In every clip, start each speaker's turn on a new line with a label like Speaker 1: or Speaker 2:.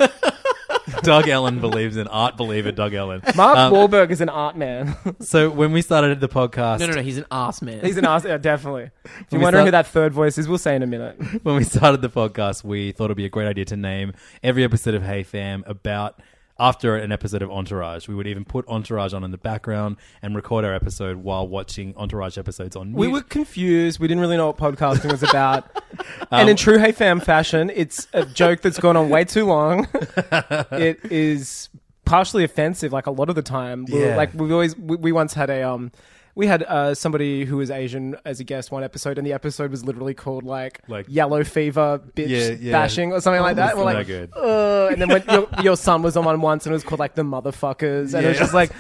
Speaker 1: Doug Ellen believes in art believer Doug Ellen.
Speaker 2: Mark
Speaker 1: Um,
Speaker 2: Wahlberg is an art man.
Speaker 1: So when we started the podcast,
Speaker 3: No, no, no. He's an ass man.
Speaker 2: He's an ass, yeah, definitely. If you're
Speaker 1: we
Speaker 2: wondering who
Speaker 1: start-
Speaker 2: that third voice is, we'll say in a minute.
Speaker 1: when we started the podcast, we thought it'd be a great idea to name every episode of Hey Fam about after an episode of Entourage. We would even put Entourage on in the background and record our episode while watching Entourage episodes on.
Speaker 2: We
Speaker 1: mute.
Speaker 2: were confused. We didn't really know what podcasting was about. Um, and in true Hey Fam fashion, it's a joke that's gone on way too long. it is partially offensive, like a lot of the time. We were-
Speaker 1: Yeah.
Speaker 2: Like we always, we, we once had a um, we had uh, somebody who was Asian as a guest one episode, and the episode was literally called like, Oh,
Speaker 1: Like-
Speaker 2: Yellow Fever Bitch
Speaker 1: Yeah, yeah.
Speaker 2: Bashing or something like that. We're
Speaker 1: no
Speaker 2: like,
Speaker 1: good.
Speaker 2: "Ugh." Uh, and then when your, your son was on one once, and it was called like the Motherfuckers, and it was
Speaker 1: Yeah.
Speaker 2: just like.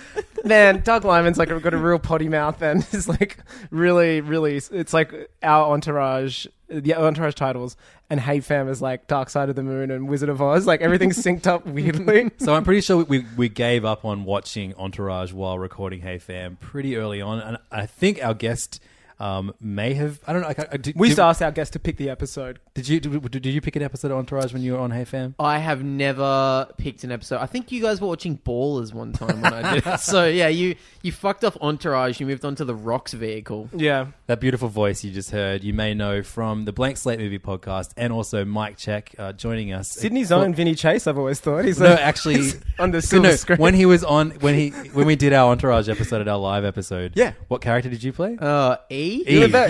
Speaker 2: Man, Doug Lyman's like got a real potty mouth, and it's like really, really. It's like our entourage, the entourage titles, and Hey Fam is like Dark Side of the Moon and Wizard of Oz. Like everything's synced up weirdly.
Speaker 1: so I'm pretty sure we, we gave up on watching Entourage while recording Hey Fam pretty early on, and I think our guest um, may have. I don't know. I, I, did,
Speaker 2: We
Speaker 1: did,
Speaker 2: used to ask our guest to pick the episode.
Speaker 1: Did you did, did you pick an episode of Entourage when you were on Hey Fam?
Speaker 3: I have never picked an episode. I think you guys were watching Ballers one time when I did it. So yeah, you you fucked off Entourage. You moved on to the Rocks vehicle.
Speaker 2: Yeah,
Speaker 1: That beautiful voice you just heard, you may know from the Blank Slate Movie Podcast, and also Mike Check uh, joining us.
Speaker 2: Sydney's
Speaker 1: For-
Speaker 2: own Vinny Chase. I've always thought he's
Speaker 1: No,
Speaker 2: like,
Speaker 1: actually,
Speaker 2: on the
Speaker 1: no,
Speaker 2: silver screen.
Speaker 1: when he was on, when he when we did our Entourage episode at our live episode,
Speaker 2: Yeah.
Speaker 1: What character did you play?
Speaker 3: Uh, E.
Speaker 1: Eve.
Speaker 2: that-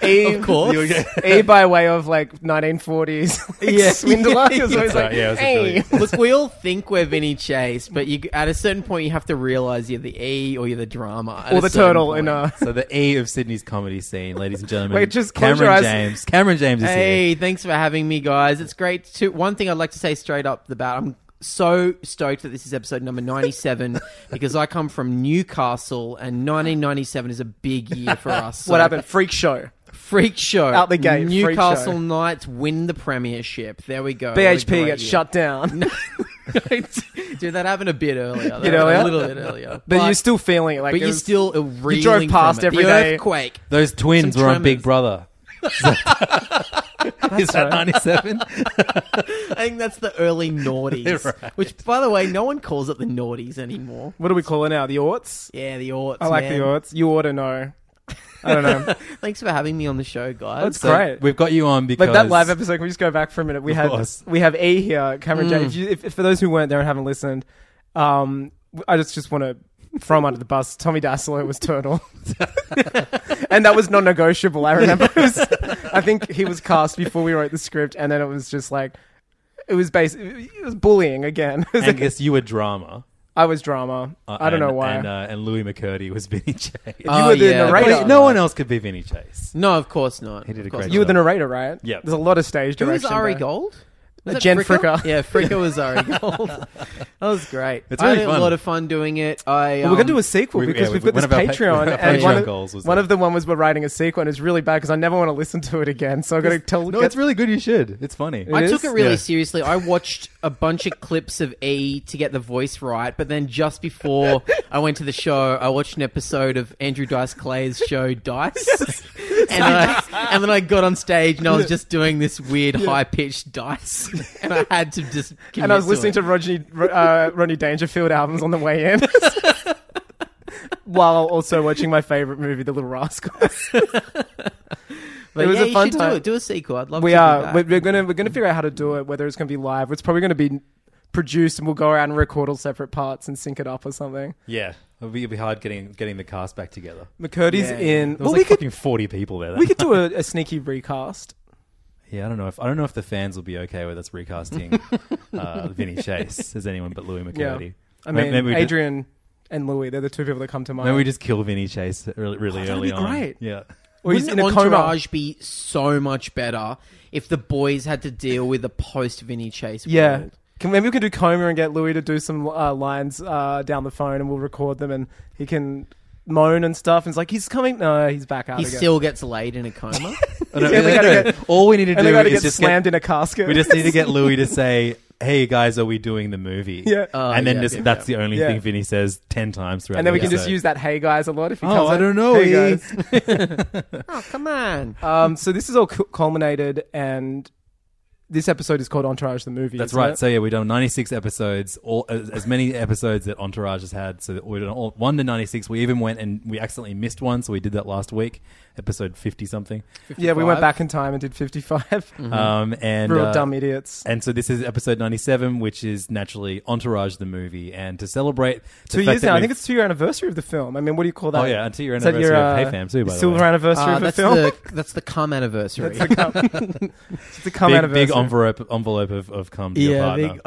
Speaker 1: Yeah.
Speaker 2: E,
Speaker 3: Of course.
Speaker 2: E by way of like 1940s like,
Speaker 3: Yeah.
Speaker 2: swindler. He was
Speaker 1: That's
Speaker 2: always
Speaker 1: right,
Speaker 2: like,
Speaker 1: yeah, it was a
Speaker 2: "Hey."
Speaker 1: brilliant-
Speaker 3: Look, we all think we're Vinny Chase, but you at a certain point you have to realize you're the E or you're the drama at
Speaker 2: or
Speaker 3: a
Speaker 2: the
Speaker 3: certain
Speaker 2: turtle
Speaker 3: point.
Speaker 2: in uh,
Speaker 1: So the E of Sydney's comedy scene, ladies and gentlemen.
Speaker 2: Wait, just close your
Speaker 1: Cameron
Speaker 2: eyes.
Speaker 1: James. Cameron James is here.
Speaker 3: Hey, thanks for having me, guys. It's great to. One thing I'd like to say straight up the bat, I'm so stoked that this is episode number 97 because I come from Newcastle and 1997 is a big year for us. So,
Speaker 2: what happened? Freak show.
Speaker 3: Freak show.
Speaker 2: Out the gate, freak
Speaker 3: Newcastle
Speaker 2: show.
Speaker 3: Knights win the premiership. There we go.
Speaker 2: BHP gets shut down.
Speaker 3: Dude, that happened a bit earlier. That
Speaker 2: Bit
Speaker 3: happened
Speaker 2: earlier?
Speaker 3: A little bit earlier.
Speaker 2: But, you're still feeling it. Like
Speaker 3: but
Speaker 2: it
Speaker 3: you're
Speaker 2: was-
Speaker 3: still
Speaker 2: you
Speaker 3: reeling
Speaker 2: drove past
Speaker 3: from it.
Speaker 2: every
Speaker 3: the
Speaker 2: day.
Speaker 3: earthquake.
Speaker 1: Those twins
Speaker 3: Some
Speaker 1: were on Big
Speaker 3: tremors.
Speaker 1: Brother. Is that 97?
Speaker 3: I think that's the early noughties. Which, by the way, no one calls it the noughties anymore.
Speaker 2: What do we call it now? The orts.
Speaker 3: Yeah, the aughts.
Speaker 2: I like
Speaker 3: man.
Speaker 2: the orts. You ought to know. I don't know.
Speaker 3: Thanks for having me on the show, guys.
Speaker 2: That's great.
Speaker 1: We've got you on because
Speaker 2: Like that live episode, can we just go back for a minute? We
Speaker 1: Of
Speaker 2: had
Speaker 1: course.
Speaker 2: we have E here, Cameron J. If, you, if, if for those who weren't there and haven't listened, um, I just just want to throw him under the bus. Tommy Dassler was turtle, and that was non-negotiable. I remember. It was, I think he was cast before we wrote the script, and then it was just like it was bas it was bullying again. It was like-
Speaker 1: Angus, you were drama.
Speaker 2: I was drama.
Speaker 1: Uh,
Speaker 2: I don't
Speaker 1: and-
Speaker 2: know why.
Speaker 1: And, uh, and Louis McCurdy was Vinny Chase.
Speaker 3: Oh,
Speaker 2: you were the
Speaker 3: yeah.
Speaker 2: narrator.
Speaker 1: Wait, no one else could be Vinny Chase.
Speaker 3: No, of course not.
Speaker 1: He did a
Speaker 3: Of course
Speaker 1: great
Speaker 3: not.
Speaker 2: you were the narrator, right?
Speaker 1: Yep.
Speaker 2: There's a lot of stage
Speaker 3: Who
Speaker 2: direction.
Speaker 3: was Ari
Speaker 2: there.
Speaker 3: Gold? Was that
Speaker 2: Jen
Speaker 3: Fricker?
Speaker 2: Fricker.
Speaker 3: Yeah, Fricker was Ari Gold. that was great.
Speaker 1: It's
Speaker 3: I
Speaker 1: really
Speaker 3: had
Speaker 1: fun.
Speaker 3: a lot of fun doing it. I
Speaker 2: Well, we're gonna do a
Speaker 3: um,
Speaker 2: sequel
Speaker 1: we-
Speaker 2: because
Speaker 1: yeah,
Speaker 2: we've
Speaker 1: we-
Speaker 2: got this
Speaker 1: one of our pa-
Speaker 2: Patreon,
Speaker 1: one of our
Speaker 2: and one,
Speaker 1: Patreon
Speaker 2: of,
Speaker 1: goals was
Speaker 2: one
Speaker 1: that.
Speaker 2: of the one was we're writing a sequel, and it's really bad because I never want to listen to it again. So I got to tell.
Speaker 1: No,
Speaker 2: get-
Speaker 1: it's really good. You should. It's funny.
Speaker 3: I took
Speaker 2: is?
Speaker 3: it really
Speaker 1: Yeah.
Speaker 3: seriously. I watched a bunch of clips of E to get the voice right, but then just before I went to the show, I watched an episode of Andrew Dice Clay's show Dice, and, I, and then I got on stage and I was just doing this weird high pitched Dice, and I had to just.
Speaker 2: and I was listening to Rodney uh, Rodney Dangerfield albums on the way in, while also watching my favorite movie, The Little Rascals.
Speaker 3: But
Speaker 2: it was
Speaker 3: yeah,
Speaker 2: a
Speaker 3: you
Speaker 2: fun
Speaker 3: should
Speaker 2: time.
Speaker 3: Do it. Do a sequel. I'd love
Speaker 2: we
Speaker 3: to. do
Speaker 2: are
Speaker 3: that.
Speaker 2: we're, we're gonna we're gonna figure out how to do it. Whether it's gonna be live, it's probably gonna be produced, and we'll go around and record all separate parts and sync it up or something.
Speaker 1: Yeah, it'll be, it'll be hard getting getting the cast back together.
Speaker 2: McCurdy's
Speaker 3: Yeah.
Speaker 2: in.
Speaker 1: There was
Speaker 2: well,
Speaker 1: like
Speaker 2: we could
Speaker 1: fucking forty people there.
Speaker 2: we could do a, a sneaky recast.
Speaker 1: yeah, I don't know if I don't know if the fans will be okay with us recasting uh, Vinny Chase as anyone but Louis
Speaker 2: Yeah,
Speaker 1: McCurdy.
Speaker 2: I mean
Speaker 1: maybe we just-
Speaker 2: Adrian and Louis. They're the two people that come to mind.
Speaker 1: maybe we just kill Vinny Chase really, really
Speaker 2: Oh, that'd
Speaker 1: early
Speaker 2: be
Speaker 1: on.
Speaker 2: great.
Speaker 1: Yeah,
Speaker 2: or he's
Speaker 3: Wouldn't
Speaker 2: in a coma.
Speaker 3: Entourage be so much better if the boys had to deal with the post Vinny Chase?
Speaker 2: Yeah.
Speaker 3: world?
Speaker 2: Can, maybe we can do coma and get Louis to do some uh, lines uh, down the phone, and we'll record them, and he can moan and stuff. And it's like he's coming. No, he's back out.
Speaker 3: he
Speaker 2: again.
Speaker 3: still gets laid in a coma.
Speaker 1: I don't-
Speaker 2: Yeah, they gotta get-
Speaker 1: all we need to
Speaker 2: And they
Speaker 1: do
Speaker 2: got to
Speaker 1: is
Speaker 2: get
Speaker 1: just
Speaker 2: slammed
Speaker 1: get,
Speaker 2: in a casket.
Speaker 1: we just need to get Louis to say. Hey guys, are we doing the movie?
Speaker 2: Yeah.
Speaker 3: Oh,
Speaker 1: and then
Speaker 3: yeah,
Speaker 1: just
Speaker 3: yeah,
Speaker 1: that's the only
Speaker 2: Yeah.
Speaker 1: thing Vinny says ten times throughout.
Speaker 2: and then
Speaker 1: the
Speaker 2: we can just
Speaker 1: episode.
Speaker 2: use that "Hey guys" a lot if he
Speaker 1: Oh,
Speaker 2: comes.
Speaker 1: I
Speaker 2: up,
Speaker 1: don't know,
Speaker 2: Hey
Speaker 1: eh?"
Speaker 2: guys.
Speaker 3: oh come on!
Speaker 2: Um, so this is all cu- culminated, and this episode is called Entourage the movie.
Speaker 1: That's
Speaker 2: isn't
Speaker 1: right.
Speaker 2: it?
Speaker 1: So yeah, we've done 96 episodes, all as, as many episodes that Entourage has had. So that we've done all, one to 96. We even went and we accidentally missed one, so we did that last week, episode 50 something.
Speaker 2: yeah, we went
Speaker 3: 55.
Speaker 2: back in time and did fifty-five.
Speaker 1: Um, and
Speaker 2: Real
Speaker 1: uh,
Speaker 2: dumb idiots.
Speaker 1: And so this is episode 97, which is naturally Entourage the movie, and to celebrate the
Speaker 2: Two
Speaker 1: fact
Speaker 2: years
Speaker 1: that
Speaker 2: now. I
Speaker 1: we've-
Speaker 2: think it's two year anniversary of the film. I mean, what do you call that?
Speaker 1: Oh yeah, until your
Speaker 2: Is that uh,
Speaker 1: anniversary of Hey Fam too. By the
Speaker 2: silver
Speaker 1: way,
Speaker 2: anniversary
Speaker 3: Uh,
Speaker 2: of Ah, the
Speaker 3: that's
Speaker 2: film.
Speaker 3: the that's the cum anniversary.
Speaker 2: it's the come
Speaker 1: big,
Speaker 2: anniversary.
Speaker 1: big envelope envelope of, of come to your partner.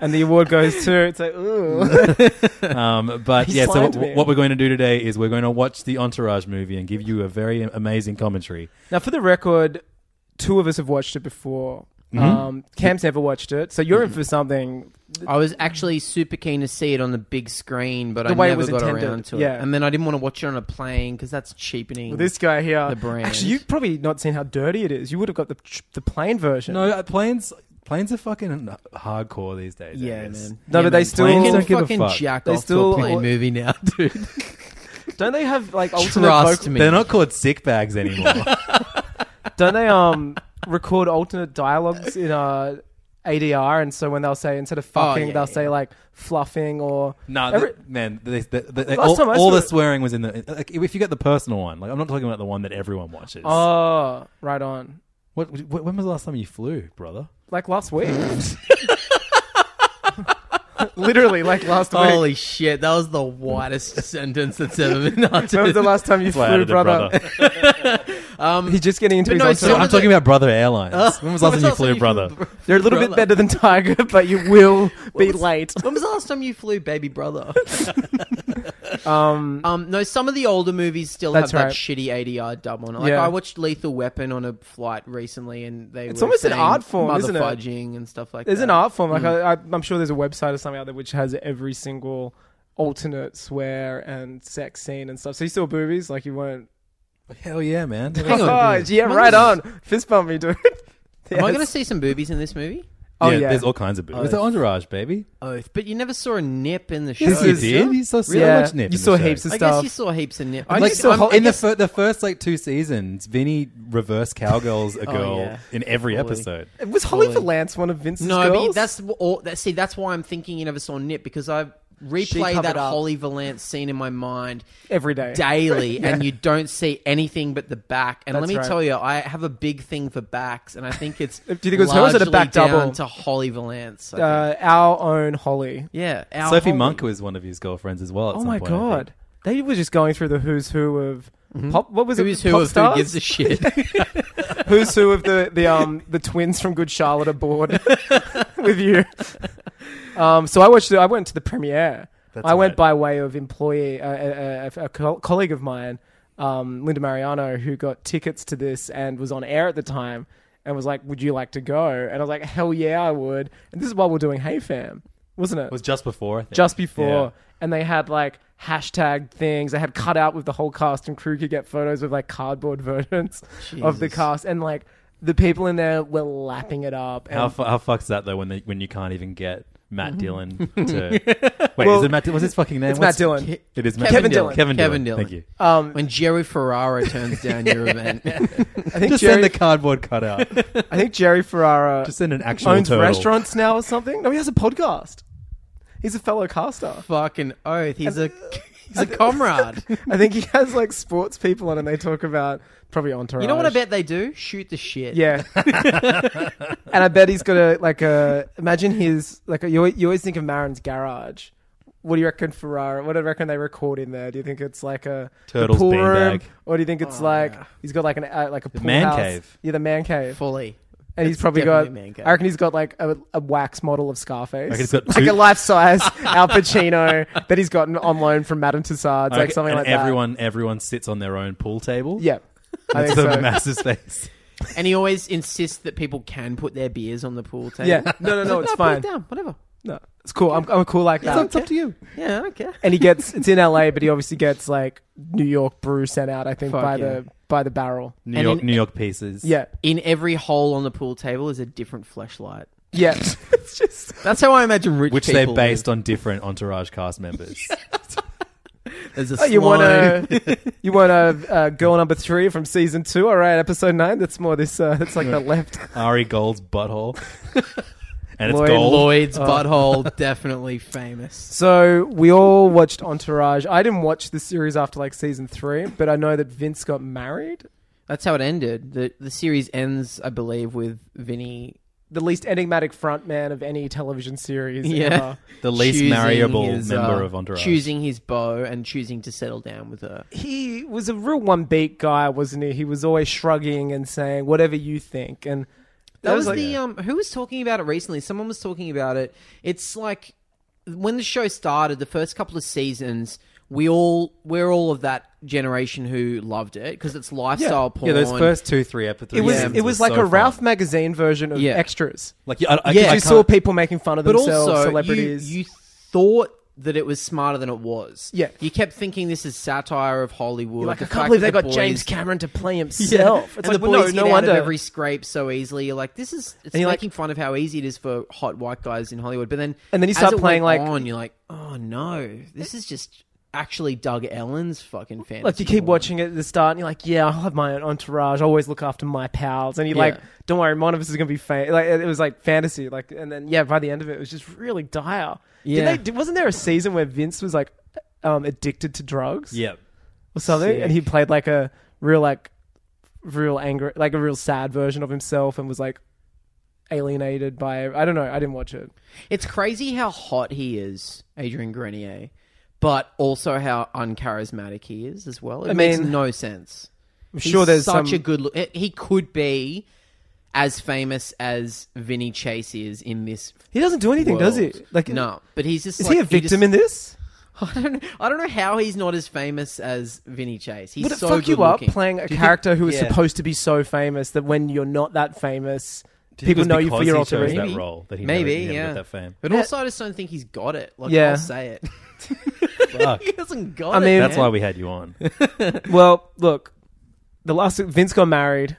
Speaker 2: and the award goes to it's like ooh.
Speaker 1: Um, but
Speaker 2: He
Speaker 1: yeah, so
Speaker 2: slimed
Speaker 1: what,
Speaker 2: me.
Speaker 1: what we're going to do today is we're going to watch the Entourage movie and give you a very amazing commentary.
Speaker 2: now, for the record, two of us have watched it before.
Speaker 1: Mm-hmm.
Speaker 2: Um, Cam's never watched it, so you're in for something.
Speaker 3: I was actually super keen to see it on the big screen, but
Speaker 2: The
Speaker 3: I
Speaker 2: way it
Speaker 3: never
Speaker 2: was
Speaker 3: got
Speaker 2: intended,
Speaker 3: around to it.
Speaker 2: yeah.
Speaker 3: And then I didn't want to watch it on a plane because that's cheapening.
Speaker 2: Well, this guy here.
Speaker 3: The brand.
Speaker 2: Actually, you've probably not seen how dirty it is. You would have got the the plain version.
Speaker 1: No, uh, planes planes are fucking hardcore these days. I
Speaker 3: yeah,
Speaker 1: guess.
Speaker 3: man.
Speaker 2: No,
Speaker 3: Yeah,
Speaker 2: but they
Speaker 3: man.
Speaker 2: still-
Speaker 3: You can
Speaker 1: Don't give a
Speaker 3: fucking
Speaker 1: fuck.
Speaker 3: jack
Speaker 2: They
Speaker 3: off
Speaker 2: still-
Speaker 3: to a plane movie now, dude.
Speaker 2: Don't they have like alternate?
Speaker 3: Trust
Speaker 2: vocal-
Speaker 3: me.
Speaker 1: They're not called sick bags anymore.
Speaker 2: Don't they um record alternate dialogues in uh ADR? And so when they'll say instead of
Speaker 1: Oh,
Speaker 2: fucking,
Speaker 3: yeah,
Speaker 2: they'll
Speaker 3: yeah.
Speaker 2: say like fluffing or
Speaker 1: no,
Speaker 2: Every-
Speaker 1: th- man, they, they, they, they-
Speaker 2: Last
Speaker 1: all,
Speaker 2: time I
Speaker 1: all
Speaker 2: saw
Speaker 1: the
Speaker 2: it-
Speaker 1: swearing was in the. Like, if you get the personal one, like I'm not talking about the one that everyone watches.
Speaker 2: oh, right on.
Speaker 1: what, wh- when was the last time you flew, brother?
Speaker 2: like last week. Literally, like last week.
Speaker 3: Holy shit! That was the whitest sentence that's ever been
Speaker 2: when was
Speaker 3: uttered.
Speaker 2: the last time you
Speaker 1: Fly out
Speaker 2: flew,
Speaker 1: of the
Speaker 2: brother? Um,
Speaker 1: brother.
Speaker 2: He's just getting into
Speaker 3: But
Speaker 2: his
Speaker 3: no,
Speaker 2: own
Speaker 3: it's
Speaker 2: stuff.
Speaker 3: not-
Speaker 1: I'm talking about Brother Airlines. when was the last time you
Speaker 3: When was the
Speaker 1: flew,
Speaker 3: last
Speaker 1: brother?
Speaker 2: They're a little bit
Speaker 3: brother?
Speaker 2: better than Tiger, but you will be
Speaker 3: was-
Speaker 2: late.
Speaker 3: When was the last time you flew, baby brother?
Speaker 2: Um,
Speaker 3: Um, no, some of the older movies still
Speaker 2: That's
Speaker 3: have
Speaker 2: right.
Speaker 3: that shitty ADR dub on it. Like
Speaker 2: Yeah.
Speaker 3: I watched Lethal Weapon on a flight recently, and they
Speaker 2: It's
Speaker 3: were
Speaker 2: almost an
Speaker 3: saying
Speaker 2: art form, isn't it?
Speaker 3: motherfudging and stuff like
Speaker 2: there's
Speaker 3: that.
Speaker 2: an art form. Like
Speaker 3: Mm.
Speaker 2: I, I, I'm sure there's a website or something out there which has every single alternate swear and sex scene and stuff. So you saw boobies, like you weren't.
Speaker 1: Hell yeah, man.
Speaker 3: Hang
Speaker 2: Oh,
Speaker 3: on.
Speaker 2: yeah,
Speaker 3: Am I
Speaker 2: right
Speaker 3: gonna-
Speaker 2: on. Fist bump me, dude.
Speaker 3: Am I
Speaker 2: Yes.
Speaker 3: going to see some boobies in this movie?
Speaker 2: Oh,
Speaker 1: yeah,
Speaker 2: yeah.
Speaker 1: there's all kinds of boobies. It's the Entourage, baby.
Speaker 3: Oath, but you never saw a nip in the show.
Speaker 1: Yes, you
Speaker 2: is-
Speaker 1: did. You saw so
Speaker 2: Yeah.
Speaker 1: much nip.
Speaker 2: You
Speaker 1: in
Speaker 2: saw
Speaker 1: the show.
Speaker 2: heaps of
Speaker 3: I
Speaker 2: stuff.
Speaker 3: guess you saw heaps of nip. I
Speaker 1: Like,
Speaker 3: just-
Speaker 2: saw
Speaker 3: I'm-
Speaker 2: ho-
Speaker 3: I
Speaker 1: in the,
Speaker 3: guess-
Speaker 1: fir- the first like two seasons, Vinny reverse cowgirls a girl
Speaker 3: yeah.
Speaker 1: in every
Speaker 3: Totally.
Speaker 1: episode.
Speaker 2: was Holly Valance one of Vince's
Speaker 3: no,
Speaker 2: girls?
Speaker 3: but that's wh- all. That, see, that's why I'm thinking you never saw nip because I replay
Speaker 2: covered
Speaker 3: that
Speaker 2: up.
Speaker 3: Holly Valance scene in my mind
Speaker 2: every day.
Speaker 3: daily and you don't see anything but the back. And let
Speaker 2: That's
Speaker 3: me
Speaker 2: right.
Speaker 3: tell you, I have a big thing for backs, and I think it's
Speaker 2: Do you think it was hers or the
Speaker 3: largely
Speaker 2: back
Speaker 3: down
Speaker 2: double?
Speaker 3: to Holly Valance. I think.
Speaker 2: uh, our own Holly.
Speaker 3: yeah, our
Speaker 1: Sophie
Speaker 3: Holly.
Speaker 1: Monk was one of his girlfriends as well. At
Speaker 2: Oh
Speaker 1: some
Speaker 2: my
Speaker 1: point, I think. Mm-hmm.
Speaker 2: god, they were just going through the who's who of pop. What was
Speaker 3: Who
Speaker 2: it?
Speaker 3: is who
Speaker 2: pop
Speaker 3: of who
Speaker 2: stars?
Speaker 3: gives a shit?
Speaker 2: who's who of the the um the twins from Good Charlotte aboard with you. Um, so I watched. The, I went to the premiere.
Speaker 1: That's
Speaker 2: I went
Speaker 1: right.
Speaker 2: by way of employee, uh, a, a, a col- colleague of mine, um, Linda Mariano, who got tickets to this and was on air at the time, and was like, "Would you like to go?" And I was like, "Hell yeah, I would!" And this is while we're doing Hey Fam, wasn't it?
Speaker 1: It was just before. I think.
Speaker 2: just before.
Speaker 1: Yeah.
Speaker 2: And they had like hashtag things. They had cut out with the whole cast and crew could get photos with like cardboard versions of the
Speaker 3: Jesus.
Speaker 2: cast. And like the people in there were lapping it up. And
Speaker 1: How fu- how fucks that though when they, when you can't even get Matt Dillon to wait? is it Matt? Dillon? What's his fucking name?
Speaker 2: it's Matt
Speaker 1: What's-
Speaker 2: Dillon.
Speaker 1: It is Matt
Speaker 2: Kevin Dillon.
Speaker 1: Kevin Dillon.
Speaker 3: Kevin Dillon.
Speaker 1: Thank you.
Speaker 2: um,
Speaker 3: when Jerry Ferrara turns down your event.
Speaker 2: I think
Speaker 1: Just
Speaker 2: Jerry,
Speaker 1: send the cardboard cutout.
Speaker 2: I think Jerry Ferrara
Speaker 1: Just send an actual
Speaker 2: owns
Speaker 1: turtle.
Speaker 2: restaurants now or something. No, he has a podcast. He's a fellow caster.
Speaker 3: Fucking oath. He's a he's a comrade.
Speaker 2: I think he has like sports people on, and they talk about probably entourage.
Speaker 3: You know what I bet they do? Shoot the shit.
Speaker 2: Yeah. and I bet he's got a like a imagine his like you you always think of Marin's garage. What do you reckon Ferrara? What do you reckon they record in there? Do you think it's like a the
Speaker 1: Turtle's
Speaker 2: pool
Speaker 1: beanbag.
Speaker 2: room, or do you think
Speaker 3: Oh,
Speaker 2: it's like he's got like an uh, like a pool
Speaker 1: man
Speaker 2: house?
Speaker 1: cave.
Speaker 2: Yeah, the man cave,
Speaker 3: Fully.
Speaker 2: and he's probably got.
Speaker 3: definitely a man cave.
Speaker 2: I reckon he's got like a, a wax model of Scarface,
Speaker 1: I reckon he's got
Speaker 2: like
Speaker 1: two-
Speaker 2: a life size Al Pacino that he's gotten on loan from Madame Tussauds, like something
Speaker 1: and
Speaker 2: like
Speaker 1: everyone, everyone sits on their own pool table.
Speaker 2: that. Yeah, I
Speaker 1: That's
Speaker 2: think
Speaker 1: the
Speaker 2: so.
Speaker 1: massive space.
Speaker 3: And he always insists that people can put their beers on the pool table.
Speaker 2: Yeah, no, no, no, it's fine.
Speaker 3: Put it down, whatever.
Speaker 2: No, it's cool. I'm, I'm cool like that.
Speaker 3: up to you. Yeah, I don't care.
Speaker 2: and he gets it's in LA, but he obviously gets like New York brew sent out, I think,
Speaker 3: Fuck
Speaker 2: by
Speaker 3: yeah.
Speaker 2: the by the barrel.
Speaker 1: New
Speaker 3: And
Speaker 1: York,
Speaker 3: in-
Speaker 1: New York pieces.
Speaker 2: Yeah,
Speaker 3: In every hole on the pool table is a different flashlight.
Speaker 2: yeah. it's just
Speaker 3: That's how I imagine rich
Speaker 1: which they
Speaker 3: people.
Speaker 1: based on different entourage cast members.
Speaker 3: live. There's a
Speaker 2: oh, you
Speaker 3: slime.
Speaker 2: want to you want to uh, girl number three from season two. All right, episode nine. That's more this. Uh, that's like the left.
Speaker 1: Ari Gold's butthole, and it's
Speaker 2: Lloyd-
Speaker 1: gold.
Speaker 3: Lloyd's
Speaker 2: Oh.
Speaker 3: butthole definitely famous.
Speaker 2: So we all watched Entourage. I didn't watch the series after like season three, but I know that Vince got married.
Speaker 3: That's how it ended. The the series ends, I believe, with Vinny
Speaker 2: The least enigmatic frontman of any television series.
Speaker 3: Yeah.
Speaker 2: ever.
Speaker 1: The least
Speaker 3: choosing
Speaker 1: marryable
Speaker 3: his,
Speaker 1: member
Speaker 3: uh,
Speaker 1: of entourage.
Speaker 3: choosing his beau and choosing to settle down with her.
Speaker 2: he was a real one beat guy, wasn't he? He was always shrugging and saying whatever you think, and
Speaker 3: That was
Speaker 2: like-
Speaker 3: the um. Who was talking about it recently? Someone was talking about it. It's like when the show started, the first couple of seasons, we all we're all of that generation who loved it because it's lifestyle porn.
Speaker 1: Yeah, those first two, three episodes.
Speaker 2: It was
Speaker 3: Yeah.
Speaker 2: it was like a Ralph magazine version of
Speaker 3: Yeah.
Speaker 2: extras.
Speaker 1: Like I, I,
Speaker 3: Yeah.
Speaker 1: I
Speaker 2: you
Speaker 3: I
Speaker 2: saw people making fun of
Speaker 3: but
Speaker 2: themselves,
Speaker 3: also
Speaker 2: celebrities.
Speaker 3: You, you thought that it was smarter than it was.
Speaker 2: Yeah.
Speaker 3: you kept thinking this is satire of Hollywood.
Speaker 2: You're like,
Speaker 3: the
Speaker 2: I
Speaker 3: fact
Speaker 2: can't believe they
Speaker 3: that
Speaker 2: got
Speaker 3: boys-
Speaker 2: James Cameron to play himself. It's
Speaker 3: and
Speaker 2: like,
Speaker 3: the
Speaker 2: well,
Speaker 3: boys
Speaker 2: no,
Speaker 3: get
Speaker 2: no
Speaker 3: out
Speaker 2: wonder.
Speaker 3: of every scrape so easily. You're like, this is it's
Speaker 2: And you're
Speaker 3: making
Speaker 2: like-
Speaker 3: fun of how easy it is for hot white guys in Hollywood. But then,
Speaker 2: And then you
Speaker 3: as
Speaker 2: start
Speaker 3: it
Speaker 2: playing,
Speaker 3: went
Speaker 2: like-
Speaker 3: on, you're like, oh no, this is just actually Doug Ellen's fucking fantasy.
Speaker 2: like you keep
Speaker 3: porn.
Speaker 2: watching it at the start, and you're like, "Yeah, I'll have my own entourage. I always look after my pals." And you're like,
Speaker 3: Yeah.
Speaker 2: "Don't worry, one of us is gonna be famous." Like it was like fantasy. Like, and then yeah, by the end of it, it was just really dire.
Speaker 3: Yeah.
Speaker 2: Did they, did- wasn't there a season where Vince was like um, addicted to drugs?
Speaker 1: yeah.
Speaker 2: or something,
Speaker 3: Sick.
Speaker 2: and he played like a real like real angry, like a real sad version of himself, and was like alienated by. I don't know. I didn't watch it.
Speaker 3: It's crazy how hot he is, Adrian Grenier, but also how uncharismatic he is as well. It
Speaker 2: I
Speaker 3: makes
Speaker 2: mean,
Speaker 3: no sense. I'm
Speaker 2: sure there's
Speaker 3: such
Speaker 2: some-
Speaker 3: a good look. He could be as famous as Vinny Chase is in this.
Speaker 2: He doesn't do anything, does he?
Speaker 3: world.
Speaker 2: Like,
Speaker 3: no, but he's just
Speaker 2: is
Speaker 3: like,
Speaker 2: he a victim
Speaker 3: just-
Speaker 2: in this?
Speaker 3: I don't, know, I don't know how he's not as famous as Vinny Chase. He's
Speaker 2: Would it
Speaker 3: so
Speaker 2: fuck
Speaker 3: good
Speaker 2: you up
Speaker 3: looking.
Speaker 2: playing a
Speaker 1: Do you think-
Speaker 2: character who is
Speaker 1: yeah.
Speaker 2: supposed to be so famous that when you're not that famous,
Speaker 1: Do you think it
Speaker 2: people
Speaker 1: was
Speaker 2: know you for
Speaker 1: because
Speaker 2: your
Speaker 1: he
Speaker 2: alter
Speaker 1: chose
Speaker 2: ego?
Speaker 1: that role that he
Speaker 3: Maybe,
Speaker 1: never, he never
Speaker 3: yeah.
Speaker 1: got that fame.
Speaker 3: But also, I just don't think he's got it. Like,
Speaker 2: Yeah.
Speaker 3: I'll say it.
Speaker 1: Fuck.
Speaker 3: he hasn't got
Speaker 2: I
Speaker 3: it.
Speaker 2: mean-
Speaker 1: That's
Speaker 3: man.
Speaker 1: why we had you on.
Speaker 2: e- Well, look, the last Vince got married.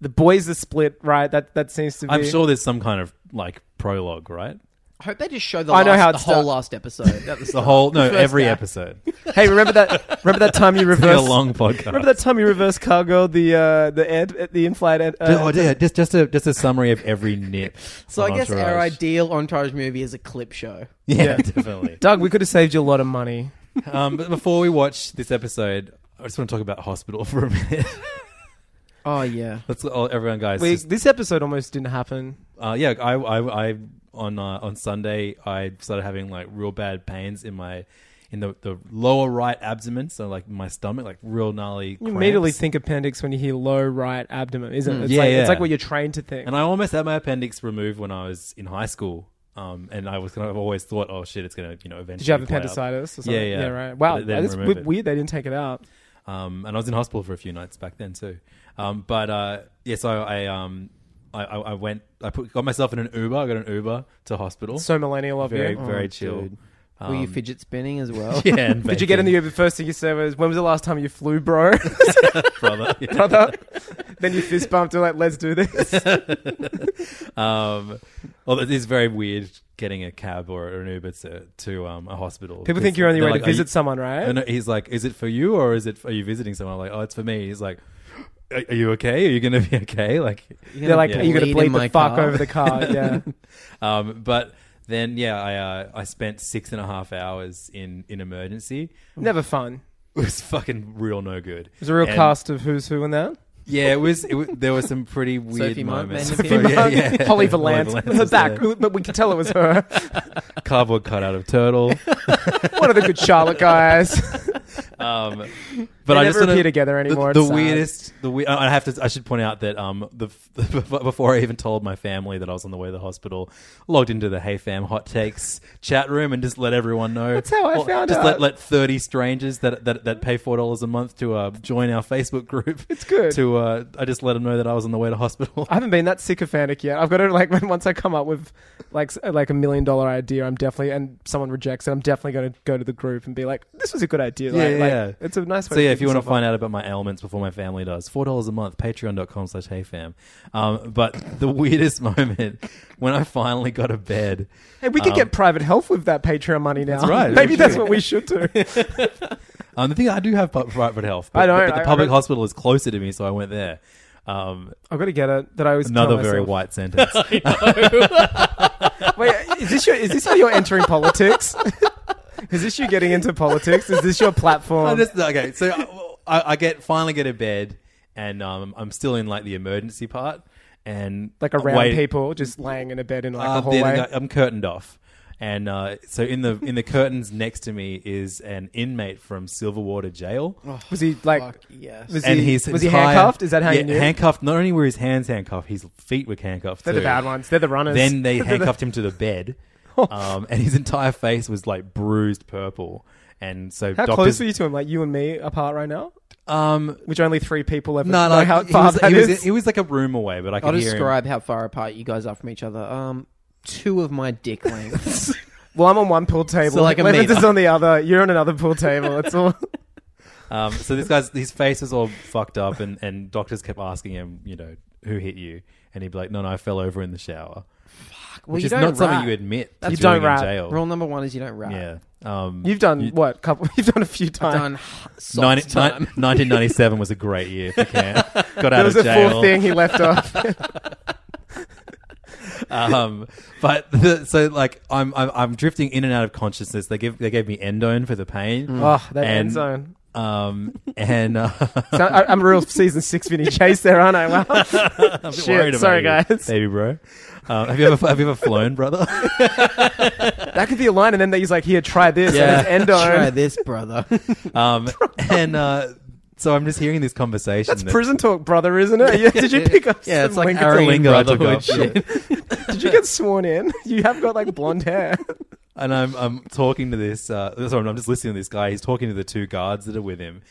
Speaker 2: The boys are split, right? That that seems to be.
Speaker 1: I'm sure there's some kind of like prologue, right?
Speaker 3: I hope they just show the,
Speaker 2: I know
Speaker 3: last-
Speaker 2: how
Speaker 3: the
Speaker 2: it
Speaker 3: whole
Speaker 2: start-
Speaker 3: last episode. That was
Speaker 1: The whole no,
Speaker 3: first
Speaker 1: every
Speaker 3: act.
Speaker 1: episode.
Speaker 2: Hey, remember that? Remember that time you
Speaker 1: Be a
Speaker 2: reversed?
Speaker 1: long podcast.
Speaker 2: Remember that time you reverse cargo the uh, the ad, the in-flight ad, uh,
Speaker 1: oh, yeah, just just a just a summary of every nip.
Speaker 3: So I
Speaker 1: on
Speaker 3: guess our
Speaker 1: Entourage.
Speaker 3: ideal entourage movie is a clip show.
Speaker 1: Yeah, definitely.
Speaker 2: Doug, we could have saved you a lot of money.
Speaker 1: Um, but before we watch this episode, I just want to talk about hospital for a minute.
Speaker 3: Oh yeah.
Speaker 1: Let's all, everyone, guys.
Speaker 2: We,
Speaker 1: just-
Speaker 2: this episode almost didn't happen.
Speaker 1: uh, yeah, I, I, I on uh, on Sunday I started having like real bad pains in my in the, the lower right abdomen, so like my stomach, like real gnarly.
Speaker 2: You immediately
Speaker 1: cramps.
Speaker 2: think appendix when you hear low right abdomen, isn't it? It's,
Speaker 1: Yeah,
Speaker 2: like,
Speaker 1: Hmm. yeah.
Speaker 2: it's like what you're trained to think.
Speaker 1: And I almost had my appendix removed when I was in high school. Um, and I was kind of always thought, oh shit, it's gonna you know eventually.
Speaker 2: Did you have
Speaker 1: play out.
Speaker 2: appendicitis or
Speaker 1: Yeah,
Speaker 2: something?
Speaker 1: yeah.
Speaker 2: right. Wow,
Speaker 1: But they didn't
Speaker 2: that's
Speaker 1: remove
Speaker 2: w-
Speaker 1: it.
Speaker 2: weird they didn't take it out.
Speaker 1: Um, and I was in hospital for a few nights back then too. Um, but uh, yeah, so I um, I, I I went, I put got myself in an Uber. I got an Uber to hospital.
Speaker 2: So millennial of
Speaker 1: very
Speaker 2: you.
Speaker 1: very
Speaker 3: Oh,
Speaker 1: chill. Um,
Speaker 3: dude. Were you fidget spinning as well?
Speaker 1: Yeah. and
Speaker 2: Did you get in the
Speaker 1: baking,
Speaker 2: Uber? First thing you said was, "When was the last time you flew, bro?"
Speaker 1: brother? Yeah.
Speaker 2: Brother. then you fist bumped and like, "Let's do this."
Speaker 1: Um, although it is very weird getting a cab or or an Uber to to um, a hospital.
Speaker 2: People
Speaker 1: because
Speaker 2: think you're on your
Speaker 1: they're
Speaker 2: way
Speaker 1: like,
Speaker 2: to
Speaker 1: "Are you-
Speaker 2: visit someone, right?
Speaker 1: And he's like, "Is it for you or is it? For, are you visiting someone?" I'm like, "Oh, it's for me." He's like, "Are, are you okay? Are you gonna be okay?" Like,
Speaker 2: They're like,
Speaker 1: Yeah.
Speaker 2: "Are you gonna
Speaker 3: Bleed in
Speaker 2: bleed the
Speaker 3: my
Speaker 2: fuck
Speaker 3: car."
Speaker 2: over the car?" Yeah.
Speaker 1: um, but then yeah, I uh, I spent six and a half hours in in emergency.
Speaker 2: Never fun.
Speaker 1: It was fucking real no good. It
Speaker 2: There's a real
Speaker 1: and,
Speaker 2: cast of who's who in that.
Speaker 1: Yeah, it was. It was there were some pretty weird
Speaker 3: Sophie Mo-
Speaker 1: moments.
Speaker 3: Mendez- Sophie
Speaker 1: Yeah,
Speaker 2: Holly
Speaker 1: yeah.
Speaker 2: Valance, her
Speaker 1: was
Speaker 2: back,
Speaker 1: there.
Speaker 2: but we could tell it was her.
Speaker 1: cardboard cut out of turtle.
Speaker 2: One of the good Charlotte guys.
Speaker 1: Um,
Speaker 2: They
Speaker 1: but I
Speaker 2: never
Speaker 1: just wanna-
Speaker 2: appear together anymore,
Speaker 1: The,
Speaker 2: it's
Speaker 1: the
Speaker 2: sad.
Speaker 1: weirdest, the we- I have to. I should point out that um, the, the before I even told my family that I was on the way to the hospital, logged into the Hey Fam Hot Takes chat room and just let everyone know.
Speaker 2: That's how I
Speaker 1: Well,
Speaker 2: found
Speaker 1: just
Speaker 2: out.
Speaker 1: let let thirty strangers that that, that pay four dollars a month to uh, join our Facebook group. It's
Speaker 2: good.
Speaker 1: To uh, I just let them know that I was on the way to hospital.
Speaker 2: I haven't been that sycophantic yet. I've got to like when- once I come up with like s- like a million dollar idea, I'm definitely and someone rejects it, I'm definitely going to go to the group and be like, "This was a good idea." Like,
Speaker 1: Yeah,
Speaker 2: like,
Speaker 1: yeah.
Speaker 2: it's a nice. Way
Speaker 1: So yeah,
Speaker 2: pick
Speaker 1: if you want to
Speaker 2: yourself up.
Speaker 1: find out about my ailments before my family does, four dollars a month, patreon.com slash heyfam. Um, but the weirdest moment when I finally got to bed.
Speaker 2: hey, we could get private health with that Patreon money now.
Speaker 1: um, That's right.
Speaker 2: Maybe that's what we should do.
Speaker 1: Um, the thing I do have pu- private health, but,
Speaker 2: I don't-
Speaker 1: but- but
Speaker 2: I-
Speaker 1: the
Speaker 2: I
Speaker 1: public
Speaker 2: don't-
Speaker 1: hospital is closer to me, so I went there. Um,
Speaker 2: I've got to get it. That I always
Speaker 1: another
Speaker 2: tell
Speaker 1: very
Speaker 2: myself.
Speaker 1: white sentence.
Speaker 2: Wait, is this your, is this how you're entering politics? is this you getting into politics? Is this your
Speaker 1: Oh,
Speaker 2: platform?
Speaker 1: this- okay, so uh, I, I- I get finally get to bed, and um, I'm still in like the emergency part, and
Speaker 2: like around
Speaker 1: wait- Ah,
Speaker 2: people just laying in a bed in like a
Speaker 1: I'm
Speaker 2: hallway.
Speaker 1: Uh, there, like, I'm curtained off, and uh, so in the in the curtains next to me is an inmate from Silverwater Jail,
Speaker 2: was he like?
Speaker 3: Fuck, yes.
Speaker 2: Was
Speaker 1: and
Speaker 2: Oh, he,
Speaker 1: he's
Speaker 2: was he
Speaker 1: entire-
Speaker 2: handcuffed? Is that how
Speaker 1: yeah,
Speaker 2: you knew?
Speaker 1: Handcuffed. Not only were his hands handcuffed, his feet were handcuffed.
Speaker 2: They're the
Speaker 1: too.
Speaker 2: bad ones. They're the Oh. runners.
Speaker 1: Then they handcuffed him to the bed, um, and his entire face was like bruised purple. And so
Speaker 2: How
Speaker 1: doctors,
Speaker 2: close were you to him? Like you and me apart right now?
Speaker 1: um,
Speaker 2: Which only three people ever
Speaker 1: no,
Speaker 2: know
Speaker 1: no,
Speaker 2: how
Speaker 1: he
Speaker 2: far
Speaker 1: was,
Speaker 2: that
Speaker 1: he was-
Speaker 2: is.
Speaker 1: he was like a room away, but I could
Speaker 3: I'll
Speaker 1: hear him.
Speaker 3: describe how far apart you guys are from each other. Um, two of my dick lengths.
Speaker 2: well, I'm on one pool table.
Speaker 3: So, like, a
Speaker 2: Leonard's
Speaker 3: meter.
Speaker 2: is on the other. You're on another pool table. It's all.
Speaker 1: Um, so this guy's his face was all fucked up, and, and doctors kept asking him, you know, who hit you, and he'd be like, no, no, I fell over in the shower,
Speaker 3: well,
Speaker 1: which
Speaker 3: you
Speaker 1: is
Speaker 3: don't
Speaker 1: not something
Speaker 3: rap.
Speaker 1: you admit.
Speaker 2: You
Speaker 1: to
Speaker 2: don't
Speaker 1: doing
Speaker 2: rap.
Speaker 1: in jail.
Speaker 3: Rule number one is you don't rap.
Speaker 1: Yeah. Um,
Speaker 2: You've done what? Couple. You've done a few times.
Speaker 3: Done. Soft
Speaker 1: 90
Speaker 3: time.
Speaker 1: ni- 1997 was a great year for Cam. Got
Speaker 2: There
Speaker 1: out
Speaker 2: was
Speaker 1: of
Speaker 2: a
Speaker 1: jail.
Speaker 2: fourth thing he left off.
Speaker 1: um, but the, so like I'm, I'm I'm drifting in and out of consciousness. They give they gave me endone for the pain.
Speaker 2: oh, that end
Speaker 1: And-
Speaker 2: zone.
Speaker 1: Um, and uh,
Speaker 2: Oh. So I, I'm a real season six Vinny Chase there, aren't I? Wow.
Speaker 1: I'm
Speaker 2: Shit,
Speaker 1: worried about
Speaker 2: sorry,
Speaker 1: you,
Speaker 2: guys.
Speaker 1: baby bro. Um, have you ever have you ever flown, brother?
Speaker 2: That could be a line, and then he's like, "Here, try this."
Speaker 3: Yeah.
Speaker 2: And it's
Speaker 3: Try
Speaker 2: endo.
Speaker 3: this, brother.
Speaker 1: Um, and uh, so I'm just hearing this conversation.
Speaker 2: That's prison talk, brother, isn't it? Yeah. Did you pick up?
Speaker 3: Yeah, it's
Speaker 2: some
Speaker 3: like
Speaker 2: lingo?
Speaker 3: Aryan
Speaker 1: lingo I took
Speaker 3: brotherhood
Speaker 1: up,
Speaker 3: shit.
Speaker 2: Did you get sworn in? You have got like blonde hair.
Speaker 1: and I'm I'm talking to this. Uh, sorry, I'm just listening to this guy. He's talking to the two guards that are with him,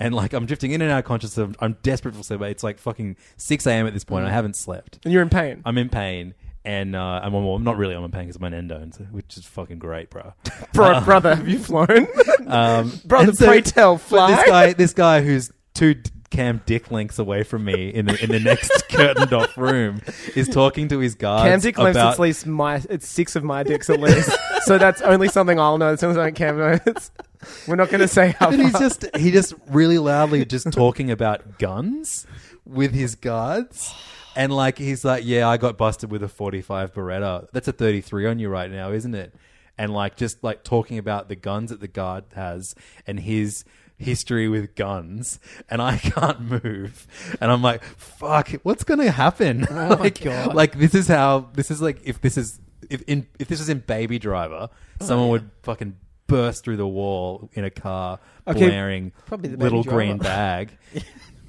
Speaker 1: and like I'm drifting in and out of consciousness. I'm, I'm desperate for sleep. It's like fucking six a.m. at this point.
Speaker 2: Mm.
Speaker 1: I haven't slept.
Speaker 2: And you're in pain.
Speaker 1: I'm in pain, and uh, I'm, well, I'm not really. I'm in pain because of my endone, so- which is fucking great, bro.
Speaker 2: Bro, brother, have you flown?
Speaker 1: Um,
Speaker 2: Brother,
Speaker 1: and so-
Speaker 2: pray tell,
Speaker 1: but
Speaker 2: fly.
Speaker 1: This guy, this guy who's two d- cam dick lengths away from me in the in the next curtained off room is talking to his guards.
Speaker 2: Cam dick lives
Speaker 1: about,
Speaker 2: at least my it's six of my dicks at least. so that's only something I'll know. It's only something Cam knows. We're not going to say how.
Speaker 1: And he's
Speaker 2: Far.
Speaker 1: just he just really loudly just talking about guns with his guards. And like he's like, Yeah, I got busted with a forty five Beretta. That's a thirty three on you right now, isn't it? And like just like talking about the guns that the guard has and his history with guns and I can't move. And I'm like, fuck, what's gonna happen? like,
Speaker 3: God.
Speaker 1: like this
Speaker 2: Oh,
Speaker 1: is how this is like if this is if in if this was in Baby Driver, someone would fucking burst through the wall in a car,
Speaker 2: Okay,
Speaker 1: blaring
Speaker 3: probably the baby
Speaker 1: little
Speaker 3: driver.
Speaker 1: green bag,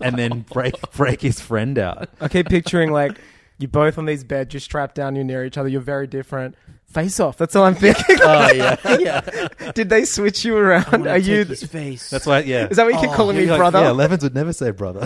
Speaker 1: and then break break his friend out.
Speaker 2: I keep picturing like you both on these beds, you're strapped down, you're near each other, you're very different. Face off. That's all I'm thinking.
Speaker 1: Oh yeah,
Speaker 3: yeah.
Speaker 2: Did they switch you around? Are you?
Speaker 3: his face?
Speaker 1: that's why. Yeah, Oh,
Speaker 2: Is that what you keep calling me brother?
Speaker 1: Yeah, Levins would never say brother.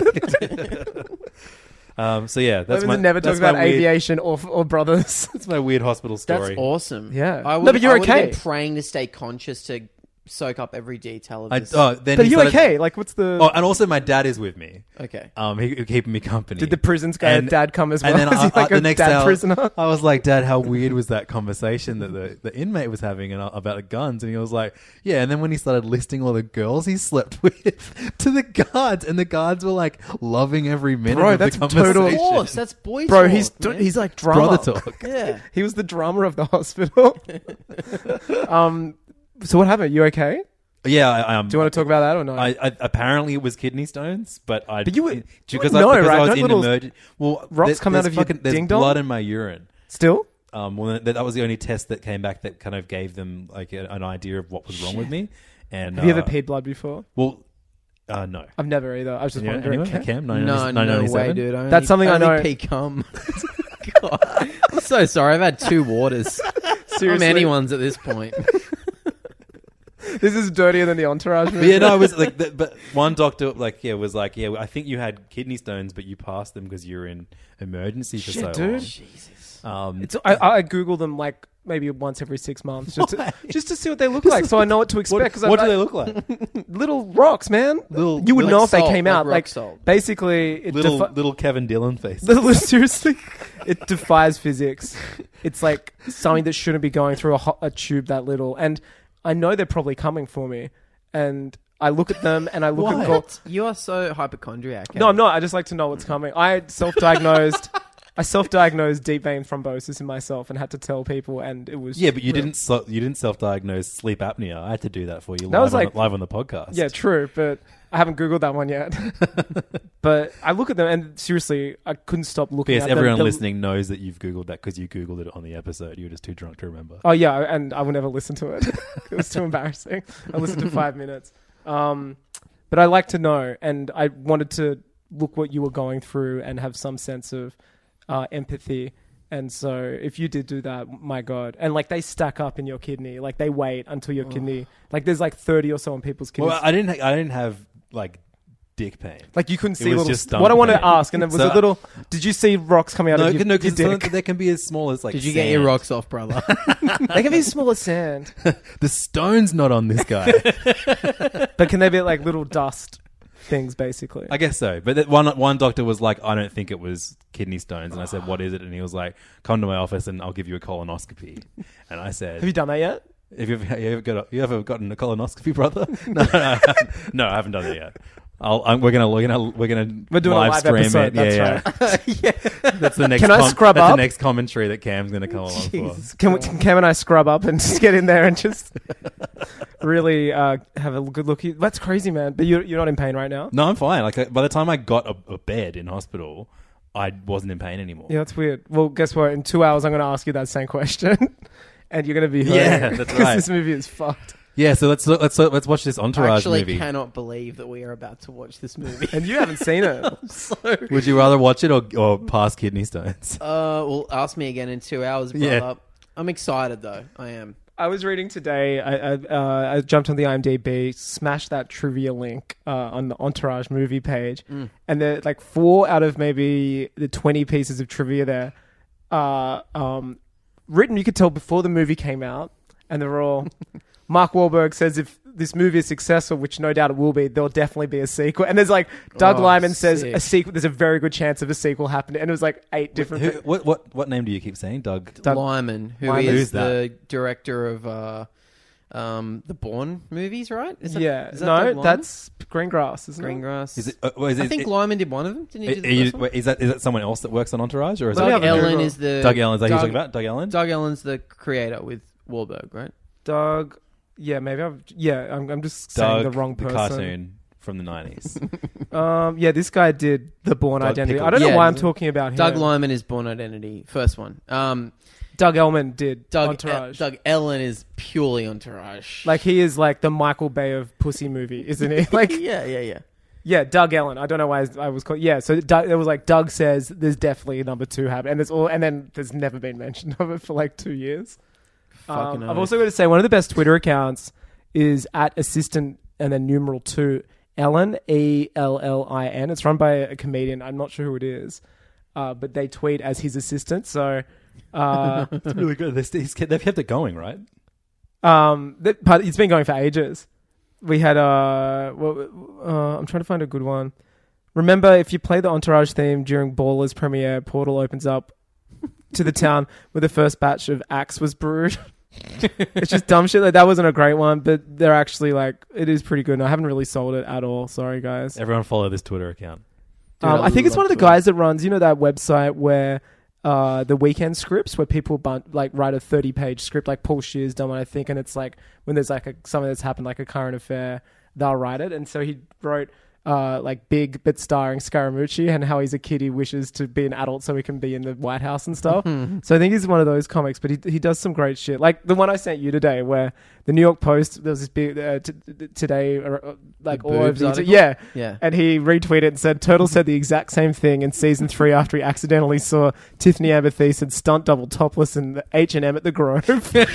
Speaker 1: um, so yeah, that's
Speaker 2: Women
Speaker 1: my,
Speaker 2: that never talk
Speaker 1: that's my
Speaker 2: about
Speaker 1: weird,
Speaker 2: aviation or, or brothers.
Speaker 1: That's my weird hospital story.
Speaker 3: That's awesome.
Speaker 2: Yeah.
Speaker 3: I
Speaker 2: No,
Speaker 3: would,
Speaker 2: but you're
Speaker 3: I would have
Speaker 2: okay.
Speaker 3: been praying to stay conscious to soak up every detail of
Speaker 1: I,
Speaker 3: this.
Speaker 1: oh, then
Speaker 2: but are
Speaker 1: he
Speaker 2: you
Speaker 1: started-
Speaker 2: okay? Like, what's the?
Speaker 1: Oh, and also my dad is with me.
Speaker 3: okay.
Speaker 1: Um, he, he keeping me company.
Speaker 2: Did the prisons guy
Speaker 1: And-
Speaker 2: dad come as well?
Speaker 1: And then
Speaker 2: Is he
Speaker 1: I, I-
Speaker 2: like
Speaker 1: the
Speaker 2: a
Speaker 1: next
Speaker 2: dad
Speaker 1: day, I was-
Speaker 2: prisoner?
Speaker 1: I was like, Dad, how weird was that conversation that the, the inmate was having and, uh, about the guns? And he was like, Yeah. And then when he started listing all the girls he slept with to the guards, and the guards were like loving every minute
Speaker 2: Bro,
Speaker 1: of
Speaker 2: that's
Speaker 1: the
Speaker 2: total-
Speaker 1: conversation.
Speaker 3: Of course, that's boy
Speaker 2: Bro,
Speaker 3: talk,
Speaker 2: he's
Speaker 3: man.
Speaker 2: he's like drama.
Speaker 1: brother talk.
Speaker 3: yeah.
Speaker 2: He was the drama of the hospital. um, so what happened? You okay?
Speaker 1: yeah. I, um,
Speaker 2: Do you want to talk about that or not?
Speaker 1: I, I apparently it was kidney stones, but I
Speaker 2: But you were-
Speaker 1: because
Speaker 2: you
Speaker 1: I,
Speaker 2: wouldn't know,
Speaker 1: because
Speaker 2: right?
Speaker 1: I was
Speaker 2: Don't
Speaker 1: in
Speaker 2: little
Speaker 1: emerg- well
Speaker 2: rocks
Speaker 1: there's-
Speaker 2: come out
Speaker 1: there's
Speaker 2: of your
Speaker 1: fucking- there's
Speaker 2: ding-dong?
Speaker 1: blood in my urine.
Speaker 2: Still,
Speaker 1: um, well, that, that was the only test that came back that kind of gave them like a, an idea of what was wrong with me. And
Speaker 2: have you ever
Speaker 1: uh,
Speaker 2: peed blood before?
Speaker 1: Well, uh, no.
Speaker 2: I've never either. I was just
Speaker 1: Anyone-
Speaker 2: wondering.
Speaker 1: anyone? Cam?
Speaker 3: No,
Speaker 1: 997?
Speaker 3: no way, dude. I only-
Speaker 2: That's something I
Speaker 3: only
Speaker 2: know.
Speaker 3: Pee cum. God. I'm so sorry. I've had two waters.
Speaker 2: Seriously,
Speaker 3: I'm anyone's at this point.
Speaker 2: This is dirtier than the entourage.
Speaker 1: But yeah, no, I was like, the, but one doctor, like, yeah, was like, yeah, I think you had kidney stones, but you passed them because you were in emergency for so
Speaker 2: dude.
Speaker 1: long.
Speaker 3: Jesus.
Speaker 1: Um,
Speaker 2: It's, I, I Google them like maybe once every six months just to,
Speaker 1: Why?
Speaker 2: just to see what they look like, so I know what to
Speaker 1: what
Speaker 2: expect. 'cause I
Speaker 1: what do
Speaker 2: like-
Speaker 1: they look like?
Speaker 2: Little rocks, man.
Speaker 1: Little-
Speaker 2: you would
Speaker 1: like
Speaker 2: know if
Speaker 3: salt,
Speaker 2: they came
Speaker 3: like
Speaker 2: out
Speaker 3: rock
Speaker 2: like
Speaker 3: salt.
Speaker 2: basically it
Speaker 1: little
Speaker 2: defi-
Speaker 1: little Kevin Dillon face.
Speaker 2: Little- seriously, it defies physics. It's like something that shouldn't be going through a, ho- a tube that little. And I know they're probably coming for me. And I look at them and I look at God.
Speaker 3: You are so hypochondriac. eh?
Speaker 2: No, I'm not. I just like to know what's
Speaker 1: Mm-hmm.
Speaker 2: coming. I self-diagnosed. I self-diagnosed deep vein thrombosis in myself and had to tell people, and it was
Speaker 1: Yeah, but you
Speaker 2: real.
Speaker 1: didn't so, you didn't self diagnose sleep apnea. I had to do that for you.
Speaker 2: That
Speaker 1: live
Speaker 2: was
Speaker 1: on
Speaker 2: like-
Speaker 1: the, live on the podcast.
Speaker 2: Yeah, true, but I haven't googled that one yet. but I look at them, and seriously, I couldn't stop looking.
Speaker 1: Yes,
Speaker 2: at them.
Speaker 1: everyone
Speaker 2: The-
Speaker 1: listening knows that you've googled that because you googled it on the episode. You were just too drunk to remember.
Speaker 2: Oh yeah, and I will never listen to it. it was too embarrassing. I listened to five minutes. Um, but I like to know, and I wanted to look what you were going through and have some sense of uh, empathy. And so, if you did do that, my God, and like they stack up in your kidney, like they wait until your kidney, like there's like thirty or so in people's kidneys.
Speaker 1: Well, I didn't. Ha- I didn't have like dick pain.
Speaker 2: like you couldn't see
Speaker 1: was
Speaker 2: little.
Speaker 1: just
Speaker 2: what I want
Speaker 1: dumb
Speaker 2: to
Speaker 1: pain.
Speaker 2: ask, and it was
Speaker 1: So-
Speaker 2: a little. Did you see rocks coming out
Speaker 1: no,
Speaker 2: of your,
Speaker 1: no,
Speaker 2: your
Speaker 1: because
Speaker 2: dick?
Speaker 1: they can be as small as like.
Speaker 3: Did you get your rocks off, brother?
Speaker 2: they can be small as sand,
Speaker 1: The stone's not on this guy.
Speaker 2: but can they be like little dust things, basically?
Speaker 1: I guess so. But that one one doctor was like, "I don't think it was kidney stones," and I said, "What is it?" And he was like, "Come to my office and I'll give you a colonoscopy." And I said,
Speaker 2: Have you done that yet?
Speaker 1: "Have you ever, you ever, got a, you ever gotten a colonoscopy, brother?" no, no, I haven't. no, I haven't done it yet. I'll, I'm, we're gonna we're gonna we're gonna
Speaker 2: We're doing a live
Speaker 1: stream it.
Speaker 2: episode, that's
Speaker 1: yeah, yeah. that's the next.
Speaker 2: Can I scrub
Speaker 1: that's
Speaker 2: up?
Speaker 1: the next commentary that Cam's gonna come along for.
Speaker 2: Can, we, can Cam and I scrub up and just get in there and just really uh, have a good look? You- That's crazy, man. But you're, you're not in pain right now.
Speaker 1: No, I'm fine. Like I- by the time I got a, a bed in hospital, I wasn't in pain anymore.
Speaker 2: Yeah, that's weird. Well, guess what? In two hours, I'm going to ask you that same question, and you're going to be hurt.
Speaker 1: Yeah, that's
Speaker 2: 'Cause
Speaker 1: right.
Speaker 2: This movie is fucked,
Speaker 1: Yeah, so let's let's let's watch this
Speaker 3: I
Speaker 1: Entourage
Speaker 3: actually
Speaker 1: movie.
Speaker 3: cannot believe that we are about to watch this movie.
Speaker 2: and you haven't seen it.
Speaker 3: so,
Speaker 1: Would you rather watch it or or pass kidney stones?
Speaker 3: uh, well, ask me again in two hours, brother.
Speaker 1: Yeah.
Speaker 3: I'm excited though. I am.
Speaker 2: I was reading today. I I, uh, I jumped on the IMDb, smashed that trivia link uh, on the Entourage movie page,
Speaker 3: Mm.
Speaker 2: and there like four out of maybe the twenty pieces of trivia there are um, written. You could tell before the movie came out, and they're all. Mark Wahlberg says if this movie is successful, which no doubt it will be, there'll definitely be a sequel. And there's like Doug
Speaker 3: Oh,
Speaker 2: Lyman says a
Speaker 3: sick.
Speaker 2: sequel. There's a very good chance of a sequel happening, and it was like eight different.
Speaker 1: Who,
Speaker 2: thi-
Speaker 1: what what what name do you keep saying, Doug?
Speaker 2: Doug-
Speaker 3: Lyman, who is
Speaker 2: Lyman.
Speaker 1: Who's
Speaker 3: the director of uh, um, the Bourne movies, right? Is that-
Speaker 2: yeah,
Speaker 3: is that Doug
Speaker 2: no,
Speaker 3: Lyman?
Speaker 2: that's Green Grass, isn't it?
Speaker 3: Greengrass.
Speaker 1: Is it? Uh, well, is
Speaker 3: I
Speaker 1: it-
Speaker 3: think
Speaker 1: it-
Speaker 3: Lyman did one of them. Didn't
Speaker 1: are
Speaker 3: he? do the
Speaker 1: you-
Speaker 3: first one?
Speaker 1: wait, is that is that someone else that works on Entourage or is
Speaker 2: Let me
Speaker 1: that
Speaker 3: Doug
Speaker 2: have a
Speaker 3: Ellen
Speaker 2: Google.
Speaker 3: is the
Speaker 1: Doug Ellen? Is that who you're
Speaker 3: Doug,
Speaker 1: talking about? Doug Ellen.
Speaker 3: Doug Ellen's the creator with Wahlberg, right?
Speaker 2: Doug. Yeah, maybe I've. Yeah, I'm, I'm just saying
Speaker 1: Doug,
Speaker 2: the wrong person.
Speaker 1: cartoon from the nineties.
Speaker 2: Um, yeah, this guy did the Born
Speaker 1: Doug
Speaker 2: Identity.
Speaker 1: Pickles.
Speaker 2: I don't know
Speaker 3: Yeah,
Speaker 2: why I'm
Speaker 3: Doug-
Speaker 2: talking about him.
Speaker 3: Doug Lyman is Born Identity, first one. Um,
Speaker 2: Doug Elman did
Speaker 3: Doug
Speaker 2: Entourage.
Speaker 3: Doug Ellen is purely entourage.
Speaker 2: Like he is like the Michael Bay of pussy movie, isn't he? Like
Speaker 3: yeah, yeah, yeah.
Speaker 2: yeah, Doug Ellen. I don't know why I was called. Yeah, so Doug, it was like Doug says there's definitely a number two habit, and it's all, and then there's never been mention of it for like two years.
Speaker 3: Fucking
Speaker 2: Um,
Speaker 3: oath.
Speaker 2: I've also got to say one of the best Twitter accounts is at assistant and then numeral two Ellen E L L I N. It's run by a comedian. I'm not sure who it is, uh, but they tweet as his assistant. So, uh,
Speaker 1: It's really good. They- he's- They've kept it going, right?
Speaker 2: um, that, but it's been going for ages. We had uh, well, uh, I'm trying to find a good one. Remember, if you play the Entourage theme during Ballers premiere, Portal opens up to the town where the first batch of Axe was brewed. it's just dumb shit. Like that wasn't a great one, but they're actually like it is pretty good. And I haven't really sold it at all. Sorry, guys.
Speaker 1: Everyone follow this Twitter account.
Speaker 3: Dude,
Speaker 2: um, I think it's
Speaker 3: love
Speaker 2: one of the
Speaker 3: Twitter.
Speaker 2: guys that runs, you know, that website where uh, the weekend scripts where people bun- like write a thirty-page script, like Paul Shear's done one, I think, and it's like when there's like a, something that's happened, like a current affair, they'll write it, and so he wrote. Uh, like big but starring Scaramucci and how he's a kid he wishes to be an adult so he can be in the White House and stuff.
Speaker 3: Hmm.
Speaker 2: so I think he's one of those comics, but he he does some great shit. Like the one I sent you today, where the New York Post there was this big uh, t- t- today uh, uh, like
Speaker 3: The
Speaker 2: all over
Speaker 3: boobs
Speaker 2: the-
Speaker 3: article?
Speaker 2: yeah
Speaker 3: Yeah.
Speaker 2: and he retweeted and said, Turtle said the exact same thing in season three after he accidentally saw Tiffany Amber Thiessen stunt double topless in the H&M at the Grove.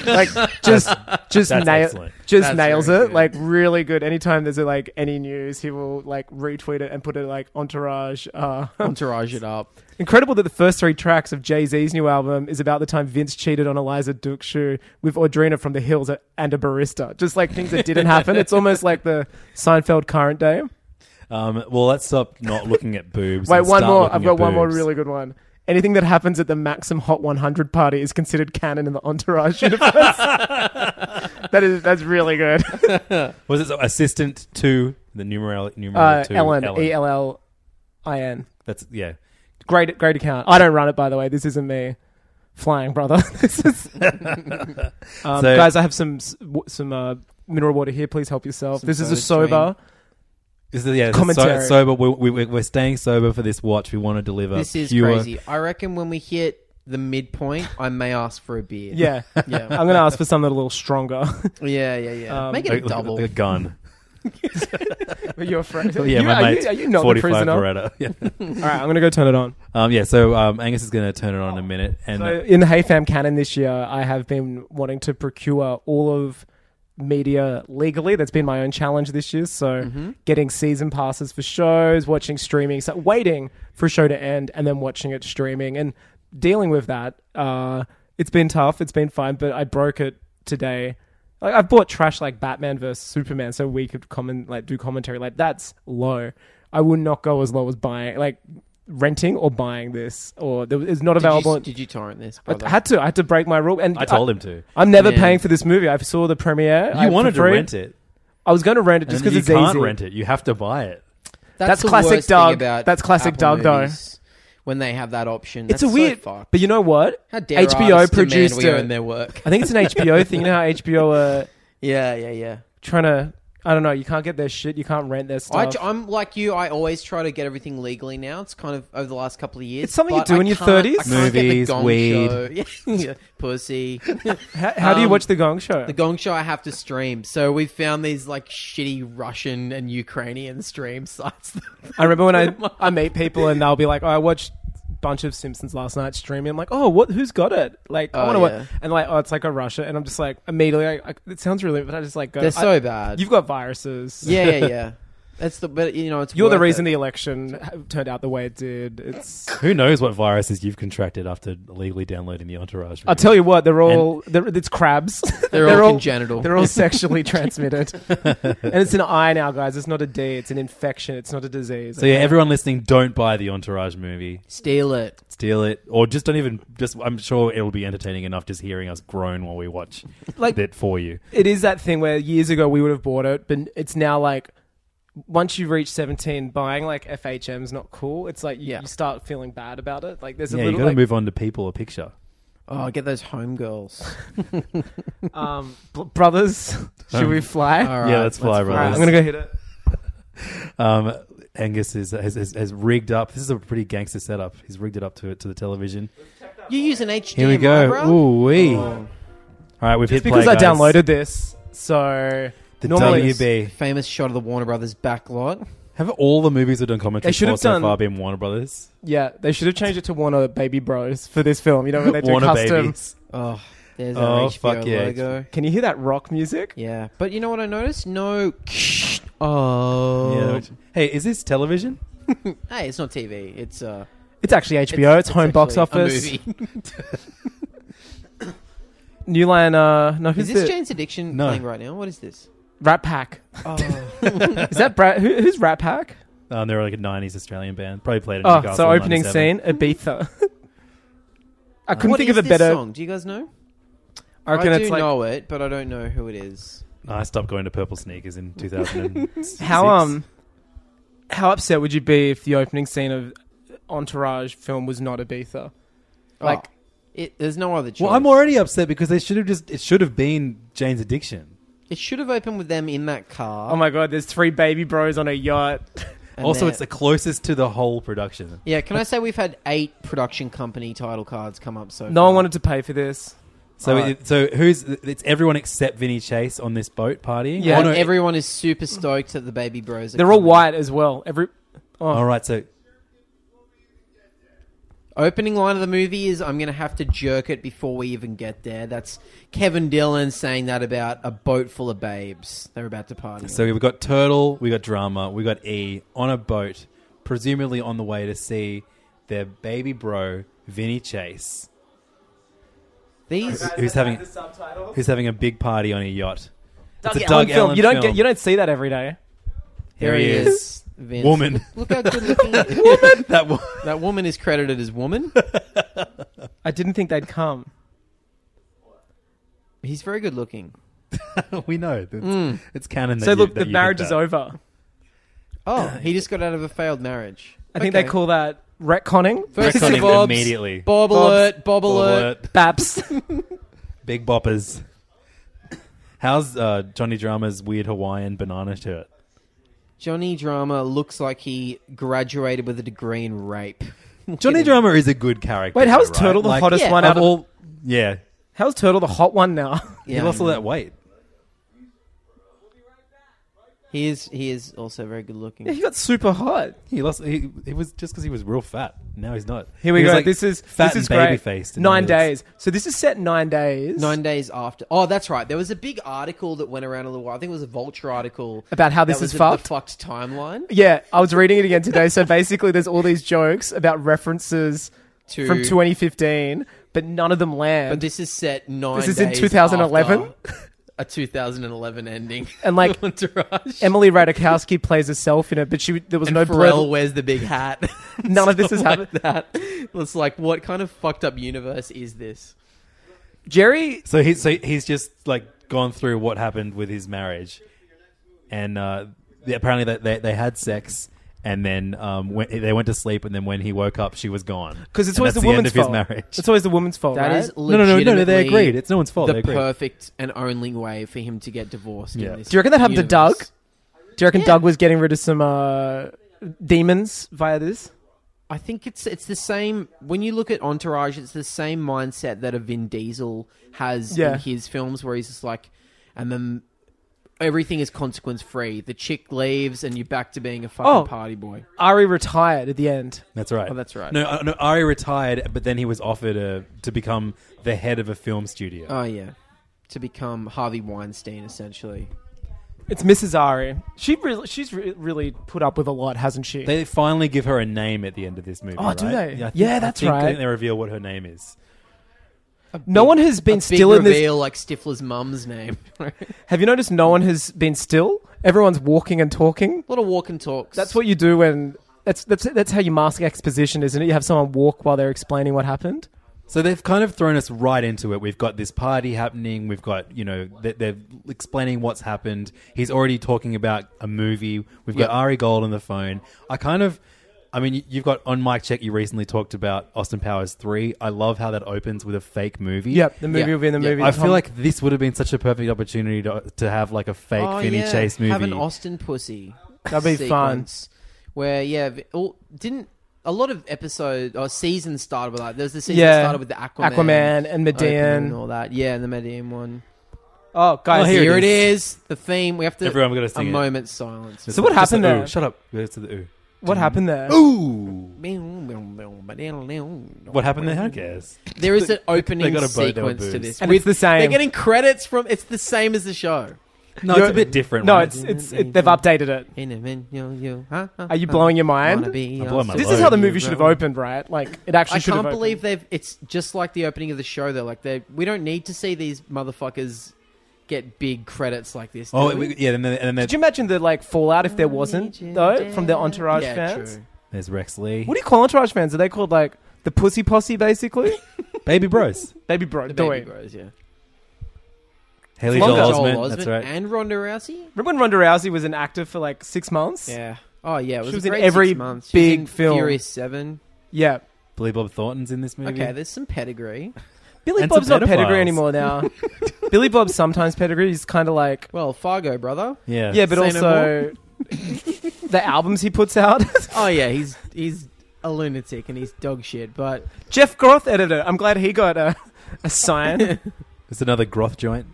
Speaker 2: like, just, just,
Speaker 1: That's
Speaker 2: nail,
Speaker 1: excellent.
Speaker 2: just
Speaker 3: That's
Speaker 2: nails
Speaker 3: very
Speaker 2: it.
Speaker 3: good.
Speaker 2: Like, really good. Anytime there's, like, any news, he will, like, retweet it and put it, like, entourage. Uh,
Speaker 3: entourage it up.
Speaker 2: incredible that the first three tracks of Jay-Z's new album is about the time Vince cheated on Eliza Dukshu with Audrina from the Hills and a barista. Just, like, things that didn't happen. It's almost like the Seinfeld current day.
Speaker 1: Um, well, let's stop not looking at boobs.
Speaker 2: Wait,
Speaker 1: and
Speaker 2: one
Speaker 1: start
Speaker 2: more.
Speaker 1: looking
Speaker 2: I've got
Speaker 1: at
Speaker 2: one more
Speaker 1: boobs.
Speaker 2: really good one. Anything that happens at the Maxim Hot 100 party is considered canon in the Entourage universe. that is that's really good.
Speaker 1: Was it assistant to the numeral numeral
Speaker 2: Uh,
Speaker 1: two?
Speaker 2: Ellen E L L I N.
Speaker 1: That's yeah.
Speaker 2: Great great account. I don't run it by the way. This isn't me. Flying brother. this is um,
Speaker 1: So-
Speaker 2: guys. I have some s- w- some uh, mineral water here. Please help yourself.
Speaker 3: Some
Speaker 2: this is a
Speaker 3: soda stream.
Speaker 2: sober.
Speaker 1: This is, yeah,
Speaker 2: Commentary.
Speaker 1: So, sober. We, we, we- we're staying sober for this watch. We want to deliver.
Speaker 3: This is
Speaker 1: pure-
Speaker 3: crazy. I reckon when we hit the midpoint, I may ask for a beer.
Speaker 2: Yeah,
Speaker 3: yeah,
Speaker 2: I'm gonna ask for something a little stronger.
Speaker 3: yeah, yeah, yeah.
Speaker 2: Um,
Speaker 3: Make it
Speaker 1: Like,
Speaker 3: a double.
Speaker 1: like a gun.
Speaker 2: Your friend.
Speaker 1: Yeah,
Speaker 2: You-
Speaker 1: my
Speaker 2: are
Speaker 1: mate's
Speaker 2: you, are you not the
Speaker 1: 45
Speaker 2: prisoner?
Speaker 1: Beretta. Yeah.
Speaker 2: All right, I'm gonna go turn it on.
Speaker 1: um, yeah. So um, Angus is going to turn it on in a minute, and
Speaker 2: So in the HeyFam canon this year, I have been wanting to procure all of media legally. That's been my own challenge this year. So
Speaker 3: Mm-hmm.
Speaker 2: getting season passes for shows, watching streaming, so waiting for a show to end and then watching it streaming and dealing with that. Uh, it's been tough. It's been fine, but I broke it today. Like I've bought trash like Batman versus Superman, so we could comment like do commentary. Like that's low. I would not go as low as buying like renting or buying this or there was, it's not
Speaker 3: did,
Speaker 2: available
Speaker 3: you, did you torrent this?
Speaker 2: I
Speaker 3: brother?
Speaker 2: had to. I had to break my rule. And
Speaker 1: I told him to. You
Speaker 2: I'm never
Speaker 3: Yeah.
Speaker 2: paying for this movie. I saw the premiere. I,
Speaker 1: wanted to
Speaker 2: for free.
Speaker 1: rent it,
Speaker 2: I was going to rent it
Speaker 1: and
Speaker 2: just
Speaker 1: then
Speaker 2: because
Speaker 1: you
Speaker 2: it's
Speaker 1: can't
Speaker 2: easy.
Speaker 1: rent it. You have to buy it.
Speaker 2: That's
Speaker 3: the
Speaker 2: classic
Speaker 3: worst thing
Speaker 2: Doug. That's classic Doug, though.
Speaker 3: movies, When they have that option,
Speaker 2: It's
Speaker 3: That's
Speaker 2: a weird,
Speaker 3: So fucked.
Speaker 2: but you know what?
Speaker 3: How dare
Speaker 2: HBO
Speaker 3: artists demand
Speaker 2: produced
Speaker 3: we own
Speaker 2: it.
Speaker 3: their work?
Speaker 2: I think it's an HBO thing. You know how HBO are
Speaker 3: Yeah, yeah, yeah.
Speaker 2: trying to. I don't know. You can't get their shit. You can't rent their
Speaker 3: I,
Speaker 2: stuff.
Speaker 3: am like you. I always try to get everything legally now. It's kind of over the last couple of years.
Speaker 2: It's something you
Speaker 3: but
Speaker 2: do
Speaker 3: I
Speaker 2: in your
Speaker 3: can't- I
Speaker 2: 30s.
Speaker 3: can't get the
Speaker 1: Movies,
Speaker 3: Gong
Speaker 1: weed.
Speaker 3: Show. Yeah, yeah. pussy.
Speaker 2: how how do you
Speaker 3: um,
Speaker 2: watch the Gong Show?
Speaker 3: The Gong Show I have to stream. So we found these like shitty Russian and Ukrainian stream sites.
Speaker 2: I remember when I I meet people and they'll be like, oh, "I watched." a Bunch of Simpsons last night streaming. I'm like, oh, what? Who's got it? Like, I
Speaker 3: Oh,
Speaker 2: want to
Speaker 3: yeah.
Speaker 2: watch. And like, oh, it's like a Russia. And I'm just like, immediately, I, I, it sounds really, but I just like go.
Speaker 3: They're
Speaker 2: I-
Speaker 3: so bad.
Speaker 2: You've got viruses.
Speaker 3: yeah, yeah, yeah. That's the but you know it's
Speaker 2: You're the
Speaker 3: worth
Speaker 2: reason
Speaker 3: it.
Speaker 2: the election ha- turned out the way it did. It's.
Speaker 1: Who knows what viruses you've contracted after illegally downloading the Entourage?
Speaker 2: I'll tell you what, they're all they're, it's crabs.
Speaker 3: They're all congenital.
Speaker 2: They're all sexually transmitted, and it's an I now, guys. It's not a D. It's an infection. It's not a disease.
Speaker 1: So yeah, everyone listening, don't buy the Entourage movie.
Speaker 3: steal it.
Speaker 1: Steal it, or just don't even. Just I'm sure it'll be entertaining enough just hearing us groan while we watch
Speaker 2: Like-
Speaker 1: it for you.
Speaker 2: it is that thing where years ago we would have bought it, but it's now like once you reach 17, buying like FHM is not cool. It's like you,
Speaker 3: Yeah.
Speaker 2: you start feeling bad about it. Like there's a
Speaker 1: yeah, you
Speaker 2: little
Speaker 1: got to
Speaker 2: like,
Speaker 1: move on to people or picture.
Speaker 3: Oh, get those homegirls.
Speaker 2: um, bl- brothers. Should we fly?
Speaker 3: All
Speaker 1: yeah, let's fly,
Speaker 2: All right,
Speaker 1: brothers.
Speaker 2: I'm gonna go hit it.
Speaker 1: Um, Angus is, has, has, has rigged up. This is a pretty gangster setup. He's rigged it up to it to the television.
Speaker 3: You use an HDMI.
Speaker 1: Here we go.
Speaker 3: bro?
Speaker 1: Ooh wee. All right, we've
Speaker 2: It's
Speaker 1: hit
Speaker 2: Oh. because
Speaker 1: play,
Speaker 2: I
Speaker 1: guys.
Speaker 2: downloaded this, so
Speaker 1: the
Speaker 2: normally it's-
Speaker 1: WB.
Speaker 3: Famous shot of the Warner Brothers backlot.
Speaker 1: Have all the movies we've done commentary
Speaker 2: They should
Speaker 1: for
Speaker 2: have
Speaker 1: so
Speaker 2: done-
Speaker 1: far been Warner Brothers?
Speaker 2: yeah, they should have changed it to Warner Baby Bros for this film. You know when they do
Speaker 1: Warner
Speaker 2: custom.
Speaker 1: Babies.
Speaker 3: Oh, there's
Speaker 1: Oh,
Speaker 3: our HBO
Speaker 1: fuck yeah.
Speaker 3: logo.
Speaker 2: Can you hear that rock music?
Speaker 3: Yeah, but you know what I noticed? No. Oh.
Speaker 2: Oh.
Speaker 1: Yeah. Hey, is this television?
Speaker 3: Hey, it's not TV. It's uh.
Speaker 2: It's actually HBO. It's, home box
Speaker 3: actually a
Speaker 2: office.
Speaker 3: movie.
Speaker 2: New line. Uh, no,
Speaker 3: Is
Speaker 2: who's
Speaker 3: this
Speaker 2: this?
Speaker 3: Jane's Addiction
Speaker 1: No.
Speaker 3: playing right now? What is this?
Speaker 2: Rat Pack. is that Brad? Who, who's Rat Pack?
Speaker 1: Um, they were like a '90s Australian band. Probably played. In
Speaker 2: Oh,
Speaker 1: Newcastle
Speaker 2: so
Speaker 1: in
Speaker 2: opening
Speaker 1: 97.
Speaker 2: scene, Ibiza. I couldn't
Speaker 3: What
Speaker 2: think
Speaker 3: is
Speaker 2: of a
Speaker 3: this
Speaker 2: better.
Speaker 3: song. Do you guys know?
Speaker 2: I reckon
Speaker 3: I do
Speaker 2: it's like
Speaker 3: know it, but I don't know who it is.
Speaker 1: No, I stopped going to Purple Sneakers in 2006.
Speaker 2: how um, how upset would you be if the opening scene of Entourage film was not Ibiza? Like,
Speaker 3: Oh, it, there's no other choice.
Speaker 1: Well, I'm already upset because they should have just. It should have been Jane's Addiction.
Speaker 3: It should have opened with them in that car.
Speaker 2: oh my god, there's three baby bros on a yacht.
Speaker 3: and
Speaker 1: also,
Speaker 3: they're-
Speaker 1: it's the closest to the whole production.
Speaker 3: yeah. Can I say we've had eight production company title cards come up so?
Speaker 2: No
Speaker 3: far.
Speaker 2: one wanted to pay for this.
Speaker 1: So,
Speaker 3: Alright.
Speaker 1: it, so who's? It's everyone except Vinny Chase on this boat partying.
Speaker 2: Yeah.
Speaker 1: Oh, no,
Speaker 3: Everyone is super stoked that the baby bros. Are
Speaker 2: They're all
Speaker 3: coming.
Speaker 2: white as well. Every oh.
Speaker 1: All right. So
Speaker 3: Opening line of the movie is I'm going to have to jerk it before we even get there. That's Kevin Dillon saying that about a boat full of babes. They're about to party.
Speaker 1: So we've got Turtle, we got Drama, we got E on a boat, presumably on the way to see their baby bro, Vinny Chase,
Speaker 3: These
Speaker 1: who's having who's having a big party on a yacht. It's a
Speaker 2: Ellen
Speaker 1: Doug Ellen
Speaker 2: You don't get.
Speaker 1: film.
Speaker 2: You don't see that every day.
Speaker 3: there he is. Vince.
Speaker 1: Woman.
Speaker 3: Look how good looking
Speaker 1: Woman. that wo-
Speaker 3: that woman is credited as woman.
Speaker 2: I didn't think they'd come.
Speaker 3: He's very good looking.
Speaker 1: we know. It's, it's canon. That
Speaker 2: Hmm. So
Speaker 1: you-
Speaker 2: look,
Speaker 1: that
Speaker 2: the
Speaker 1: you did
Speaker 2: marriage is
Speaker 1: that.
Speaker 2: over.
Speaker 3: Oh, he just got out of a failed marriage.
Speaker 2: I think
Speaker 3: Okay.
Speaker 2: they call that retconning.
Speaker 3: First
Speaker 1: Retconning
Speaker 3: to Bob's,
Speaker 1: immediately.
Speaker 3: Bob
Speaker 2: Bob's-
Speaker 3: alert, Bob
Speaker 1: All
Speaker 3: alert.
Speaker 1: alert.
Speaker 2: Baps.
Speaker 1: Big boppers. How's uh, Johnny Drama's weird Hawaiian banana shirt?
Speaker 3: Johnny Drama looks like he graduated with a degree in rape.
Speaker 1: Johnny Drama is a good character.
Speaker 2: Wait, how's
Speaker 1: though, right?
Speaker 2: Turtle the
Speaker 1: Like,
Speaker 2: hottest
Speaker 3: yeah,
Speaker 2: one
Speaker 3: of
Speaker 2: out of all?
Speaker 1: Yeah,
Speaker 2: How's Turtle the hot one now?
Speaker 3: Yeah,
Speaker 1: he lost
Speaker 3: I
Speaker 1: all
Speaker 3: know.
Speaker 1: that weight.
Speaker 3: He is he is also very good looking.
Speaker 2: he got super hot.
Speaker 1: He lost. He, it was just because he was real fat. Now he's not.
Speaker 2: Here we
Speaker 1: He was,
Speaker 2: go.
Speaker 1: like,
Speaker 2: this is
Speaker 1: fat
Speaker 2: this is
Speaker 1: and baby
Speaker 2: great.
Speaker 1: faced.
Speaker 2: Nine days. So this is set in nine days.
Speaker 3: Nine days after. Oh, that's right. There was a big article that went around a little while. I think it was a Vulture article
Speaker 2: About how
Speaker 3: that
Speaker 2: this
Speaker 3: was
Speaker 2: is
Speaker 3: the- the
Speaker 2: fucked?
Speaker 3: fucked timeline
Speaker 2: Yeah, I was reading it again today. So basically, there's all these jokes about references
Speaker 3: to
Speaker 2: from 2015, but none of them
Speaker 3: But
Speaker 2: land.
Speaker 3: this is set nine.
Speaker 2: This is in
Speaker 3: days
Speaker 2: 2011?
Speaker 3: after A 2011 ending.
Speaker 2: and like
Speaker 3: Entourage.
Speaker 2: Emily Radikowski plays herself in it, but she there was
Speaker 3: and
Speaker 2: no
Speaker 3: Pharrell
Speaker 2: blood.
Speaker 3: wears the big hat.
Speaker 2: None of this has
Speaker 3: Stuff
Speaker 2: happened.
Speaker 3: like that. It's like, what kind of fucked up universe is this?
Speaker 2: Jerry,
Speaker 1: So he's so he's just like gone through what happened with his marriage, and uh, they- apparently that they, they had sex. And then um, went, they went to sleep, and then when he woke up, she was gone.
Speaker 2: because it's
Speaker 1: And
Speaker 2: always
Speaker 1: that's
Speaker 2: the woman's
Speaker 1: end of
Speaker 2: fault.
Speaker 1: his marriage.
Speaker 2: It's always the woman's fault.
Speaker 3: That
Speaker 2: right?
Speaker 3: is
Speaker 1: No, no, no, no. They
Speaker 3: legitimately
Speaker 1: agreed. It's no one's fault. They
Speaker 3: The
Speaker 1: agreed.
Speaker 3: perfect and only way for him to get divorced.
Speaker 1: Yeah.
Speaker 3: In this
Speaker 2: Do you reckon that happened to
Speaker 3: universe.
Speaker 2: Doug? Do you reckon
Speaker 3: Yeah.
Speaker 2: Doug was getting rid of some uh, demons via this?
Speaker 3: I think it's it's the same when you look at Entourage. It's the same mindset that a Vin Diesel has
Speaker 2: Yeah.
Speaker 3: in his films, where he's just like, and then everything is consequence free. The chick leaves, and you're back to being a fucking
Speaker 2: Oh.
Speaker 3: party boy.
Speaker 2: Ari retired at the end.
Speaker 1: That's right.
Speaker 3: Oh, that's right.
Speaker 1: No, uh, no, Ari retired, but then he was offered a, to become the head of a film studio.
Speaker 3: Oh yeah, to become Harvey Weinstein essentially.
Speaker 2: It's Mrs. Ari. She really, she's re- really put up with a lot, hasn't she?
Speaker 1: They finally give her a name at the end of this movie.
Speaker 2: Oh, do
Speaker 1: right?
Speaker 2: they?
Speaker 1: I think-
Speaker 2: Yeah,
Speaker 1: I
Speaker 2: that's
Speaker 1: think- I
Speaker 2: right.
Speaker 1: think they reveal what her name is.
Speaker 2: no one has been
Speaker 3: Big
Speaker 2: still in
Speaker 3: reveal,
Speaker 2: this.
Speaker 3: like Stifler's mum's name. a
Speaker 2: Have you noticed no one has been still? Everyone's walking and talking.
Speaker 3: lot of walk and talks.
Speaker 2: That's what you do when. That's, that's, that's how you mask exposition, isn't it? You have someone walk while they're explaining what happened.
Speaker 1: So they've kind of thrown us right into it. We've got this party happening. We've got you know they- they're explaining what's happened. He's already talking about a movie. We've got
Speaker 3: Yeah.
Speaker 1: Ari Gold on the phone. I kind of, I mean, you've got on Mike Check. You recently talked about Austin Powers three. I love how that opens with a fake movie.
Speaker 2: Yep, the movie
Speaker 3: Yeah.
Speaker 2: will be in the
Speaker 3: Yeah.
Speaker 2: movie.
Speaker 1: I feel like this would have been such a perfect opportunity to, to have like a fake
Speaker 3: Oh,
Speaker 1: Vinny
Speaker 3: yeah.
Speaker 1: Chase movie.
Speaker 3: Have an Austin pussy.
Speaker 2: That'd be fun.
Speaker 3: sequence Where yeah, vi- oh, didn't a lot of episodes or seasons started with that. There's the season that
Speaker 2: Yeah.
Speaker 3: started with the Aquaman,
Speaker 2: Aquaman and Medean.
Speaker 3: opening and all that. Yeah, and the Medean one.
Speaker 2: Oh, guys,
Speaker 1: Oh, here
Speaker 3: Here
Speaker 1: it
Speaker 3: it is. The theme. We have to.
Speaker 1: Everyone, we gotta sing
Speaker 3: a
Speaker 1: it.
Speaker 3: moment silence.
Speaker 2: So what
Speaker 1: Just the
Speaker 2: happened
Speaker 1: ooh.
Speaker 2: there?
Speaker 1: Shut up. We gotta to the ooh.
Speaker 2: What happened there?
Speaker 1: What happened there? Who cares?
Speaker 3: There is an
Speaker 1: they
Speaker 3: opening
Speaker 1: got a boat, they were
Speaker 3: sequence to
Speaker 1: boobs.
Speaker 3: this,
Speaker 2: And it's the same.
Speaker 3: They're getting credits from. It's the same as the show.
Speaker 1: No, it's
Speaker 2: You're-
Speaker 1: a bit different.
Speaker 2: No,
Speaker 1: right?
Speaker 2: it's it's it, they've
Speaker 3: Mm-hmm.
Speaker 2: updated it. Are
Speaker 3: Are
Speaker 2: you blowing your mind?
Speaker 1: blowing my
Speaker 2: This is how the movie should have opened, right? Like it actually
Speaker 3: I
Speaker 2: should have.
Speaker 3: can't believe they've. It's just like the opening of the show. They're like, they we don't need to see these motherfuckers get big credits like this. do
Speaker 1: Oh,
Speaker 3: we?
Speaker 1: it- yeah, and then, and then
Speaker 2: Did you imagine the like fallout if there wasn't though from the Entourage
Speaker 3: yeah,
Speaker 2: fans?
Speaker 3: true.
Speaker 1: there's Rex Lee.
Speaker 2: What do you call Entourage fans? Are they called like the Pussy Posse basically?
Speaker 1: Baby Bros.
Speaker 2: Baby bro,
Speaker 3: The
Speaker 2: do
Speaker 3: baby
Speaker 2: it.
Speaker 3: bros, yeah.
Speaker 1: Haley Joel
Speaker 2: Longer.
Speaker 3: Joel
Speaker 1: Osment.
Speaker 3: Osment
Speaker 1: That's right.
Speaker 3: And Ronda Rousey.
Speaker 2: Remember when Ronda Rousey was an actor for like six months?
Speaker 3: Yeah. Oh yeah, it was
Speaker 2: She was
Speaker 3: a
Speaker 2: in
Speaker 3: great
Speaker 2: every
Speaker 3: six months. She was
Speaker 2: big
Speaker 3: in
Speaker 2: film.
Speaker 3: Furious Seven.
Speaker 2: Yeah.
Speaker 1: Billy Bob Thornton's in this movie.
Speaker 3: Okay, there's some pedigree.
Speaker 2: Billy
Speaker 1: And some
Speaker 2: Bob's not
Speaker 1: pedophiles.
Speaker 2: pedigree anymore now. Billy Bob's sometimes pedigree. He's kind of like
Speaker 3: Well, Fargo, brother.
Speaker 1: Yeah.
Speaker 2: yeah, but
Speaker 3: Say no
Speaker 2: also the albums he puts out.
Speaker 3: Oh yeah, he's he's a lunatic and he's dog shit. But
Speaker 2: Jeff Groth editor. I'm glad he got a, a sign.
Speaker 1: It's another groth joint.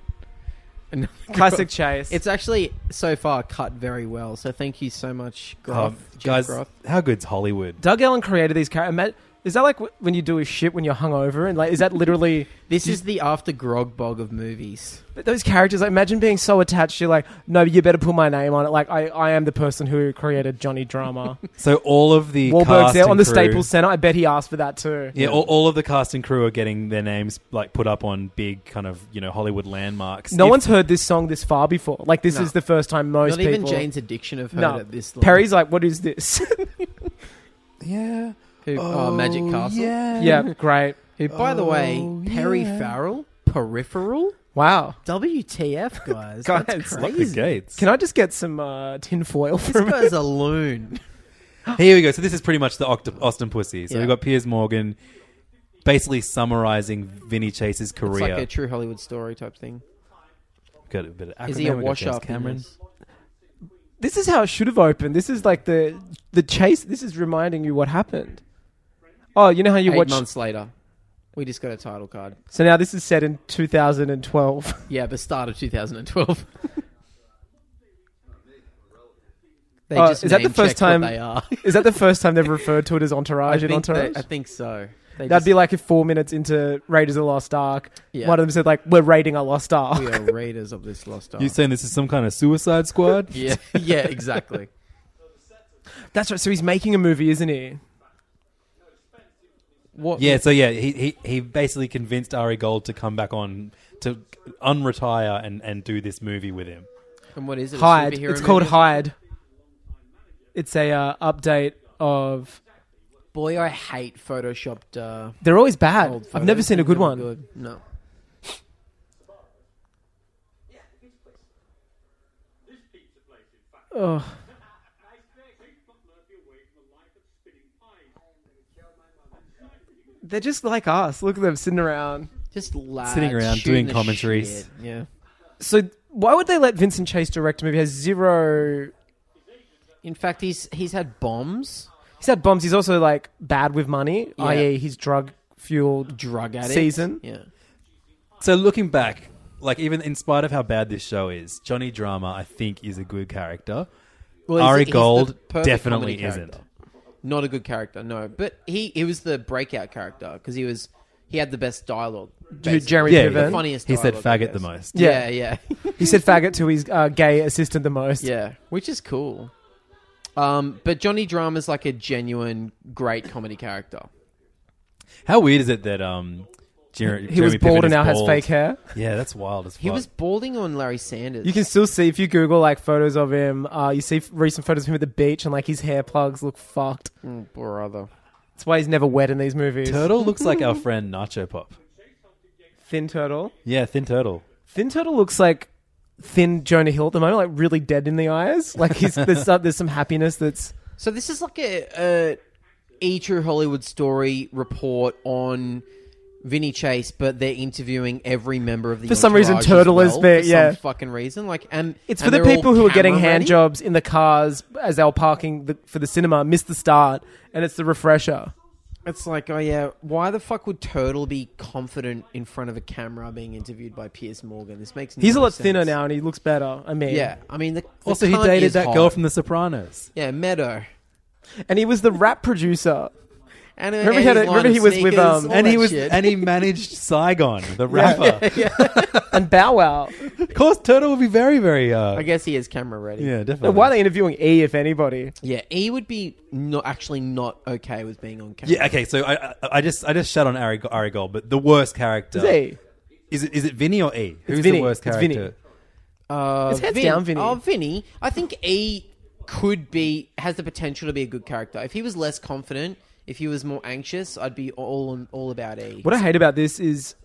Speaker 2: Classic Chase.
Speaker 3: it's actually so far cut very well. So thank you so much, Groth,
Speaker 1: Um,
Speaker 2: Oh,
Speaker 3: Jeff
Speaker 1: guys,
Speaker 3: Groth.
Speaker 1: how good's Hollywood?
Speaker 2: Doug Allen created these characters. Is that like wh- when you do a shit when you're hungover and like is that literally
Speaker 3: This is the after grog bog of movies.
Speaker 2: but those characters? Like, imagine being so attached. You're like, no, you better put my name on it. Like I, I am the person who created Johnny Drama.
Speaker 1: So all of the
Speaker 2: Wahlberg's
Speaker 1: cast
Speaker 2: there
Speaker 1: and
Speaker 2: on the
Speaker 1: crew-
Speaker 2: Staples Center. I bet he asked for that too.
Speaker 1: Yeah, all, all of the cast and crew are getting their names like put up on big kind of you know Hollywood landmarks.
Speaker 2: No
Speaker 1: If-
Speaker 2: one's heard this song this far before. Like this
Speaker 3: No.
Speaker 2: is the first time most
Speaker 3: Not
Speaker 2: people.
Speaker 3: even Jane's addiction have heard
Speaker 2: No.
Speaker 3: at this. Level.
Speaker 2: Perry's like, what is this?
Speaker 1: Yeah.
Speaker 3: who, oh, Magic Castle.
Speaker 1: Yeah.
Speaker 2: yeah, great.
Speaker 3: Who, by the way,
Speaker 1: Oh,
Speaker 3: Perry
Speaker 1: yeah.
Speaker 3: Farrell, peripheral.
Speaker 2: Wow.
Speaker 3: WTF, guys?
Speaker 2: Guys,
Speaker 3: that's
Speaker 2: lock
Speaker 1: The
Speaker 3: crazy.
Speaker 1: gates.
Speaker 2: Can I just get some uh, tinfoil
Speaker 3: This
Speaker 2: from
Speaker 3: guy's a loon.
Speaker 1: Here we go. So this is pretty much the Octo- Austin Pussy. So
Speaker 3: Yeah.
Speaker 1: we've got Piers Morgan basically summarizing Vinny Chase's
Speaker 3: It's
Speaker 1: career.
Speaker 3: like a true Hollywood story type thing.
Speaker 1: got a bit of
Speaker 3: Is he a
Speaker 1: acronym, we've got
Speaker 3: wash
Speaker 1: James
Speaker 3: up?
Speaker 1: Cameron.
Speaker 2: This is how it should have opened. This is like the the chase. This is reminding you what happened. Oh, you know how you
Speaker 3: Eight
Speaker 2: watch.
Speaker 3: months later, we just got a title card.
Speaker 2: So now this is set in 2012.
Speaker 3: Yeah, but start of 2012. they
Speaker 2: Oh, is that the
Speaker 3: name
Speaker 2: first
Speaker 3: checked what
Speaker 2: time-
Speaker 3: They are.
Speaker 2: is that the first time they've referred to it as Entourage
Speaker 3: I,
Speaker 2: in
Speaker 3: think
Speaker 2: Entourage?
Speaker 3: they- I think so. They
Speaker 2: That'd
Speaker 3: just,
Speaker 2: be like if four minutes into Raiders of the Lost Ark,
Speaker 3: Yeah.
Speaker 2: one of them said like, "We're raiding a Lost Ark."
Speaker 3: we are raiders of this lost art.
Speaker 1: You saying this is some kind of Suicide Squad?
Speaker 3: Oh. yeah, yeah, exactly.
Speaker 2: That's right. So he's making a movie, isn't he?
Speaker 3: What?
Speaker 1: Yeah, so yeah, he, he he basically convinced Ari Gold to come back on to unretire and and do this movie with him.
Speaker 3: And what is it? A
Speaker 2: Hyde.
Speaker 3: superhero
Speaker 2: It's called
Speaker 3: movie?
Speaker 2: Hyde. It's a uh, update of.
Speaker 3: Boy, I hate photoshopped. Uh,
Speaker 2: They're always bad.
Speaker 3: old
Speaker 2: I've never
Speaker 3: photos.
Speaker 2: seen a
Speaker 3: They're
Speaker 2: good
Speaker 3: not
Speaker 2: one.
Speaker 3: good. No.
Speaker 2: Ugh. They're just like us. Look at them sitting around.
Speaker 3: Just lads,
Speaker 1: Sitting around
Speaker 3: shooting
Speaker 1: doing
Speaker 3: the
Speaker 1: commentaries.
Speaker 3: shit. Yeah.
Speaker 2: So why would they let Vincent Chase direct a movie? He has zero.
Speaker 3: In fact, he's he's had bombs,
Speaker 2: He's had bombs. He's also like bad with money,
Speaker 3: Yeah.
Speaker 2: i.e., he's drug fueled.
Speaker 3: drug addict
Speaker 2: Season.
Speaker 3: Yeah.
Speaker 1: So looking back, like even in spite of how bad this show is, Johnny Drama I think is a good character.
Speaker 3: Well, he's-
Speaker 1: Ari
Speaker 3: he's the
Speaker 1: Gold
Speaker 3: perfect
Speaker 1: definitely
Speaker 3: comedy character.
Speaker 1: isn't.
Speaker 3: Not a good character, no. But he he was the breakout character because he was he had the best dialogue.
Speaker 2: Dude,
Speaker 3: basically.
Speaker 2: Jeremy
Speaker 1: Yeah,
Speaker 2: Piven.
Speaker 3: the funniest.
Speaker 1: He said
Speaker 3: dialogue, I
Speaker 1: faggot the
Speaker 3: guess.
Speaker 1: most.
Speaker 3: Yeah, yeah, yeah,
Speaker 2: He said faggot to his uh, gay assistant the most.
Speaker 3: which is cool. Um, but Johnny Drama's like a genuine great comedy character.
Speaker 1: How weird is it that um Jer-
Speaker 2: He was bald and now has fake hair.
Speaker 1: Yeah, that's wild as fuck.
Speaker 3: He was balding on Larry Sanders.
Speaker 2: You can still see if you Google like photos of him. Uh, you see f- recent photos of him at the beach, and like his hair plugs look fucked.
Speaker 3: Mm, brother.
Speaker 2: That's why he's never wet in these movies.
Speaker 1: Turtle looks like our friend Nacho Pop.
Speaker 2: Thin turtle.
Speaker 1: Yeah, Thin Turtle.
Speaker 2: Thin turtle looks like thin Jonah Hill at the moment, like really dead in the eyes. Like he's there's, uh, there's some happiness that's
Speaker 3: So this is like a, a E True Hollywood story report on Vinny Chase, but they're interviewing every member of the
Speaker 2: For some reason,
Speaker 3: entourage
Speaker 2: Turtle
Speaker 3: as
Speaker 2: is
Speaker 3: well,
Speaker 2: there,
Speaker 3: for
Speaker 2: yeah.
Speaker 3: some fucking reason. Like, and
Speaker 2: It's
Speaker 3: and
Speaker 2: for the
Speaker 3: they're all
Speaker 2: people who are getting
Speaker 3: camera
Speaker 2: hand
Speaker 3: ready.
Speaker 2: jobs in the cars as they were parking the, for the cinema, missed the start, and it's the refresher.
Speaker 3: It's like, oh yeah, why the fuck would Turtle be confident in front of a camera being interviewed by Piers Morgan? This makes
Speaker 2: He's
Speaker 3: no
Speaker 2: a lot
Speaker 3: sense.
Speaker 2: thinner now, and he looks better. I mean,
Speaker 3: Yeah, I mean, the, the
Speaker 1: Also, he
Speaker 3: cunt
Speaker 1: dated
Speaker 3: is
Speaker 1: that
Speaker 3: hot.
Speaker 1: girl from The Sopranos.
Speaker 3: yeah Meadow,
Speaker 2: and he was the rap producer.
Speaker 3: and uh,
Speaker 2: Remember he
Speaker 3: and
Speaker 2: had a-
Speaker 3: his line
Speaker 2: remember
Speaker 3: of
Speaker 2: he was with,
Speaker 3: sneakers,
Speaker 2: um,
Speaker 3: all
Speaker 1: And he
Speaker 3: that
Speaker 1: was,
Speaker 3: shit.
Speaker 1: and he managed Saigon, the rapper.
Speaker 2: and Bow Wow.
Speaker 1: Of course, Turtle would be very, very. Uh,
Speaker 3: I guess he is camera ready.
Speaker 1: yeah, definitely.
Speaker 2: Why are they interviewing E if anybody?
Speaker 3: Yeah, he would be not actually not okay with being on camera.
Speaker 1: Yeah. Okay. So I, I, I just, I just shut on Ari, Ari Gold, but the worst character
Speaker 2: It's E.
Speaker 1: is it, is it Vinny or E? Who's
Speaker 2: Vinny.
Speaker 1: the worst
Speaker 2: It's
Speaker 1: character?
Speaker 2: Vinny.
Speaker 3: Uh,
Speaker 2: It's hands down Vinny.
Speaker 3: Oh, Vinny. I think E could be has the potential to be a good character. If he was less confident, if he was more anxious, I'd be all on, all about E.
Speaker 2: What I hate about this is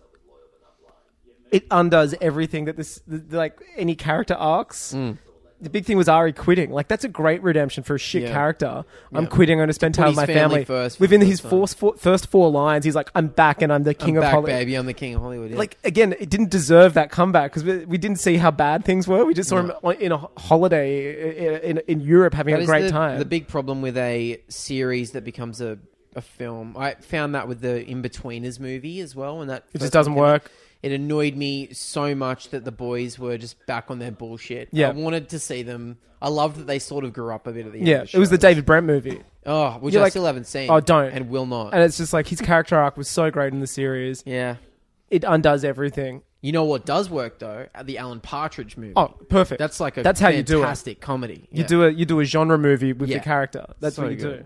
Speaker 2: it undoes everything that this th- like any character arcs.
Speaker 3: Mm.
Speaker 2: The big thing was Ari quitting. Like that's a great redemption for a shit
Speaker 3: Yeah.
Speaker 2: character. I'm
Speaker 3: Yeah.
Speaker 2: quitting. I'm going to spend
Speaker 3: put
Speaker 2: time with
Speaker 3: his
Speaker 2: my family.
Speaker 3: family first for the
Speaker 2: Within
Speaker 3: first
Speaker 2: his
Speaker 3: time.
Speaker 2: first four, first four lines, he's like, "I'm back and I'm the king of
Speaker 3: I'm back,
Speaker 2: Hollywood."
Speaker 3: baby. I'm the king of Hollywood. yeah.
Speaker 2: Like again, it didn't deserve that comeback because we, we didn't see how bad things were. We just saw him on, in a ho- holiday i- in, in, in Europe having
Speaker 3: That
Speaker 2: a
Speaker 3: is
Speaker 2: great
Speaker 3: the,
Speaker 2: time.
Speaker 3: The big problem with a series that becomes a a film. I found that with the In Betweeners movie as well, and that
Speaker 2: it
Speaker 3: first
Speaker 2: just doesn't
Speaker 3: fucking-
Speaker 2: work.
Speaker 3: It annoyed me so much that the boys were just back on their bullshit.
Speaker 2: Yeah.
Speaker 3: I wanted to see them. I loved that they sort of grew up a bit at the end.
Speaker 2: Yeah,
Speaker 3: of the
Speaker 2: it was the
Speaker 3: show.
Speaker 2: David Brent movie.
Speaker 3: Oh, which
Speaker 2: You're
Speaker 3: I
Speaker 2: like,
Speaker 3: still haven't seen.
Speaker 2: "Oh, don't."
Speaker 3: and will not.
Speaker 2: And it's just like his character arc was so great in the series.
Speaker 3: yeah.
Speaker 2: It undoes everything.
Speaker 3: You know what does work though? The Alan Partridge movie.
Speaker 2: Oh, perfect.
Speaker 3: that's like a
Speaker 2: that's how you do it.
Speaker 3: fantastic comedy.
Speaker 2: You do a you do a genre movie with
Speaker 3: Yeah.
Speaker 2: the character. That's
Speaker 3: So
Speaker 2: what you
Speaker 3: good.
Speaker 2: do.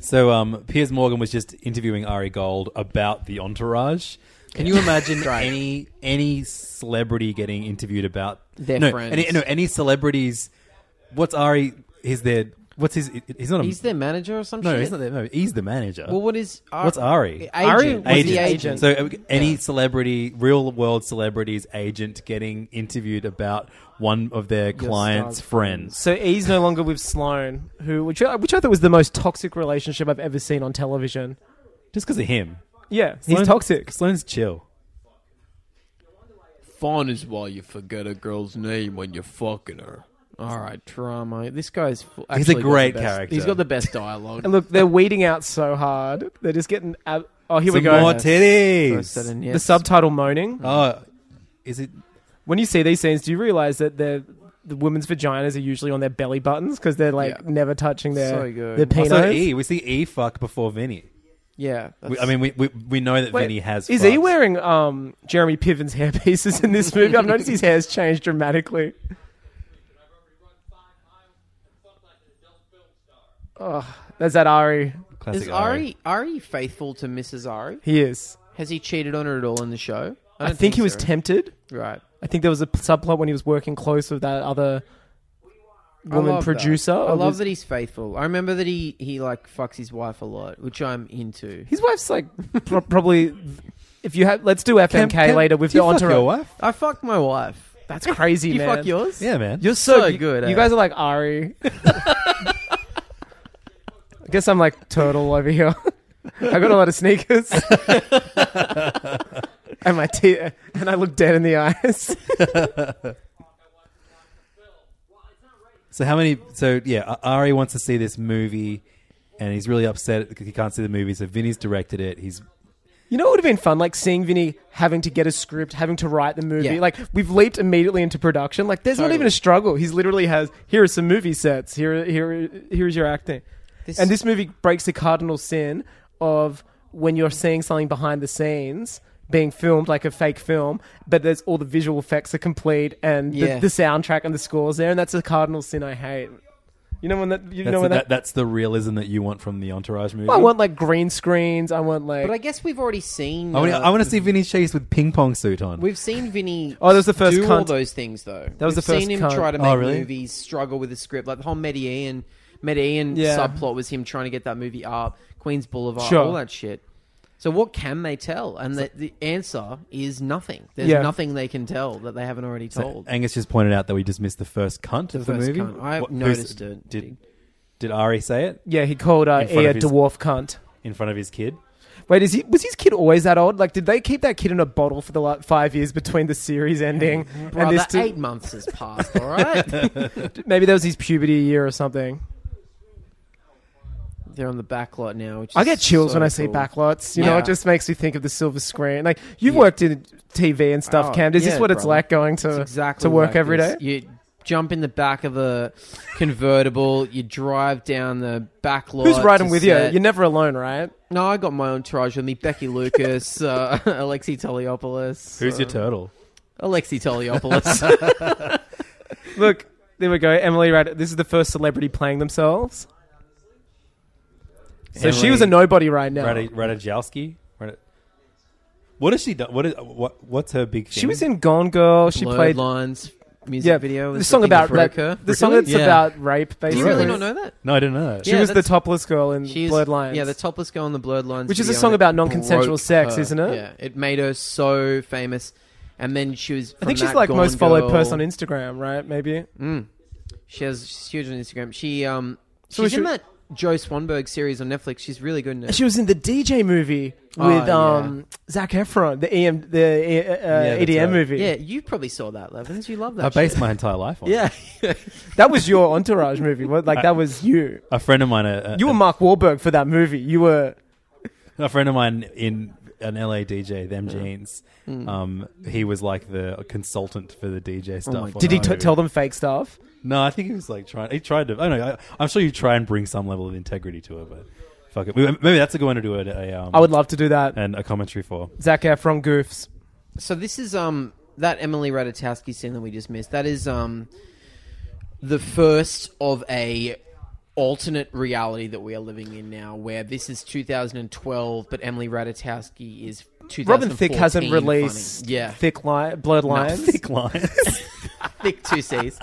Speaker 1: So um, Piers Morgan was just interviewing Ari Gold about the entourage. Can you imagine any any celebrity getting interviewed about
Speaker 3: Their
Speaker 1: no,
Speaker 3: friends.
Speaker 1: Any, no, any celebrities. What's Ari? He's their. What's his? He's not a.
Speaker 3: He's their manager or some
Speaker 1: no,
Speaker 3: shit.
Speaker 1: he's not their. No, he's the manager.
Speaker 3: Well, what is Ari?
Speaker 1: What's Ari?
Speaker 3: Agent. Ari was the agent.
Speaker 1: So uh, any celebrity, real world celebrities, agent getting interviewed about one of their clients' friends.
Speaker 2: So E's no longer with Sloane, who which I, which I thought was the most toxic relationship I've ever seen on television.
Speaker 1: Just because of him,
Speaker 2: Yeah, he's toxic.
Speaker 1: Sloane's chill.
Speaker 3: Fun is why you forget a girl's name when you're fucking her. All right, drama. This guy's fu-
Speaker 1: He's a
Speaker 3: actually got the
Speaker 1: great
Speaker 3: best-
Speaker 1: character.
Speaker 3: He's got the best dialogue.
Speaker 2: And look, they're weeding out so hard. They're just getting. Ab- oh, here we
Speaker 1: Some
Speaker 2: go.
Speaker 1: more
Speaker 3: Said
Speaker 1: titties.
Speaker 3: in
Speaker 2: The
Speaker 3: yes. Uh.
Speaker 2: subtitle moaning.
Speaker 1: Oh, is it?
Speaker 2: When you see these scenes, do you realize that the the women's vaginas are usually on their belly buttons because they're like
Speaker 3: Yeah.
Speaker 2: never touching their
Speaker 3: So good.
Speaker 2: their penis?
Speaker 1: Also, E. We see E fuck before Vinny.
Speaker 3: Yeah,
Speaker 1: We, I mean, we, we we know that
Speaker 2: Wait,
Speaker 1: Vinny has.
Speaker 2: Is E
Speaker 1: fucked.
Speaker 2: he wearing um, Jeremy Piven's hairpieces in this movie? I've noticed his hair's changed dramatically. Oh, there's that Ari.
Speaker 1: Classic
Speaker 3: is Ari Ari faithful to Mrs. Ari?
Speaker 2: He is.
Speaker 3: Has he cheated on her at all in the show?
Speaker 2: I,
Speaker 3: don't
Speaker 2: think, he was
Speaker 3: so.
Speaker 2: tempted.
Speaker 3: right.
Speaker 2: I think there was a p- subplot when he was working close with that other
Speaker 3: I
Speaker 2: woman
Speaker 3: love
Speaker 2: producer.
Speaker 3: That. I
Speaker 2: Or
Speaker 3: love
Speaker 2: was-
Speaker 3: that he's faithful. I remember that he he like fucks his wife a lot, which I'm into.
Speaker 2: His wife's like pro- probably. If you have, let's do FMK later with
Speaker 1: do
Speaker 2: the
Speaker 1: you fuck your
Speaker 2: entourage.
Speaker 1: wife?
Speaker 3: I fucked my wife.
Speaker 2: That's crazy,
Speaker 3: You
Speaker 2: man.
Speaker 3: fuck yours?
Speaker 1: Yeah, man.
Speaker 2: You're so, eh?
Speaker 3: So
Speaker 2: g-
Speaker 3: Oh, good uh. eh?
Speaker 2: You
Speaker 3: at it.
Speaker 2: guys are like Ari. I guess I'm like turtle over here. I got a lot of sneakers, and my te- and I look dead in the eyes.
Speaker 1: So how many? So yeah, A- Ari wants to see this movie, and he's really upset because he can't see the movie. So Vinny's directed it. He's
Speaker 2: You know, it would have been fun, like seeing Vinny having to get a script, having to write the movie.
Speaker 3: Yeah.
Speaker 2: Like we've leaped immediately into production. Like there's not even a struggle. He's literally has here are some movie sets. Here, here, here's your acting.
Speaker 3: This-
Speaker 2: and this movie breaks the cardinal sin of when you're seeing something behind the scenes being filmed like a fake film, but there's all the visual effects are complete and
Speaker 3: Yeah.
Speaker 2: the, the soundtrack and the scores there, and that's a cardinal sin I hate. You know when that you
Speaker 1: that's,
Speaker 2: know when
Speaker 1: that,
Speaker 2: that, "Oh,
Speaker 1: that's the realism that you want from the Entourage movie.
Speaker 2: I want like green screens. I want like
Speaker 3: But I guess we've already seen.
Speaker 1: I want,
Speaker 3: uh,
Speaker 1: I want to see Vinny Chase with ping pong suit on.
Speaker 3: We've seen Vinny.
Speaker 2: Oh, that was the first
Speaker 3: Do all
Speaker 2: cunt.
Speaker 3: those things though.
Speaker 2: was
Speaker 3: We've
Speaker 2: the first
Speaker 3: Seen him
Speaker 2: cunt.
Speaker 3: try to
Speaker 1: Oh,
Speaker 3: make
Speaker 1: really?
Speaker 3: movies, struggle with the script, like the whole E Medellin, Medellin
Speaker 2: Yeah.
Speaker 3: subplot was him trying to get that movie up, Queens Boulevard,
Speaker 2: Sure.
Speaker 3: all that shit. So what can they tell? And the, the answer is nothing. There's
Speaker 2: Yeah.
Speaker 3: nothing they can tell that they haven't already told.
Speaker 1: Angus just pointed out that we just missed the first cunt of the
Speaker 3: first
Speaker 1: movie.
Speaker 3: cunt. I
Speaker 1: who's-
Speaker 3: noticed it.
Speaker 1: Did, did Ari say it
Speaker 2: yeah, he called uh,
Speaker 1: In front
Speaker 2: E a
Speaker 1: of his-
Speaker 2: dwarf cunt.
Speaker 1: in front of his kid?
Speaker 2: Wait, is he was his kid always that old? Like, did they keep that kid in a bottle for the like, five years between the series ending and
Speaker 3: Brother,
Speaker 2: this? T-
Speaker 3: eight months has passed, all right?
Speaker 2: maybe that was his puberty year or something.
Speaker 3: They're on the back lot now. Which
Speaker 2: I
Speaker 3: is
Speaker 2: get chills
Speaker 3: so
Speaker 2: when I see
Speaker 3: cool.
Speaker 2: backlots. You know,
Speaker 3: Yeah.
Speaker 2: it just makes me think of the silver screen. Like you've worked in TV and stuff,
Speaker 3: Oh,
Speaker 2: Cam. Is
Speaker 3: yeah,
Speaker 2: this what it's
Speaker 3: brother.
Speaker 2: like going to
Speaker 3: It's exactly
Speaker 2: to work
Speaker 3: like
Speaker 2: every day?
Speaker 3: this. You jump in the back of a convertible, you drive down the back lot.
Speaker 2: Who's riding
Speaker 3: to
Speaker 2: with
Speaker 3: set.
Speaker 2: you? You're never alone, right?
Speaker 3: no, I got my entourage with me. Becky Lucas, uh, Alexi Toliopoulos.
Speaker 1: Who's your turtle?
Speaker 3: Alexi Toliopoulos.
Speaker 2: Look, there we go. Emily Rad. This is the first celebrity playing themselves. So she
Speaker 1: Emily
Speaker 2: was a nobody right now.
Speaker 1: Rad- Radajowski. Rad- What has she done? What is what? What's her big? Thing?
Speaker 2: She was in Gone Girl. She
Speaker 3: Blurred
Speaker 2: played
Speaker 3: Lines music
Speaker 2: yeah
Speaker 3: video.
Speaker 2: The
Speaker 3: is
Speaker 2: song
Speaker 3: thing that
Speaker 2: about
Speaker 3: broke
Speaker 2: rape.
Speaker 3: her.
Speaker 2: The song
Speaker 1: Really?
Speaker 2: that's
Speaker 3: Yeah.
Speaker 2: about rape. Basically,
Speaker 3: Do you really not know that?
Speaker 1: No, I didn't know that.
Speaker 2: She
Speaker 3: Yeah,
Speaker 2: was the
Speaker 3: that's-
Speaker 2: topless girl in
Speaker 3: She's-
Speaker 2: Blurred Lines.
Speaker 3: Yeah, the topless girl in the Blurred Lines,
Speaker 2: Which is a
Speaker 3: video,
Speaker 2: song
Speaker 3: and it
Speaker 2: about non-consensual
Speaker 3: broke
Speaker 2: sex,
Speaker 3: her.
Speaker 2: isn't it?
Speaker 3: Yeah, it made her so famous, and then she was.
Speaker 2: I
Speaker 3: from
Speaker 2: think she's
Speaker 3: that
Speaker 2: like
Speaker 3: Gone
Speaker 2: most followed
Speaker 3: Girl-
Speaker 2: person on Instagram, right? Maybe.
Speaker 3: She has she's huge on Instagram. She um
Speaker 2: So
Speaker 3: she's
Speaker 2: she-
Speaker 3: in that Joe Swanberg series on Netflix. She's really good in it.
Speaker 2: She was in the DJ movie with
Speaker 3: Oh, yeah.
Speaker 2: um, Zach Efron, the EM, the uh,
Speaker 1: that's
Speaker 2: EDM
Speaker 1: right.
Speaker 2: movie.
Speaker 3: yeah, you probably saw that, Levins. You love that.
Speaker 1: I based
Speaker 3: shit.
Speaker 1: my entire life on. it.
Speaker 3: Yeah,
Speaker 2: That was your entourage movie. What, like that was you.
Speaker 1: A friend of mine. A, a-
Speaker 2: You were Mark Wahlberg for that movie. You were
Speaker 1: a friend of mine in an LA DJ, them jeans.
Speaker 2: Hmm.
Speaker 1: Um, he was like the consultant for the DJ stuff. on
Speaker 2: Oh Did he
Speaker 1: that
Speaker 2: t-
Speaker 3: Oh,
Speaker 1: movie.
Speaker 2: tell them fake stuff?
Speaker 1: No, I think he was like trying. He tried to. I don't know. I, I'm sure you try and bring some level of integrity to it, but fuck it. Maybe that's a good one to do a, a um,
Speaker 2: I would love to do that.
Speaker 1: and a commentary for.
Speaker 2: Zach Efron goofs.
Speaker 3: so this is um that Emily Ratajkowski scene that we just missed. That is um the first of a alternate reality that we are living in now, where this is 2012, but Emily Ratajkowski is 2014.
Speaker 2: Robin Thicke hasn't released
Speaker 3: funny. Yeah,
Speaker 2: thick li- blood lines.
Speaker 1: Thick lines.
Speaker 3: thick two C's.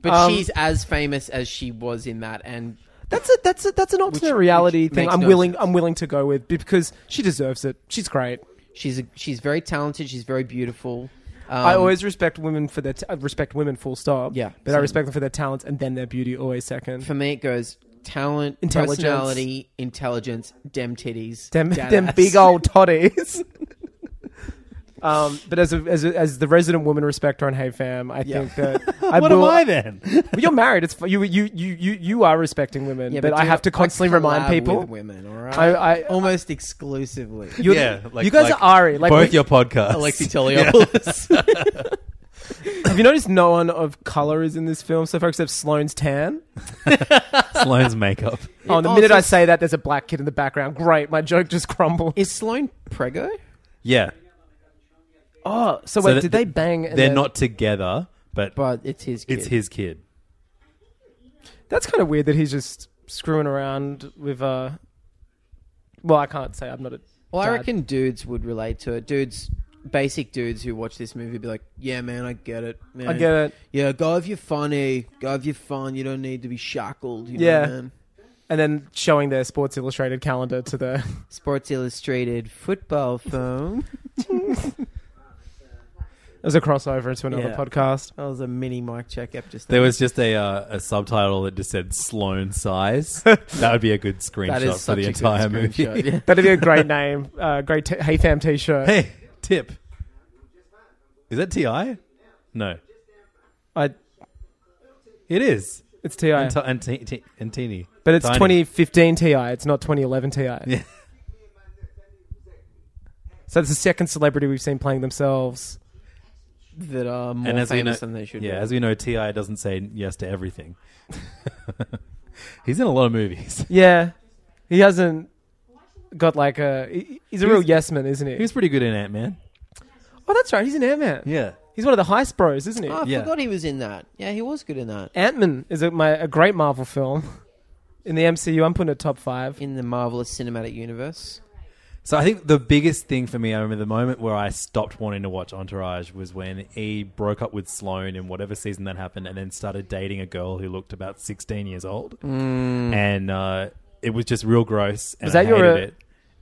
Speaker 3: But
Speaker 2: Um,
Speaker 3: she's as famous as she was in that, and
Speaker 2: That's a that's a that's an alternate reality
Speaker 3: which
Speaker 2: thing.
Speaker 3: makes
Speaker 2: I'm
Speaker 3: no
Speaker 2: willing
Speaker 3: sense.
Speaker 2: I'm willing to go with because she deserves it. She's great.
Speaker 3: she's a, she's very talented. She's very beautiful. Um,
Speaker 2: I always respect women for their t- I respect women full stop.
Speaker 3: Yeah,
Speaker 2: but I
Speaker 3: same.
Speaker 2: respect them for their talents and then their beauty always second.
Speaker 3: for me it goes talent,
Speaker 2: Intelligence.
Speaker 3: personality, intelligence, dem titties,
Speaker 2: them
Speaker 3: dad
Speaker 2: them
Speaker 3: ass.
Speaker 2: big old toddies. um, but as a, as a, as the resident woman respecter on Hey Fam, I think that I
Speaker 1: what
Speaker 2: will,
Speaker 1: am I then?
Speaker 2: Well, you're married. It's f- you, you, you, you, you are respecting women,
Speaker 3: Yeah,
Speaker 2: but, I
Speaker 3: do-
Speaker 2: have to constantly remind
Speaker 3: collab
Speaker 2: people.
Speaker 3: with women. All right,
Speaker 2: I- I-
Speaker 3: almost exclusively.
Speaker 2: You're the-
Speaker 1: Yeah, like-
Speaker 2: you guys
Speaker 1: like
Speaker 2: are Ari. Like,
Speaker 1: Both
Speaker 2: we-
Speaker 1: your podcasts.
Speaker 3: Alexi
Speaker 2: Oh,
Speaker 3: Toliopoulos.
Speaker 2: have you noticed no one of color is in this film so far except Sloane's tan?
Speaker 1: Sloane's makeup.
Speaker 2: Oh, and the
Speaker 3: Oh,
Speaker 2: minute
Speaker 3: so
Speaker 2: I say that, there's a black kid in the background. Great, my joke just crumbled.
Speaker 3: Is Sloane prego?
Speaker 1: Yeah.
Speaker 2: Oh, so,
Speaker 1: So
Speaker 2: wait,
Speaker 1: that-
Speaker 2: did they bang? and
Speaker 1: They're
Speaker 2: then-
Speaker 1: not together, but
Speaker 3: But it's his. Kid.
Speaker 1: it's his kid.
Speaker 2: That's kind of weird that he's just screwing around with. Uh, well, I can't say I'm not a.
Speaker 3: Well, I
Speaker 2: dad.
Speaker 3: reckon dudes would relate to it. Dudes, basic dudes who watch this movie, would be like, "Yeah, man, I get it. Man.
Speaker 2: I get it.
Speaker 3: Yeah, go if you're funny. Go if you're fun. You don't need to be shackled. You
Speaker 2: Yeah.
Speaker 3: know, man.
Speaker 2: and then showing their Sports Illustrated calendar to the.
Speaker 3: Sports Illustrated football phone.
Speaker 2: It was a crossover to another
Speaker 3: Yeah.
Speaker 2: podcast.
Speaker 3: that was a mini mic check up just
Speaker 1: There was just a uh, a subtitle that just said Sloan size. that would be a good
Speaker 3: that
Speaker 1: screenshot
Speaker 3: is
Speaker 1: for
Speaker 3: such
Speaker 1: the
Speaker 3: a
Speaker 1: entire
Speaker 3: good
Speaker 1: movie.
Speaker 3: screenshot, yeah.
Speaker 2: That'd be a great name. Uh, great t- Hey Fam T-shirt.
Speaker 1: Hey, tip. Is that Ti? No,
Speaker 2: I,
Speaker 1: it is.
Speaker 2: it's Ti,
Speaker 1: And, t- and, t- t- and Teeny.
Speaker 2: but it's
Speaker 1: Tiny.
Speaker 2: 2015 Ti. It's not 2011 Ti.
Speaker 1: Yeah.
Speaker 2: So it's the second celebrity we've seen playing themselves.
Speaker 3: that are more
Speaker 1: And as we know,
Speaker 3: famous than they should.
Speaker 1: yeah,
Speaker 3: be.
Speaker 1: as we know, Ti doesn't say yes to everything. He's in a lot of movies.
Speaker 2: Yeah, he hasn't got like a. he- He's a real yes man, isn't he?
Speaker 1: He was pretty good in Ant Man.
Speaker 2: oh, that's right. He's an Ant Man.
Speaker 1: Yeah,
Speaker 2: He's one of the heist bros, isn't he?
Speaker 3: Oh, I
Speaker 1: Yeah.
Speaker 3: forgot he was in that. Yeah, he was good in that.
Speaker 2: Ant Man Uh, is a, my, a great Marvel film. In the MCU, I'm putting it top five.
Speaker 3: In the marvelous cinematic universe.
Speaker 1: So I think the biggest thing for me, I remember the moment where I stopped wanting to watch Entourage was when E broke up with Sloane in whatever season that happened, and then started dating a girl who looked about sixteen years old, and uh, it was just real gross. And
Speaker 2: Mm. Was that
Speaker 1: I hated
Speaker 2: your, uh,
Speaker 1: it.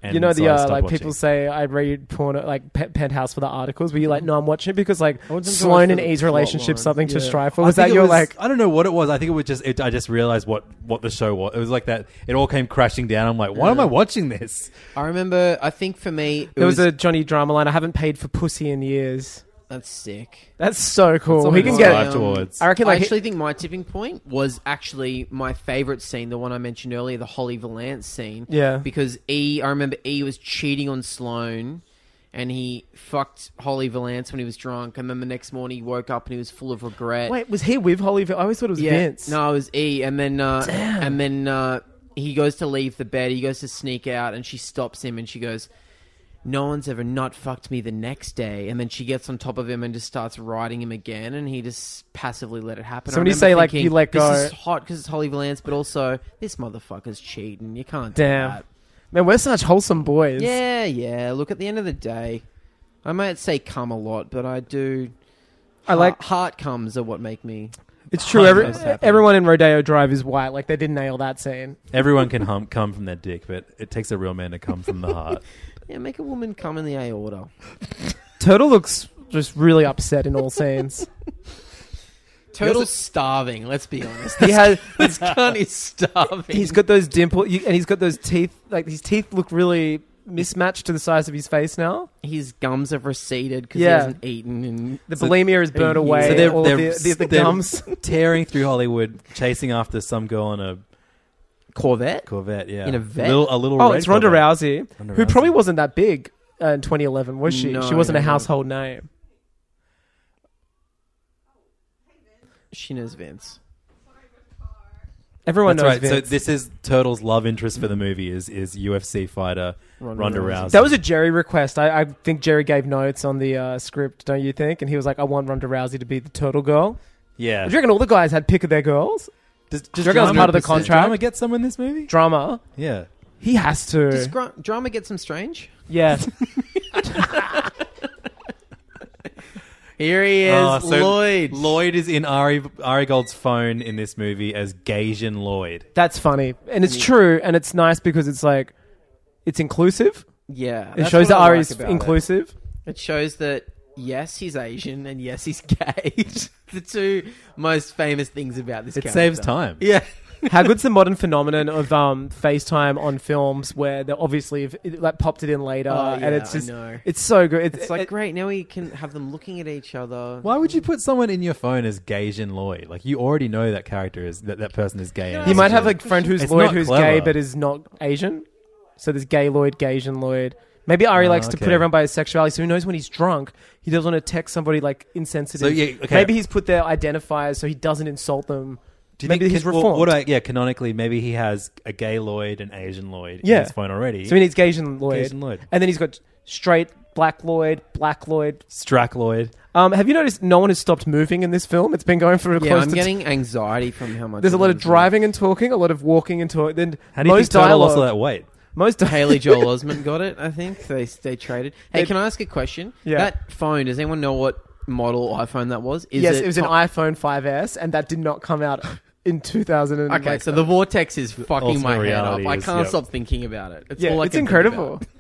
Speaker 1: And
Speaker 2: you know
Speaker 1: so
Speaker 2: the
Speaker 1: I
Speaker 2: uh,
Speaker 1: stopped
Speaker 2: like
Speaker 1: watching.
Speaker 2: people say I read porn like pe- penthouse for the articles, but you're like, no, I'm watching it because like
Speaker 3: I wasn't so much
Speaker 2: Sloan
Speaker 3: for
Speaker 2: and
Speaker 3: the
Speaker 2: E's
Speaker 3: plot
Speaker 2: relationship,
Speaker 3: lines.
Speaker 2: something to
Speaker 3: Yeah.
Speaker 2: strive for.
Speaker 1: I
Speaker 2: Was
Speaker 1: think
Speaker 2: that
Speaker 1: it
Speaker 2: your like?
Speaker 1: I don't know what it was. I think it was just. It, I just realized what what the show was. It was like that. It all came crashing down. I'm like, why am I watching this?
Speaker 3: I remember. I think for me, it
Speaker 2: There was,
Speaker 3: was,
Speaker 2: a Johnny Drama line. I haven't paid for pussy in years.
Speaker 3: that's sick.
Speaker 2: That's so cool.
Speaker 1: something
Speaker 2: He can
Speaker 1: to
Speaker 2: get.
Speaker 1: strive towards.
Speaker 2: I reckon
Speaker 3: I
Speaker 2: like
Speaker 3: actually think my tipping point was actually my favorite scene, the one I mentioned earlier, the Holly Valance scene.
Speaker 2: Yeah.
Speaker 3: Because E, I remember E was cheating on Sloane and he fucked Holly Valance when he was drunk. And then the next morning he woke up and he was full of regret.
Speaker 2: wait, was he with Holly? I always thought it was
Speaker 3: yeah.
Speaker 2: Vince.
Speaker 3: No, it was E. And then, uh, and then, uh, he goes to leave the bed. He goes to sneak out and she stops him and she goes, no one's ever not fucked me the next day. And then she gets on top of him and just starts riding him again, and he just passively let it happen.
Speaker 2: So
Speaker 3: I
Speaker 2: when you
Speaker 3: remember
Speaker 2: say, like,
Speaker 3: thinking,
Speaker 2: you let go-
Speaker 3: this is hot because it's Holly Valance, but also this motherfucker's cheating. You can't do
Speaker 2: Damn.
Speaker 3: that.
Speaker 2: Man, we're such wholesome boys.
Speaker 3: Yeah, yeah. Look, at the end of the day, I might say cum a lot, but I do.
Speaker 2: I like.
Speaker 3: heart comes are what make me.
Speaker 2: It's true. Every,
Speaker 3: What's happening?
Speaker 2: everyone in Rodeo Drive is white. Like they didn't nail that scene.
Speaker 1: Everyone can hum, come from their dick, but it takes a real man to come from the heart.
Speaker 3: Yeah, make a woman come in the aorta.
Speaker 2: Turtle looks just really upset in all scenes.
Speaker 3: Turtle's starving. Let's be honest.
Speaker 2: he
Speaker 3: This,
Speaker 2: has.
Speaker 3: this cunt is starving.
Speaker 2: He's got those dimple, you, and he's got those teeth. Like his teeth look really mismatched to the size of his face now.
Speaker 3: his gums have receded because
Speaker 2: Yeah.
Speaker 3: he hasn't eaten. And
Speaker 2: The bulimia is burnt
Speaker 3: So
Speaker 2: away.
Speaker 1: so they're,
Speaker 2: all
Speaker 1: they're,
Speaker 2: of the, the, the
Speaker 1: they're
Speaker 2: gums.
Speaker 1: tearing through Hollywood, chasing after some girl in a
Speaker 3: Corvette.
Speaker 1: Corvette. Yeah,
Speaker 3: In a vet?
Speaker 1: Little, a little.
Speaker 2: Oh,
Speaker 1: red
Speaker 2: it's Ronda
Speaker 1: Corvette.
Speaker 2: Rousey,
Speaker 1: Ronda
Speaker 2: who
Speaker 1: Rousey.
Speaker 2: probably wasn't that big uh, in 2011, was she?
Speaker 3: No,
Speaker 2: she wasn't a
Speaker 3: no, no.
Speaker 2: household name.
Speaker 3: She knows Vince.
Speaker 2: Everyone
Speaker 1: That's
Speaker 2: knows
Speaker 1: right. So
Speaker 2: Vince.
Speaker 1: this is Turtle's love interest for the movie is is UFC fighter Ronda,
Speaker 3: Ronda
Speaker 1: Rousey.
Speaker 3: Rousey.
Speaker 2: that was a Jerry request. I, I think Jerry gave notes on the uh, script, don't you think? And he was like, "I want Ronda Rousey to be the turtle girl."
Speaker 1: yeah.
Speaker 2: Do you reckon all the guys had pick of their girls?
Speaker 1: Does, does
Speaker 2: Do you reckon that was part of the
Speaker 1: does
Speaker 2: contract?
Speaker 1: Drama get some in this movie?
Speaker 2: Drama.
Speaker 1: Yeah.
Speaker 2: He has to.
Speaker 3: Does gr- drama get some strange?
Speaker 2: yeah.
Speaker 3: Here he is,
Speaker 1: Oh, so
Speaker 3: Lloyd.
Speaker 1: Lloyd is in Ari Ari Gold's phone in this movie as Gaijin Lloyd.
Speaker 2: That's funny, and it's true, and it's nice because it's like it's inclusive.
Speaker 3: Yeah,
Speaker 2: It shows that
Speaker 3: that
Speaker 2: Ari's
Speaker 3: about
Speaker 2: inclusive.
Speaker 3: It. it shows that yes, he's Asian and yes, he's gay. the two most famous things about this.
Speaker 1: It
Speaker 3: character.
Speaker 1: saves time.
Speaker 3: Yeah,
Speaker 2: How good's the modern phenomenon of um, FaceTime on films where they obviously have, it, like popped it in later,
Speaker 3: Oh, yeah,
Speaker 2: and it's
Speaker 3: I
Speaker 2: just
Speaker 3: know.
Speaker 2: it's so good.
Speaker 3: it's like
Speaker 2: it-
Speaker 3: great. Now we can have them looking at each other.
Speaker 1: Why would you put someone in your phone as Gaijin Lloyd? Like you already know that character is that, that person is gay.
Speaker 2: you might have a friend who's
Speaker 1: It's
Speaker 2: Lloyd
Speaker 1: not
Speaker 2: who's
Speaker 1: clever.
Speaker 2: gay but is not Asian. So there's gay Lloyd, Gaijin Lloyd. Maybe Ari
Speaker 1: Ah,
Speaker 2: likes to put
Speaker 1: okay.
Speaker 2: everyone by his sexuality, so he knows when he's drunk, he doesn't want to text somebody like
Speaker 1: So,
Speaker 2: insensitive.
Speaker 1: yeah, okay.
Speaker 2: Maybe he's put their identifiers so he doesn't insult them.
Speaker 1: Do you
Speaker 2: Maybe
Speaker 1: think
Speaker 2: he's
Speaker 1: can-
Speaker 2: reformed.
Speaker 1: Well, what I, yeah, canonically, maybe he has a gay Lloyd and Asian Lloyd
Speaker 2: Yeah.
Speaker 1: in his phone already.
Speaker 2: so he needs Gaijin Lloyd.
Speaker 1: Gaijin Lloyd.
Speaker 2: and then he's got straight Black Lloyd, Black Lloyd,
Speaker 1: Strack Lloyd.
Speaker 2: Um, have you noticed no one has stopped moving in this film? It's been going for
Speaker 3: Yeah,
Speaker 2: close
Speaker 3: I'm
Speaker 2: to.
Speaker 3: getting anxiety from how much.
Speaker 2: there's a lot of
Speaker 3: everyone's like-
Speaker 2: driving and talking, a lot of walking and talking. Then
Speaker 1: Mm. How do you
Speaker 2: most
Speaker 1: think Turtle
Speaker 2: dialogue,
Speaker 1: lost all that weight?
Speaker 2: most di-
Speaker 3: Haley Joel Osment got it. I think they they traded. Hey,
Speaker 2: They-
Speaker 3: can I ask a question?
Speaker 2: Yeah.
Speaker 3: That phone. Does anyone know what model iPhone that was? Is
Speaker 2: yes, it, was an
Speaker 3: top-
Speaker 2: iPhone 5s, and that did not come out in 2000. And
Speaker 3: Okay,
Speaker 2: like- uh,
Speaker 3: so the vortex is fucking
Speaker 1: ultimate
Speaker 3: my head up.
Speaker 1: reality
Speaker 3: I
Speaker 1: is-
Speaker 3: can't
Speaker 1: yep.
Speaker 3: stop thinking about it. It's
Speaker 2: yeah,
Speaker 3: all I
Speaker 2: it's
Speaker 3: can think
Speaker 2: incredible.
Speaker 3: about.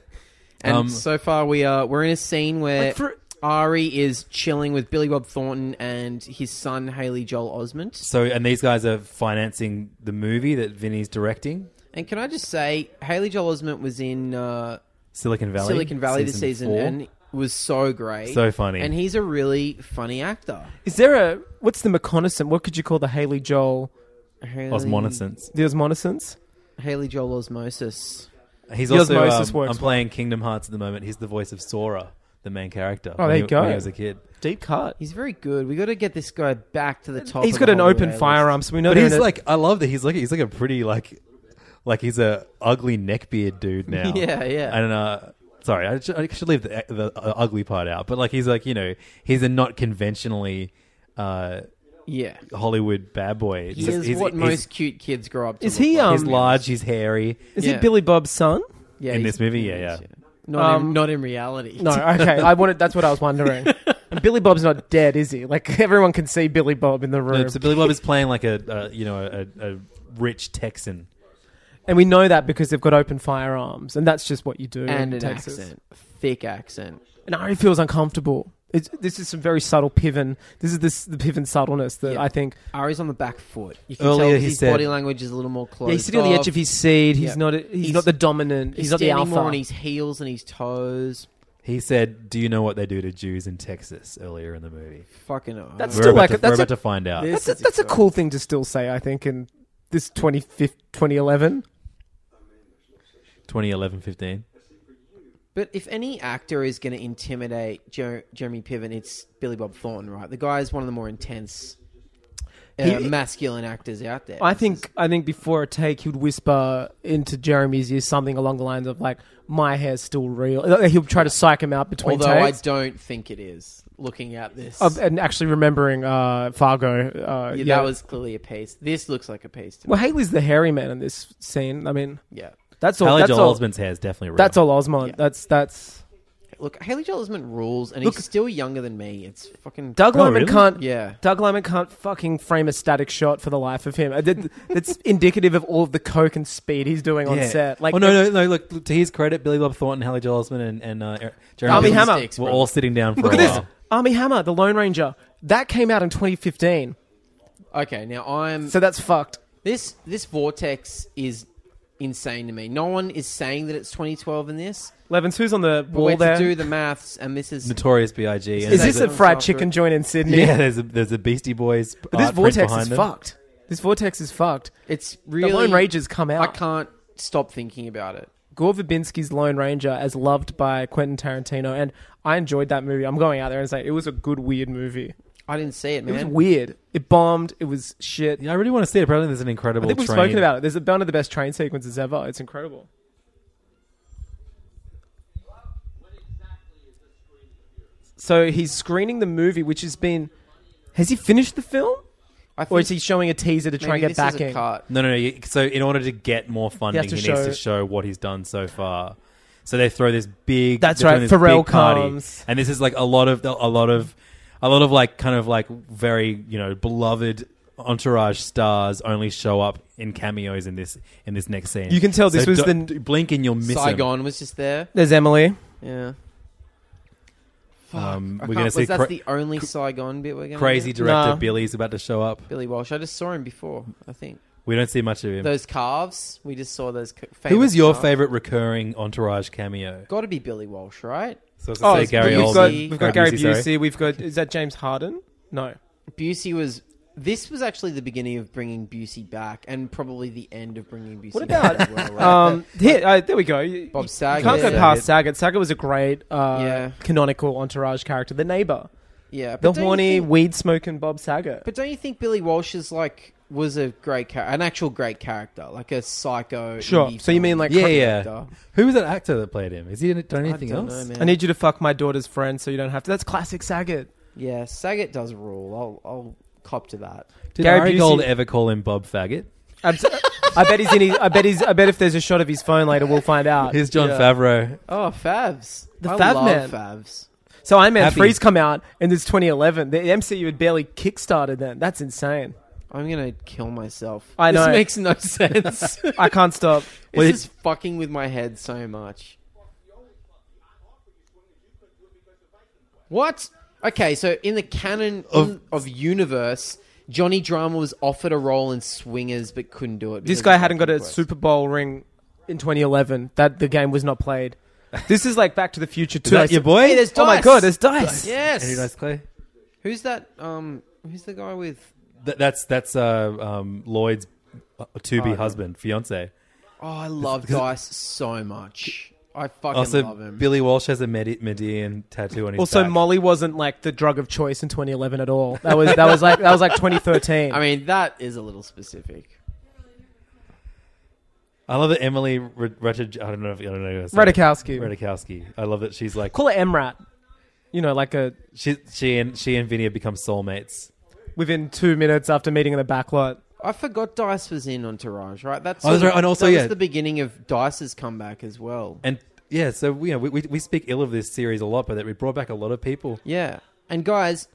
Speaker 3: And
Speaker 1: Um,
Speaker 3: so far, we are we're in a scene where
Speaker 2: Like, for-
Speaker 3: Ari is chilling with Billy Bob Thornton and his son Haley Joel Osment.
Speaker 1: So, and these guys are financing the movie that Vinny's directing,
Speaker 3: And can I just say, Haley Joel Osment was in uh,
Speaker 1: Silicon Valley.
Speaker 3: Silicon Valley this season
Speaker 1: four.
Speaker 3: and was so great,
Speaker 1: So funny.
Speaker 3: and he's a really funny actor.
Speaker 2: Is there a what's the reconnaissance? What could you call the Haley Joel
Speaker 3: Haley,
Speaker 1: Osmonicence.
Speaker 2: the osmonicence?
Speaker 3: Haley Joel Osmosis.
Speaker 1: He's
Speaker 2: The
Speaker 1: also.
Speaker 2: osmosis
Speaker 1: um,
Speaker 2: works.
Speaker 1: I'm playing Kingdom Hearts at the moment. He's the voice of Sora, the main character.
Speaker 2: Oh,
Speaker 1: when
Speaker 2: there
Speaker 1: he-
Speaker 2: you go.
Speaker 1: When he was a kid,
Speaker 2: Deep cut.
Speaker 3: He's very good. We got to get this guy back to the top.
Speaker 2: He's
Speaker 3: of
Speaker 2: got
Speaker 3: the
Speaker 2: an
Speaker 3: Hollywood
Speaker 2: open
Speaker 3: A-list.
Speaker 2: firearm, so we know.
Speaker 1: but
Speaker 2: they're
Speaker 1: he's
Speaker 2: in a-
Speaker 1: like, I love that he's like he's like a pretty like, like he's a ugly neckbeard dude now.
Speaker 3: Yeah, yeah.
Speaker 1: I don't know. Sorry, I should, I should leave the the uh, ugly part out. But like he's like you know he's a not conventionally. Uh,
Speaker 3: Yeah.
Speaker 1: Hollywood bad boy.
Speaker 3: He
Speaker 1: Just-
Speaker 3: is
Speaker 1: he's-
Speaker 3: what
Speaker 1: he's-
Speaker 3: most cute kids grow up to.
Speaker 2: Is
Speaker 3: look
Speaker 2: he,
Speaker 3: like.
Speaker 2: um,
Speaker 1: He's large. He's hairy.
Speaker 2: is
Speaker 3: yeah.
Speaker 2: he Billy Bob's son?
Speaker 3: Yeah,
Speaker 1: in
Speaker 3: he's-
Speaker 1: this movie?
Speaker 3: he
Speaker 1: Yeah,
Speaker 3: is,
Speaker 1: yeah.
Speaker 3: Not,
Speaker 2: Um,
Speaker 3: in, not in reality.
Speaker 2: No, okay. I wanted. That's what I was wondering. And Billy Bob's not dead, is he? Like everyone can see Billy Bob in the room.
Speaker 1: No, so Billy Bob is playing like a uh, you know a, a, a rich Texan.
Speaker 2: And we know that because they've got open firearms, and that's just what you do in
Speaker 3: and an
Speaker 2: Texas.
Speaker 3: accent, thick accent.
Speaker 2: No, it feels uncomfortable. It's, this is some very subtle Piven. This is this the Piven subtleness that
Speaker 3: Yeah.
Speaker 2: I think.
Speaker 3: Ari's on the back foot. You can
Speaker 2: Earlier
Speaker 3: tell
Speaker 2: he
Speaker 3: his
Speaker 2: said-
Speaker 3: body language is a little more closed.
Speaker 2: Yeah, he's sitting on the edge of his seat. He's
Speaker 3: Yeah.
Speaker 2: not. A, he's,
Speaker 3: He's-
Speaker 2: not the dominant. He's, not the alpha.
Speaker 3: More on his heels and his toes.
Speaker 1: He said, "Do you know what they do to Jews in Texas?" Earlier in the movie,
Speaker 3: Fucking. oh.
Speaker 2: That's
Speaker 1: we're
Speaker 2: Still
Speaker 1: about,
Speaker 2: like
Speaker 1: to,
Speaker 2: it. That's
Speaker 1: we're
Speaker 2: a-
Speaker 1: about to find out.
Speaker 3: This
Speaker 2: that's a,
Speaker 3: is
Speaker 2: that's a
Speaker 3: exciting.
Speaker 2: cool thing to still say, I think, in this 25th, 2011.
Speaker 1: 2011, 15.
Speaker 3: But if any actor is going to intimidate Jer- Jeremy Piven, it's Billy Bob Thornton, right? The guy is one of the more intense uh,
Speaker 2: He-
Speaker 3: masculine actors out there.
Speaker 2: I think I think before a take, he'd whisper into Jeremy's ear something along the lines of like, "My hair's still real." He'll try to psych him out between
Speaker 3: Although I
Speaker 2: takes.
Speaker 3: don't think it is. Looking at this,
Speaker 2: Uh, and actually remembering uh, Fargo, uh,
Speaker 3: yeah, that was clearly a piece. This looks like a piece. To me.
Speaker 2: well. Haley's the hairy man in this scene. I mean,
Speaker 3: Yeah.
Speaker 2: that's all.
Speaker 1: Haley
Speaker 2: That's
Speaker 1: Joel
Speaker 2: all,
Speaker 1: Osment's hair is definitely real.
Speaker 2: that's all Osmond. That's that's
Speaker 3: Look, Haley Joel Osment rules, and
Speaker 2: Look-
Speaker 3: he's still younger than me. It's fucking
Speaker 2: Doug
Speaker 1: Oh,
Speaker 2: Liman
Speaker 1: really?
Speaker 2: can't.
Speaker 3: Yeah.
Speaker 2: Doug Liman can't fucking frame a static shot for the life of him. I did- That's indicative of all of the coke and speed he's doing on
Speaker 1: Yeah.
Speaker 2: set. Like,
Speaker 1: oh no, no, no! Look, look, to his credit, Billy Bob Thornton, Haley Joel Osment, and, and uh, Er- Jeremy
Speaker 2: Army
Speaker 1: Piven
Speaker 2: Hammer.
Speaker 1: were all sitting down for
Speaker 2: Look
Speaker 1: a
Speaker 2: at this,
Speaker 1: while.
Speaker 2: Army Hammer, the Lone Ranger. That came out in 2015,
Speaker 3: Okay, now I'm
Speaker 2: so that's fucked.
Speaker 3: This this vortex is insane to me. No one is saying that it's 2012 in this.
Speaker 2: Levins, who's on the
Speaker 3: But we
Speaker 2: wall
Speaker 3: have to
Speaker 2: there?
Speaker 3: do the maths, and this is
Speaker 1: Notorious B.I.G. and
Speaker 2: Is
Speaker 1: there's
Speaker 2: this a
Speaker 3: Someone's
Speaker 2: fried
Speaker 3: after
Speaker 2: chicken
Speaker 3: it.
Speaker 2: joint in Sydney?
Speaker 1: yeah? There's a, there's a Beastie Boys.
Speaker 2: But this
Speaker 1: art print
Speaker 2: vortex
Speaker 1: behind
Speaker 2: is
Speaker 1: them.
Speaker 2: fucked. This vortex is fucked.
Speaker 3: it's really
Speaker 2: the Lone Ranger's come
Speaker 3: I
Speaker 2: out.
Speaker 3: can't stop thinking about it.
Speaker 2: Gore Verbinski's Lone Ranger, as loved by Quentin Tarantino, and I enjoyed that movie. I'm going out there and saying it was a good, weird movie.
Speaker 3: I didn't see it,
Speaker 2: It was
Speaker 3: man.
Speaker 2: weird. It bombed. It was shit.
Speaker 1: Yeah, I really want to see it. Apparently, there's an incredible.
Speaker 2: I think we've
Speaker 1: train.
Speaker 2: spoken about it. There's one of the best train sequences ever. It's incredible. So he's screening the movie, which has been. Has he finished the film,
Speaker 3: I think
Speaker 2: or is he showing a teaser to
Speaker 3: maybe
Speaker 2: try and get
Speaker 3: this
Speaker 2: back
Speaker 3: is a
Speaker 2: in?
Speaker 3: cut.
Speaker 1: No, no, no. you- So in order to get more funding, he,
Speaker 2: to
Speaker 1: needs
Speaker 2: show-
Speaker 1: to show what he's done so far. So they throw this big.
Speaker 2: That's
Speaker 1: they're throwing
Speaker 2: right,
Speaker 1: this
Speaker 2: Pharrell
Speaker 1: big party.
Speaker 2: comes.
Speaker 1: and this is like a lot of a lot of a lot of like kind of like very you know beloved entourage stars only show up in cameos in this in this next scene.
Speaker 2: You can tell this
Speaker 1: So
Speaker 2: was
Speaker 1: don't-
Speaker 2: the-
Speaker 1: blink and you'll miss him.
Speaker 3: Saigon was just there.
Speaker 2: There's Emily.
Speaker 3: Yeah. Fuck.
Speaker 1: Um, we're
Speaker 3: I can't-
Speaker 1: gonna
Speaker 3: was
Speaker 1: see
Speaker 3: That's
Speaker 1: cra-
Speaker 3: the only Saigon bit we're going.
Speaker 1: Crazy
Speaker 3: Get?
Speaker 1: director
Speaker 2: Nah.
Speaker 1: Billy's about to show up.
Speaker 3: Billy Walsh. I just saw him before. I think
Speaker 1: We don't see much of him.
Speaker 3: those calves. We just saw those. c- Famous
Speaker 1: Who was your
Speaker 3: calves.
Speaker 1: favorite recurring entourage cameo?
Speaker 3: Got to be Billy Walsh, right?
Speaker 1: So it's oh,
Speaker 3: it's
Speaker 1: Gary
Speaker 3: Busey.
Speaker 2: we've
Speaker 1: Oldman.
Speaker 2: got, we've got Gary
Speaker 1: sorry.
Speaker 2: Busey. We've got is that James Harden? No,
Speaker 3: Busey was. This was actually the beginning of bringing Busey back, and probably the end of bringing Busey.
Speaker 2: What
Speaker 3: back
Speaker 2: about-
Speaker 3: as well, right?
Speaker 2: Um, here, uh, there we go. You-
Speaker 3: Bob
Speaker 2: You
Speaker 3: Saget?
Speaker 2: can't go
Speaker 3: Saget.
Speaker 2: past Saget. Saget was a great uh,
Speaker 3: Yeah.
Speaker 2: canonical entourage character. The neighbor,
Speaker 3: yeah, but
Speaker 2: the
Speaker 3: don't you
Speaker 2: horny
Speaker 3: think-
Speaker 2: weed smoking Bob Saget.
Speaker 3: but don't you think Billy Walsh is like was a great character, an actual great character, like a psycho?
Speaker 2: sure.
Speaker 3: indie
Speaker 2: So you mean
Speaker 3: film
Speaker 2: like?
Speaker 1: Yeah,
Speaker 2: cr-
Speaker 1: yeah.
Speaker 3: actor?
Speaker 1: Who was that actor that played him? Is he in- done
Speaker 3: I
Speaker 1: anything
Speaker 3: don't
Speaker 1: else?
Speaker 3: know, man.
Speaker 2: I need you to fuck my daughter's friend, so you don't have to. That's classic Saget.
Speaker 3: yeah, Saget does rule. I'll I'll cop to that.
Speaker 1: Did
Speaker 2: Gary
Speaker 1: Ari
Speaker 2: Busey-
Speaker 1: Gold ever call him Bob Faggot?
Speaker 2: Abs- I bet he's in. His, I bet he's. I bet if there's a shot of his phone later, we'll find out.
Speaker 1: Here's John
Speaker 2: Yeah.
Speaker 1: Favreau.
Speaker 3: Oh, Favs,
Speaker 2: The
Speaker 3: I
Speaker 2: Fav
Speaker 3: love
Speaker 2: Man.
Speaker 3: Favs.
Speaker 2: So Iron Man
Speaker 1: Happy-
Speaker 2: three's come out, and it's 2011. The MCU had barely kickstarted then. That's insane.
Speaker 3: I'm gonna kill myself.
Speaker 2: I know.
Speaker 3: This makes no sense.
Speaker 2: I can't stop.
Speaker 3: this is fucking with my head so much. What? Okay, so in the canon of, in, of universe, Johnny Drama was offered a role in Swingers but couldn't do it.
Speaker 2: this
Speaker 3: because
Speaker 2: guy
Speaker 3: of
Speaker 2: hadn't got a
Speaker 3: Quest.
Speaker 2: Super Bowl ring in 2011. That the game was not played. This is like Back to the Future too.
Speaker 1: that your boy?
Speaker 3: Hey, there's
Speaker 2: oh my
Speaker 3: Dice.
Speaker 2: god, there's dice.
Speaker 1: Any
Speaker 3: Yes.
Speaker 1: nice clay?
Speaker 3: Who's that? Um, who's the guy with?
Speaker 1: Th- that's that's uh, um, Lloyd's uh, to-be husband, fiance.
Speaker 3: Oh, I love Dice so much. I fucking
Speaker 1: Also,
Speaker 3: love him.
Speaker 1: Billy Walsh has a Medi- Median tattoo on his
Speaker 2: Also,
Speaker 1: back.
Speaker 2: Molly wasn't like the drug of choice in 2011 at all. That was that was like that was like 2013.
Speaker 3: I mean, that is a little specific.
Speaker 1: I love that Emily R- Ratchet- I don't know if I don't know. how to say it.
Speaker 2: Radikowski.
Speaker 1: Radikowski. I love that she's like
Speaker 2: call her Emrat. You know, like a
Speaker 1: she she and she and Vinny become soulmates.
Speaker 2: within two minutes after meeting in the back lot.
Speaker 3: I forgot Dice was in Entourage, right? That's
Speaker 1: Oh, that's
Speaker 3: sort of-
Speaker 1: right, and also,
Speaker 3: that was
Speaker 1: yeah.
Speaker 3: the beginning of Dice's comeback as well.
Speaker 1: And yeah, so you know, we, we we speak ill of this series a lot, but that we brought back a lot of people.
Speaker 3: Yeah. And guys,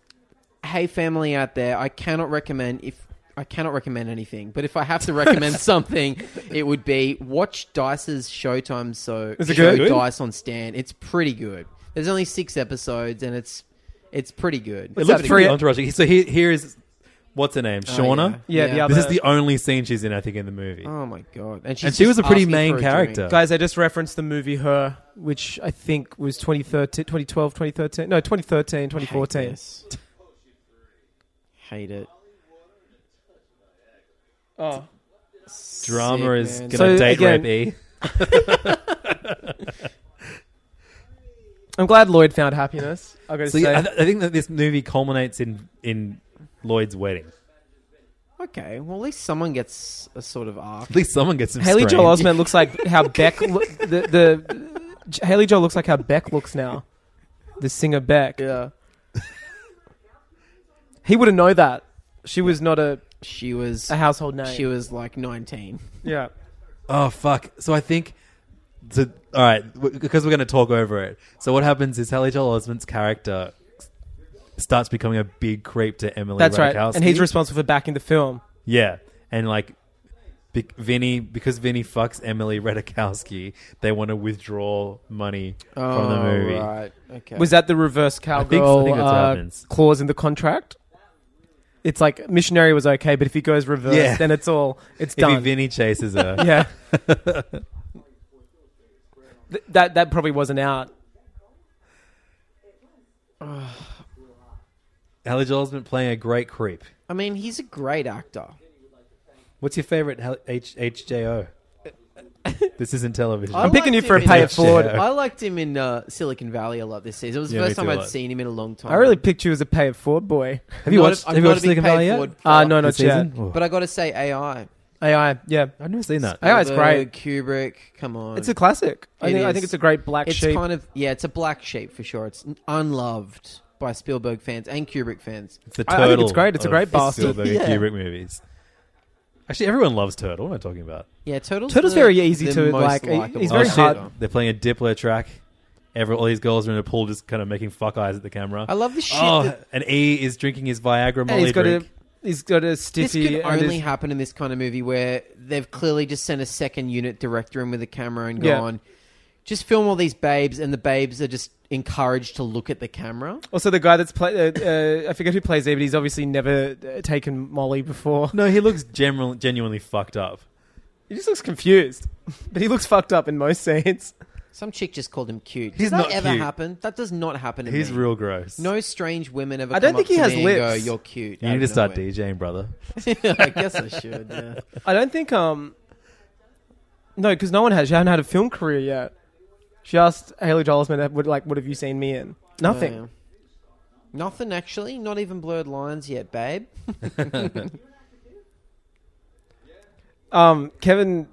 Speaker 3: hey family out there, I cannot recommend if I cannot recommend anything, but if I have to recommend something, it would be watch Dice's Showtime. So
Speaker 2: Is it
Speaker 3: Show
Speaker 2: good?
Speaker 3: Dice on Stan. It's pretty good. There's only six episodes, and it's it's pretty good.
Speaker 1: It looks
Speaker 2: that
Speaker 1: pretty
Speaker 2: again?
Speaker 1: entourage. So here, here is what's her name, Shauna.
Speaker 2: Oh, Yeah, the other
Speaker 1: This is the only scene she's in, I think, in the movie.
Speaker 3: Oh my god! And, she's
Speaker 1: and she was
Speaker 3: just
Speaker 1: a pretty
Speaker 3: asking
Speaker 1: main
Speaker 3: for a
Speaker 1: character.
Speaker 3: drink.
Speaker 2: Guys, I just referenced the movie Her, which I think was 2013, 2012, 2013. No,
Speaker 1: Oh,
Speaker 2: 2013,
Speaker 3: Hate
Speaker 2: 2014.
Speaker 3: this. Hate it.
Speaker 2: Oh.
Speaker 1: Drama
Speaker 3: Sick,
Speaker 1: is
Speaker 3: man.
Speaker 1: gonna
Speaker 2: So,
Speaker 1: date
Speaker 2: again-
Speaker 1: rape E.
Speaker 2: I'm glad Lloyd found happiness. I gotta
Speaker 1: So
Speaker 2: say.
Speaker 1: yeah, I, th- I think that this movie culminates in in Lloyd's wedding.
Speaker 3: Okay, well at least someone gets a sort of arc.
Speaker 1: At least someone gets some.
Speaker 2: Haley
Speaker 1: screen.
Speaker 2: Joel Osment looks like how Beck lo- the, the J- Haley Joel looks like how Beck looks now. The singer Beck.
Speaker 3: Yeah,
Speaker 2: He wouldn't know that. She was not a,
Speaker 3: she was.
Speaker 2: a household name.
Speaker 3: She was like nineteen.
Speaker 2: yeah.
Speaker 1: Oh fuck! So I think, so all right, w- because we're going to talk over it. So what happens is Haley Joel Osment's character s- starts becoming a big creep to Emily.
Speaker 2: That's right.
Speaker 1: Ratajkowski.
Speaker 2: And he's responsible for backing the film.
Speaker 1: yeah, and like. Be- Vinny, because Vinny fucks Emily Redikowski, they want to withdraw money from
Speaker 2: Oh,
Speaker 1: the movie.
Speaker 3: right? Okay.
Speaker 2: Was that the reverse
Speaker 1: I think-
Speaker 2: cowgirl
Speaker 1: I think that's what
Speaker 2: uh,
Speaker 1: happens.
Speaker 2: clause in the contract? It's like missionary was okay, but if he goes reverse,
Speaker 1: Yeah.
Speaker 2: then it's all it's
Speaker 1: If he
Speaker 2: done.
Speaker 1: Vinny chases her,
Speaker 2: yeah. Th- that that probably wasn't out.
Speaker 1: Haley Joel Osment playing a great creep.
Speaker 3: I mean, he's a great actor.
Speaker 1: What's your favorite Hel- H- HJO? this isn't television.
Speaker 3: I
Speaker 2: I'm picking
Speaker 3: liked
Speaker 2: you for
Speaker 3: him
Speaker 2: a pay
Speaker 3: in-
Speaker 2: it forward.
Speaker 3: I liked him in uh, Silicon Valley a lot this season. It was the
Speaker 1: Yeah, me
Speaker 3: first time
Speaker 1: too,
Speaker 3: I'd
Speaker 1: like-
Speaker 3: seen him in a long time.
Speaker 2: I really picked you as a pay it forward boy.
Speaker 1: have you
Speaker 3: Not a-
Speaker 1: watched?
Speaker 3: I'm
Speaker 1: have you
Speaker 3: not a
Speaker 1: watched
Speaker 3: big
Speaker 1: Silicon
Speaker 3: paid
Speaker 1: Valley yet?
Speaker 3: forward
Speaker 2: Uh,
Speaker 3: fella.
Speaker 2: no, not
Speaker 1: This season?
Speaker 2: yet.
Speaker 1: Oh,
Speaker 3: But I got to say, AI.
Speaker 2: AI, yeah,
Speaker 1: I've never seen that.
Speaker 2: AI is
Speaker 3: Spielberg,
Speaker 2: great.
Speaker 3: Kubrick. Come on,
Speaker 2: It's a classic. I
Speaker 3: It
Speaker 2: think, I
Speaker 3: is.
Speaker 2: think it's a great black
Speaker 3: it's
Speaker 2: sheep.
Speaker 3: kind of yeah, it's a black sheep for sure. It's unloved by Spielberg fans and Kubrick fans.
Speaker 1: It's the
Speaker 2: I- I
Speaker 1: turtle.
Speaker 2: think it's great. It's a
Speaker 1: of
Speaker 2: great bastard.
Speaker 1: Spielberg and
Speaker 3: Yeah.
Speaker 1: Kubrick movies. Actually, everyone loves Turtle. What am I talking about?
Speaker 3: Yeah, turtles.
Speaker 2: Turtle's
Speaker 3: the-
Speaker 2: very easy
Speaker 3: the
Speaker 2: to,
Speaker 3: most
Speaker 2: like, he-
Speaker 3: likable
Speaker 2: he's very
Speaker 3: actor.
Speaker 2: hard-
Speaker 1: Oh, They're playing a Diplo track. Every, all these girls are in a pool just kind of making fuck eyes at the camera.
Speaker 3: I love the shit.
Speaker 1: oh,
Speaker 3: that-
Speaker 1: and E is drinking his Viagra
Speaker 2: and
Speaker 1: Molly
Speaker 2: he's got
Speaker 1: drink.
Speaker 2: a he's got a
Speaker 3: this
Speaker 2: stiffy.
Speaker 3: could
Speaker 2: and
Speaker 3: only
Speaker 2: his-
Speaker 3: happen in this kind of movie where they've clearly just sent a second unit director in with a camera and
Speaker 2: Yeah.
Speaker 3: gone, just film all these babes, and the babes are just encouraged to look at the camera.
Speaker 2: also, the guy that's play, uh, uh, I forget who plays E, but he's obviously never uh, taken Molly before.
Speaker 1: No, he looks general, genuinely fucked up.
Speaker 2: He just looks confused, but he looks fucked up in most scenes.
Speaker 3: Some chick just called him cute.
Speaker 1: He's
Speaker 3: Does that
Speaker 1: not
Speaker 3: ever
Speaker 1: cute.
Speaker 3: happen? That does not happen. To
Speaker 1: He's
Speaker 3: me.
Speaker 1: real gross.
Speaker 3: No strange women ever.
Speaker 2: I don't
Speaker 3: come
Speaker 2: think
Speaker 3: up
Speaker 2: he
Speaker 3: to
Speaker 2: has
Speaker 3: me and go,
Speaker 2: lips.
Speaker 3: You're cute.
Speaker 1: you
Speaker 3: out
Speaker 1: need to
Speaker 3: of
Speaker 1: start
Speaker 3: nowhere."
Speaker 1: DJing, brother.
Speaker 3: I guess I should. Yeah.
Speaker 2: I don't think um. No, because no one has. She hasn't had a film career yet. She asked Haley Joel Osment, "What like what have you seen me in?" Nothing.
Speaker 3: Yeah. Nothing actually. Not even blurred lines yet, babe.
Speaker 2: Um, Kevin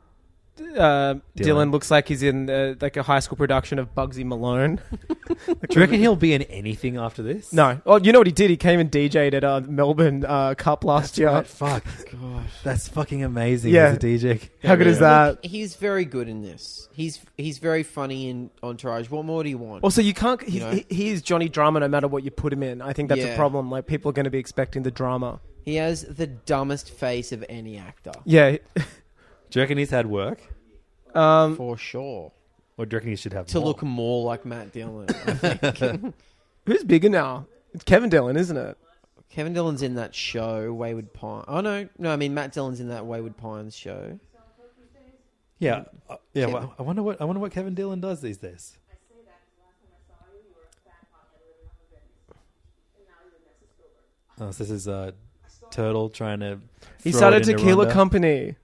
Speaker 2: uh, Dylan.
Speaker 1: Dylan.
Speaker 2: looks like he's in uh, like a high school production of Bugsy Malone.
Speaker 1: Do you reckon he'll be in anything after this?
Speaker 2: no, oh, you know what he did? He came and DJ'd at uh, Melbourne uh, Cup last year.
Speaker 1: Right, fuck. That's fucking amazing
Speaker 2: Yeah.
Speaker 1: as a DJ.
Speaker 2: How good is that?
Speaker 3: he's very good in this. He's he's very funny in Entourage. What more do you want?
Speaker 2: Also, you can't. He,
Speaker 3: You know?
Speaker 2: he, he is Johnny Drama, no matter what you put him in. I think that's a
Speaker 3: Yeah.
Speaker 2: problem. Like people are going to be expecting the drama.
Speaker 3: He has the dumbest face of any actor,
Speaker 2: Yeah.
Speaker 1: Do you reckon he's had work?
Speaker 2: Um,
Speaker 3: for sure.
Speaker 1: Or do you reckon he should have
Speaker 3: To
Speaker 1: more?
Speaker 3: look more like Matt Dillon. I think.
Speaker 2: who's bigger now? It's Kevin Dylan, isn't it?
Speaker 3: Kevin Dillon's in that show, Wayward Pine. Oh no, no, I mean Matt Dillon's in that Wayward Pines show.
Speaker 1: Yeah, uh, yeah.
Speaker 3: Kevin.
Speaker 1: Well, I wonder what I wonder what Kevin Dillon does these days. Oh, so this is uh, turtle trying to.
Speaker 2: He
Speaker 1: throw
Speaker 2: started
Speaker 1: it into
Speaker 2: Tequila
Speaker 1: Rhonda.
Speaker 2: Company.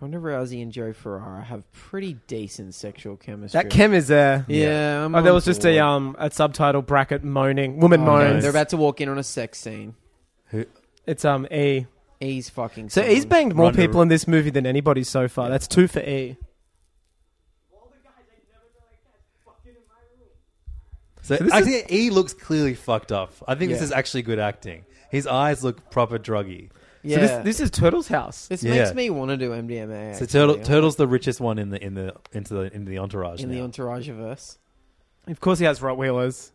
Speaker 3: Ronda Rousey and Joe Ferrara have pretty decent sexual chemistry.
Speaker 2: That Kim is there.
Speaker 3: yeah. I'm
Speaker 2: Oh, there
Speaker 3: on
Speaker 2: was just a
Speaker 3: board.
Speaker 2: um a subtitle bracket moaning woman
Speaker 3: Oh, no,
Speaker 2: moans.
Speaker 3: They're about to walk in on a sex scene.
Speaker 2: It's um E.
Speaker 3: He's fucking.
Speaker 2: So
Speaker 3: someone.
Speaker 2: E's banged more
Speaker 1: Ronda-
Speaker 2: people in this movie than anybody so far. That's two for E.
Speaker 1: So I think he looks clearly fucked up. I think this
Speaker 3: Yeah.
Speaker 1: is actually good acting. His eyes look proper druggy.
Speaker 3: Yeah.
Speaker 2: So this this is Turtle's house.
Speaker 3: This
Speaker 1: Yeah.
Speaker 3: makes me want to do MDMA.
Speaker 1: So
Speaker 3: actually.
Speaker 1: turtle, turtle's the richest one in the in the into the in the entourage.
Speaker 3: in the
Speaker 1: now.
Speaker 3: entourage verse.
Speaker 2: Of course, he has right wheelers.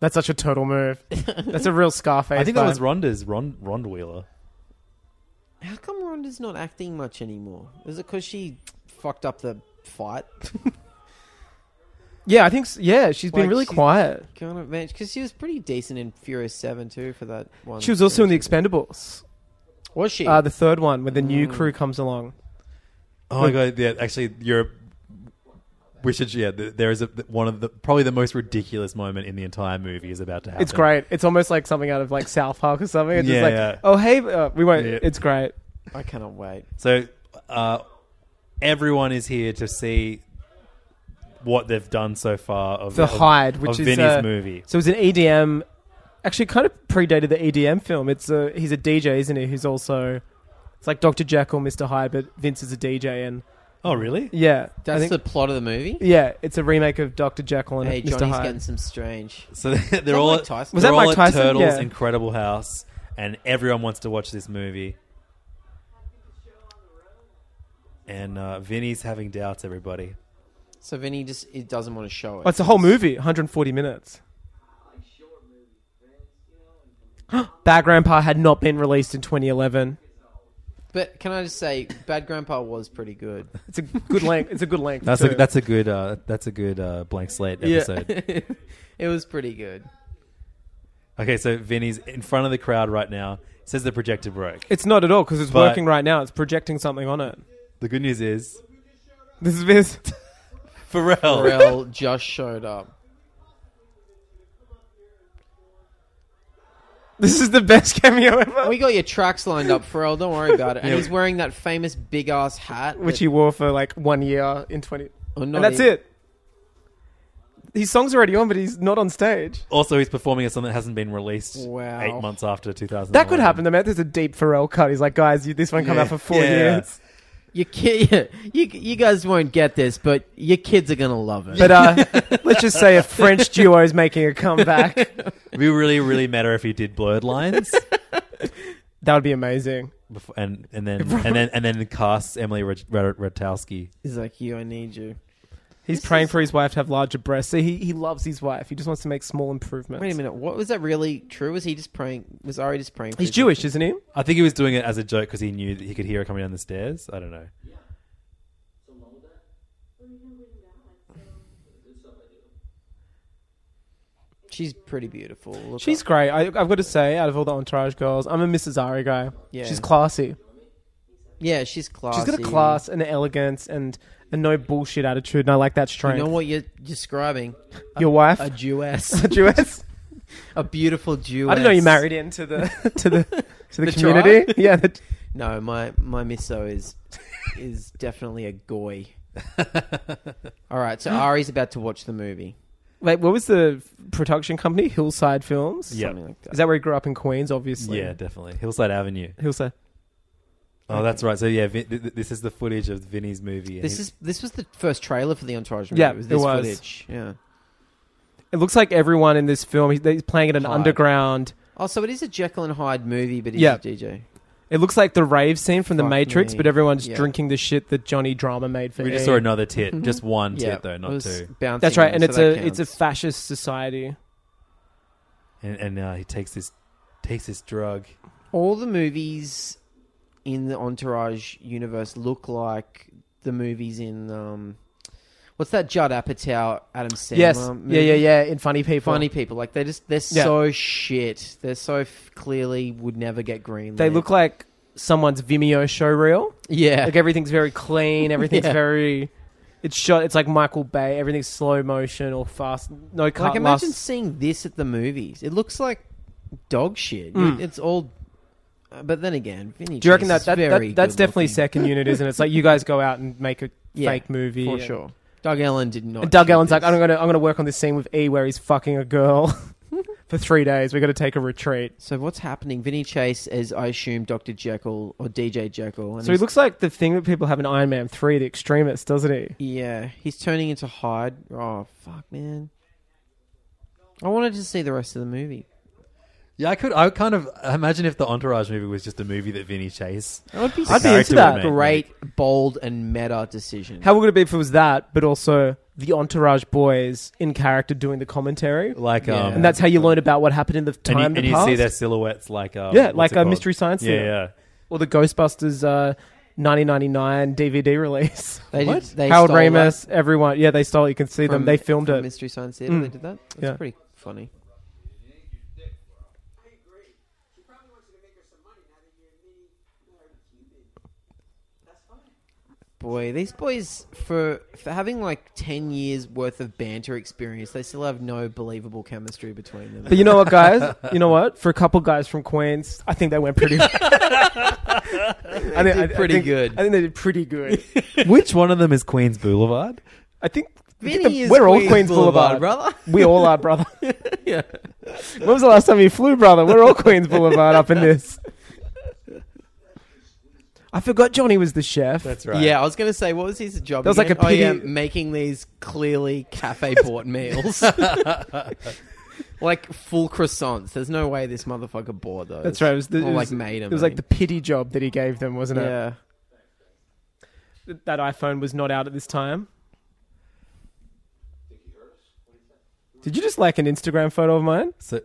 Speaker 2: That's such a turtle move. That's a real Scarface.
Speaker 1: I think that
Speaker 2: vibe.
Speaker 1: was Rhonda's Ron Rond Wheeler.
Speaker 3: How come Rhonda's not acting much anymore? Is it because she fucked up the fight?
Speaker 2: Yeah, I think. s yeah, she's been
Speaker 3: Like,
Speaker 2: really
Speaker 3: she's-
Speaker 2: quiet.
Speaker 3: Kind of because she was pretty decent in Furious Seven too for that one.
Speaker 2: She was also in the
Speaker 3: series.
Speaker 2: Expendables.
Speaker 3: Was she?
Speaker 2: Uh, the third one when the new crew comes along.
Speaker 1: Oh my god! Yeah, actually, Europe. We should. Yeah, th- there is a, th- one of the probably the most ridiculous moment in the entire movie is about to happen.
Speaker 2: It's great. It's almost like something out of like South Park or something. It's
Speaker 1: Yeah,
Speaker 2: just like,
Speaker 1: yeah.
Speaker 2: oh hey, uh, we won't.
Speaker 1: Yeah.
Speaker 2: It's great.
Speaker 3: I cannot wait.
Speaker 1: So uh, everyone is here to see what they've done so far of
Speaker 2: The
Speaker 1: of-
Speaker 2: Hyde, which
Speaker 1: of
Speaker 2: is
Speaker 1: Vinny's
Speaker 2: uh,
Speaker 1: movie.
Speaker 2: So it's an EDM. Actually, kind of predated the EDM film. It's a he's a DJ, isn't he? Who's also it's like Dr. Jekyll, Mr. Hyde, but Vince is a DJ, and
Speaker 1: Oh really?
Speaker 2: yeah, I
Speaker 3: That's
Speaker 2: think-
Speaker 3: the plot of the movie.
Speaker 2: yeah, it's a remake of Dr. Jekyll and
Speaker 3: Hey,
Speaker 2: Mr.
Speaker 3: Johnny's
Speaker 2: Hyde.
Speaker 3: getting some strange.
Speaker 1: So they're,
Speaker 3: that
Speaker 1: all
Speaker 3: Mike
Speaker 1: at-
Speaker 3: Tyson?
Speaker 2: Was
Speaker 1: they're
Speaker 2: that
Speaker 1: all
Speaker 2: Mike
Speaker 1: at
Speaker 2: Tyson?
Speaker 1: Turtles
Speaker 2: Yeah.
Speaker 1: Incredible House, and everyone wants to watch this movie. And uh, Vinny's having doubts. Everybody.
Speaker 3: So Vinny just he doesn't want to show it.
Speaker 2: Oh, it's a whole movie, 140 minutes. Bad Grandpa had not been released in 2011.
Speaker 3: But can I just say, Bad Grandpa was pretty good.
Speaker 2: It's a good length. It's a good length.
Speaker 1: That's a,
Speaker 2: too.
Speaker 1: that's a good uh, that's a good uh, blank slate
Speaker 2: Yeah.
Speaker 1: episode.
Speaker 3: It was pretty good.
Speaker 1: Okay, so Vinny's in front of the crowd right now. Says the projector broke.
Speaker 2: It's not at all because it's
Speaker 1: But-
Speaker 2: working right now. It's projecting something on it.
Speaker 1: The good news is
Speaker 2: This is this.
Speaker 1: Pharrell.
Speaker 2: Oh.
Speaker 3: Pharrell just showed up.
Speaker 2: This is the best cameo ever,
Speaker 3: We got your tracks lined up, Pharrell. Don't worry about it. And he's wearing that famous big ass hat,
Speaker 2: which
Speaker 3: that-
Speaker 2: he wore for like one year in 20.
Speaker 3: or not
Speaker 2: And that's
Speaker 3: even-
Speaker 2: it. His song's already on, but he's not on stage.
Speaker 1: Also, he's performing a song that hasn't been released
Speaker 3: Wow.
Speaker 1: eight months after 2000.
Speaker 3: Oh.
Speaker 2: That could happen. The man, there's a deep Pharrell cut. He's like, guys, you, this one come out for four years.
Speaker 3: You kid, you you guys won't get this, but your kids are gonna love it.
Speaker 2: But uh, let's just say a French duo is making a comeback.
Speaker 1: It'd be really, really matter if he did blurred lines,
Speaker 2: That would be amazing.
Speaker 1: before, and and then and then and then casts Emily Rat- Rat- Ratajkowski.
Speaker 3: he's like, "You, I need you."
Speaker 2: He's praying for his wife to have larger breasts. So he, he loves his wife. He just wants to make small improvements.
Speaker 3: Wait a minute, what was that really true? Was he just praying? Was Ari just praying? For
Speaker 2: He's
Speaker 3: his-
Speaker 2: Jewish, isn't he?
Speaker 1: I think he was doing it as a joke because he knew that he could hear her coming down the stairs. I don't know.
Speaker 3: She's pretty beautiful. Look
Speaker 2: She's
Speaker 3: up.
Speaker 2: great. I, I've got to say, out of all the entourage girls, I'm a Mrs. Ari guy.
Speaker 3: Yeah.
Speaker 2: She's classy.
Speaker 3: yeah, she's classy.
Speaker 2: She's got a class and an elegance and a no bullshit attitude, and I like that
Speaker 3: You
Speaker 2: strength.
Speaker 3: know what you're describing?
Speaker 2: Your wife,
Speaker 3: A
Speaker 2: a,
Speaker 3: Jewess,
Speaker 2: Jewess.
Speaker 3: a beautiful Jewess.
Speaker 2: I didn't know you married into the to the to the,
Speaker 3: The
Speaker 2: community. Yeah, the,
Speaker 3: No, my my miso is is definitely a goy. All right, so Ari's about to watch the movie.
Speaker 2: wait, what was the production company? Hillside Films.
Speaker 1: Yeah,
Speaker 3: Something like that.
Speaker 2: is that where he grew up in Queens? Obviously.
Speaker 1: yeah, definitely. Hillside Avenue.
Speaker 2: Hillside.
Speaker 1: Oh, that's right. So yeah, Vin- th- th- this is the footage of Vinny's movie. and
Speaker 3: This
Speaker 1: he-
Speaker 3: is this was the first trailer for the Entourage movie.
Speaker 2: Yeah,
Speaker 3: it was
Speaker 2: it
Speaker 3: this
Speaker 2: was.
Speaker 3: footage. Yeah.
Speaker 2: It looks like everyone in this film. He's, he's playing at an
Speaker 3: Hyde.
Speaker 2: underground.
Speaker 3: Oh, so it is a Jekyll and Hyde movie, but he's
Speaker 2: Yeah.
Speaker 3: a DJ.
Speaker 2: It looks like the rave scene from The
Speaker 3: Fuck
Speaker 2: Matrix,
Speaker 3: me.
Speaker 2: but everyone's
Speaker 3: Yeah.
Speaker 2: drinking the shit that Johnny Drama made for.
Speaker 1: we just
Speaker 2: Ed.
Speaker 1: saw another tit,
Speaker 2: Mm-hmm.
Speaker 1: just one
Speaker 3: Yeah,
Speaker 1: tit though,
Speaker 3: it
Speaker 1: not
Speaker 3: was
Speaker 1: two.
Speaker 3: bouncing
Speaker 2: That's right,
Speaker 3: on,
Speaker 2: and
Speaker 3: so
Speaker 2: it's
Speaker 3: that
Speaker 2: a it's a
Speaker 3: counts.
Speaker 2: fascist society.
Speaker 1: And and uh, he takes this takes this drug.
Speaker 3: all the movies in the Entourage universe look like the movies in um, what's that Judd Apatow Adam Sandler?
Speaker 2: yes,
Speaker 3: movie?
Speaker 2: yeah, yeah, yeah. In funny people,
Speaker 3: Funny people like they just they're
Speaker 2: Yeah.
Speaker 3: so shit. They're so f- clearly would never get green.
Speaker 2: They look like someone's Vimeo showreel.
Speaker 3: yeah.
Speaker 2: Like everything's very clean. Everything's
Speaker 3: Yeah.
Speaker 2: very. It's shot. It's like Michael Bay. Everything's slow motion or fast. No cut.
Speaker 3: Like imagine
Speaker 2: last-
Speaker 3: seeing this at the movies. It looks like dog shit. It's all. uh, But then again, Vinny
Speaker 2: Hmm. Do you reckon
Speaker 3: Chase
Speaker 2: that,
Speaker 3: is
Speaker 2: that,
Speaker 3: very
Speaker 2: that that's
Speaker 3: good
Speaker 2: definitely
Speaker 3: looking.
Speaker 2: second unit, isn't it? It's like you guys go out and make a
Speaker 3: Yeah,
Speaker 2: fake movie
Speaker 3: for
Speaker 2: and-
Speaker 3: sure. Doug Allen did not.
Speaker 2: And Doug
Speaker 3: do
Speaker 2: Allen's
Speaker 3: this.
Speaker 2: like, I'm gonna I'm gonna work on this scene with E where he's fucking a girl for three days. We got to take a retreat.
Speaker 3: So what's happening? Vinny Chase is, I assume, Doctor Jekyll or DJ Jekyll. And
Speaker 2: So he
Speaker 3: he's-
Speaker 2: looks like the thing that people have in Iron Man three, the extremist, doesn't he?
Speaker 3: Yeah, he's turning into Hyde. Oh fuck, man! I wanted to see the rest of the movie.
Speaker 1: Yeah, I could. I would kind of imagine if the Entourage movie was just a movie that Vinny Chase.
Speaker 3: That would be
Speaker 2: I'd be
Speaker 3: such
Speaker 2: into that.
Speaker 3: a great, bold, and meta decision.
Speaker 2: How would it be if it was that, but also the Entourage boys in character doing the commentary?
Speaker 1: Like,
Speaker 3: Yeah.
Speaker 1: um,
Speaker 2: and that's how you learn about what happened in the
Speaker 1: and you,
Speaker 2: time
Speaker 1: and
Speaker 2: that
Speaker 1: you
Speaker 2: passed.
Speaker 1: see their silhouettes, like um,
Speaker 2: Yeah,
Speaker 1: what's
Speaker 2: like
Speaker 1: it
Speaker 2: a
Speaker 1: called?
Speaker 2: Mystery Science
Speaker 1: Yeah,
Speaker 2: Theater.
Speaker 1: yeah.
Speaker 2: or the Ghostbusters uh, 1999 DVD release.
Speaker 3: They What? did- they
Speaker 2: Harold
Speaker 3: stole
Speaker 2: Ramis, everyone. Yeah, they stole it. You can see them. They filmed
Speaker 3: from
Speaker 2: it. Mm.
Speaker 3: Mystery Science Theater. They did that. That's
Speaker 2: Yeah.
Speaker 3: pretty funny. Boy, these boys for for having like ten years worth of banter experience, they still have no believable chemistry between them.
Speaker 2: But you know what, guys? You know what? For a couple guys from Queens, I think they went pretty. I think, I- I
Speaker 3: pretty
Speaker 2: think-
Speaker 3: good.
Speaker 2: I think they did pretty good.
Speaker 1: Which one of them is Queens Boulevard?
Speaker 2: I think. I think
Speaker 3: Vinny
Speaker 2: the-
Speaker 3: is
Speaker 2: we're all
Speaker 3: Queens
Speaker 2: Queens Boulevard,
Speaker 3: Boulevard, brother.
Speaker 2: We all are, brother. yeah. When was the last time you flew, brother? We're all Queens Boulevard up in this. I forgot Johnny was the chef.
Speaker 1: That's right.
Speaker 3: Yeah, I was going to say, what was his job?
Speaker 2: That was like
Speaker 3: again?
Speaker 2: a pity-
Speaker 3: oh, yeah, making these clearly cafe bought meals, like full croissants. There's no way this motherfucker bought those.
Speaker 2: That's right. It was the,
Speaker 3: or
Speaker 2: it
Speaker 3: like
Speaker 2: was,
Speaker 3: made them.
Speaker 2: It was like the pity job that he gave them, wasn't it?
Speaker 3: yeah.
Speaker 2: Th- That iPhone was not out at this time. Did you just like an Instagram photo of mine?
Speaker 1: So,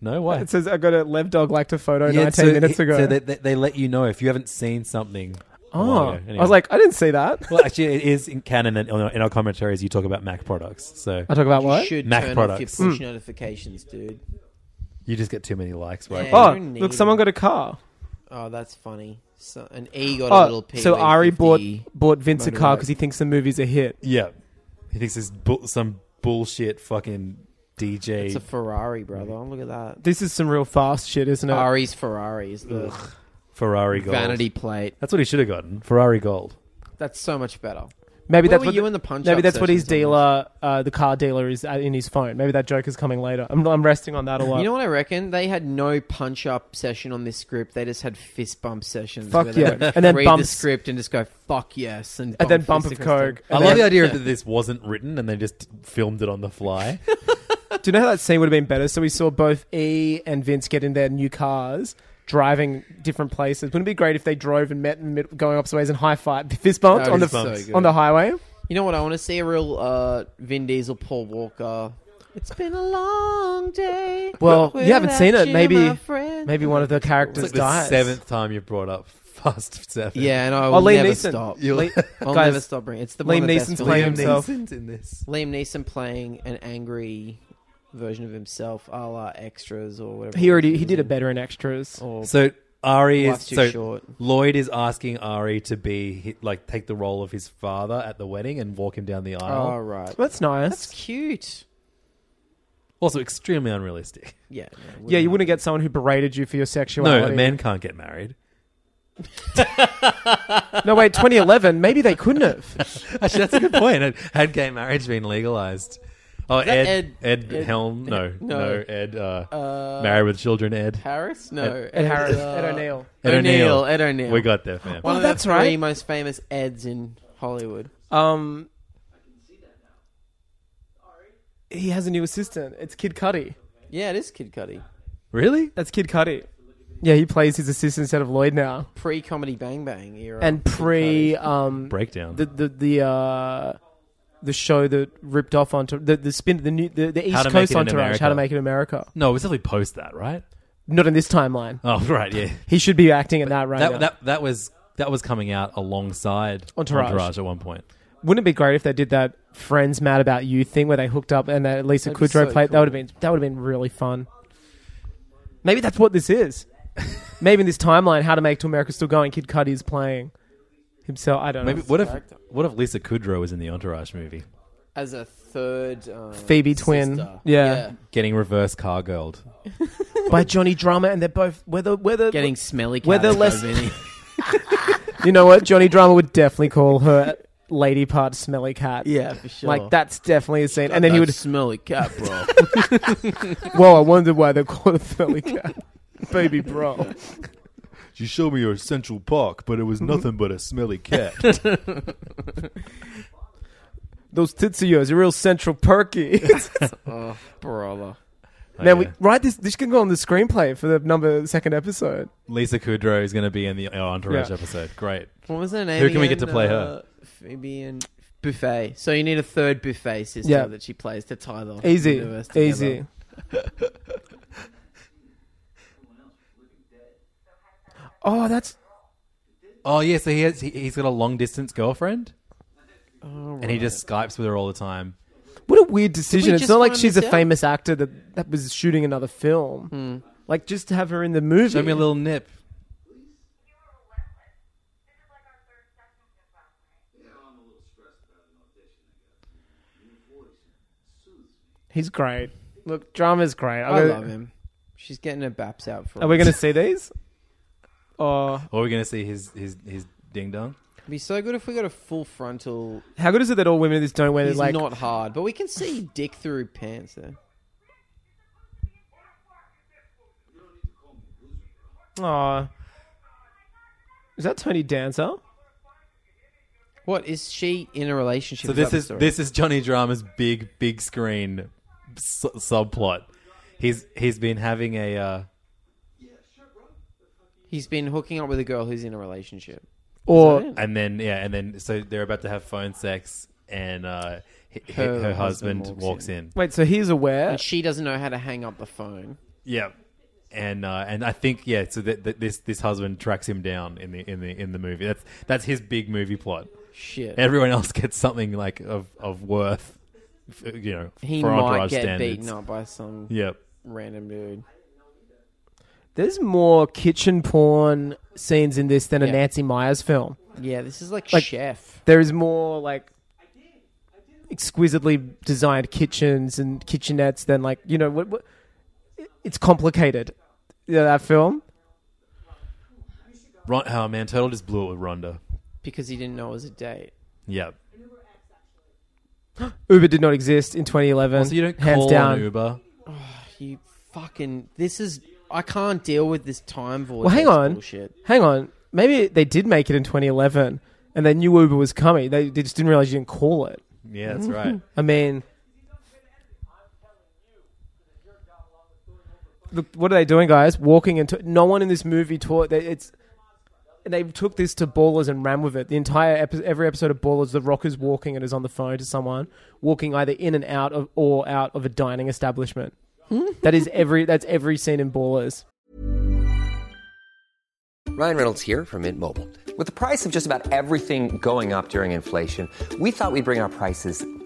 Speaker 1: no way.
Speaker 2: It says I got a Lev Dog liked a photo 19
Speaker 1: so-
Speaker 2: minutes ago.
Speaker 1: So they, they, they let you know if you haven't seen something. a
Speaker 2: oh,
Speaker 1: while ago.
Speaker 2: I
Speaker 1: Anyway.
Speaker 2: was like, I didn't see that.
Speaker 1: well, actually, it is in canon that on- in our commentaries you talk about Mac products. So
Speaker 2: I talk about
Speaker 3: You
Speaker 2: what? Hmm.
Speaker 3: should
Speaker 1: Mac
Speaker 3: turn
Speaker 1: products.
Speaker 3: off your push notifications, dude.
Speaker 1: you just get too many likes, right?
Speaker 3: Yeah.
Speaker 2: Oh,
Speaker 3: You don't need
Speaker 2: look, someone
Speaker 3: them.
Speaker 2: got a car.
Speaker 3: Oh, that's funny. So, an E got a
Speaker 2: Oh,
Speaker 3: little P.
Speaker 2: so Ari bought bought Vince a car
Speaker 3: motorbike.
Speaker 2: because he thinks the movie's a hit.
Speaker 1: Yeah. He thinks it's bu- some bullshit fucking DJ.
Speaker 3: It's a Ferrari, brother. Look at that.
Speaker 2: This is some real fast shit, isn't it?
Speaker 3: Ari's Ferrari is the
Speaker 1: Ferrari Gold.
Speaker 3: vanity plate.
Speaker 1: That's what he should have gotten. Ferrari Gold.
Speaker 3: That's so much better.
Speaker 2: Maybe
Speaker 3: Where
Speaker 2: that's
Speaker 3: were
Speaker 2: what
Speaker 3: you in the punch-up
Speaker 2: Maybe that's what his
Speaker 3: sessions on
Speaker 2: dealer, uh, the car dealer, is at, in his phone. Maybe that joke is coming later. I'm, I'm resting on that a lot.
Speaker 3: You know what I reckon? They had no punch up session on this script. They just had fist bump sessions.
Speaker 2: Fuck
Speaker 3: where they
Speaker 2: yeah.
Speaker 3: would
Speaker 2: And then
Speaker 3: read the
Speaker 2: bumps.
Speaker 3: script and just go fuck yes, and,
Speaker 2: and then
Speaker 3: fist
Speaker 2: bump of
Speaker 3: across the-
Speaker 2: coke.
Speaker 1: I
Speaker 2: And
Speaker 1: love
Speaker 2: then-
Speaker 1: the idea that this wasn't written and they just filmed it on the fly.
Speaker 2: Do you know how that scene would have been better? So we saw both E and Vince get in their new cars, driving different places. Wouldn't it be great if they drove and met in mid- going opposite ways and high five, fist bumped
Speaker 3: That
Speaker 2: on the
Speaker 3: would be so good.
Speaker 2: on the highway?
Speaker 3: You know what? I want to see a real uh, Vin Diesel, Paul Walker. It's been a long day.
Speaker 2: Well, you haven't
Speaker 3: without
Speaker 2: seen it.
Speaker 3: you,
Speaker 2: Maybe
Speaker 3: my friend.
Speaker 2: maybe one of the
Speaker 1: it's
Speaker 2: characters
Speaker 1: like the
Speaker 2: dies.
Speaker 1: seventh time you brought up Fast Seven.
Speaker 3: Yeah, and I
Speaker 2: Oh,
Speaker 3: will
Speaker 2: Liam
Speaker 3: never
Speaker 2: Neeson.
Speaker 3: stop.
Speaker 2: Le-
Speaker 3: I'll
Speaker 2: guys,
Speaker 3: never stop bringing. It's the
Speaker 2: Liam
Speaker 3: one of the best
Speaker 2: Neeson's
Speaker 3: films.
Speaker 2: playing
Speaker 1: Liam
Speaker 2: himself.
Speaker 1: Neeson's in this.
Speaker 3: Liam Neeson playing an angry version of himself, a la extras or whatever.
Speaker 2: He already he
Speaker 3: was
Speaker 2: did it
Speaker 3: in.
Speaker 2: better in extras.
Speaker 3: Or
Speaker 1: So Ari is
Speaker 3: Life's too
Speaker 1: so
Speaker 3: short.
Speaker 1: Lloyd is asking Ari to be hi- like take the role of his father at the wedding and walk him down the aisle.
Speaker 3: oh right,
Speaker 2: That's nice.
Speaker 3: that's cute.
Speaker 1: Also, extremely unrealistic.
Speaker 3: Yeah. no,
Speaker 2: yeah, you wouldn't get someone who berated you for
Speaker 1: No,
Speaker 2: your sexuality.
Speaker 1: a man can't get married.
Speaker 2: No, wait, 2011. Maybe they couldn't have.
Speaker 1: Actually, that's a good point. Had- Had gay marriage been legalized? Oh,
Speaker 3: that
Speaker 1: Ed, Ed,
Speaker 3: Ed- Ed-
Speaker 1: Helm. No, no,
Speaker 3: no.
Speaker 1: Ed. Uh,
Speaker 3: Uh,
Speaker 1: married with children. Ed.
Speaker 3: Harris? No.
Speaker 1: Ed-
Speaker 2: Ed Harris,
Speaker 3: uh,
Speaker 2: Ed O'Neill.
Speaker 1: Ed
Speaker 3: O'Neill. Ed O'Neill.
Speaker 1: We got there, fam.
Speaker 3: One
Speaker 2: Oh,
Speaker 3: of the
Speaker 2: that's
Speaker 3: three
Speaker 2: right.
Speaker 3: most famous Eds in Hollywood.
Speaker 2: Um, he has a new assistant. It's Kid Cudi.
Speaker 3: Yeah, it is Kid Cudi.
Speaker 1: Really?
Speaker 2: That's Kid Cudi. Yeah, he plays his assistant instead of Lloyd now.
Speaker 3: Pre comedy Bang Bang era.
Speaker 2: And
Speaker 3: Kid
Speaker 2: pre
Speaker 3: Cudi.
Speaker 2: um
Speaker 1: Breakdown.
Speaker 2: the the the uh the show that ripped off onto the the spin the new the, the
Speaker 1: How
Speaker 2: East
Speaker 1: to
Speaker 2: Coast
Speaker 1: Make It in
Speaker 2: entourage, How to
Speaker 1: America.
Speaker 2: Make It America.
Speaker 1: no, it was definitely post that, right?
Speaker 2: Not in this timeline.
Speaker 1: Oh, right. Yeah.
Speaker 2: He should be acting in that right now.
Speaker 1: that, that that was that was coming out alongside
Speaker 2: Entourage.
Speaker 1: at one point.
Speaker 2: Wouldn't it be great if they did that Friends Mad About You thing where they hooked up and that Lisa
Speaker 3: That'd be
Speaker 2: Kudrow
Speaker 3: so
Speaker 2: played? That
Speaker 3: cool.
Speaker 2: would have been that would have been really fun. Maybe that's what this is. Maybe in this timeline, How to Make to America Still Going, Kid Cudi is playing himself. I don't
Speaker 1: Maybe
Speaker 2: know.
Speaker 1: what if what if Lisa Kudrow was in the Entourage movie,
Speaker 3: As a third. Um,
Speaker 2: Phoebe twin.
Speaker 3: sister.
Speaker 2: Yeah.
Speaker 1: getting reverse car girled?
Speaker 2: By Johnny Drummer, and they're both whether whether
Speaker 3: Getting smelly cat.
Speaker 2: Whether
Speaker 3: Whether
Speaker 2: less-
Speaker 3: less. Vinny.
Speaker 2: You know what? Johnny Drummer would definitely call her lady part smelly cat.
Speaker 3: yeah, for sure.
Speaker 2: Like that's definitely a scene, and then he would.
Speaker 3: smelly cat, bro.
Speaker 2: Whoa! I wonder why they call it smelly cat, baby bro.
Speaker 1: She showed me her Central Park, but it was nothing but a smelly cat.
Speaker 2: Those tits of yours, are real central perky.
Speaker 3: oh, brother.
Speaker 2: now we
Speaker 1: yeah.
Speaker 2: write this. This can go on the screenplay for the number second episode.
Speaker 1: Lisa Kudrow is going to be in the uh, Entourage
Speaker 2: Yeah.
Speaker 1: episode. Great.
Speaker 3: What was her name?
Speaker 1: Who can we get
Speaker 3: again?
Speaker 1: to play her?
Speaker 3: Uh, Phoebe and Buffet. So you need a third Buffet sister
Speaker 2: Yeah.
Speaker 3: that she plays to tie the
Speaker 2: Easy,
Speaker 3: universe together.
Speaker 2: easy. oh, that's
Speaker 1: Oh yeah, so he has, he, he's got a long distance girlfriend, and he just skypes with her all the time.
Speaker 2: what a weird decision. It's
Speaker 3: just
Speaker 2: not like
Speaker 3: find
Speaker 2: she's
Speaker 3: this
Speaker 2: a
Speaker 3: out?
Speaker 2: famous actor that that was shooting another film. Like just to have her in the movie.
Speaker 1: Show me a little nip.
Speaker 2: He's great. Look, drama's great.
Speaker 3: I love him. She's getting her baps out for.
Speaker 2: Are we
Speaker 3: us.
Speaker 2: going to see these? Oh,
Speaker 1: Or we're going to see his his his ding dong.
Speaker 3: It'd be so good if we got a full frontal.
Speaker 2: how good is it that all women in this don't wear
Speaker 3: He's
Speaker 2: like
Speaker 3: not hard, but we can see dick through pants there.
Speaker 2: Aw. oh. Is that Tony Danza?
Speaker 3: What is she in a relationship?
Speaker 1: So this is this is Johnny Drama's big big screen s- subplot. He's he's been having a uh,
Speaker 3: He's been hooking up with a girl who's in a relationship.
Speaker 2: Or
Speaker 1: and then yeah, and then so they're about to have phone sex, and uh, h- h- her,
Speaker 3: Her
Speaker 1: husband,
Speaker 3: husband
Speaker 1: walks,
Speaker 3: walks
Speaker 1: in.
Speaker 2: wait, so he's aware?
Speaker 3: And she doesn't know how to hang up the phone.
Speaker 1: Yeah. And uh, and I think yeah, so that that this this husband tracks him down in the in the in the movie. That's that's his big movie plot.
Speaker 3: Shit.
Speaker 1: Everyone else gets something like of of worth, f- you know,
Speaker 3: he
Speaker 1: for
Speaker 3: might
Speaker 1: entourage
Speaker 3: get
Speaker 1: standards.
Speaker 3: beaten up by some
Speaker 1: Yep.
Speaker 3: random dude.
Speaker 2: There's more kitchen porn scenes in this than a
Speaker 3: Yeah.
Speaker 2: Nancy Myers film.
Speaker 3: Yeah, this is like,
Speaker 2: Like-
Speaker 3: chef.
Speaker 2: There is more like exquisitely designed kitchens and kitchenettes than like, you know, what, what it's complicated. Yeah, that film.
Speaker 1: Ron, oh man, Turtle just blew it with Rhonda.
Speaker 3: because he didn't know it was a date.
Speaker 1: Yep.
Speaker 2: Uber did not exist in 2011.
Speaker 1: So you don't
Speaker 2: hands
Speaker 1: call
Speaker 2: down.
Speaker 1: on Uber.
Speaker 3: You fucking. This is. I can't deal with this time vortex.
Speaker 2: Well, hang on.
Speaker 3: Bullshit.
Speaker 2: Hang on. Maybe they did make it in 2011 and they knew Uber was coming. They, they just didn't realize you didn't call it.
Speaker 1: Yeah, that's right.
Speaker 2: I mean, look, what are they doing, guys? Walking into no one in this movie taught. They, it's they took this to Ballers and ran with it. The entire epi- every episode of Ballers, the Rock is walking and is on the phone to someone, walking either in and out of or out of a dining establishment.
Speaker 1: Hmm?
Speaker 2: that is every that's every scene in Ballers.
Speaker 4: Ryan Reynolds here from Mint Mobile. With the price of just about everything going up during inflation, we thought we'd bring our prices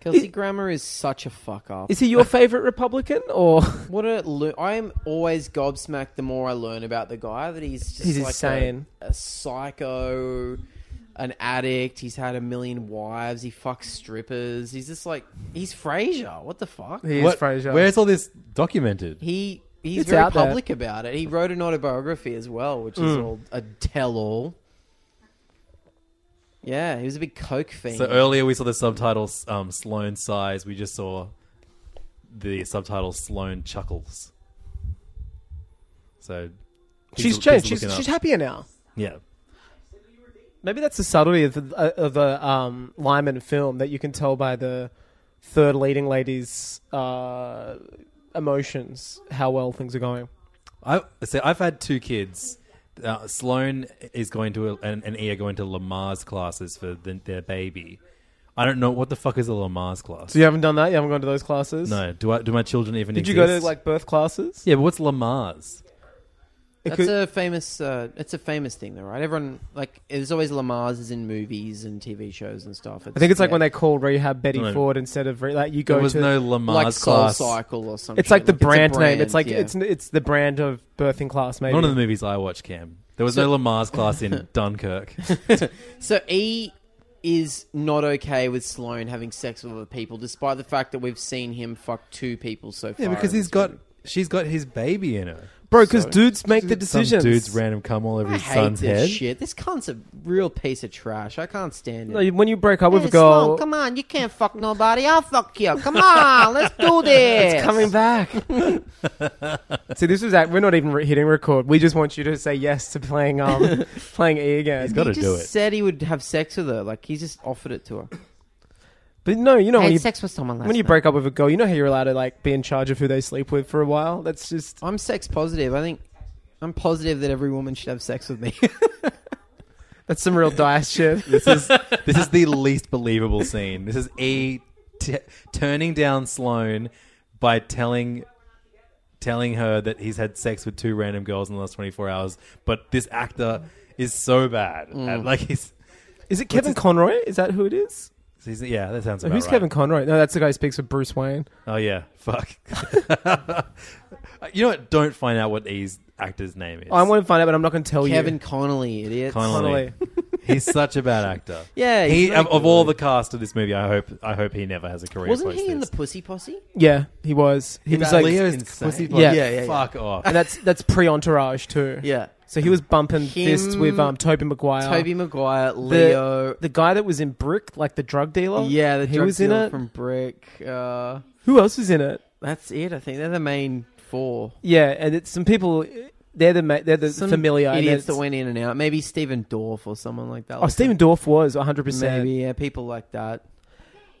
Speaker 3: Kelsey Grammer is such a fuck up.
Speaker 2: Is he your favorite Republican or
Speaker 3: What a lo- I am always gobsmacked the more I learn about the guy that he's just
Speaker 2: He's
Speaker 3: like a-
Speaker 2: insane.
Speaker 3: A, psycho, an addict. He's had a million wives. He fucks strippers. He's just like he's Frasier. What the fuck?
Speaker 2: he
Speaker 1: What- Where's all this documented?
Speaker 3: He he's
Speaker 2: It's
Speaker 3: very
Speaker 2: out there.
Speaker 3: public about it. He wrote an autobiography as well, which
Speaker 2: Hmm.
Speaker 3: is all a tell-all. Yeah, he was a big coke fiend.
Speaker 1: So earlier we saw the subtitles um, Sloan sighs. We just saw the subtitle Sloane chuckles. So
Speaker 2: She's
Speaker 1: people-
Speaker 2: changed.
Speaker 1: people
Speaker 2: She's,
Speaker 1: looking
Speaker 2: she's
Speaker 1: up.
Speaker 2: happier now.
Speaker 1: yeah.
Speaker 2: Maybe that's the subtlety of the, uh, of the um, Lyman film that you can tell by the third leading lady's uh, emotions how well things are going.
Speaker 1: I so I've had two kids. Uh, Sloan is going to and, and E are going to Lamar's classes for the, their baby. I don't know what the fuck is a Lamar's class.
Speaker 2: So you haven't done that. You haven't gone to those classes.
Speaker 1: no, do I? Do my children even?
Speaker 2: Did you go
Speaker 1: exist?
Speaker 2: to like birth classes?
Speaker 1: Yeah, but what's Lamar's?
Speaker 2: It
Speaker 3: That's
Speaker 2: could-
Speaker 3: a famous. Uh, it's a famous thing, though, right? Everyone like there's always Lamar's is in movies and TV shows and stuff.
Speaker 2: I think it's like
Speaker 3: yeah,
Speaker 2: when they call rehab Betty
Speaker 1: No.
Speaker 2: Ford instead of re- like you go
Speaker 1: There was
Speaker 2: to.
Speaker 1: no
Speaker 3: like
Speaker 1: Lamar's
Speaker 3: Soul
Speaker 1: class.
Speaker 3: Cycle or something.
Speaker 2: it's like the brand, name. It's like it's it's the brand of birthing class. Maybe
Speaker 1: None of the movies I watch, Cam. There was
Speaker 3: So-
Speaker 1: no Lamar's class in Dunkirk.
Speaker 3: so E is not okay with Sloane having sex with other people, despite the fact that we've seen him fuck two people so far.
Speaker 1: Yeah, because
Speaker 3: in
Speaker 1: he's
Speaker 3: this
Speaker 1: got
Speaker 3: movie.
Speaker 1: she's got his baby in her.
Speaker 2: bro, because
Speaker 3: So-
Speaker 2: dudes make the
Speaker 1: Some
Speaker 2: decisions.
Speaker 1: dude's random cum all over
Speaker 3: I
Speaker 1: his
Speaker 3: hate
Speaker 1: son's
Speaker 3: this
Speaker 1: head.
Speaker 3: shit. This cunt's a real piece of trash. I can't stand it.
Speaker 2: Like, when you break up with
Speaker 3: Hey,
Speaker 2: a girl,
Speaker 3: Sloane, come on, you can't fuck nobody. I'll fuck you. Come on, let's do this.
Speaker 2: It's coming back. See, this is that we're not even re- hitting record. We just want you to say yes to playing um playing E again.
Speaker 1: He's got
Speaker 3: he
Speaker 1: to
Speaker 3: just
Speaker 1: do it.
Speaker 3: said he would have sex with her. Like he just offered it to her.
Speaker 2: but no, you know
Speaker 3: I
Speaker 2: when
Speaker 3: had
Speaker 2: you
Speaker 3: sex with someone last
Speaker 2: when you
Speaker 3: night.
Speaker 2: break up with a girl, you know how you're allowed to like be in charge of who they sleep with for a while. That's just
Speaker 3: I'm sex positive. I think I'm positive that every woman should have sex with me.
Speaker 2: that's some real dice shit.
Speaker 1: This is this is the least believable scene. This is E t- turning down Sloane by telling telling her that he's had sex with two random girls in the last 24 hours, but this actor is so bad.
Speaker 3: Mm.
Speaker 1: at- like he's,
Speaker 2: Is it Kevin Conroy? Is that who it is?
Speaker 1: he's yeah, that sounds about
Speaker 2: Who's
Speaker 1: right.
Speaker 2: Kevin Conroy? No, that's the guy who speaks with Bruce Wayne.
Speaker 1: Oh yeah, fuck. you know what? Don't find out what E's actor's name is.
Speaker 2: Oh, I want to find out, but I'm not going to tell
Speaker 3: Kevin
Speaker 2: you.
Speaker 3: Connolly, idiot.
Speaker 1: Connolly. he's such a bad actor.
Speaker 3: Yeah, he's
Speaker 1: he
Speaker 3: not
Speaker 1: of,
Speaker 3: good.
Speaker 1: of all the cast of this movie, I hope I hope he never has a career.
Speaker 3: Wasn't
Speaker 1: post
Speaker 3: he in the
Speaker 1: this.
Speaker 3: Pussy Posse?
Speaker 2: Yeah, he was. He was like,
Speaker 1: Leo's
Speaker 3: insane.
Speaker 2: Yeah.
Speaker 3: Yeah, yeah, yeah.
Speaker 1: Fuck off.
Speaker 2: and that's that's pre Entourage too.
Speaker 3: Yeah.
Speaker 2: So he was bumping
Speaker 3: Him-
Speaker 2: fists with um Toby Maguire.
Speaker 3: Toby Maguire, Leo.
Speaker 2: the guy that was in Brick, like the drug dealer.
Speaker 3: yeah, the
Speaker 2: he
Speaker 3: drug
Speaker 2: was in
Speaker 3: dealer
Speaker 2: it.
Speaker 3: from Brick. Uh,
Speaker 2: Who else was in it?
Speaker 3: that's it. I think they're the main four.
Speaker 2: Yeah, and it's some people. They're the ma- they're the
Speaker 3: Some
Speaker 2: familiar and
Speaker 3: idiots that
Speaker 2: it's-
Speaker 3: went in and out. Maybe Stephen Dorff or someone like that.
Speaker 2: Oh, Stephen Dorff was 100.
Speaker 3: Maybe
Speaker 2: percent
Speaker 3: yeah, people like that.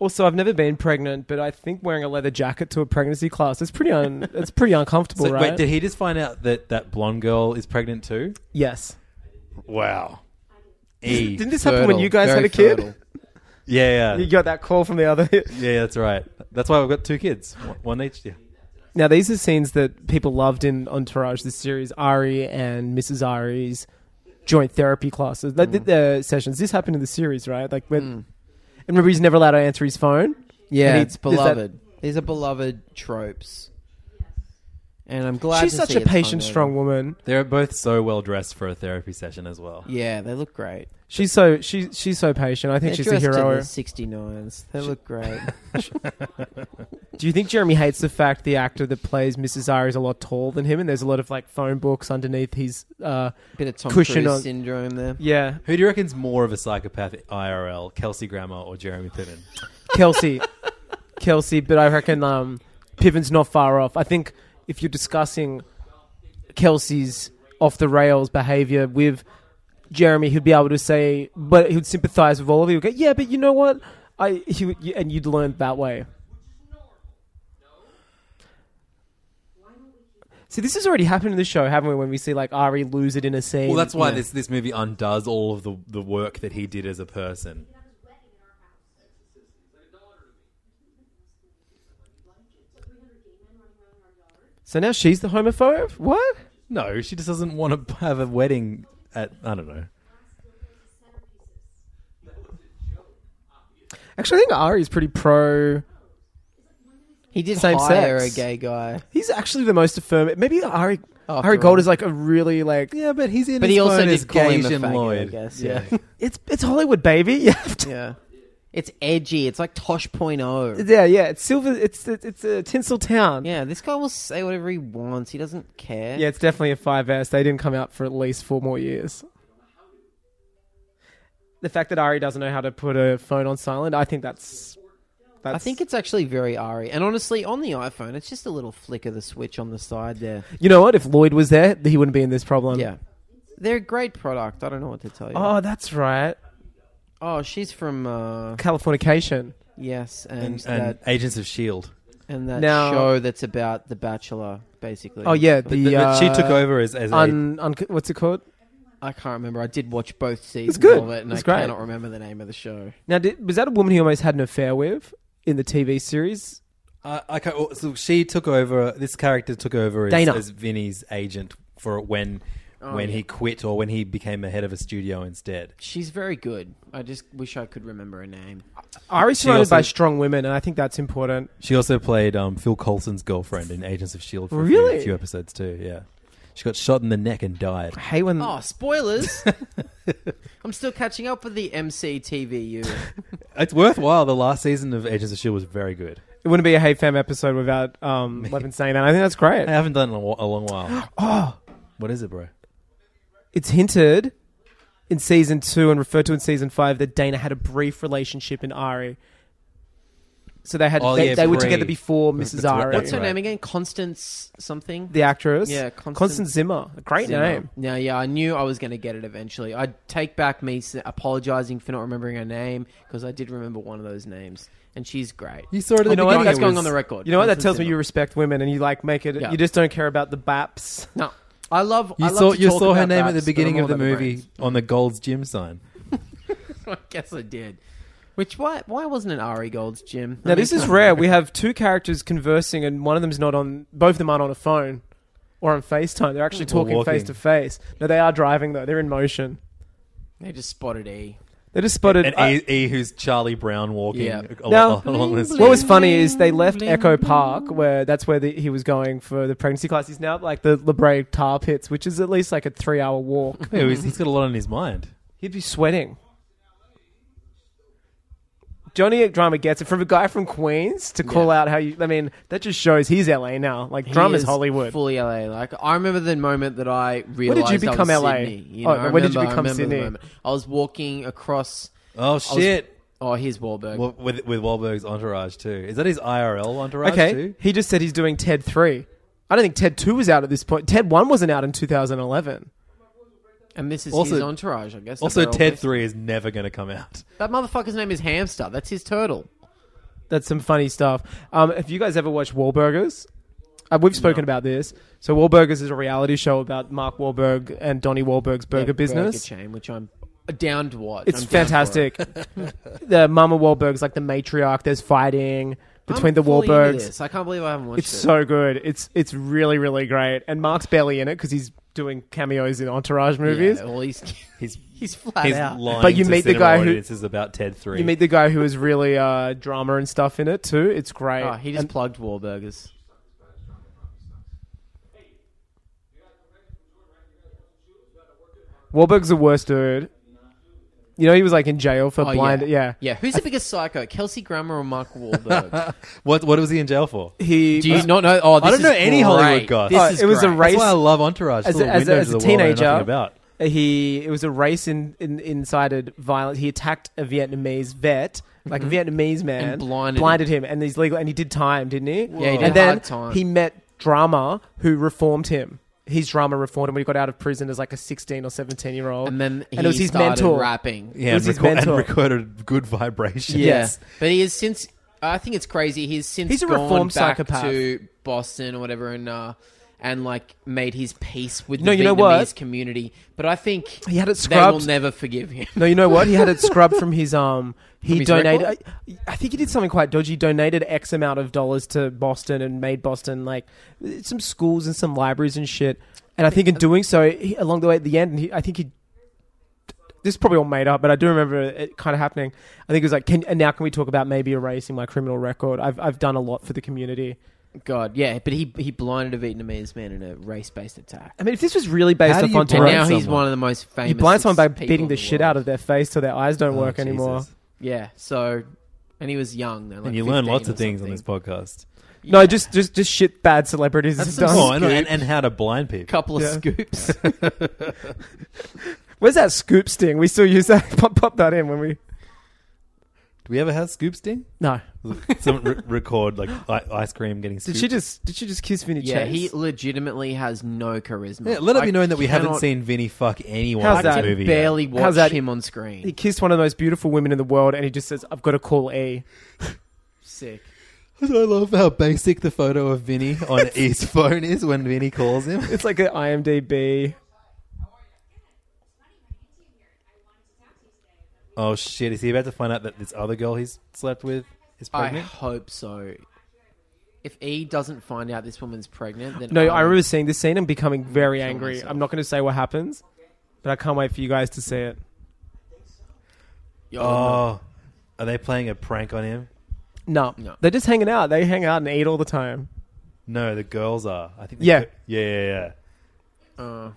Speaker 2: Also, I've never been pregnant, but I think wearing a leather jacket to a pregnancy class is pretty un. it's pretty uncomfortable,
Speaker 1: So,
Speaker 2: right?
Speaker 1: Wait, did he just find out that that blonde girl is pregnant too?
Speaker 2: yes.
Speaker 1: Wow. E.
Speaker 2: Didn't this happen when
Speaker 3: Fertile,
Speaker 2: you guys
Speaker 3: very
Speaker 2: had a kid?
Speaker 3: fertile.
Speaker 1: yeah,
Speaker 2: You
Speaker 1: yeah,
Speaker 2: got that call from the other.
Speaker 1: yeah. That's right. That's why we've got two kids, One- one each. Yeah.
Speaker 2: Now, these are scenes that people loved in Entourage, this series, Ari and Mrs. Ari's joint therapy classes, like, the, the sessions. This happened in the series, right? Like, when, and remember, he's never allowed to answer his phone.
Speaker 3: Yeah,
Speaker 2: And he-
Speaker 3: it's
Speaker 2: is that-
Speaker 3: beloved. These are beloved tropes, and I'm glad
Speaker 2: She's
Speaker 3: to
Speaker 2: such
Speaker 3: see
Speaker 2: a
Speaker 3: it's hung
Speaker 2: patient,
Speaker 3: over.
Speaker 2: strong woman.
Speaker 1: They're both so well dressed for a therapy session as well.
Speaker 3: Yeah, they look great.
Speaker 2: She's so she she's so patient. I think she's a hero.
Speaker 3: Sixty nines. They look great.
Speaker 2: Do you think Jeremy hates the fact the actor that plays Mrs. Ari is a lot taller than him, and there's a lot of like phone books underneath his? Uh,
Speaker 3: Bit of Tom
Speaker 2: Cushion
Speaker 3: Cruise
Speaker 2: on-
Speaker 3: syndrome there.
Speaker 2: yeah,
Speaker 1: Who do you reckon's more of a psychopath IRL, Kelsey Grammer or Jeremy Piven?
Speaker 2: Kelsey, Kelsey. But I reckon um, Piven's not far off. I think if you're discussing Kelsey's off the rails behavior with Jeremy, he'd be able to say, but he'd sympathise with all of you. He'd Go, yeah, but you know what? I he would, you- and you'd learn that way. See, this has already happened in the show, haven't we? When we see like Ari lose it in a scene.
Speaker 1: Well, that's why
Speaker 2: Yeah.
Speaker 1: this this movie undoes all of the the work that he did as a person.
Speaker 2: So now she's the homophobe. What?
Speaker 1: No, she just doesn't want to have a wedding at I don't know.
Speaker 2: Actually, I think Ari's pretty pro.
Speaker 3: He did
Speaker 2: Same
Speaker 3: hire
Speaker 2: sex.
Speaker 3: a gay guy,
Speaker 2: He's actually the most affirmative. Maybe Ari
Speaker 3: After
Speaker 2: Ari
Speaker 3: all.
Speaker 2: Gold is like a really like
Speaker 1: Yeah, but he's in.
Speaker 3: but
Speaker 1: his
Speaker 3: he also
Speaker 1: phone as
Speaker 3: did call him a
Speaker 1: Gage and
Speaker 3: faggot,
Speaker 1: Lloyd.
Speaker 3: I guess. Yeah, yeah.
Speaker 2: it's it's Hollywood baby. You have to-
Speaker 3: It's edgy. It's like Tosh point oh.
Speaker 2: yeah, yeah. It's silver. It's it's, it's a tinsel town.
Speaker 3: Yeah, this guy will say whatever he wants. He doesn't care.
Speaker 2: yeah. It's definitely a 5S. They didn't come out for at least four more years. The fact that Ari doesn't know how to put a phone on silent, I think that's That's,
Speaker 3: I think it's actually very airy. And honestly, on the iPhone, it's just a little flick of the switch on the side there.
Speaker 2: you know what? If Lloyd was there, he wouldn't be in this problem.
Speaker 3: Yeah. They're a great product. I don't know what to tell you.
Speaker 2: Oh, that's right.
Speaker 3: oh she's from uh,
Speaker 2: Californication.
Speaker 3: yes, and,
Speaker 1: And, and
Speaker 3: that
Speaker 1: Agents of Shield.
Speaker 3: and that
Speaker 2: Now-
Speaker 3: show that's about the Bachelor, basically.
Speaker 2: Oh yeah, the,
Speaker 1: Th- that she
Speaker 2: uh,
Speaker 1: took over as, as a,
Speaker 2: Un, un, what's it called?
Speaker 3: I can't remember. I did watch both seasons
Speaker 2: good.
Speaker 3: of it, and
Speaker 2: It's
Speaker 3: I
Speaker 2: great.
Speaker 3: cannot remember the name of the show.
Speaker 2: Now, did, was that a woman he almost had an affair with in the TV series?
Speaker 1: I, I can't- oh, so she took over. This character took over as,
Speaker 2: Dana.
Speaker 1: as Vinny's agent for when
Speaker 3: Oh,
Speaker 1: when he quit or when he became the head of a studio instead.
Speaker 3: She's very good. I just wish I could remember her name.
Speaker 2: Ari's
Speaker 1: She
Speaker 2: surrounded
Speaker 1: also-
Speaker 2: by strong women, and I think that's important.
Speaker 1: She also played um, Phil Coulson's girlfriend in Agents of Shield E for a
Speaker 2: Really?
Speaker 1: few, few episodes too. Yeah, she got shot in the neck and died.
Speaker 2: I hate when
Speaker 3: Oh, spoilers! I'm still catching up with the MCTVU.
Speaker 1: It's worthwhile. The last season of Agents of Shield E was very good.
Speaker 2: it wouldn't be a Hey Fam episode without um, Levin saying that. I think that's great.
Speaker 1: I haven't done it in a, wa- a long while. oh, what is it, bro?
Speaker 2: It's hinted in season two and referred to in season five that Dana had a brief relationship in Ari. So they had
Speaker 1: Oh,
Speaker 2: they,
Speaker 1: yeah,
Speaker 2: they were
Speaker 1: Brie.
Speaker 2: together before Mrs.
Speaker 1: That's what-
Speaker 2: Ari.
Speaker 3: What's her
Speaker 1: Right.
Speaker 3: name again? Constance something.
Speaker 2: the actress.
Speaker 3: Yeah, Constance-
Speaker 2: Constance Zimmer. A great
Speaker 3: Zimmer.
Speaker 2: name.
Speaker 3: No, yeah, I knew I was going to get it eventually. I take back me s- apologizing for not remembering her name because I did remember one of those names, and she's great. Oh,
Speaker 1: You saw it at the
Speaker 3: You know what?
Speaker 1: beginning.
Speaker 3: That's
Speaker 1: it
Speaker 3: going
Speaker 1: was-
Speaker 3: on the record.
Speaker 2: You know what? That
Speaker 3: Constance
Speaker 2: tells me
Speaker 3: Zimmer.
Speaker 2: you respect women and you like make it.
Speaker 3: Yeah.
Speaker 2: You just don't care about the baps.
Speaker 3: No, I love.
Speaker 1: You
Speaker 3: I love
Speaker 1: saw
Speaker 3: to
Speaker 1: you
Speaker 3: talk
Speaker 1: saw her
Speaker 3: about
Speaker 1: name
Speaker 3: that,
Speaker 1: at the
Speaker 3: but
Speaker 1: beginning
Speaker 3: I'm
Speaker 1: of the
Speaker 3: all about
Speaker 1: movie
Speaker 3: brains.
Speaker 1: on the Gold's Gym sign.
Speaker 3: I guess I did. Which why why wasn't it Ari Gold's Jim?
Speaker 2: Now this is rare. We have two characters conversing, and one of them's not on. Both of them aren't on a phone or on Facetime. They're actually talking
Speaker 1: walking.
Speaker 2: face to face. No, they are driving though. They're in motion.
Speaker 3: They just spotted E.
Speaker 2: They just spotted.
Speaker 1: And
Speaker 2: I-
Speaker 1: E, e who's Charlie Brown walking
Speaker 3: Yeah.
Speaker 1: al-
Speaker 2: Now-
Speaker 1: along this.
Speaker 2: what was funny is they left Echo Park, where that's where the, he was going for the pregnancy class. He's now at, like the Lebre tar pits, which is at least like a three-hour walk.
Speaker 1: Yeah, he's- he's got a lot on his mind.
Speaker 2: He'd be sweating. Johnny Drama gets it from a guy from Queens to call out how you. I mean, that just shows he's LA now. Like,
Speaker 3: He
Speaker 2: Drama's
Speaker 3: is
Speaker 2: Hollywood.
Speaker 3: fully LA. Like I remember the moment that I
Speaker 2: you
Speaker 3: realized
Speaker 2: become
Speaker 3: I was
Speaker 2: LA?
Speaker 3: Sydney. You
Speaker 2: Oh,
Speaker 3: know,
Speaker 2: no, when did you
Speaker 3: I remember- I
Speaker 2: become
Speaker 3: remember the
Speaker 2: Sydney?
Speaker 3: moment. I was walking across.
Speaker 1: Oh shit!
Speaker 3: Oh, here's Wahlberg.
Speaker 1: Wa- with with Wahlberg's entourage too. Is that his IRL entourage
Speaker 2: okay,
Speaker 1: too?
Speaker 2: he just said he's doing Ted three. I don't think Ted two was out at this point. Ted one wasn't out in 2011.
Speaker 3: and this is
Speaker 1: Also-
Speaker 3: his entourage, I guess.
Speaker 1: Also,
Speaker 3: They're all
Speaker 1: Ted
Speaker 3: this-
Speaker 1: Three is never going to come out.
Speaker 3: That motherfucker's name is Hamster. That's his turtle.
Speaker 2: That's some funny stuff. Um, have you guys ever watched Wahlburgers? Uh, we've spoken about this. So Wahlburgers is a reality show about Mark Wahlberg and Donnie Wahlberg's burger
Speaker 3: Yeah,
Speaker 2: business.
Speaker 3: Burger chain, which I'm down to watch.
Speaker 2: It's
Speaker 3: I'm down for
Speaker 2: fantastic. the Mama Wahlberg's like the matriarch. There's fighting
Speaker 3: I'm
Speaker 2: between the
Speaker 3: fully into
Speaker 2: Wahlbergs.
Speaker 3: this. I can't believe I haven't watched
Speaker 2: It's
Speaker 3: it.
Speaker 2: so good. It's it's really really great. And Mark's barely in it because he's doing cameos in Entourage movies.
Speaker 3: Yeah, well, he's
Speaker 1: He's
Speaker 3: he's flat
Speaker 1: he's
Speaker 3: out.
Speaker 1: lying
Speaker 2: But you
Speaker 1: to
Speaker 2: meet the
Speaker 1: cinema
Speaker 2: guy who-
Speaker 1: audiences about Ted Three.
Speaker 2: You meet the guy who is really uh, drama and stuff in it too. It's great.
Speaker 3: Oh, he just
Speaker 2: And
Speaker 3: plugged Wahlburgers.
Speaker 2: Wahlberg's the worst dude. You know he was like in jail for
Speaker 3: Oh,
Speaker 2: blind. Yeah.
Speaker 3: yeah. Who's the biggest psycho? Kelsey Grammer or Mark Wahlberg?
Speaker 1: what what was he in jail for?
Speaker 2: He
Speaker 3: Do you not know? Oh, this
Speaker 1: I don't
Speaker 3: is
Speaker 1: know any
Speaker 3: great.
Speaker 1: Hollywood goss.
Speaker 3: This
Speaker 2: Oh,
Speaker 3: is
Speaker 2: it was a
Speaker 3: great.
Speaker 2: race.
Speaker 1: That's why I love Entourage.
Speaker 2: as
Speaker 1: As,
Speaker 2: a, as, a, as a teenager,
Speaker 1: about.
Speaker 2: he it was a race in, in incited violence. He attacked a Vietnamese vet, like a Vietnamese man,
Speaker 3: Mm-hmm. blinded him.
Speaker 2: him. and he's legal, and he did time, didn't he?
Speaker 3: Yeah, he did
Speaker 2: and then
Speaker 3: hard time.
Speaker 2: he met drama, who reformed him. His drama reformed him when he got out of prison as like a sixteen or seventeen year old,
Speaker 3: And then he
Speaker 2: and it was his
Speaker 3: started
Speaker 2: mentor.
Speaker 3: rapping.
Speaker 1: Yeah, and,
Speaker 2: It was his
Speaker 1: reco- and
Speaker 2: mentor.
Speaker 1: recorded good vibrations.
Speaker 3: Yeah.
Speaker 2: Yes.
Speaker 3: But he has since. I think it's crazy. He's since
Speaker 2: He's a
Speaker 3: gone
Speaker 2: reformed
Speaker 3: back
Speaker 2: psychopath.
Speaker 3: to Boston or whatever, and uh, and like made his peace with
Speaker 2: No,
Speaker 3: the
Speaker 2: you
Speaker 3: Vietnamese
Speaker 2: know what?
Speaker 3: community. But I think
Speaker 2: He had it
Speaker 3: they will
Speaker 2: scrubbed.
Speaker 3: never forgive him.
Speaker 2: No, you know what? He had it scrubbed from his um. He
Speaker 3: his
Speaker 2: donated.
Speaker 3: record?
Speaker 2: I, I think he did something quite dodgy. He donated X amount of dollars to Boston and made Boston like some schools and some libraries and shit. And I think in doing so, he, along the way at the end, he, I think he. This is probably all made up, but I do remember it kind of happening. I think it was like, can, and now can we talk about maybe erasing my criminal record? I've I've done a lot for the community.
Speaker 3: God, yeah. But he he blinded a Vietnamese man in a race based attack.
Speaker 2: I mean, if this was really based
Speaker 1: How do
Speaker 2: off
Speaker 1: you
Speaker 2: on
Speaker 3: And
Speaker 1: Blind
Speaker 3: now he's
Speaker 1: someone.
Speaker 3: one of the most famous.
Speaker 2: you blind someone by
Speaker 3: people
Speaker 2: beating
Speaker 3: in
Speaker 2: the, shit out of their face till their eyes don't work
Speaker 1: Jesus.
Speaker 2: anymore.
Speaker 3: Yeah. So, and he was young. Though, like
Speaker 1: And you learn
Speaker 3: 15
Speaker 1: lots
Speaker 3: or
Speaker 1: of things on
Speaker 3: something.
Speaker 1: this podcast.
Speaker 2: No, just just just shit bad celebrities.
Speaker 3: That's
Speaker 2: have
Speaker 3: some
Speaker 2: done.
Speaker 1: Oh, and, and, and how to blind people.
Speaker 3: Couple of
Speaker 2: Yeah.
Speaker 3: scoops.
Speaker 2: Where's that scoop sting? We still use that. Pop, pop that in when we.
Speaker 1: Do we ever have Scoop Sting?
Speaker 2: No.
Speaker 1: Someone re- record like I- ice cream getting.
Speaker 2: Did
Speaker 1: Scooped.
Speaker 2: she just did she just kiss Vinny
Speaker 3: Yeah,
Speaker 2: Chase?
Speaker 3: he legitimately has no charisma.
Speaker 1: Yeah, let it
Speaker 3: I
Speaker 1: be known that we haven't
Speaker 3: cannot-
Speaker 1: seen Vinny fuck anyone
Speaker 2: How's
Speaker 1: in
Speaker 2: that?
Speaker 1: this movie. yet.
Speaker 3: Barely watch
Speaker 2: How's that?
Speaker 3: him on screen.
Speaker 2: He kissed one of the most beautiful women in the world, and he just says, "I've got to call E."
Speaker 3: Sick.
Speaker 1: I love how basic the photo of Vinny on his phone is when Vinny calls him.
Speaker 2: It's like an IMDb.
Speaker 1: Oh shit! Is he about to find out that this other girl he's slept with is
Speaker 3: I
Speaker 1: pregnant?
Speaker 3: hope so. If E doesn't find out this woman's pregnant, then
Speaker 2: No,
Speaker 3: I'm-
Speaker 2: I remember seeing this scene and becoming very angry.
Speaker 3: myself.
Speaker 2: I'm not going to say what happens, but I can't wait for you guys to see it.
Speaker 3: Yo,
Speaker 1: oh, are they playing a prank on him?
Speaker 2: No,
Speaker 3: No.
Speaker 2: they're just hanging out. They hang out and eat all the time.
Speaker 1: No, the girls are. I think. the
Speaker 2: Yeah.
Speaker 1: gi- yeah, yeah, yeah.
Speaker 3: no. Uh,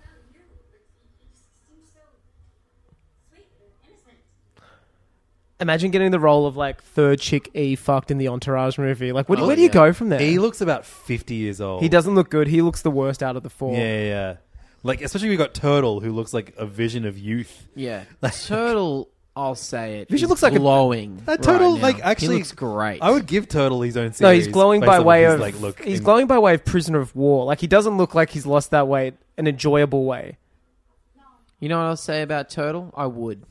Speaker 2: Imagine getting the role of like third chick E fucked in the Entourage movie. Like, what, where do you
Speaker 3: Oh, yeah. E
Speaker 2: go from there?
Speaker 1: He looks about fifty years old.
Speaker 2: he doesn't look good. He looks the worst out of the four.
Speaker 1: Yeah, yeah, yeah. Like especially we got Turtle, who looks like a vision of youth.
Speaker 3: yeah, turtle. I'll say it.
Speaker 1: Vision
Speaker 3: is
Speaker 1: looks like a-
Speaker 3: glowing.
Speaker 2: Uh,
Speaker 1: That
Speaker 3: right
Speaker 1: Turtle,
Speaker 3: now.
Speaker 1: like actually,
Speaker 3: he looks great.
Speaker 1: I would give Turtle his own. Series
Speaker 2: No, he's glowing
Speaker 1: based
Speaker 2: by
Speaker 1: off of
Speaker 2: way
Speaker 1: his,
Speaker 2: of
Speaker 1: like look.
Speaker 2: he's
Speaker 1: in-
Speaker 2: glowing by way of prisoner of war. Like he doesn't look like he's lost that weight an enjoyable way.
Speaker 3: You know what I'll say about turtle? I would.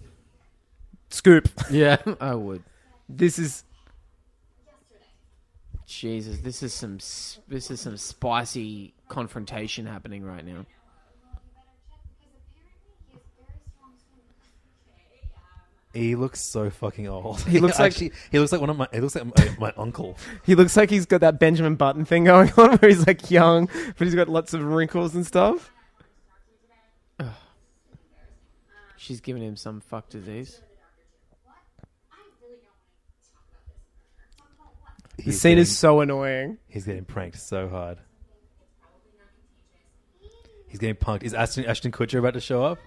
Speaker 2: Scoop.
Speaker 3: Yeah, I would.
Speaker 2: This is
Speaker 3: Jesus, this is some s- this is some spicy confrontation happening right now.
Speaker 1: He looks so fucking old.
Speaker 2: He looks like-
Speaker 1: Actually, he looks like one of my. He looks like my, my uncle.
Speaker 2: he looks like he's got that Benjamin Button thing going on where he's like young, but he's got lots of wrinkles and stuff.
Speaker 3: She's giving him some fuck disease.
Speaker 2: The
Speaker 1: He's
Speaker 2: scene
Speaker 1: getting,
Speaker 2: is so annoying.
Speaker 1: He's getting pranked so hard. He's getting punked. Is Ashton, Ashton Kutcher about to show up?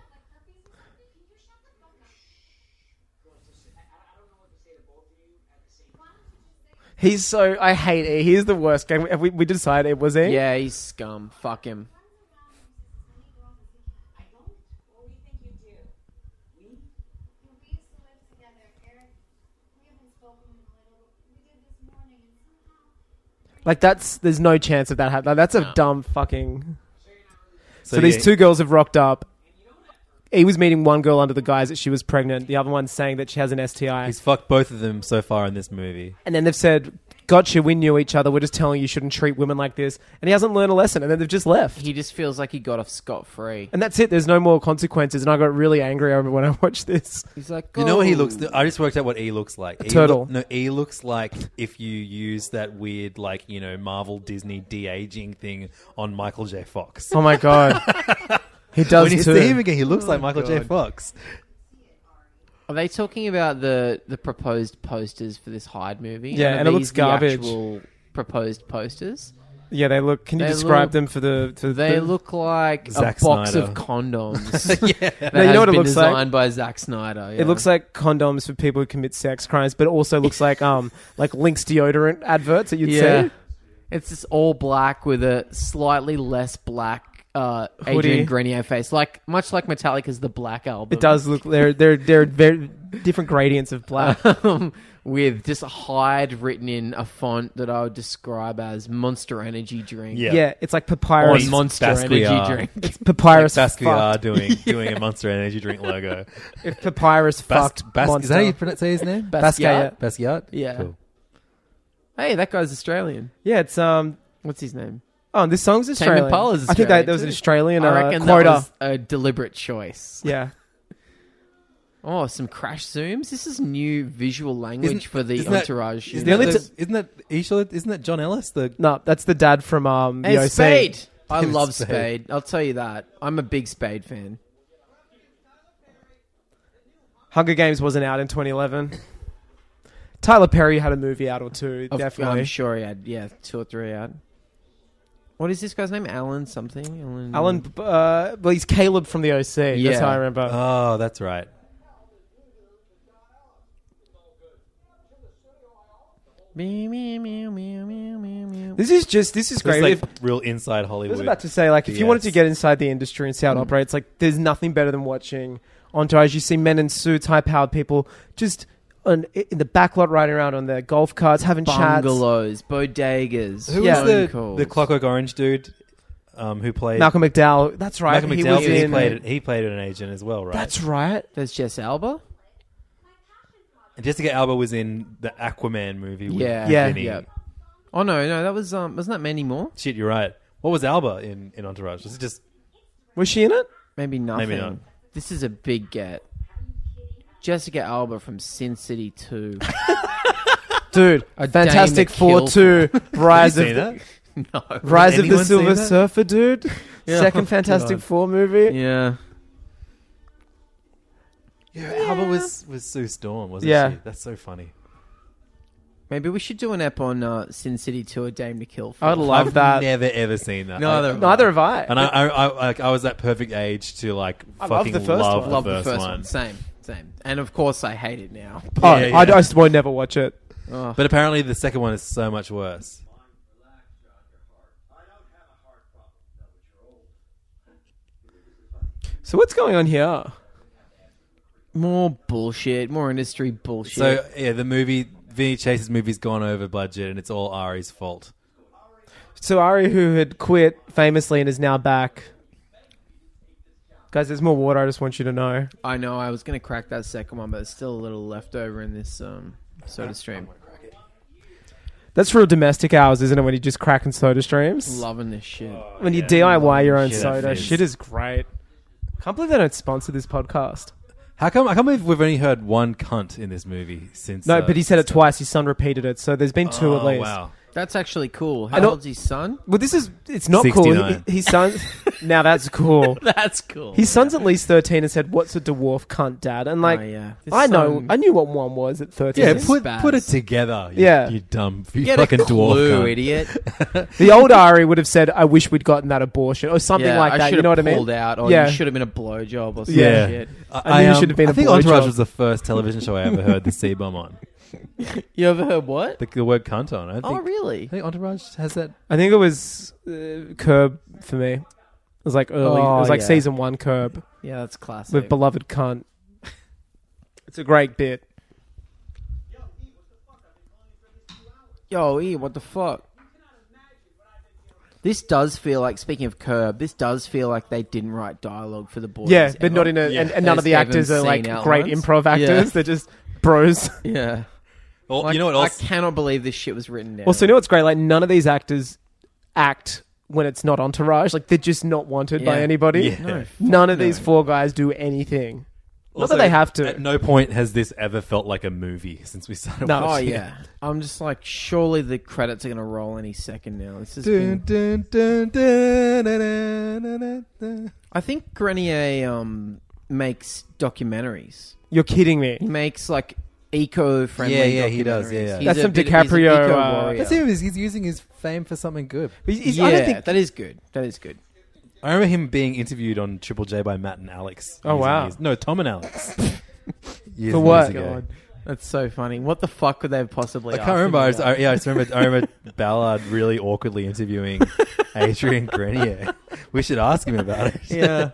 Speaker 2: He's so I hate it. He's the worst game. Have we, we decided it was it?
Speaker 3: Yeah, he's scum. Fuck him.
Speaker 2: Like that's there's no chance of that happening. Like, that's a dumb fucking. So,
Speaker 1: yeah,
Speaker 2: these two girls have rocked up. He was meeting one girl under the guise that she was pregnant. The other one's saying that she has an STI.
Speaker 1: He's fucked both of them so far in this movie.
Speaker 2: and then they've said, "Gotcha, we knew each other. We're just telling you you shouldn't treat women like this." And he hasn't learned a lesson, and then they've just left.
Speaker 3: He just feels like he got off scot free.
Speaker 2: and that's it. There's no more consequences. And I got really angry over when I watched this.
Speaker 3: He's like,
Speaker 1: You know what he
Speaker 3: "Oh."
Speaker 1: looks? I just worked out what E looks like. E
Speaker 2: turtle.
Speaker 1: look- no, E looks like if you use that weird, like you know, Marvel Disney de aging thing on Michael J. Fox.
Speaker 2: Oh my god, he does
Speaker 1: when you
Speaker 2: too.
Speaker 1: see him again, he looks like Michael J.
Speaker 3: God.
Speaker 1: Fox.
Speaker 3: Are they talking about the the proposed posters for this Hyde movie?
Speaker 2: Yeah,
Speaker 3: are
Speaker 2: and it
Speaker 3: these
Speaker 2: looks
Speaker 3: the
Speaker 2: garbage.
Speaker 3: actual proposed posters.
Speaker 2: yeah, they look. Can you
Speaker 3: They
Speaker 2: describe
Speaker 3: look-
Speaker 2: them for the? For
Speaker 3: They
Speaker 2: the,
Speaker 3: look like
Speaker 1: Zack
Speaker 3: a box
Speaker 1: Snyder.
Speaker 3: of condoms. yeah, that
Speaker 2: No, you know
Speaker 3: has
Speaker 2: what it
Speaker 3: been
Speaker 2: looks like?
Speaker 3: designed by Zack Snyder.
Speaker 2: It looks like condoms for people who commit sex crimes, but it also looks like um like Lynx deodorant adverts that you'd see.
Speaker 3: It's just all black with a slightly less black uh,
Speaker 2: Hoodie.
Speaker 3: Adrian Grenier face, like much like Metallica's the Black album.
Speaker 2: It does look they're they're they're very different gradients of black.
Speaker 3: Um, with just Hyde written in a font that I would describe as Monster Energy drink.
Speaker 1: Yeah.
Speaker 2: yeah. it's like papyrus
Speaker 1: Or
Speaker 3: Monster
Speaker 1: Basquiat.
Speaker 3: Energy drink.
Speaker 2: it's papyrus
Speaker 1: Like Basquiat
Speaker 2: fucked.
Speaker 1: doing doing a Monster Energy drink logo.
Speaker 2: If papyrus
Speaker 1: Bas-
Speaker 2: fucked
Speaker 1: Bas-
Speaker 2: monster.
Speaker 1: is that how you pronounce say his name?
Speaker 2: Basquiat.
Speaker 1: Basquiat.
Speaker 3: Yeah.
Speaker 1: Cool.
Speaker 3: Hey, that guy's Australian.
Speaker 2: Yeah, it's um
Speaker 3: What's his name?
Speaker 2: oh and this song's Australian.
Speaker 3: Impala's
Speaker 2: I think that
Speaker 3: Australian
Speaker 2: there was an
Speaker 3: too.
Speaker 2: Australian
Speaker 3: I
Speaker 2: uh,
Speaker 3: reckon
Speaker 2: quota.
Speaker 3: that was a deliberate choice.
Speaker 2: yeah.
Speaker 3: Oh, some crash zooms. This is new visual language for the
Speaker 1: isn't that-
Speaker 3: entourage.
Speaker 1: Isn't,
Speaker 3: you know?
Speaker 1: that,
Speaker 2: only t-
Speaker 1: isn't that are you sure that- isn't that John Ellis? The
Speaker 2: No, that's the dad from um
Speaker 3: Hey,
Speaker 2: the OC.
Speaker 3: Spade. I
Speaker 1: David
Speaker 3: love
Speaker 1: Spade.
Speaker 3: Spade. I'll tell you that. I'm a big Spade fan.
Speaker 2: Hunger Games wasn't out in 2011. Tyler Perry had a movie out or two,
Speaker 3: Of- um,
Speaker 2: definitely.
Speaker 3: I'm sure he had yeah two or three out. What is this guy's name? Alan something. Alan.
Speaker 2: Alan, uh, well, he's Caleb from the OC. That's
Speaker 3: Yeah. Uh,
Speaker 2: how I remember.
Speaker 1: oh, that's right.
Speaker 3: Meow, meow, meow, meow, meow, meow, meow.
Speaker 2: this is just this is
Speaker 1: It's
Speaker 2: great.
Speaker 1: like
Speaker 2: If-
Speaker 1: real inside
Speaker 2: I
Speaker 1: Hollywood.
Speaker 2: was about to say, like, if you wanted to
Speaker 1: BS.
Speaker 2: get inside the industry and see how
Speaker 3: Mm.
Speaker 2: it operates, like, there's nothing better than watching entourage. You see men in suits, high-powered people, just on, in the back lot riding around on their golf carts, having chats.
Speaker 3: Bungalows, bodegas.
Speaker 1: Who
Speaker 2: Yeah.
Speaker 1: was the
Speaker 3: phone calls.
Speaker 1: the Clockwork Orange dude? Um, who played
Speaker 2: Malcolm McDowell. That's right.
Speaker 1: Malcolm
Speaker 2: he
Speaker 1: McDowell?
Speaker 2: was
Speaker 1: He,
Speaker 2: in- uh,
Speaker 1: played he played an agent as well, right?
Speaker 2: That's right.
Speaker 3: There's Jess Alba.
Speaker 1: And Jessica Alba was in the Aquaman movie. With
Speaker 3: Yeah.
Speaker 2: Yeah.
Speaker 1: Vinny.
Speaker 3: Yeah. Oh no, no, that was um, wasn't that Mandy Moore?
Speaker 1: Shit, you're right. What was Alba in in Entourage? Was it just
Speaker 2: Was she in it?
Speaker 3: Maybe nothing.
Speaker 1: not.
Speaker 3: This is a big get. Jessica Alba from Sin City 2.
Speaker 2: Dude,
Speaker 3: A
Speaker 2: Fantastic
Speaker 3: Dame that
Speaker 2: Four
Speaker 3: killed-
Speaker 2: Two, Rise
Speaker 1: see
Speaker 2: of
Speaker 1: that?
Speaker 3: no.
Speaker 2: Rise of the
Speaker 1: anyone see
Speaker 2: Silver
Speaker 1: that?
Speaker 2: Surfer, dude.
Speaker 3: Yeah.
Speaker 2: Second Fantastic
Speaker 3: God.
Speaker 2: Four movie.
Speaker 3: Yeah.
Speaker 1: Yeah, Alba was was Sue Storm, wasn't
Speaker 2: Yeah.
Speaker 1: she? That's so funny.
Speaker 3: Maybe we should do an app on uh, Sin City 2 A Dame to Kill. For.
Speaker 2: I'd love
Speaker 1: I've
Speaker 2: that.
Speaker 1: never ever seen that.
Speaker 3: Neither
Speaker 1: I-
Speaker 3: have
Speaker 2: Neither have I.
Speaker 1: and I, I, I, like, I was that perfect age to like
Speaker 2: I love
Speaker 1: fucking
Speaker 2: the first
Speaker 1: love,
Speaker 2: one.
Speaker 3: Love
Speaker 1: the first, one.
Speaker 3: Same, same. And of course, I hate it now.
Speaker 2: oh,
Speaker 1: Yeah,
Speaker 2: I,
Speaker 1: yeah.
Speaker 2: I just won't never watch it.
Speaker 1: But apparently, the second one is so much worse.
Speaker 2: So what's going on here?
Speaker 3: More bullshit, more industry bullshit.
Speaker 1: So yeah, the movie Vinny Chase's movie's gone over budget, and it's all Ari's fault.
Speaker 2: So Ari, who had quit famously and is now back. Guys, there's more water. I just want you to know.
Speaker 3: I know I was going to crack that second one, but there's still a little left over in this um, soda stream.
Speaker 2: That's real domestic hours, isn't it? When you're just cracking soda streams,
Speaker 3: Loving this shit.
Speaker 1: Oh,
Speaker 2: when you DIY your own
Speaker 1: Shit,
Speaker 2: soda,
Speaker 1: it is.
Speaker 2: shit is great. Can't believe they don't sponsor this podcast.
Speaker 1: How come? I can't believe we've only heard one cunt in this movie since.
Speaker 2: No,
Speaker 1: uh,
Speaker 2: but he said it twice. His son repeated it, so there's been two
Speaker 1: Oh,
Speaker 2: at least.
Speaker 1: Wow.
Speaker 3: That's actually cool.
Speaker 2: I
Speaker 3: How
Speaker 2: don't-
Speaker 3: old's his son?
Speaker 2: Well, this is it's not
Speaker 1: 69.
Speaker 2: cool. He- His son's now that's cool.
Speaker 3: That's cool.
Speaker 2: His son's at least thirteen and said, "What's a dwarf cunt, dad?" And like,
Speaker 3: Oh, yeah. His
Speaker 2: I know,
Speaker 3: son-
Speaker 2: I knew what one was at thirteen.
Speaker 1: Yeah,
Speaker 3: This is
Speaker 1: put
Speaker 3: spaz.
Speaker 1: put it together. You,
Speaker 2: Yeah.
Speaker 1: you dumb, you
Speaker 3: Get
Speaker 1: fucking
Speaker 3: a clue,
Speaker 1: dwarf. cunt.
Speaker 3: idiot.
Speaker 2: the old Ari would have said, "I wish we'd gotten that abortion" or something
Speaker 3: Yeah,
Speaker 2: like
Speaker 3: I
Speaker 2: that.
Speaker 3: should
Speaker 2: You know
Speaker 3: have
Speaker 2: what I mean?
Speaker 3: pulled out, or
Speaker 2: Yeah.
Speaker 3: you should have been a blowjob or some
Speaker 1: Yeah,
Speaker 3: shit.
Speaker 2: I knew it should have been
Speaker 1: I
Speaker 2: a
Speaker 1: think
Speaker 2: boy
Speaker 1: Entourage
Speaker 2: job.
Speaker 1: was the first television show I ever heard the C bomb on.
Speaker 3: You ever heard what?
Speaker 1: The, the word cunt on. I don't
Speaker 3: oh,
Speaker 1: think,
Speaker 3: really?
Speaker 1: I think Entourage has that.
Speaker 2: I think it was uh, Curb for me. It was like early. it
Speaker 3: Oh,
Speaker 2: was like
Speaker 3: yeah.
Speaker 2: season one Curb
Speaker 3: Yeah, that's classic.
Speaker 2: with beloved cunt. It's a great bit.
Speaker 3: Yo, E, what the fuck? This does feel like, speaking of Curb, this does feel like they didn't write dialogue for the boys.
Speaker 2: yeah, but not
Speaker 3: ever.
Speaker 2: in a. And, and
Speaker 3: They
Speaker 2: none
Speaker 3: just
Speaker 2: of the
Speaker 3: gave
Speaker 2: actors
Speaker 3: them
Speaker 2: are like
Speaker 3: scene
Speaker 2: great
Speaker 3: outlines.
Speaker 2: improv actors.
Speaker 3: Yeah.
Speaker 2: They're just bros.
Speaker 3: Yeah.
Speaker 1: Well,
Speaker 3: Like,
Speaker 1: you know what else?
Speaker 3: I cannot believe this shit was written down.
Speaker 2: Also, you know what's great? Like, none of these actors act when it's not entourage. Like, they're just not wanted by
Speaker 3: Yeah.
Speaker 2: anybody.
Speaker 1: Yeah. No, fuck
Speaker 2: none of these four guys do anything. not that they have to.
Speaker 1: At no point has this ever felt like a movie since we started.
Speaker 2: No.
Speaker 3: Oh
Speaker 1: watching it.
Speaker 3: yeah, I'm just like, surely the credits are gonna roll any second now. This has
Speaker 1: Dun,
Speaker 3: been.
Speaker 1: dun, dun, dun, dun, dun, dun, dun.
Speaker 3: I think Grenier um, makes documentaries.
Speaker 2: You're kidding me.
Speaker 3: He makes like eco-friendly.
Speaker 1: Yeah, yeah, he does,
Speaker 3: documentaries.
Speaker 1: yeah, yeah.
Speaker 3: He's
Speaker 2: That's
Speaker 3: a
Speaker 2: some
Speaker 3: bit- he's an
Speaker 2: DiCaprio,
Speaker 3: eco
Speaker 2: uh,
Speaker 3: warrior.
Speaker 2: that's
Speaker 1: him. He's, he's using his fame for something good.
Speaker 2: He's- he's-
Speaker 3: yeah,
Speaker 2: I don't think.
Speaker 3: that is good. That is good.
Speaker 1: I remember him being interviewed on Triple J by Matt and Alex.
Speaker 2: Oh,
Speaker 1: years
Speaker 2: wow.
Speaker 1: and years- no, Tom and Alex. Years
Speaker 2: For
Speaker 1: and
Speaker 2: what?
Speaker 1: years ago.
Speaker 2: God.
Speaker 3: That's so funny. What the fuck could they have possibly?
Speaker 1: I
Speaker 3: asked
Speaker 1: can't
Speaker 3: him
Speaker 1: remember. I, was,
Speaker 3: about?
Speaker 1: I, yeah, I just remember. I remember Ballard really awkwardly interviewing Adrian Grenier. We should ask him about it.
Speaker 3: yeah,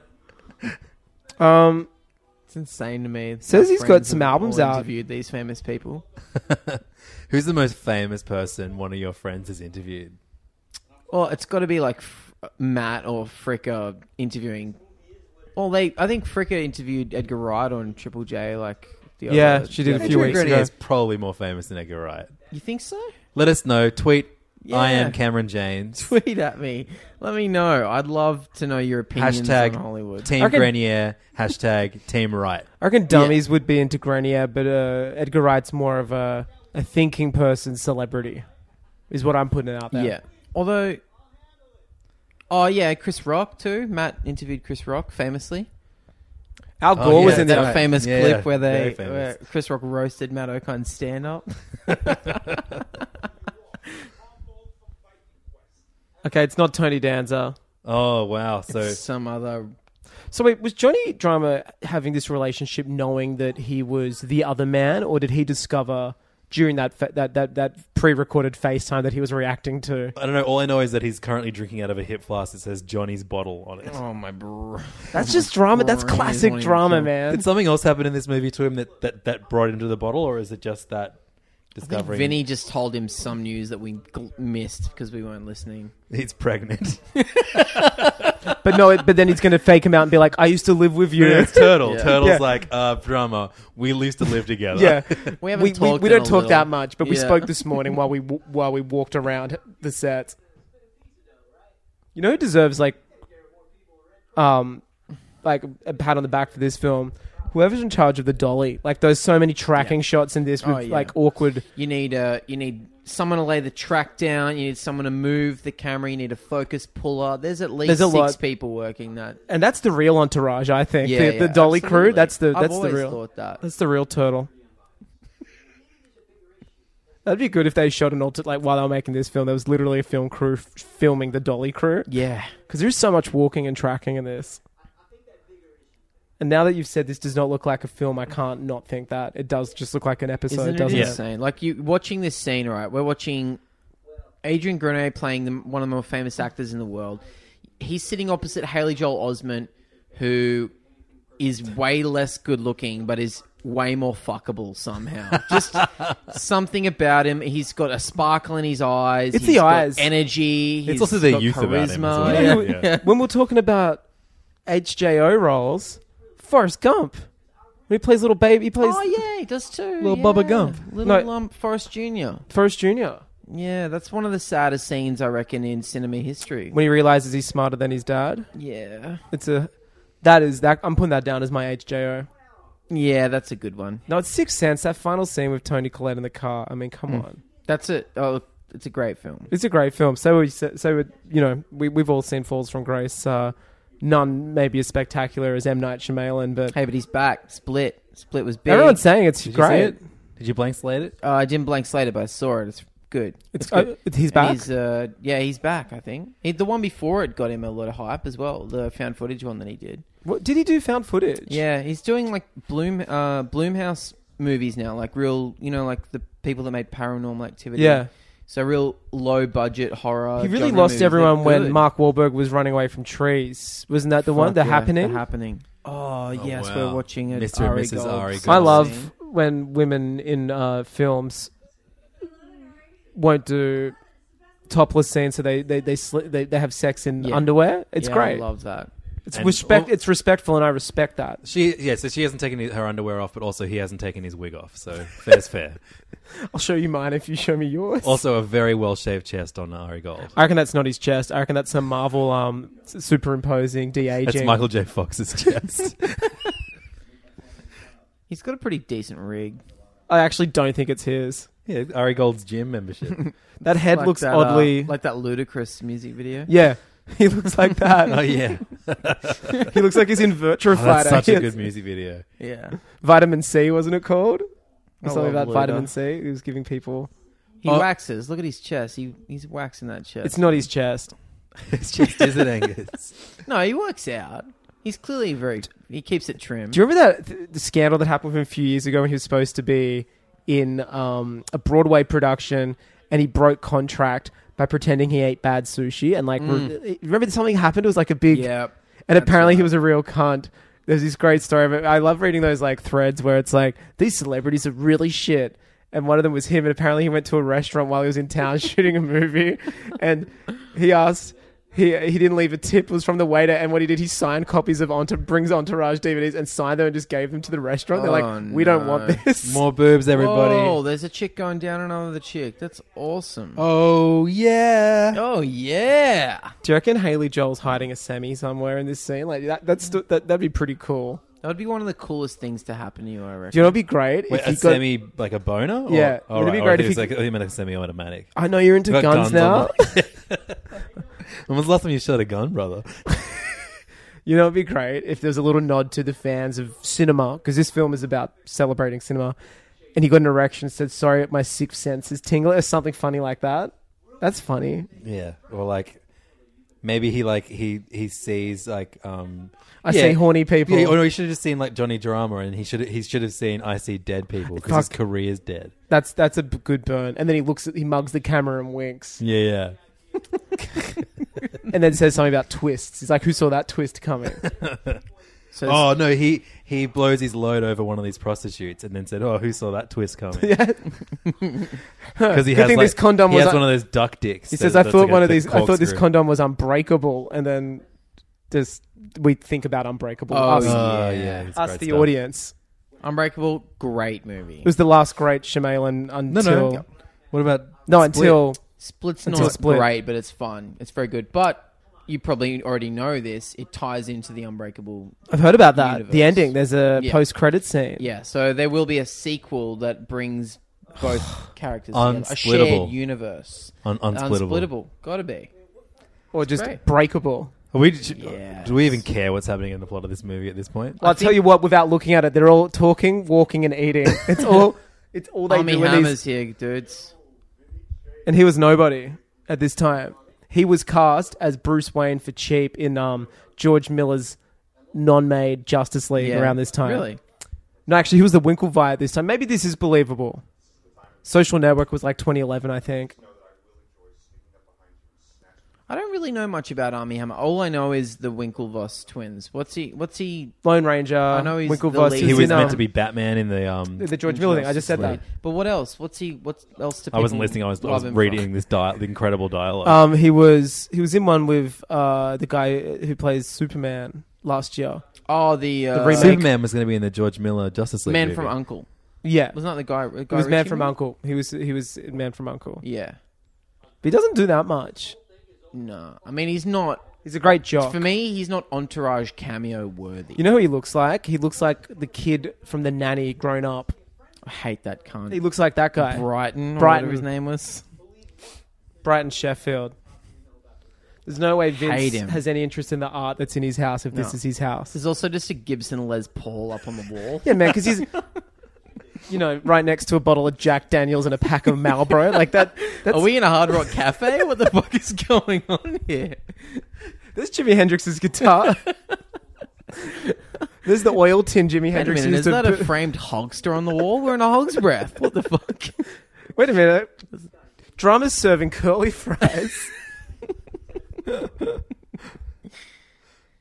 Speaker 2: Um,
Speaker 3: it's insane to me.
Speaker 2: Says
Speaker 3: My
Speaker 2: he's got
Speaker 3: friends
Speaker 2: some
Speaker 3: have all
Speaker 2: albums out.
Speaker 3: Interviewed these famous people.
Speaker 1: Who's the most famous person one of your friends has interviewed?
Speaker 3: Well, it's got to be like F- Matt or Fricker interviewing. Well, they. I think Fricker interviewed Edgar Wright on Triple J. Like the
Speaker 2: Yeah,
Speaker 3: other-
Speaker 2: she did a
Speaker 3: the
Speaker 2: few
Speaker 3: other-
Speaker 2: weeks
Speaker 1: Grenier
Speaker 2: ago.
Speaker 1: is probably more famous than Edgar Wright.
Speaker 3: You think so?
Speaker 1: Let us know. Tweet. I
Speaker 3: Yeah.
Speaker 1: am Cameron James.
Speaker 3: Tweet at me. Let me know. I'd love to know your opinions
Speaker 1: Hashtag
Speaker 3: on Hollywood.
Speaker 1: Team
Speaker 2: I reckon-
Speaker 1: Grenier. Hashtag Team Wright.
Speaker 2: I reckon dummies would be into Grenier, but uh, Edgar Wright's more of a, a thinking person celebrity, is what I'm putting out there.
Speaker 3: Yeah. Although, oh yeah, Chris Rock too. Matt interviewed Chris Rock famously.
Speaker 2: Al
Speaker 1: Oh,
Speaker 2: Gore was
Speaker 1: yeah,
Speaker 2: in
Speaker 3: that
Speaker 2: that.
Speaker 3: famous
Speaker 1: Yeah,
Speaker 3: clip
Speaker 1: yeah,
Speaker 3: where
Speaker 1: very
Speaker 3: they
Speaker 1: famous.
Speaker 3: where Chris Rock roasted Matt Okine's stand up.
Speaker 2: Okay, it's not Tony Danza.
Speaker 1: Oh wow! So
Speaker 3: Some other
Speaker 2: So wait, was Johnny Drama having this relationship knowing that he was the other man, or did he discover during that fa- that that that pre-recorded FaceTime that he was reacting to.
Speaker 1: I don't know. All I know is that he's currently drinking out of a hip flask that says Johnny's bottle on it.
Speaker 3: Oh my bro.
Speaker 2: That's just drama. That's
Speaker 3: Brain
Speaker 2: classic
Speaker 3: wanting to
Speaker 2: drama,
Speaker 3: kill.
Speaker 2: man.
Speaker 1: Did something else happen in this movie to him that, that, that brought him to the bottle, or is it just that
Speaker 3: I think
Speaker 1: discovery?
Speaker 3: Vinny just told him some news that we gl- missed because we weren't listening.
Speaker 1: he's pregnant.
Speaker 2: but no, it, but then he's going to fake him out and be like, "I used to live with you."
Speaker 1: Yeah, it's Turtle.
Speaker 3: Yeah.
Speaker 1: Turtle's
Speaker 2: Yeah.
Speaker 1: like, uh, drama. We used to live together.
Speaker 2: yeah,
Speaker 3: We haven't
Speaker 2: we, we,
Speaker 3: talked
Speaker 2: we
Speaker 3: in
Speaker 2: don't
Speaker 3: a
Speaker 2: talk
Speaker 3: little.
Speaker 2: that much, but we
Speaker 3: Yeah.
Speaker 2: spoke this morning while we w- while we walked around the set. You know who deserves like, um, like a pat on the back for this film? Whoever's in charge of the dolly, like there's so many tracking shots in this with
Speaker 3: Oh, yeah.
Speaker 2: like awkward.
Speaker 3: You need uh, you need someone to lay the track down. You need someone to move the camera. You need a focus puller. There's at least
Speaker 2: There's a
Speaker 3: six
Speaker 2: lot.
Speaker 3: people working that.
Speaker 2: And that's the real entourage, I think.
Speaker 3: Yeah,
Speaker 2: the,
Speaker 3: yeah,
Speaker 2: the dolly crew.
Speaker 3: absolutely.
Speaker 2: That's the
Speaker 3: I've
Speaker 2: that's the
Speaker 3: always
Speaker 2: real.
Speaker 3: thought that.
Speaker 2: That's the real turtle. That'd be good if they shot an alternate, like while they were making this film, there was literally a film crew f- filming the dolly crew.
Speaker 3: Yeah,
Speaker 2: Because there's so much walking and tracking in this. And now that you've said this does not look like a film, I can't not think that. It does just look like an episode,
Speaker 3: isn't it
Speaker 2: doesn't it?
Speaker 3: insane? Like you watching this scene, right? We're watching Adrian Grenier playing the, one of the more famous actors in the world. He's sitting opposite Haley Joel Osment, who is way less good looking, but is way more fuckable somehow. Just something about him. He's got a sparkle in his eyes.
Speaker 2: It's
Speaker 3: He's
Speaker 2: the
Speaker 3: got
Speaker 2: eyes.
Speaker 3: Energy.
Speaker 1: It's
Speaker 3: he's
Speaker 1: also their
Speaker 3: got
Speaker 1: youth about him.
Speaker 3: charisma.
Speaker 1: as well.
Speaker 2: Yeah.
Speaker 1: Yeah.
Speaker 2: When we're talking about HJO roles, Forrest Gump, when he plays little baby, he plays
Speaker 3: Oh yeah, he does too.
Speaker 2: Little
Speaker 3: yeah.
Speaker 2: Bubba Gump.
Speaker 3: little
Speaker 2: No.
Speaker 3: um, Forrest Junior.
Speaker 2: Forrest Jr.
Speaker 3: Yeah, that's one of the saddest scenes I reckon in cinema history.
Speaker 2: when he realizes he's smarter than his dad.
Speaker 3: Yeah,
Speaker 2: It's a that is that I'm putting that down as my HJO.
Speaker 3: yeah, that's a good one.
Speaker 2: No, it's Sixth Sense. That final scene with Tony Collette in the car. I mean,
Speaker 3: Hmm.
Speaker 2: come on,
Speaker 3: That's it. Oh, it's a great film.
Speaker 2: it's a great film. So we so we, you know we we've all seen Falls from Grace. Uh, none maybe as spectacular as M Night Shyamalan, but
Speaker 3: Hey, but he's back. Split. Split was big.
Speaker 2: everyone's saying it's
Speaker 1: Did you
Speaker 2: great.
Speaker 1: see it? Did you blank slate it?
Speaker 3: Uh, I didn't blank Slater, but I saw it. It's good.
Speaker 2: It's
Speaker 3: good.
Speaker 2: uh, he's
Speaker 3: And
Speaker 2: back.
Speaker 3: He's, uh, yeah, he's back. I think he, the one before it got him a lot of hype as well. The found footage one that he did.
Speaker 2: what did he do? Found footage.
Speaker 3: Yeah, he's doing like Bloom uh, Bloomhouse movies now, like real, you know, like the people that made Paranormal Activity.
Speaker 2: Yeah.
Speaker 3: So real low budget horror.
Speaker 2: He really
Speaker 3: genre movies.
Speaker 2: lost everyone
Speaker 3: They're
Speaker 2: when
Speaker 3: good.
Speaker 2: Mark Wahlberg was running away from trees. Wasn't that the one?
Speaker 3: Fuck
Speaker 2: The
Speaker 3: yeah,
Speaker 2: happening.
Speaker 3: The happening. Oh yes,
Speaker 1: wow.
Speaker 3: we're watching it.
Speaker 1: Mr. and Mrs. Ari
Speaker 2: I
Speaker 1: Gold's
Speaker 2: love when women in uh, films won't do topless scenes, so they they they sli- they, they have sex in
Speaker 3: Yeah.
Speaker 2: underwear. It's
Speaker 3: Yeah,
Speaker 2: great.
Speaker 3: I love that.
Speaker 2: it's
Speaker 1: And-
Speaker 2: respect.
Speaker 1: oh.
Speaker 2: it's respectful, and I respect that.
Speaker 1: She yeah, so she hasn't taken his- her underwear off, but also he hasn't taken his wig off. So fair's fair.
Speaker 2: I'll show you mine if you show me yours.
Speaker 1: Also, a very well shaved chest on Ari Gold.
Speaker 2: I reckon that's not his chest. I reckon that's some Marvel um s- superimposing de aging.
Speaker 1: That's Michael J. Fox's chest.
Speaker 3: He's got a pretty decent rig.
Speaker 2: I actually don't think it's his.
Speaker 1: yeah, Ari Gold's gym membership.
Speaker 2: That head
Speaker 3: Like
Speaker 2: looks
Speaker 3: that, uh,
Speaker 2: oddly.
Speaker 3: like that ludicrous music video.
Speaker 2: yeah, he looks like
Speaker 1: oh
Speaker 2: that.
Speaker 1: yeah,
Speaker 2: he looks like he's in Virtua
Speaker 1: Oh, that's
Speaker 2: Fighter.
Speaker 1: such a
Speaker 2: Yes.
Speaker 1: good music video.
Speaker 3: Yeah,
Speaker 2: Vitamin C, wasn't it called?
Speaker 3: I
Speaker 2: Something about
Speaker 3: love Luda.
Speaker 2: vitamin C. He was giving people.
Speaker 3: he
Speaker 1: Oh.
Speaker 3: waxes. Look at his chest. He he's waxing that chest.
Speaker 2: It's not his chest.
Speaker 1: His chest is it Angus?
Speaker 3: no, he works out. He's clearly very. He keeps it trim.
Speaker 2: Do you remember that th- the scandal that happened with him a few years ago when he was supposed to be in um, a Broadway production and he broke contract by pretending he ate bad sushi and like
Speaker 1: Mm.
Speaker 2: re- remember something happened? It was like a big
Speaker 3: yeah.
Speaker 2: and apparently he
Speaker 3: right.
Speaker 2: was a real cunt. There's this great story of it. I love reading those like threads where it's like these celebrities are really shit. And one of them was him, and apparently he went to a restaurant while he was in town shooting a movie, and he asked. He, he didn't leave a tip. It was from the waiter, and what he did, he signed copies of Entourage, brings Entourage DVDs and signed them and just gave them to the restaurant. They're
Speaker 3: Oh,
Speaker 2: like, we don't
Speaker 3: no.
Speaker 2: want this.
Speaker 1: More boobs, everybody.
Speaker 3: Oh, there's a chick going down on another chick. That's awesome. Oh,
Speaker 1: Oh, yeah.
Speaker 3: yeah,
Speaker 2: Do you reckon Haley Joel's hiding a semi somewhere in this scene? Like that, that's that, that'd be pretty cool.
Speaker 3: that would be one of the coolest things to happen to you. I
Speaker 2: Do
Speaker 3: reckon.
Speaker 2: you know what'd be great?
Speaker 1: Wait, a
Speaker 2: you got-
Speaker 1: semi like a boner? Or,
Speaker 2: Yeah,
Speaker 1: oh,
Speaker 2: wouldn't it
Speaker 1: right,
Speaker 2: be
Speaker 1: or
Speaker 2: great
Speaker 1: if
Speaker 2: if
Speaker 1: it's
Speaker 2: he-
Speaker 1: like oh, you meant a semi-automatic.
Speaker 2: I know you're into
Speaker 1: Got
Speaker 2: guns,
Speaker 1: guns
Speaker 2: now.
Speaker 1: on When was the last time you shot a gun, brother?
Speaker 2: You know, it'd be great if there was a little nod to the fans of cinema because this film is about celebrating cinema. And he got an erection and said, "Sorry, my sixth sense is tingling," or something funny like that. That's funny.
Speaker 1: Yeah, or like Maybe he like he he sees like um
Speaker 2: I see horny people.
Speaker 1: Yeah, or no, he should have just seen like Johnny Drama, and he should he should have seen I see dead people because his
Speaker 2: Fuck.
Speaker 1: career's dead.
Speaker 2: That's that's a b- good burn. And then he looks at he mugs the camera and winks,
Speaker 1: Yeah, yeah.
Speaker 2: and then says something about twists. He's like, "Who saw that twist coming?"
Speaker 3: So it's-
Speaker 1: Oh no, he he blows his load over one of these prostitutes, and then said, "Oh, who saw that twist coming?" Because he
Speaker 2: Good
Speaker 1: has
Speaker 2: thing
Speaker 1: like,
Speaker 2: this condom
Speaker 1: he
Speaker 2: was
Speaker 1: has
Speaker 2: un-
Speaker 1: one of those duck dicks.
Speaker 2: He
Speaker 1: that-
Speaker 2: says, "I
Speaker 1: that's
Speaker 2: thought
Speaker 1: like a
Speaker 2: one of
Speaker 1: thick
Speaker 2: these. I thought this
Speaker 1: corkscrew."
Speaker 2: condom was unbreakable." And then just we think about unbreakable.
Speaker 3: Oh,
Speaker 2: us,
Speaker 1: Oh yeah, it's
Speaker 2: us
Speaker 1: great
Speaker 2: the
Speaker 1: stuff.
Speaker 2: audience.
Speaker 3: Unbreakable, great movie.
Speaker 2: It was the last great Shyamalan
Speaker 1: No,
Speaker 2: until
Speaker 1: no. What about
Speaker 2: No,
Speaker 1: Split?
Speaker 2: until
Speaker 3: Split's
Speaker 2: Until
Speaker 3: not
Speaker 2: Split.
Speaker 3: great, but it's fun. It's very good. But you probably already know this. It ties into the Unbreakable.
Speaker 2: I've heard about that.
Speaker 3: Universe.
Speaker 2: The ending. There's a
Speaker 3: Yeah.
Speaker 2: post-credit scene.
Speaker 3: Yeah, so there will be a sequel that brings both characters together. A
Speaker 1: Unsplittable.
Speaker 3: shared universe.
Speaker 1: Un- unsplittable.
Speaker 3: Unsplittable. Gotta be.
Speaker 2: or just
Speaker 3: great.
Speaker 2: breakable.
Speaker 1: Are we, do,
Speaker 3: Yes.
Speaker 1: do we even care what's happening in the plot of this movie at this point?
Speaker 2: Well, I'll tell
Speaker 3: think-
Speaker 2: you what. Without looking at it, they're all talking, walking, and eating. It's all. It's all they
Speaker 3: Army
Speaker 2: do. in these-
Speaker 3: Hammer's here, dudes.
Speaker 2: and he was nobody at this time. He was cast as Bruce Wayne for cheap in um, George Miller's non-made Justice League
Speaker 3: Yeah.
Speaker 2: around this time.
Speaker 3: Really?
Speaker 2: No, actually, he was the Winklevi at this time. Maybe this is believable. Social Network was like 2011, I think.
Speaker 3: I don't really know much about Army Hammer. All I know is the Winklevoss twins. What's he? What's he?
Speaker 2: Lone Ranger.
Speaker 3: I know he's the
Speaker 2: Winklevoss.
Speaker 3: lead.
Speaker 1: he
Speaker 2: is
Speaker 1: was
Speaker 2: in,
Speaker 1: meant
Speaker 2: um,
Speaker 1: to be Batman in the. Um,
Speaker 2: the George Miller thing. I just said that.
Speaker 1: Justice
Speaker 3: But what else? What's he? What else? Do
Speaker 1: I wasn't
Speaker 3: people
Speaker 1: listening. I was, I was
Speaker 3: love him
Speaker 1: reading this dia- the incredible dialogue.
Speaker 2: Um, he was he was in one with uh, the guy who plays Superman last year.
Speaker 3: From? Oh, the, uh,
Speaker 2: The remake.
Speaker 1: Superman was going to be in the George Miller Justice League.
Speaker 3: Man
Speaker 1: movie.
Speaker 3: from Uncle.
Speaker 2: Yeah,
Speaker 3: Wasn't that the guy? The
Speaker 2: he
Speaker 3: guy
Speaker 2: was Man
Speaker 3: Ritchie
Speaker 2: from
Speaker 3: movie?
Speaker 2: Uncle. He was he was in Man from Uncle.
Speaker 3: Yeah.
Speaker 2: But he doesn't do that much.
Speaker 3: No, I mean he's not.
Speaker 2: He's a great job.
Speaker 3: For me, he's not entourage cameo worthy.
Speaker 2: You know who he looks like? He looks like the kid from the nanny grown up.
Speaker 3: I hate that cunt.
Speaker 2: He looks like that guy.
Speaker 3: Brighton, or
Speaker 2: Brighton.
Speaker 3: whatever his name was.
Speaker 2: Brighton Sheffield. There's no way Vince
Speaker 3: Hate him.
Speaker 2: has any interest in the art that's in his house if this
Speaker 3: No.
Speaker 2: is his house.
Speaker 3: There's also just a Gibson Les Paul up on the wall.
Speaker 2: Yeah, man, because he's, you know, right next to a bottle of Jack Daniels and a pack of Marlboro. Like that. That's,
Speaker 3: Are we in a Hard Rock Cafe? What the fuck is going on here?
Speaker 2: There's Jimi Hendrix's guitar. There's the oil tin Jimi
Speaker 3: Wait a
Speaker 2: Hendrix
Speaker 3: minute, is
Speaker 2: used to.
Speaker 3: that a
Speaker 2: bu-
Speaker 3: framed hogster on the wall? We're in a hog's breath. What the fuck?
Speaker 2: Wait a minute. Drummers serving curly fries.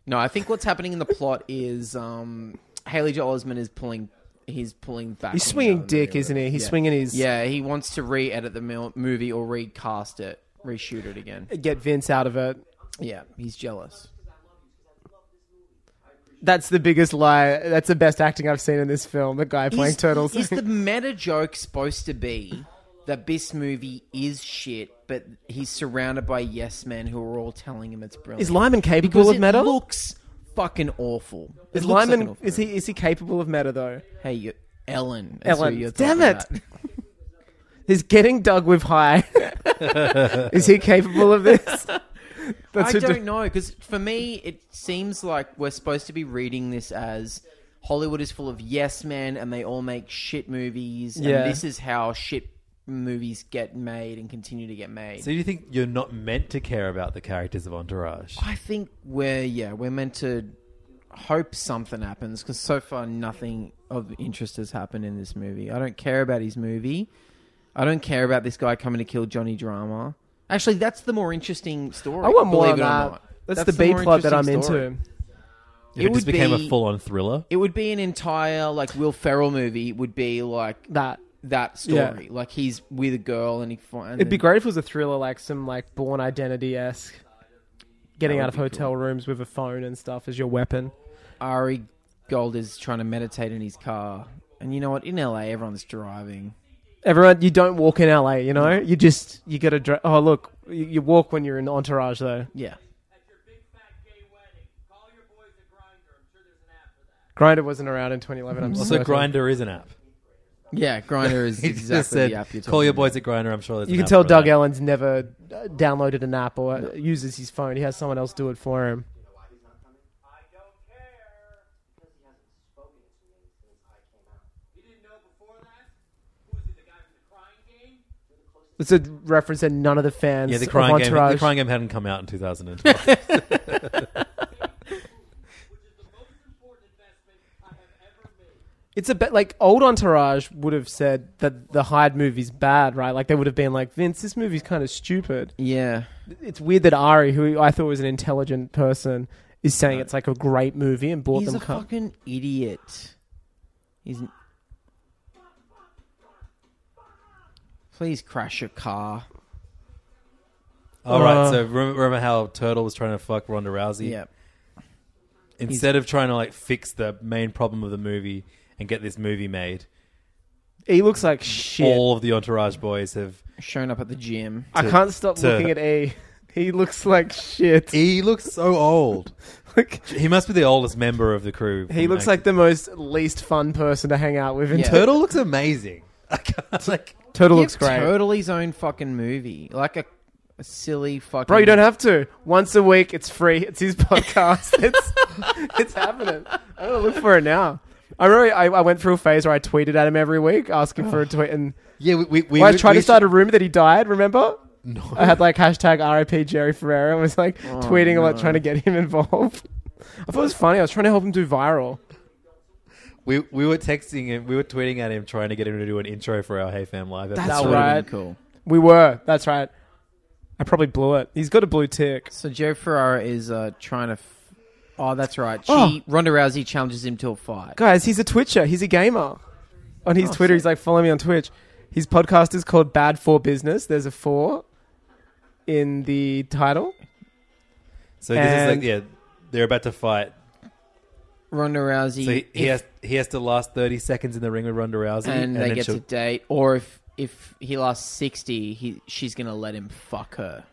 Speaker 3: No, I think what's happening in the plot is um, Haley Joel Osment is pulling. He's pulling back.
Speaker 2: He's
Speaker 3: on the
Speaker 2: swinging
Speaker 3: other
Speaker 2: dick,
Speaker 3: movie,
Speaker 2: isn't he?
Speaker 3: whatever.
Speaker 2: He's
Speaker 3: yeah.
Speaker 2: swinging his.
Speaker 3: Yeah, he wants to re-edit the mil- movie or recast it, reshoot it again.
Speaker 2: Get Vince out of it.
Speaker 3: Yeah, he's jealous.
Speaker 2: That's the biggest lie. That's the best acting I've seen in this film. The guy playing
Speaker 3: is,
Speaker 2: turtles.
Speaker 3: Is the meta joke supposed to be that this movie is shit, but he's surrounded by yes men who are all telling him it's brilliant?
Speaker 2: Is Lyman capable
Speaker 3: because
Speaker 2: of
Speaker 3: it
Speaker 2: meta?
Speaker 3: looks fucking awful. It
Speaker 2: is
Speaker 3: looks like
Speaker 2: Lyman
Speaker 3: an awful
Speaker 2: is he is he capable of meta though?
Speaker 3: movie. Hey, you, Ellen. is who
Speaker 2: Ellen,
Speaker 3: you're
Speaker 2: damn
Speaker 3: talking
Speaker 2: it!
Speaker 3: about.
Speaker 2: He's getting Doug with high. is he capable of this? That's
Speaker 3: I
Speaker 2: who
Speaker 3: don't know because for me, it seems like we're supposed to be reading this as Hollywood is full of yes men, and they all make shit movies.
Speaker 2: Yeah.
Speaker 3: and this is how shit movies get made and continue to get made.
Speaker 1: So do you think you're not meant to care about the characters of Entourage?
Speaker 3: I think we're yeah we're meant to hope something happens because so far nothing of interest has happened in this movie. I don't care about his movie. I don't care about this guy coming to kill Johnny Drama. Actually, that's the more interesting story.
Speaker 2: I want more on
Speaker 3: believe it or
Speaker 2: that.
Speaker 3: not.
Speaker 2: That's, the B
Speaker 3: more
Speaker 2: plot that I'm
Speaker 3: interesting story.
Speaker 2: into.
Speaker 1: If it,
Speaker 3: it
Speaker 1: just
Speaker 3: would
Speaker 1: became
Speaker 3: be-
Speaker 1: a full-on thriller.
Speaker 3: It would be an entire like Will Ferrell movie. Would be like
Speaker 2: That
Speaker 3: that story. Like he's with a girl and he finds.
Speaker 2: it'd be great if it was a thriller like some like Born Identity esque, getting
Speaker 3: That
Speaker 2: out
Speaker 3: would
Speaker 2: of
Speaker 3: be
Speaker 2: hotel rooms with a phone and stuff as your weapon.
Speaker 3: Ari Gold is trying to meditate in his car, and you know what? In LA, everyone's driving.
Speaker 2: Everyone, you don't walk in LA. You know, you just you got to. Dra- oh look, you, you walk when you're in Entourage though.
Speaker 3: Yeah.
Speaker 2: Grinder wasn't around in 2011. I'm
Speaker 1: Also,
Speaker 2: certain.
Speaker 1: Grinder is an app.
Speaker 3: Yeah, Grinder is
Speaker 1: He
Speaker 3: exactly
Speaker 1: just said,
Speaker 3: the app you're
Speaker 1: "Call your
Speaker 3: talking
Speaker 1: boys at Grinder." I'm sure there's
Speaker 2: You
Speaker 1: an
Speaker 2: can
Speaker 1: app
Speaker 2: tell
Speaker 1: for
Speaker 2: Doug
Speaker 1: that.
Speaker 2: Ellen's never uh, downloaded an app or uh uses his phone. He has someone else do it for him. It's a reference that none of the fans
Speaker 1: Yeah, the
Speaker 2: of
Speaker 1: crying game.
Speaker 2: Entourage.
Speaker 1: The crying game hadn't come out in 2012.
Speaker 2: It's a bit like old Entourage would have said that the Hyde movie's bad, right? Like they would have been like, Vince, this movie's kind of stupid.
Speaker 3: Yeah.
Speaker 2: It's weird that Ari, who I thought was an intelligent person, is saying it's like a great movie and bought
Speaker 3: He's
Speaker 2: them.
Speaker 3: a
Speaker 2: cu-
Speaker 3: fucking idiot. He's. An... Please crash your car.
Speaker 1: All right.
Speaker 2: Uh.
Speaker 1: So remember, remember how Turtle was trying to fuck Ronda Rousey?
Speaker 3: Yeah.
Speaker 1: Instead of trying to like fix the main problem of the movie and get this movie made,
Speaker 2: he looks like shit.
Speaker 1: all of the Entourage boys have.
Speaker 3: Showing up at the gym.
Speaker 2: I can't stop
Speaker 1: to-
Speaker 2: looking at E. He looks like shit.
Speaker 1: He looks so old.
Speaker 2: Like,
Speaker 1: he must be the oldest member of the crew.
Speaker 2: he looks like the most least fun person to hang out with. In
Speaker 3: Yeah.
Speaker 2: Turtle,
Speaker 1: Turtle looks amazing. I can't, like
Speaker 2: Turtle
Speaker 3: Give
Speaker 2: looks great.
Speaker 3: Turtle his own fucking movie, like a, a silly fucking.
Speaker 2: Bro, you don't have to. Once a week, it's free. It's his podcast. it's it's happening. I'm gonna look for it now. I remember I, I went through a phase where I tweeted at him every week
Speaker 3: Oh.
Speaker 2: asking for a tweet, and
Speaker 4: Yeah, we, we, we
Speaker 2: well, I tried to start a rumor that he died. Remember? No. I had like hashtag RIP Jerry Ferrera. I was like tweeting a lot, trying to get him involved. I thought it was funny. I was trying to help him do viral.
Speaker 1: we we were texting him, we were tweeting at him, trying to get him to do an intro for our Hey Fam Live. episode.
Speaker 2: That's
Speaker 3: That would have
Speaker 2: right.
Speaker 3: been cool.
Speaker 2: We were. That's right. I probably blew it. He's got a blue tick.
Speaker 3: So Joe Ferrara is uh, trying to. F- oh, that's right. She
Speaker 2: Oh.
Speaker 3: Ronda Rousey challenges him to a fight.
Speaker 2: Guys, he's a Twitcher. He's a gamer. On his Twitter, he's like, follow me on Twitch. His podcast is called Bad for Business. There's a four in the title.
Speaker 1: So this is like
Speaker 2: And-
Speaker 1: yeah, they're about to fight.
Speaker 3: Ronda Rousey.
Speaker 1: So he, he
Speaker 3: if-
Speaker 1: has he has to last thirty seconds in the ring with Ronda Rousey,
Speaker 3: and, they
Speaker 1: then
Speaker 3: get
Speaker 1: she'll-
Speaker 3: to date, or if if he lasts sixty, he she's gonna let him fuck her.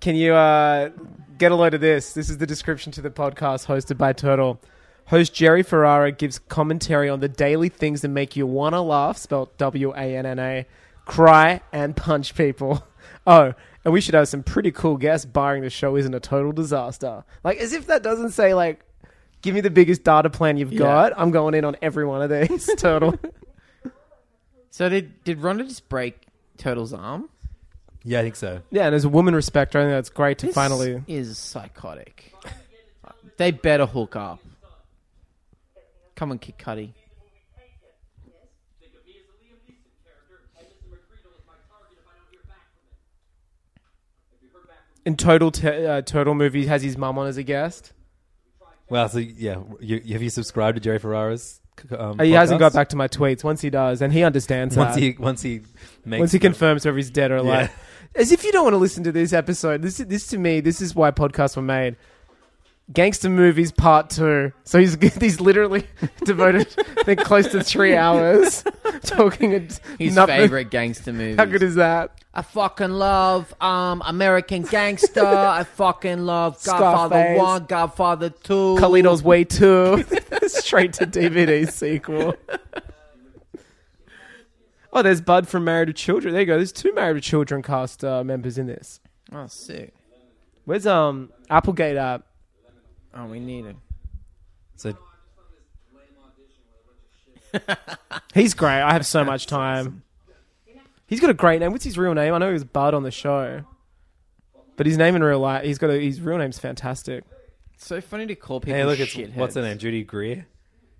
Speaker 2: Can you uh, get a load of this? This is the description to the podcast hosted by Turtle. Host Jerry Ferrara gives commentary on the daily things that make you want to laugh, spelled W A N N A, cry, and punch people. Oh, and we should have some pretty cool guests, barring the show isn't a total disaster. Like, as if that doesn't say, like, give me the biggest data plan you've got. I'm going in on every one of these, Turtle.
Speaker 3: So did did Ronda just break Turtle's arm?
Speaker 1: yeah, I think so.
Speaker 2: yeah, and as a woman respecter, I think that's great to
Speaker 3: This
Speaker 2: finally.
Speaker 3: is psychotic. they better hook up. Come on, Kid Cudi.
Speaker 2: In Total, t- uh, Turtle movie has his mum on as a guest.
Speaker 1: Well, so yeah, you, have you subscribed to Jerry Ferrara's? Um,
Speaker 2: He hasn't
Speaker 1: podcast?
Speaker 2: got back to my tweets. Once he does, and he understands
Speaker 1: once
Speaker 2: that.
Speaker 1: he once he makes
Speaker 2: once he
Speaker 1: them.
Speaker 2: confirms whether he's dead or alive. As if you don't want to listen to this episode. This, this to me, this is why podcasts were made. Gangster movies part two. So he's he's literally devoted I think close to three hours talking. At
Speaker 3: His
Speaker 2: nothing.
Speaker 3: favorite gangster movie.
Speaker 2: How good is that?
Speaker 3: I fucking love um American Gangster. I fucking love Godfather
Speaker 2: Scarface.
Speaker 3: One, Godfather Two.
Speaker 2: Carlito's Way Two, straight to DVD sequel. Oh, there's Bud from Married with Children. There you go. There's two Married with Children cast uh, members in this.
Speaker 3: Oh, sick.
Speaker 2: Where's um Applegate at?
Speaker 3: Oh, we need him.
Speaker 1: So
Speaker 2: He's great. I have so much time. He's got a great name. What's his real name? I know he was Bud on the show, but his name in real life, he's got a, his real name's fantastic.
Speaker 3: It's so funny to call people.
Speaker 1: hey, look, it's
Speaker 3: shitheads.
Speaker 1: what's her name? Judy Greer.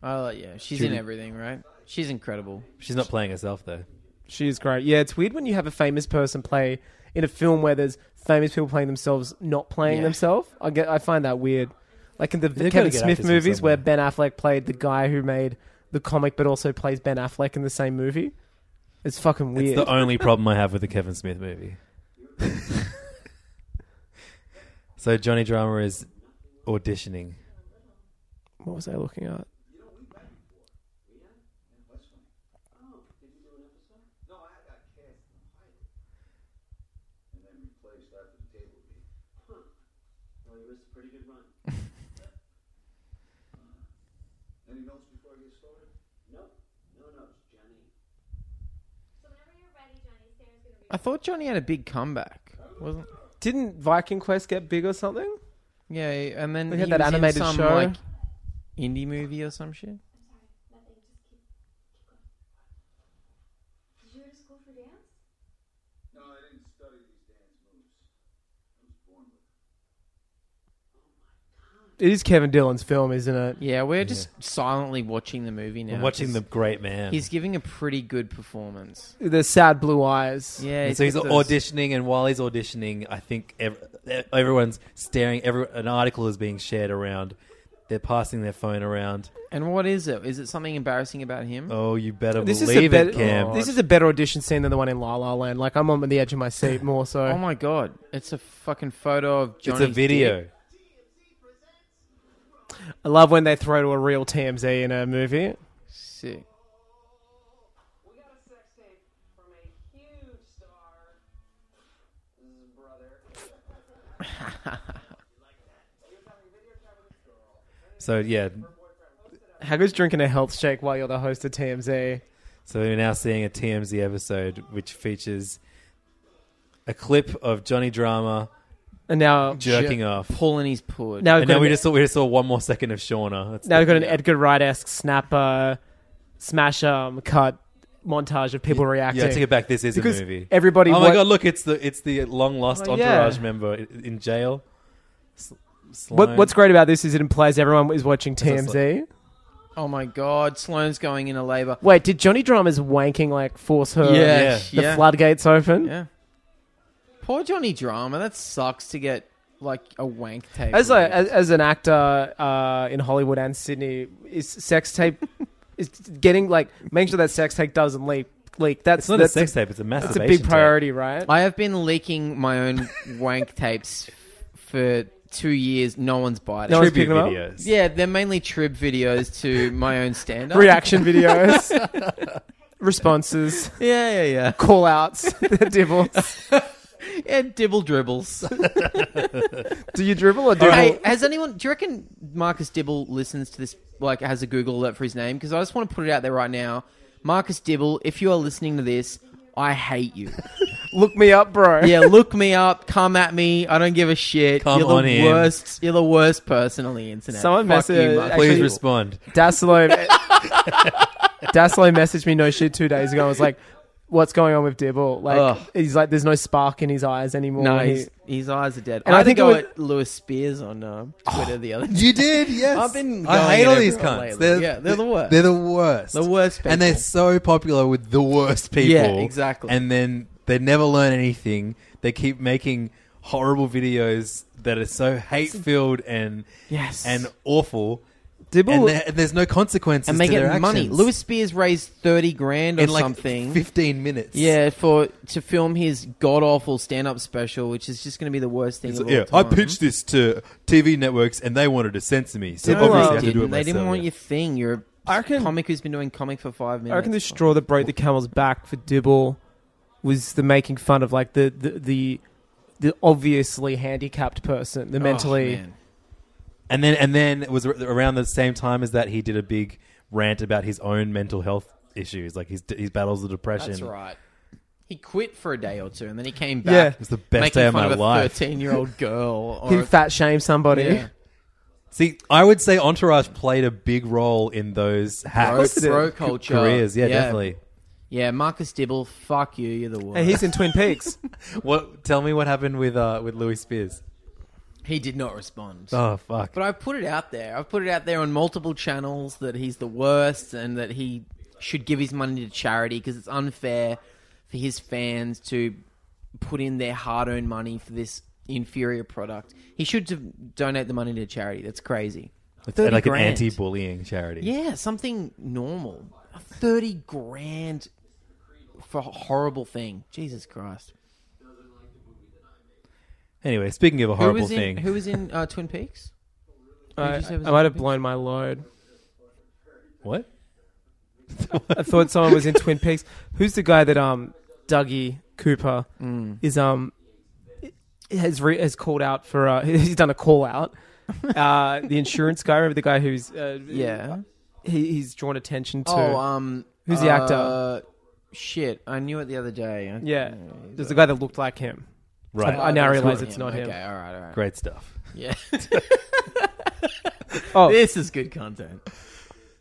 Speaker 3: Oh yeah, she's in everything, right? She's incredible.
Speaker 1: She's not playing herself though.
Speaker 2: She is great. Yeah, it's weird when you have a famous person play in a film where there's famous people playing themselves, not playing
Speaker 3: Yeah.
Speaker 2: themselves. I get, I find that weird. Like in the
Speaker 1: They've gotta
Speaker 2: Kevin
Speaker 1: get
Speaker 2: Smith
Speaker 1: actors from
Speaker 2: movies where
Speaker 1: somewhere.
Speaker 2: Ben Affleck played the guy who made the comic, but also plays Ben Affleck in the same movie. It's fucking
Speaker 1: It's
Speaker 2: weird.
Speaker 1: the only problem I have with the Kevin Smith movie. so Johnny Drama is auditioning.
Speaker 2: what was I looking at?
Speaker 3: I thought Johnny had a big comeback, wasn't?
Speaker 2: Didn't Viking Quest get big or something?
Speaker 3: Yeah, and then
Speaker 2: We
Speaker 3: he
Speaker 2: had that
Speaker 3: was in
Speaker 2: animated
Speaker 3: some,
Speaker 2: show.
Speaker 3: like indie movie or some shit.
Speaker 5: No, I didn't study these dance moves. I was born with
Speaker 2: It is Kevin Dillon's film, isn't it?
Speaker 3: Yeah, we're just silently watching the movie now.
Speaker 1: We're watching
Speaker 3: 'cause
Speaker 1: the great man.
Speaker 3: He's giving a pretty good performance.
Speaker 2: The sad blue eyes.
Speaker 3: Yeah,
Speaker 1: And so he's
Speaker 3: got those-
Speaker 1: auditioning, and while he's auditioning, I think ev- e-, everyone's staring. Every an article is being shared around. They're passing their phone around.
Speaker 3: And what is it? Is it something embarrassing about him?
Speaker 1: Oh, you better
Speaker 2: This is a oh,
Speaker 1: believe
Speaker 2: better.
Speaker 1: it, Cam.
Speaker 2: This is a better audition scene than the one in La La Land. Like I'm on the edge of my seat more so.
Speaker 3: Oh my god! It's a fucking photo of
Speaker 1: it's
Speaker 3: Johnny.
Speaker 1: a video.
Speaker 2: I love when they throw to a real TMZ in a movie.
Speaker 3: Sick.
Speaker 1: So yeah,
Speaker 2: How good's drinking a health shake while you're the host of TMZ?
Speaker 1: so we're now seeing a TMZ episode which features a clip of Johnny Drama
Speaker 2: And now
Speaker 1: jerking off.
Speaker 3: Pulling his put.
Speaker 2: Now we've
Speaker 1: And now
Speaker 2: got
Speaker 1: we
Speaker 2: an,
Speaker 1: just saw we just saw one more second of Shauna. That's
Speaker 2: now we've got an
Speaker 1: yeah.
Speaker 2: Edgar Wright esque snapper smash um cut montage of people reacting.
Speaker 1: Yeah, I take it back. This is
Speaker 2: Because
Speaker 1: a movie.
Speaker 2: everybody
Speaker 1: Oh
Speaker 2: wa-
Speaker 1: my god! Look, it's the it's the long lost
Speaker 2: Oh, yeah.
Speaker 1: entourage member i- in jail. S-
Speaker 2: What,
Speaker 1: Sloane.
Speaker 2: what's great about this is it implies everyone is watching
Speaker 1: That's
Speaker 2: TMZ.
Speaker 1: what-
Speaker 3: Oh my god! Sloane's going into labor.
Speaker 2: Wait, did Johnny Drama's wanking like force her?
Speaker 3: Yeah,
Speaker 2: the
Speaker 3: yeah.
Speaker 2: floodgates open.
Speaker 3: Yeah. Poor Johnny Drama. That sucks to get like a wank tape.
Speaker 2: As, a,
Speaker 3: leaked.
Speaker 2: as as an actor uh, in Hollywood and Sydney, is sex tape is getting like making sure that sex tape doesn't leak. Leak. That's
Speaker 1: It's not
Speaker 2: that's
Speaker 1: a sex tape. It's a
Speaker 2: That's a
Speaker 1: masturbation.
Speaker 2: big
Speaker 1: tape.
Speaker 2: priority, right?
Speaker 3: I have been leaking my own wank tapes for two years. No one's biting.
Speaker 2: No one's
Speaker 1: Tribute
Speaker 2: picking them up.
Speaker 1: videos.
Speaker 3: yeah, they're mainly trib videos to my own stand-up.
Speaker 2: Reaction videos, responses,
Speaker 3: Yeah, yeah,
Speaker 2: call outs, divorce.
Speaker 3: yeah. Yeah, dibble dribbles.
Speaker 2: Do you dribble or dribble?
Speaker 3: hey, has anyone? Do you reckon Marcus Dibble listens to this? Like, has a Google alert for his name? Because I just want to put it out there right now. Marcus Dibble, if you are listening to this, I hate you.
Speaker 2: Look me up, bro.
Speaker 3: yeah, look me up. Come at me. I don't give a shit.
Speaker 1: Come
Speaker 3: you're
Speaker 1: on
Speaker 3: the
Speaker 1: in.
Speaker 3: worst. You're the worst person on the internet.
Speaker 2: Someone
Speaker 3: Fuck you,
Speaker 2: message-
Speaker 3: Marcus.
Speaker 1: Please
Speaker 2: Actually-
Speaker 1: respond.
Speaker 2: Dasilo. Dasilo messaged me no shit two days ago. I was like, "What's going on with Dibble? Like,
Speaker 3: Ugh.
Speaker 2: he's like, there's no spark in his eyes anymore.
Speaker 3: No,
Speaker 2: He-
Speaker 3: his, his eyes are dead.
Speaker 2: And
Speaker 3: I,
Speaker 2: I think
Speaker 3: think I
Speaker 2: it was-
Speaker 3: got Lewis Spears on uh,
Speaker 1: Oh.
Speaker 3: Twitter the other day.
Speaker 1: You did, yes.
Speaker 3: I've been going
Speaker 1: I hate
Speaker 3: at
Speaker 1: all these
Speaker 3: everyone
Speaker 1: cunts.
Speaker 3: lately.
Speaker 1: They're,
Speaker 3: Yeah, they're the worst.
Speaker 1: They're the worst.
Speaker 3: The worst
Speaker 1: And they're
Speaker 3: people.
Speaker 1: so popular with the worst people.
Speaker 3: Yeah, exactly.
Speaker 1: And then they never learn anything. They keep making horrible videos that are so hate filled and
Speaker 3: Yes.
Speaker 1: and awful.
Speaker 2: Dibble-
Speaker 1: and, there- and there's no consequences
Speaker 3: and they
Speaker 1: to their
Speaker 3: get
Speaker 1: actions.
Speaker 3: money. Lewis Spears raised thirty grand or
Speaker 1: in like
Speaker 3: something.
Speaker 1: 15 minutes.
Speaker 3: yeah, for to film his god awful stand up special, which is just going to be the worst thing.
Speaker 1: It's
Speaker 3: of
Speaker 1: like, yeah,
Speaker 3: all
Speaker 1: I
Speaker 3: time.
Speaker 1: pitched this to TV networks and they wanted to censor me. So
Speaker 3: No,
Speaker 1: obviously I have
Speaker 3: they,
Speaker 1: to
Speaker 3: didn't.
Speaker 1: do it myself.
Speaker 3: they didn't want
Speaker 1: yeah.
Speaker 3: your thing. You're
Speaker 2: I
Speaker 3: a
Speaker 2: reckon-
Speaker 3: comic who's been doing comic for five minutes.
Speaker 2: I reckon the straw that broke the camel's back for Dibble was the making fun of like the the the, the obviously handicapped person, the
Speaker 3: Oh,
Speaker 2: mentally.
Speaker 3: man.
Speaker 1: And then, and then it was ar- around the same time as that he did a big rant about his own mental health issues, like his his battles of depression.
Speaker 3: That's right. He quit for a day or two, and then he came back.
Speaker 2: Yeah.
Speaker 1: It was the best
Speaker 3: making
Speaker 1: day of
Speaker 3: fun
Speaker 1: my
Speaker 3: of a
Speaker 1: life.
Speaker 3: Thirteen-year-old girl. Or
Speaker 2: He fat shamed somebody.
Speaker 3: yeah.
Speaker 1: See, I would say Entourage played a big role in those
Speaker 3: bro,
Speaker 1: hacks
Speaker 3: bro culture
Speaker 1: careers. Yeah, definitely.
Speaker 3: Yeah, Marcus Dibble, fuck you, you're the worst.
Speaker 2: And he's in Twin Peaks.
Speaker 1: What? Tell me what happened with uh, with Louis Spears.
Speaker 3: he did not respond.
Speaker 1: Oh fuck!
Speaker 3: But I put it out there. I've put it out there on multiple channels that he's the worst and that he should give his money to charity because it's unfair for his fans to put in their hard-earned money for this inferior product. He should do- donate the money to charity. That's crazy.
Speaker 1: It's
Speaker 3: 30
Speaker 1: like
Speaker 3: grand.
Speaker 1: an anti-bullying charity.
Speaker 3: Yeah, something normal. Thirty grand for a horrible thing. Jesus Christ.
Speaker 1: Anyway, speaking of a
Speaker 3: who
Speaker 1: horrible
Speaker 3: was in,
Speaker 1: thing,
Speaker 3: Who was in uh, Twin Peaks?
Speaker 2: I,
Speaker 3: you say was
Speaker 2: I might
Speaker 3: in
Speaker 2: have
Speaker 3: Twin
Speaker 2: blown my load.
Speaker 1: what?
Speaker 2: I thought someone was in Twin Peaks. Who's the guy that um Dougie Cooper
Speaker 3: Mm.
Speaker 2: is um has re- has called out for uh, he's done a call out. Uh, the insurance guy, remember the guy who's uh,
Speaker 3: Yeah.
Speaker 2: he, he's drawn attention to.
Speaker 3: Oh, um,
Speaker 2: Who's the actor?
Speaker 3: uh, Shit, I knew it the other day. I-
Speaker 2: yeah, there's a guy that looked like him.
Speaker 1: Right,
Speaker 2: I now
Speaker 3: that's
Speaker 2: realize
Speaker 3: not
Speaker 2: it's not him.
Speaker 3: Okay, all right, all right.
Speaker 1: great stuff.
Speaker 3: Yeah,
Speaker 2: Oh,
Speaker 3: this is good content.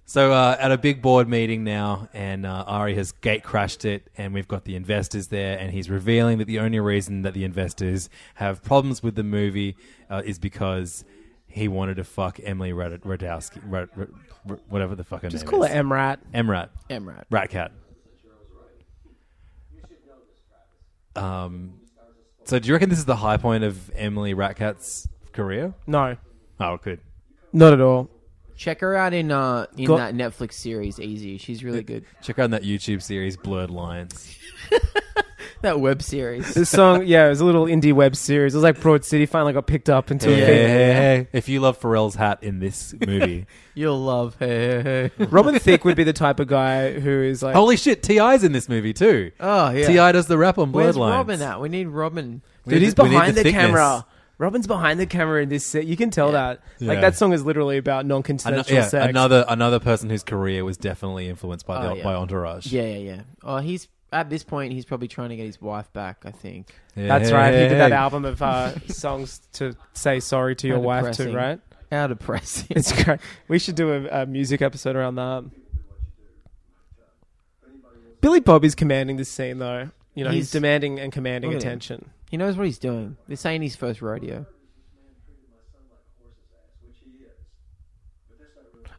Speaker 1: So uh, at a big board meeting now, and uh, Ari has gate crashed it, and we've got the investors there, and he's revealing that the only reason that the investors have problems with the movie uh, is because he wanted to fuck Emily Rad- Radowski, Rad- Rad- Rad- whatever the fuck her
Speaker 2: Just
Speaker 1: name
Speaker 2: call
Speaker 1: is.
Speaker 2: her Emrat.
Speaker 1: Emrat.
Speaker 3: Emrat.
Speaker 1: Rat Cat. Um, so do you reckon this is the high point of Emily Ratcat's career?
Speaker 2: No,
Speaker 1: Oh, good.
Speaker 2: not at all.
Speaker 3: Check her out in uh in
Speaker 2: Go-
Speaker 3: that Netflix series Easy. She's really good.
Speaker 1: Check out that YouTube series, Blurred Lines.
Speaker 3: That web series.
Speaker 2: This song, yeah, it was a little indie web series. It was like Broad City finally got picked up until
Speaker 1: Hey,
Speaker 2: it
Speaker 1: hey,
Speaker 2: came-
Speaker 1: hey, hey. If you love Pharrell's hat in this movie,
Speaker 3: You'll love Hey, hey, hey.
Speaker 2: Robin Thicke would be the type of guy who is like,
Speaker 1: holy shit, Ti's in this movie too.
Speaker 3: Oh yeah.
Speaker 1: Ti does the rap on Blurred
Speaker 3: Where's
Speaker 1: Lines.
Speaker 3: Robin at? We need Robin.
Speaker 1: We
Speaker 2: dude,
Speaker 1: need
Speaker 2: he's
Speaker 1: the- we need
Speaker 2: behind the,
Speaker 1: thickness.
Speaker 2: camera. Robin's behind the camera in this set. You can tell that.
Speaker 1: Yeah.
Speaker 2: Like that song is literally about
Speaker 1: Ano-
Speaker 2: non-consensual
Speaker 1: yeah,
Speaker 2: sex.
Speaker 1: another another person whose career was definitely influenced by the,
Speaker 3: Oh, yeah.
Speaker 1: by Entourage.
Speaker 3: Yeah, yeah, yeah. Oh, he's at this point he's probably trying to get his wife back, I think.
Speaker 1: Yeah,
Speaker 2: That's
Speaker 1: hey,
Speaker 2: right. He
Speaker 1: hey,
Speaker 2: did that
Speaker 1: hey.
Speaker 2: album of uh, songs to say sorry to your
Speaker 3: How
Speaker 2: wife
Speaker 3: depressing.
Speaker 2: too, right?
Speaker 3: How depressing.
Speaker 2: It's great. We should do a, a music episode around that. Billy Bob is commanding this scene, though. You know, he's,
Speaker 3: He's-
Speaker 2: demanding and commanding
Speaker 3: Look at him.
Speaker 2: attention.
Speaker 3: he knows what he's doing. This ain't his first rodeo.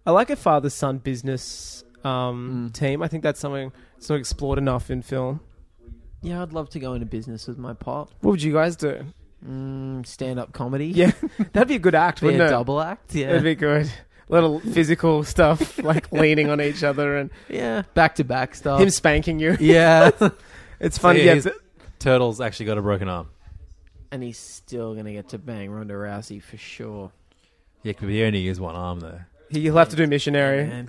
Speaker 2: I like a father-son business um, team. I think that's something it's not explored enough in film.
Speaker 3: Yeah, I'd love to go into business with my pop.
Speaker 2: What would you guys do?
Speaker 3: Mm, stand up comedy.
Speaker 2: Yeah, that'd be a good act,
Speaker 3: Be
Speaker 2: wouldn't
Speaker 3: a
Speaker 2: it?
Speaker 3: double act. Yeah.
Speaker 2: It'd be good. Little physical stuff, like leaning on each other and
Speaker 3: yeah. Back to back stuff.
Speaker 2: him spanking you.
Speaker 3: yeah.
Speaker 2: It's funny.
Speaker 1: Yeah,
Speaker 2: yeah,
Speaker 1: he's-
Speaker 2: but-
Speaker 1: Turtles actually got a broken arm.
Speaker 3: and he's still gonna get to bang Ronda Rousey for sure.
Speaker 1: Yeah, could he only use one arm though?
Speaker 2: You'll have to do missionary.
Speaker 3: And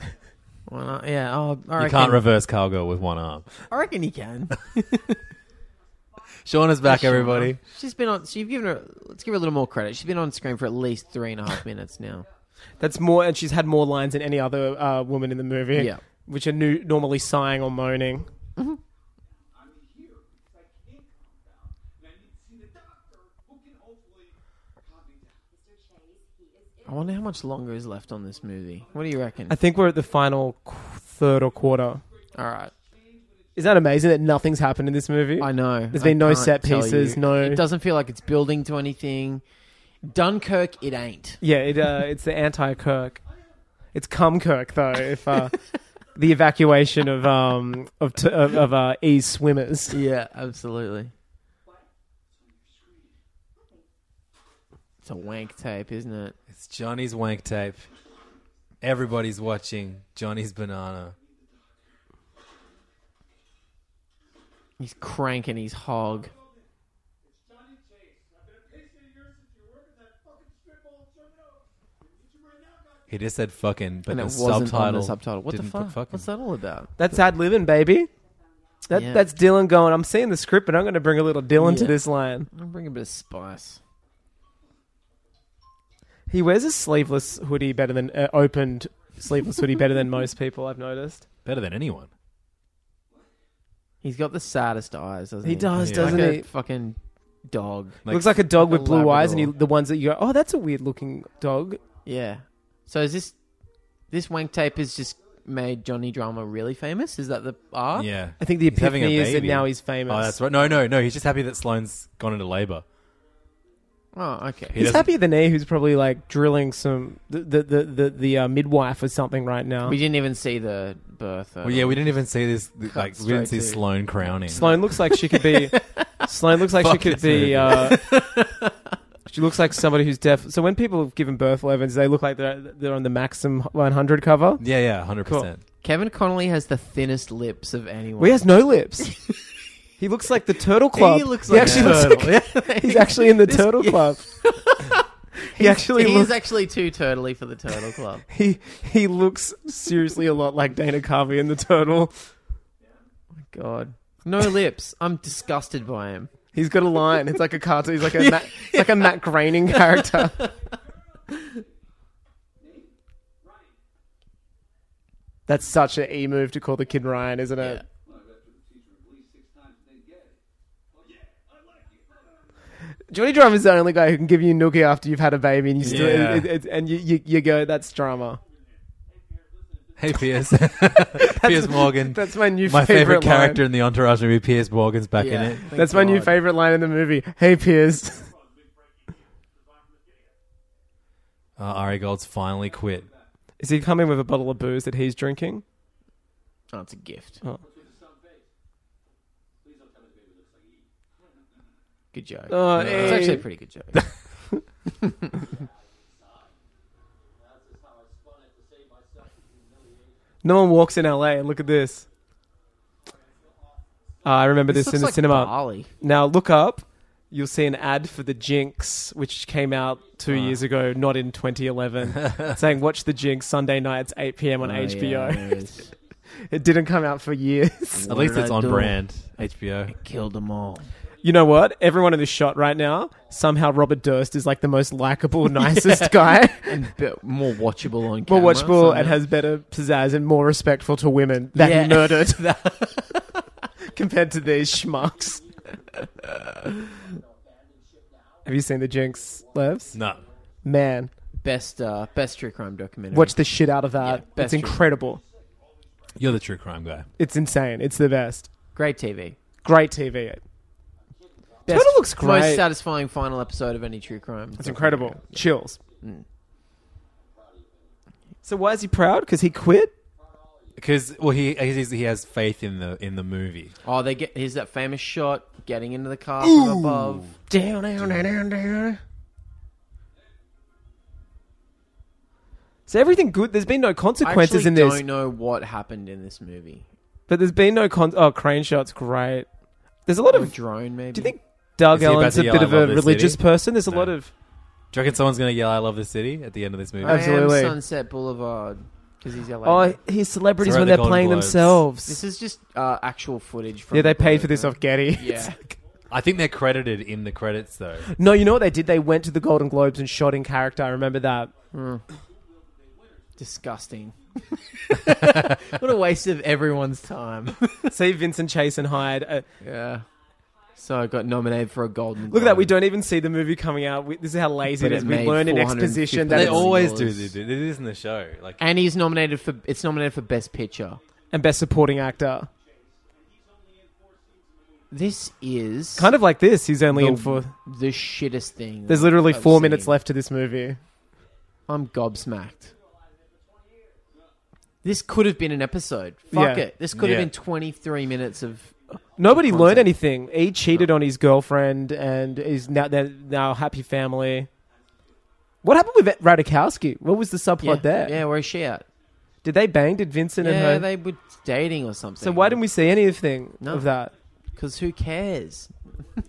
Speaker 3: why not? Yeah. Oh, I
Speaker 1: You
Speaker 3: reckon,
Speaker 1: can't reverse cowgirl with one arm.
Speaker 3: I reckon he can.
Speaker 1: Shauna's back,
Speaker 3: Sure.
Speaker 1: everybody.
Speaker 3: She's been on. So you've given her. Let's give her a little more credit. She's been on screen for at least three and a half minutes now.
Speaker 2: That's more, and she's had more lines than any other uh, woman in the movie.
Speaker 3: Yeah.
Speaker 2: which are new, normally sighing or moaning.
Speaker 5: I'm here because I can't calm down, and I need to see the doctor who can hopefully calm me down.
Speaker 3: I wonder how much longer is left on this movie. What do you reckon?
Speaker 2: I think we're at the final qu- third or quarter.
Speaker 3: All right.
Speaker 2: Is that amazing that nothing's happened in this movie?
Speaker 3: I know.
Speaker 2: There's
Speaker 3: I
Speaker 2: been no
Speaker 3: can't
Speaker 2: set
Speaker 3: tell
Speaker 2: pieces,
Speaker 3: you.
Speaker 2: no-
Speaker 3: It doesn't feel like it's building to anything. Dunkirk, it ain't.
Speaker 2: Yeah, it, uh, it's the anti-Kirk. It's cum Kirk though. If uh, the evacuation of um of t- of, of uh, E swimmers.
Speaker 3: Yeah, absolutely. It's a wank tape, isn't it?
Speaker 1: It's Johnny's wank tape. Everybody's watching Johnny's banana.
Speaker 3: He's cranking his hog.
Speaker 5: Johnny Chase, I've been a patient of yours since you were working that fucking strip all German Oaks. I need you right now, God.
Speaker 1: He just said fucking, but
Speaker 3: and
Speaker 1: the
Speaker 3: it wasn't
Speaker 1: subtitle.
Speaker 3: on the subtitle. What the
Speaker 1: didn't put
Speaker 3: fuck?
Speaker 1: fucking.
Speaker 3: What's that all about?
Speaker 2: That's ad living, baby. That
Speaker 3: Yeah.
Speaker 2: that's Dylan going. I'm seeing the script, but I'm going to bring a little Dylan to
Speaker 3: Yeah.
Speaker 2: this line.
Speaker 3: I'll bring a bit of spice.
Speaker 2: He wears a sleeveless hoodie better than uh, opened sleeveless hoodie better than most people. I've noticed.
Speaker 1: Better than anyone.
Speaker 3: He's got the saddest eyes, doesn't he?
Speaker 2: He does,
Speaker 1: Yeah.
Speaker 2: doesn't
Speaker 3: like
Speaker 2: he?
Speaker 3: a fucking dog.
Speaker 2: Looks like a dog
Speaker 3: like a
Speaker 2: with blue eyes, and he,
Speaker 3: Labrador.
Speaker 2: the ones that you go, oh, that's a weird looking dog.
Speaker 3: Yeah. So is this this wank tape has just made Johnny Drama really famous? Is that the art?
Speaker 1: Yeah.
Speaker 2: I think the
Speaker 1: He's having a
Speaker 2: epiphany is that
Speaker 1: baby.
Speaker 2: now he's famous.
Speaker 1: Oh, that's right. No, no, no. He's just happy that Sloane's gone into labor.
Speaker 3: Oh, okay.
Speaker 1: He
Speaker 2: He's
Speaker 1: doesn't-
Speaker 2: happier than he who's probably like drilling some the the the, the, the uh, midwife or something right now.
Speaker 3: We didn't even see the birth.
Speaker 1: Well, yeah, we didn't even see this. th- Like, we didn't see
Speaker 3: straight to-
Speaker 1: Sloane crowning.
Speaker 2: Sloane looks like she could be. Sloane looks like she
Speaker 1: Fuck
Speaker 2: could
Speaker 1: this movie.
Speaker 2: be. Uh, she looks like somebody who's deaf. So when people have given birth, Levins, they look like they're they're on the Maxim 100 cover.
Speaker 1: Yeah, yeah, hundred percent.
Speaker 3: Kevin Connolly has the thinnest lips of anyone.
Speaker 2: Well, he has no lips. he looks like the Turtle Club.
Speaker 3: He looks like
Speaker 2: actually
Speaker 3: a
Speaker 2: looks
Speaker 3: turtle.
Speaker 2: like- he's actually in the Turtle Club. he actually
Speaker 3: He's
Speaker 2: looks.
Speaker 3: actually too turtly for the Turtle Club.
Speaker 2: He he looks seriously a lot like Dana Carvey in the Turtle.
Speaker 3: God. No lips. I'm disgusted by him.
Speaker 2: He's got a line. It's like a cartoon. He's like a Matt, it's like a Matt Groening character. That's such an e move to call the kid Ryan, isn't it? Johnny Drama's the only guy who can give you nookie after you've had a baby, and you still
Speaker 1: Yeah.
Speaker 2: it, it, it- and you, you you go that's drama.
Speaker 1: Hey, Piers. Piers Morgan.
Speaker 2: that's my new
Speaker 1: my favorite,
Speaker 2: favorite line.
Speaker 1: character in the Entourage movie. Piers Morgan's back in it.
Speaker 2: That's my new favorite line in the movie. Hey, Piers.
Speaker 1: Uh, Ari Gold's finally quit.
Speaker 2: Is he coming with a bottle of booze that he's drinking?
Speaker 3: Oh, it's a gift.
Speaker 2: Oh.
Speaker 3: Good joke.
Speaker 2: Oh,
Speaker 3: It's
Speaker 2: hey.
Speaker 3: actually a pretty good joke.
Speaker 2: No one walks in LA. And look at this. Uh, I remember this,
Speaker 3: looks
Speaker 2: in the
Speaker 3: like
Speaker 2: cinema.
Speaker 3: Bali.
Speaker 2: Now look up. You'll see an ad for the Jinx, which came out two years ago, not in 2011, saying "Watch the Jinx Sunday nights, 8 p.m. on
Speaker 3: Oh, yeah,
Speaker 2: HBO."
Speaker 3: there it is.
Speaker 2: it didn't come out for years.
Speaker 1: At
Speaker 3: What
Speaker 1: least
Speaker 3: did
Speaker 1: it's
Speaker 3: I
Speaker 1: on
Speaker 3: do?
Speaker 1: brand. HBO.
Speaker 3: Killed them all.
Speaker 2: You know what? Everyone in this shot right now, somehow Robert Durst is like the most likable, nicest guy,
Speaker 3: But more watchable on
Speaker 2: more
Speaker 3: camera.
Speaker 2: watchable, and
Speaker 3: somehow.
Speaker 2: has better pizzazz and more respectful to women that
Speaker 3: Yeah.
Speaker 2: he murdered compared to these schmucks. Have you seen the Jinx Levs?
Speaker 1: No.
Speaker 2: Man,
Speaker 3: best uh, best true crime documentary.
Speaker 2: watch the shit out of that.
Speaker 3: Yeah, best
Speaker 2: it's
Speaker 3: true.
Speaker 2: incredible.
Speaker 1: You're the true crime guy.
Speaker 2: It's insane. It's the best.
Speaker 3: great TV.
Speaker 2: Great TV.
Speaker 3: Best,
Speaker 2: Total looks
Speaker 3: Most
Speaker 2: great.
Speaker 3: satisfying final episode of any true crime.
Speaker 2: It's incredible. Chills. Mm. So why is he proud? Because he quit.
Speaker 1: Because well, he he's, he has faith in the in the movie.
Speaker 3: Oh, they get here's that famous shot getting into the car from above.
Speaker 2: Down, down, down, down, down. So everything good. There's been no
Speaker 3: I
Speaker 2: consequences
Speaker 3: actually
Speaker 2: in this,
Speaker 3: don't know what happened in this movie.
Speaker 2: but there's been no con. Oh, crane shots, great. There's a lot
Speaker 3: A
Speaker 2: of. Do
Speaker 3: drone, maybe.
Speaker 2: you think Doug
Speaker 1: Is he about
Speaker 2: Allen's
Speaker 1: to
Speaker 2: a
Speaker 1: yell,
Speaker 2: bit
Speaker 1: "I
Speaker 2: of
Speaker 1: love
Speaker 2: a
Speaker 1: this
Speaker 2: religious
Speaker 1: city"?
Speaker 2: person? There's a lot
Speaker 1: No.
Speaker 2: of.
Speaker 1: Do you reckon someone's gonna yell "I love the city" at the end of this movie?
Speaker 3: I am
Speaker 2: Absolutely.
Speaker 3: Sunset Boulevard because he's LA.
Speaker 2: Oh, he's celebrities
Speaker 1: Throw
Speaker 2: when
Speaker 1: the
Speaker 2: they're
Speaker 1: Golden
Speaker 2: playing
Speaker 1: Globes.
Speaker 2: themselves.
Speaker 3: this is just uh, actual footage. From
Speaker 2: yeah, they
Speaker 3: the
Speaker 2: paid
Speaker 3: bird,
Speaker 2: for this
Speaker 3: right?
Speaker 2: off Getty.
Speaker 3: Yeah.
Speaker 1: I think they're credited in the credits though.
Speaker 2: no, you know what they did? They went to the Golden Globes and shot in character. I remember that.
Speaker 3: Disgusting. what a waste of everyone's time.
Speaker 2: See Vincent Chase and Hyde. Uh,
Speaker 3: yeah. So I got nominated for a Golden.
Speaker 2: Look at that. We
Speaker 3: Globe.
Speaker 2: don't even see the movie coming out. We, this is how lazy
Speaker 3: But
Speaker 2: it is.
Speaker 3: it
Speaker 2: We
Speaker 3: made
Speaker 2: learn in
Speaker 3: 450
Speaker 2: exposition that
Speaker 3: That
Speaker 1: they
Speaker 3: is-
Speaker 2: it's,
Speaker 1: always do. They do. It is in the show. Like
Speaker 3: And he's nominated for. It's nominated for Best Picture.
Speaker 2: and best supporting actor.
Speaker 3: This is
Speaker 2: Kind of like this. He's only
Speaker 3: the,
Speaker 2: in for.
Speaker 3: the shittest thing.
Speaker 2: There's literally
Speaker 3: I've
Speaker 2: four
Speaker 3: seen.
Speaker 2: minutes left to this movie.
Speaker 3: I'm gobsmacked. This could have been an episode. Fuck
Speaker 2: Yeah.
Speaker 3: it. This could
Speaker 1: Yeah.
Speaker 3: have been 23 minutes of.
Speaker 2: Nobody
Speaker 3: Good
Speaker 2: learned
Speaker 3: content.
Speaker 2: anything. He cheated on his girlfriend and is now they're now a happy family. What happened with Radikowski? What was the subplot
Speaker 3: Yeah,
Speaker 2: there?
Speaker 3: yeah, where is she at?
Speaker 2: Did they bang? Did Vincent and
Speaker 3: Yeah,
Speaker 2: her?
Speaker 3: they were dating or something.
Speaker 2: so why didn't we see anything
Speaker 3: No.
Speaker 2: of that?
Speaker 3: Because who cares?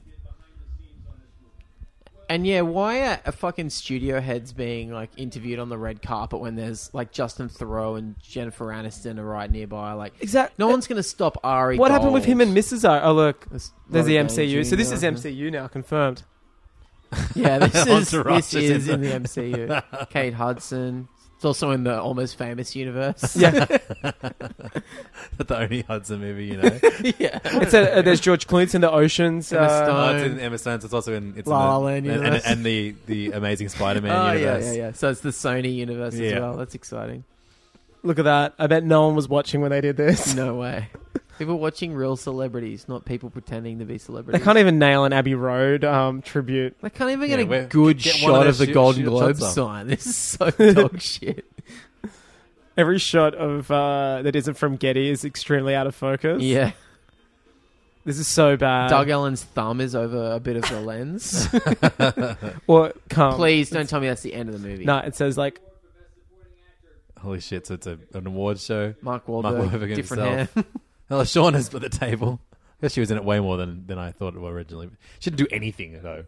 Speaker 3: and yeah, why are a fucking studio heads being like interviewed on the red carpet when there's like Justin Thoreau and Jennifer Aniston are right nearby? Like,
Speaker 2: Exact-
Speaker 3: No one's gonna stop Ari.
Speaker 2: What happened with him
Speaker 3: Gold.
Speaker 2: and Mrs. R? Oh look,
Speaker 3: There's
Speaker 2: there's the
Speaker 3: Robert Downey
Speaker 2: MCU. So this
Speaker 3: Jr..
Speaker 2: is MCU now confirmed.
Speaker 3: Yeah, this is
Speaker 1: Entourage
Speaker 3: this
Speaker 1: is
Speaker 3: is
Speaker 1: in
Speaker 3: in the MCU. Kate Hudson. It's also in the almost famous universe.
Speaker 2: Yeah,
Speaker 1: the only Hudson movie, you know.
Speaker 3: yeah. Oh,
Speaker 2: it's a, uh, there's George Clooney in the oceans.
Speaker 3: Emma
Speaker 2: uh,
Speaker 3: Stone.
Speaker 1: Oh, it's in Emma Stone's. It's also in it's
Speaker 3: La La
Speaker 1: in
Speaker 3: Land
Speaker 1: the, and, and,
Speaker 3: universe.
Speaker 1: and the the Amazing Spider-Man
Speaker 3: Oh yeah,
Speaker 1: universe.
Speaker 3: yeah, yeah. So it's the Sony universe
Speaker 1: Yeah.
Speaker 3: as well. That's exciting.
Speaker 2: Look at that. I bet no one was watching when they did this.
Speaker 3: No way. People watching real celebrities, not people pretending to be celebrities.
Speaker 2: They can't even nail an Abbey Road um, tribute.
Speaker 3: They can't even
Speaker 1: Yeah,
Speaker 3: get
Speaker 1: where-
Speaker 3: a good
Speaker 1: get one
Speaker 3: shot
Speaker 1: of
Speaker 3: of,
Speaker 1: their
Speaker 3: the
Speaker 1: shoot-
Speaker 3: Golden
Speaker 1: shoot
Speaker 3: Globe
Speaker 1: shots up.
Speaker 3: sign. This is so dog shit.
Speaker 2: Every shot of uh, that isn't from Getty is extremely out of focus.
Speaker 3: Yeah.
Speaker 2: This is so
Speaker 1: Uh,
Speaker 2: bad.
Speaker 3: Doug Allen's thumb is over a bit of the lens.
Speaker 2: Or
Speaker 1: Um,
Speaker 2: come.
Speaker 3: Please don't tell me that's the end of the movie.
Speaker 2: No, it says like
Speaker 1: Holy shit! So it's a, an award show.
Speaker 3: Mark Wahlberg,
Speaker 1: Wahlberg
Speaker 3: different
Speaker 1: himself.
Speaker 3: hair.
Speaker 1: Well, Shauna's at the table. I guess she was in it way more than, than I thought it was originally. She didn't do anything though.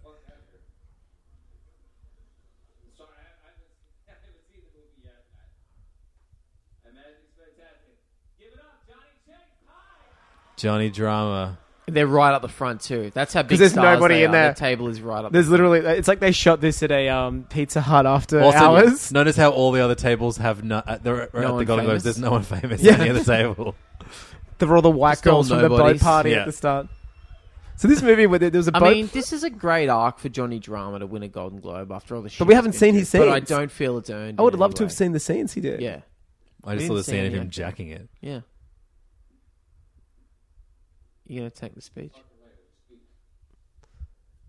Speaker 1: Johnny Drama.
Speaker 3: They're right up the front too. That's how big
Speaker 2: there's
Speaker 3: stars
Speaker 2: nobody
Speaker 3: they
Speaker 2: in
Speaker 3: are.
Speaker 2: there.
Speaker 3: The table is right up.
Speaker 2: there's
Speaker 3: the front.
Speaker 2: literally it's like they shot this at a um, Pizza Hut after
Speaker 1: Also,
Speaker 2: hours.
Speaker 1: notice how all the other tables have no. At the, at the
Speaker 3: one
Speaker 1: Golden Globes,
Speaker 3: famous?
Speaker 1: there's no one famous
Speaker 2: Yeah.
Speaker 1: at any other table.
Speaker 2: There were all the white
Speaker 3: Just all
Speaker 2: girls from the boat
Speaker 3: nobodies.
Speaker 2: party
Speaker 1: Yeah.
Speaker 2: at the start. So this movie where there there was a boat.
Speaker 3: I mean, this is a great arc for Johnny Drama to win a Golden Globe after all the shit.
Speaker 2: we
Speaker 3: he's
Speaker 2: haven't
Speaker 3: been
Speaker 2: seen
Speaker 3: through.
Speaker 2: his
Speaker 3: But I
Speaker 2: scenes.
Speaker 3: don't feel it's earned.
Speaker 2: I would
Speaker 3: in
Speaker 2: love
Speaker 3: any
Speaker 2: to have
Speaker 3: way.
Speaker 2: seen the scenes he did.
Speaker 3: Yeah.
Speaker 1: I
Speaker 3: We
Speaker 1: just saw
Speaker 3: didn't
Speaker 1: the
Speaker 3: see
Speaker 1: scene of
Speaker 3: any
Speaker 1: him
Speaker 3: of it.
Speaker 1: jacking it.
Speaker 3: Yeah. You gonna take the speech?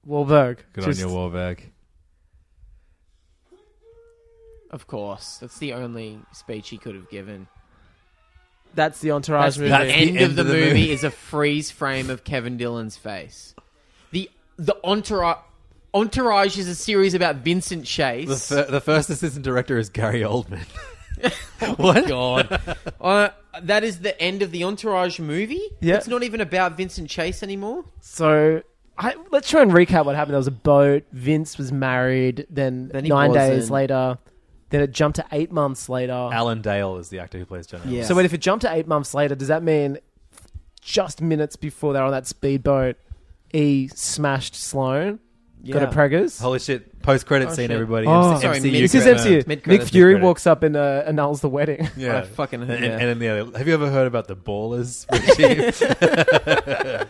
Speaker 2: Wahlberg.
Speaker 1: Good
Speaker 2: Just-
Speaker 1: on you, Warbeck.
Speaker 3: Of course. That's the only speech he could have given.
Speaker 2: That's the entourage
Speaker 3: That's
Speaker 2: movie.
Speaker 3: The end, of the, movie, is a freeze frame of Kevin Dillon's face. The the entourage entourage is a series about Vincent Chase.
Speaker 1: The, fir- the first assistant director is Gary Oldman.
Speaker 3: what? God. Uh, that is the end of the entourage movie.
Speaker 2: Yeah.
Speaker 3: It's not even about Vincent Chase anymore.
Speaker 2: So I, let's try and recap what happened. There was a boat. Vince was married. Then,
Speaker 3: Then he
Speaker 2: 9 days
Speaker 3: wasn't.
Speaker 2: later. Then it jumped to eight months later.
Speaker 1: Alan Dale is the actor who plays John. Adams.
Speaker 2: So wait, if it jumped to eight months later, does that mean just minutes before they're on that speedboat, he smashed Sloane, got a
Speaker 3: Yeah.
Speaker 2: preggers?
Speaker 1: Holy shit! Post credit
Speaker 3: Oh,
Speaker 1: scene,
Speaker 3: shit.
Speaker 1: everybody.
Speaker 2: Oh.
Speaker 1: MC-
Speaker 3: Sorry,
Speaker 1: MCU
Speaker 2: This is
Speaker 1: credit.
Speaker 2: MCU.
Speaker 3: Mid-credits,
Speaker 2: Nick Fury
Speaker 1: mid-credits.
Speaker 2: walks up and uh, annuls the wedding.
Speaker 1: Yeah,
Speaker 3: What a fucking-
Speaker 1: and,
Speaker 3: yeah.
Speaker 1: and then the other. Have you ever heard about the ballers?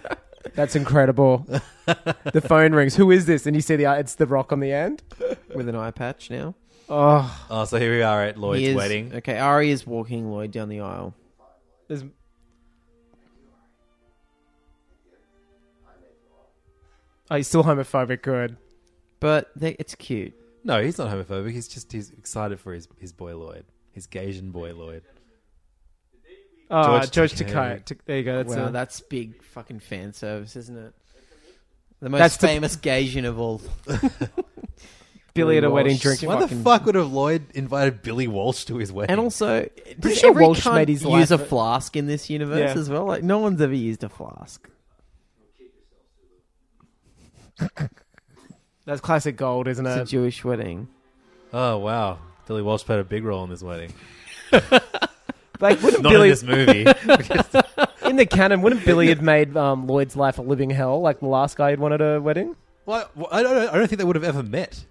Speaker 1: Richie?
Speaker 2: That's incredible. the phone rings. Who is this? And you see the uh, it's the Rock on the end.
Speaker 3: With an eye patch now.
Speaker 2: Oh,
Speaker 1: oh, so here we are at
Speaker 3: He
Speaker 1: Lloyd's
Speaker 3: is-
Speaker 1: wedding.
Speaker 3: Okay, Ari is walking Lloyd down the aisle.
Speaker 2: there's oh, he's still homophobic. Good.
Speaker 3: But they, it's cute.
Speaker 1: No, he's not homophobic. He's just he's excited for his his boy Lloyd, his Gaysian boy Lloyd.
Speaker 2: Oh,
Speaker 1: George
Speaker 2: George
Speaker 1: Takei.
Speaker 2: Takei. T- there you go. That's uh,
Speaker 3: wow,
Speaker 2: it.
Speaker 3: that's big fucking fan service, isn't it? The most
Speaker 2: That's the-
Speaker 3: famous Gaysian of all.
Speaker 2: Billy at a
Speaker 3: Walsh.
Speaker 2: wedding drinking.
Speaker 1: Why the
Speaker 3: Fucking-
Speaker 1: fuck would have Lloyd invited Billy Walsh to his wedding?
Speaker 3: And also, pretty
Speaker 2: sure
Speaker 3: every
Speaker 2: Walsh
Speaker 3: cunt
Speaker 2: made his
Speaker 3: use
Speaker 2: life,
Speaker 3: a
Speaker 2: but-
Speaker 3: flask in this universe
Speaker 2: Yeah.
Speaker 3: as well. Like no one's ever used a flask.
Speaker 2: That's classic gold, isn't
Speaker 3: It's a
Speaker 2: it?
Speaker 3: Jewish wedding.
Speaker 1: oh wow, Billy Walsh played a big role in this wedding.
Speaker 2: Like, wouldn't
Speaker 1: Not
Speaker 2: Billy
Speaker 1: in this movie.
Speaker 2: in the canon? Wouldn't Billy have made um, Lloyd's life a living hell? Like the last guy he'd wanted a wedding.
Speaker 1: well, I don't. I don't think they would have ever met.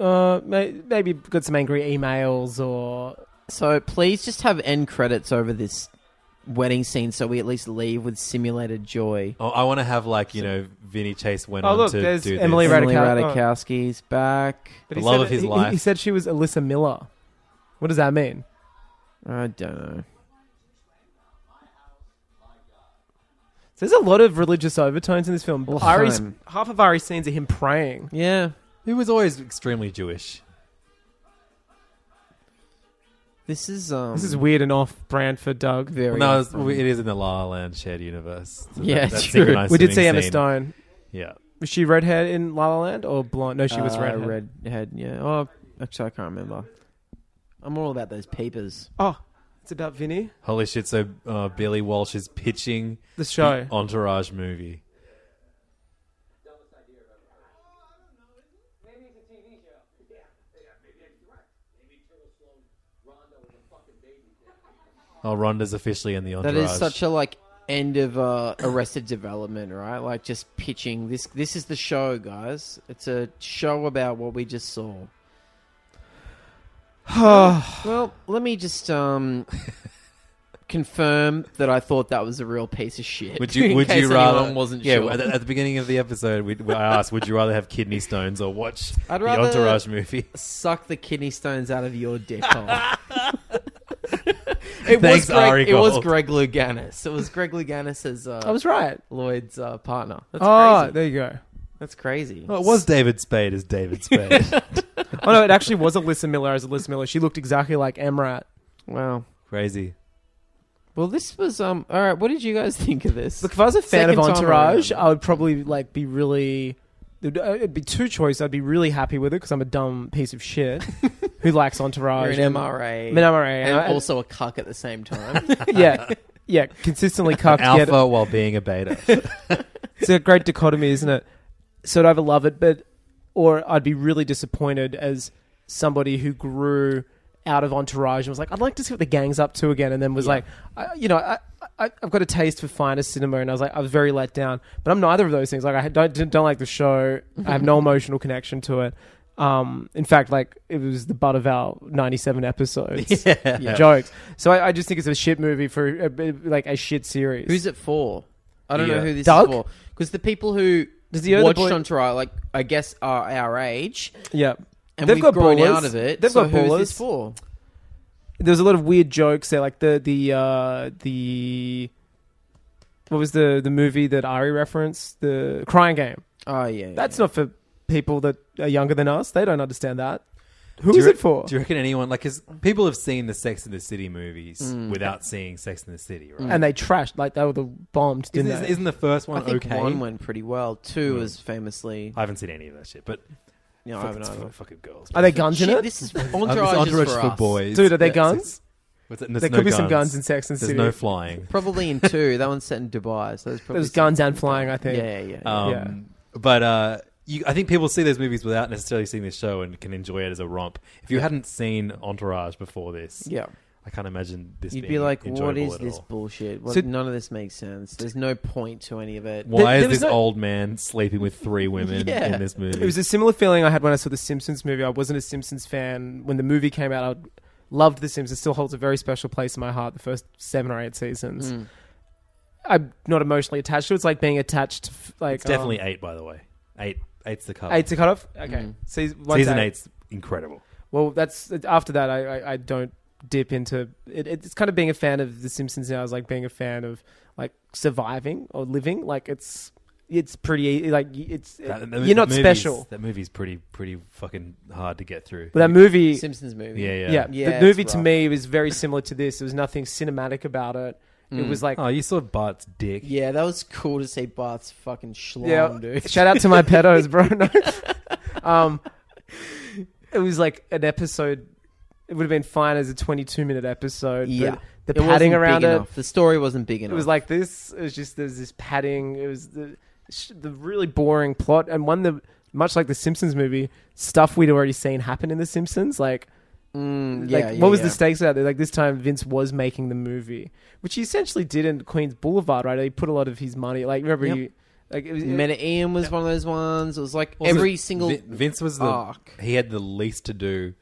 Speaker 2: Uh, may- maybe got some angry emails or
Speaker 3: So please just have end credits over this wedding scene, so we at least leave with simulated joy.
Speaker 1: Oh, I want to have like you know, Vinny Chase went
Speaker 2: Oh,
Speaker 1: on
Speaker 2: look,
Speaker 1: to
Speaker 2: there's
Speaker 1: do
Speaker 2: Emily
Speaker 1: this.
Speaker 2: Ratajkowski.
Speaker 3: Emily
Speaker 2: Radica- oh.
Speaker 3: Radikowski's back.
Speaker 2: But
Speaker 1: The
Speaker 2: he
Speaker 1: love
Speaker 2: said-
Speaker 1: of his
Speaker 2: he-
Speaker 1: life.
Speaker 2: He said she was Alyssa Miller. What does that mean?
Speaker 3: I don't know.
Speaker 2: So there's a lot of religious overtones in this film.
Speaker 3: All the
Speaker 2: Ari's,
Speaker 3: time.
Speaker 2: half of Ari's scenes are him praying.
Speaker 3: Yeah,
Speaker 1: He was always extremely Jewish.
Speaker 3: this is um.
Speaker 2: This is weird and off-brand for Doug.
Speaker 1: Well,
Speaker 3: very.
Speaker 1: no, it's,
Speaker 3: off-brand.
Speaker 1: it is in the La La Land shared universe. So
Speaker 3: Yeah,
Speaker 1: that's
Speaker 3: true.
Speaker 1: synchronized
Speaker 2: we did
Speaker 1: swimming
Speaker 2: see Emma
Speaker 1: scene.
Speaker 2: Stone.
Speaker 1: Yeah,
Speaker 2: Was she redhead in La La Land or blonde? No, she was
Speaker 3: Uh,
Speaker 2: redhead.
Speaker 3: redhead, yeah. Oh, actually, I can't remember. I'm all about those peepers.
Speaker 2: Oh, it's about Vinny.
Speaker 1: holy shit! So uh, Billy Walsh is pitching
Speaker 2: The show.
Speaker 1: the Entourage movie.
Speaker 5: Maybe it's a TV show. Yeah, yeah, maybe I can direct. Maybe Turtle Sloan Rondo was a fucking baby.
Speaker 1: Oh, Rhonda's officially in the Entourage.
Speaker 3: That is such a like end of uh, Arrested Development, right? Like just pitching this. This is the show, guys. It's a show about what we just saw. well, let me just um confirm that I thought that was a real piece of shit.
Speaker 1: Would you?
Speaker 3: in
Speaker 1: Would
Speaker 3: case
Speaker 1: you rather?
Speaker 3: anyone wasn't
Speaker 1: yeah.
Speaker 3: sure.
Speaker 1: At, at the beginning of the episode, we, we- I asked, "Would you rather have kidney stones or watch
Speaker 3: I'd
Speaker 1: the
Speaker 3: rather-
Speaker 1: Entourage movie?"
Speaker 3: Suck the kidney stones out of your dick hole. it
Speaker 1: Thanks,
Speaker 3: was Greg,
Speaker 1: Ari
Speaker 3: It was
Speaker 1: Gold.
Speaker 3: Greg Louganis. It was Greg Louganis as uh,
Speaker 2: I was right.
Speaker 3: Lloyd's uh, partner. That's
Speaker 2: oh,
Speaker 3: crazy.
Speaker 2: there you go.
Speaker 3: That's crazy.
Speaker 1: Oh, it was David Spade as David Spade.
Speaker 2: Oh no, it actually was Alyssa Miller as Alyssa Miller. She looked exactly like Emrat.
Speaker 3: Wow.
Speaker 1: Crazy.
Speaker 3: Well, this was um. All right, what did you guys think of this?
Speaker 2: Look, if I was a fan
Speaker 3: Second
Speaker 2: of
Speaker 3: time
Speaker 2: Entourage,
Speaker 3: around.
Speaker 2: I would probably like be really. there'd- uh, It'd be two choice. I'd be really happy with it because I'm a dumb piece of shit who likes
Speaker 3: You're
Speaker 2: Entourage.
Speaker 3: an MRA,
Speaker 2: I'm an MRA,
Speaker 3: and
Speaker 2: and I-
Speaker 3: also a cuck at the same time.
Speaker 2: yeah, yeah, consistently cucked.
Speaker 1: Alpha
Speaker 2: Yet
Speaker 1: while being a beta.
Speaker 2: it's a great dichotomy, isn't it? So I'd either love it, but or I'd be really disappointed as somebody who grew out of Entourage and was like, I'd like to see what the gang's up to again, and then was like, I, you know, I, I, I've got a taste for finer cinema, and I was like, I was very let down. But I'm neither of those things. Like I don't didn't- don't like the show. I have no emotional connection to it. Um, in fact, like it was the butt of our '97 episodes jokes. So I, I just think it's a shit movie for a, bit- like a shit series.
Speaker 3: Who's it for? I don't
Speaker 1: Yeah.
Speaker 3: know who this
Speaker 2: Doug?
Speaker 3: is for. Because the people who
Speaker 2: Does the other
Speaker 3: watched
Speaker 2: boy-
Speaker 3: Entourage, like I guess, are our age,
Speaker 2: yeah.
Speaker 3: and
Speaker 2: They've
Speaker 3: we've
Speaker 2: got
Speaker 3: grown
Speaker 2: ballers.
Speaker 3: out of it.
Speaker 2: They've
Speaker 3: so
Speaker 2: got
Speaker 3: who is
Speaker 2: ballers.
Speaker 3: this for?
Speaker 2: there was a lot of weird jokes there, like the the uh, the what was the the movie that Ari referenced, the Crying Game.
Speaker 3: Oh yeah,
Speaker 2: that's not for people that are younger than us. They don't understand that. Who
Speaker 1: Who
Speaker 2: is
Speaker 1: is
Speaker 2: it for?
Speaker 1: Do you reckon anyone like? Because people have seen the Sex in the City movies
Speaker 2: Mm.
Speaker 1: without seeing Sex in the City, right?
Speaker 2: And they trashed like they were the bombed, didn't
Speaker 1: Isn't-
Speaker 2: they?
Speaker 1: isn't the first one
Speaker 3: I think
Speaker 1: okay?
Speaker 3: one went pretty well. Two
Speaker 1: Mm.
Speaker 3: was famously.
Speaker 1: I haven't seen any of that shit, but
Speaker 3: No, I
Speaker 1: fuck,
Speaker 3: haven't
Speaker 1: it's
Speaker 3: either.
Speaker 1: fu- fucking girls.
Speaker 2: Are there guns in
Speaker 3: Shit,
Speaker 2: it?
Speaker 3: this is-
Speaker 1: Um, this
Speaker 3: Entourage is
Speaker 1: Entourage
Speaker 3: for
Speaker 1: for,
Speaker 3: us.
Speaker 1: boys,
Speaker 2: Dude, are there
Speaker 1: Yeah,
Speaker 2: guns?
Speaker 1: What's it? And there's
Speaker 2: There
Speaker 1: no
Speaker 2: could be some guns in Sex and the
Speaker 1: There's
Speaker 2: City.
Speaker 1: no flying.
Speaker 3: Probably in two. That one's set in Dubai, so there's probably
Speaker 2: There's
Speaker 3: some-
Speaker 2: guns and flying. I think.
Speaker 3: Yeah, yeah, yeah.
Speaker 1: Um,
Speaker 2: Yeah.
Speaker 1: But uh, you, I think people see those movies without necessarily seeing this show and can enjoy it as a romp. If you hadn't seen Entourage before this,
Speaker 3: Yeah.
Speaker 1: I can't imagine this.
Speaker 3: You'd be
Speaker 1: being
Speaker 3: like, "What
Speaker 1: enjoyable
Speaker 3: is
Speaker 1: at
Speaker 3: this
Speaker 1: all.
Speaker 3: bullshit? What,
Speaker 2: So-
Speaker 3: none of this makes sense. There's no point to any of it."
Speaker 1: Why
Speaker 2: There-
Speaker 1: is
Speaker 2: there was
Speaker 1: this
Speaker 2: no-
Speaker 1: old man sleeping with three women
Speaker 3: Yeah.
Speaker 1: in this movie?
Speaker 2: It was a similar feeling I had when I saw the Simpsons movie. I wasn't a Simpsons fan when the movie came out. I loved the Simpsons. It still holds a very special place in my heart. The first seven or eight seasons.
Speaker 3: Mm.
Speaker 2: I'm not emotionally attached to. it. It's like being attached. to, f- Like
Speaker 1: it's definitely
Speaker 2: um,
Speaker 1: eight, by the way. Eight, eight's the cut.
Speaker 2: eight's a cutoff. Okay,
Speaker 3: Mm.
Speaker 2: Seas- once
Speaker 1: Season
Speaker 2: eight-
Speaker 1: eight's incredible.
Speaker 2: Well, that's after that. I, I, I don't dip into it. It's kind of being a fan of The Simpsons now is like being a fan of like surviving or living. Like it's it's pretty e, like it's
Speaker 1: That- that-
Speaker 2: Uh, you're not
Speaker 1: that movie's-
Speaker 2: special.
Speaker 1: That movie's pretty pretty fucking hard to get through.
Speaker 2: But that movie,
Speaker 3: Simpsons movie.
Speaker 1: yeah, yeah,
Speaker 2: yeah,
Speaker 3: Yeah,
Speaker 2: the movie
Speaker 3: it's
Speaker 2: to
Speaker 3: rough.
Speaker 2: me was very similar to this. There was nothing cinematic about it.
Speaker 3: Mm.
Speaker 2: It was like
Speaker 1: Oh, you saw Bart's dick.
Speaker 3: Hmm. Yeah, that was cool to see Bart's fucking schlong,
Speaker 2: yeah.
Speaker 3: dude.
Speaker 2: Shout out to my pedos, bro. No. um, it was like an episode. It would have been fine as a 22 minute episode.
Speaker 3: Yeah.
Speaker 2: but the
Speaker 3: It wasn't
Speaker 2: padding
Speaker 3: big
Speaker 2: around it.
Speaker 3: enough. The story wasn't big enough.
Speaker 2: It was like this. It was just there's this padding. It was the sh- the really boring plot and one that much like the Simpsons movie stuff we'd already seen happen in the Simpsons. Like, like
Speaker 3: Mm, yeah, yeah,
Speaker 2: what was
Speaker 3: yeah.
Speaker 2: the stakes out there? Like this time Vince was making the movie, which he essentially did in Queens Boulevard. Right, he put a lot of his money. Like remember
Speaker 3: Yep.
Speaker 2: you. Like it was,
Speaker 3: Ian was one of those ones. It was like
Speaker 1: Also,
Speaker 3: every single
Speaker 1: Vin- Vince was the
Speaker 3: arc.
Speaker 1: he had the least to do.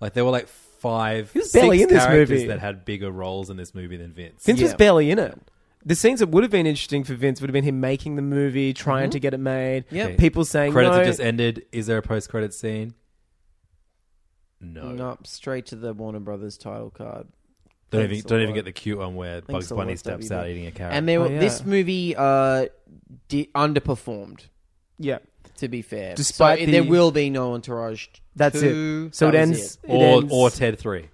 Speaker 1: Like there were like five,
Speaker 2: He was
Speaker 1: six
Speaker 2: barely in this
Speaker 1: characters
Speaker 2: movie.
Speaker 1: that had bigger roles in this movie than Vince.
Speaker 2: Vince was
Speaker 3: Yeah.
Speaker 2: barely in it. The scenes that would have been interesting for Vince would have been him making the movie, trying
Speaker 3: Mm-hmm.
Speaker 2: to get it made.
Speaker 3: Yep. Okay.
Speaker 2: people saying
Speaker 1: Credits
Speaker 2: no.
Speaker 1: have just ended. Is there a post credit scene? No.
Speaker 3: No, straight to the Warner Brothers title card.
Speaker 1: Don't
Speaker 3: Thanks
Speaker 1: even
Speaker 3: a
Speaker 1: don't even
Speaker 3: lot.
Speaker 1: get the cute one where
Speaker 3: Thanks
Speaker 1: Bugs
Speaker 3: a lot,
Speaker 1: Bunny steps out
Speaker 3: WB.
Speaker 1: eating a carrot.
Speaker 3: And they were,
Speaker 2: Oh, yeah.
Speaker 3: this movie uh, di- underperformed.
Speaker 2: yeah,
Speaker 3: To be fair,
Speaker 2: Despite
Speaker 3: So
Speaker 2: the-
Speaker 3: there will be no entourage.
Speaker 2: that's
Speaker 3: two.
Speaker 2: it. So
Speaker 3: That
Speaker 2: it
Speaker 3: was
Speaker 2: ends, it
Speaker 1: or
Speaker 2: ends-
Speaker 1: or Ted three.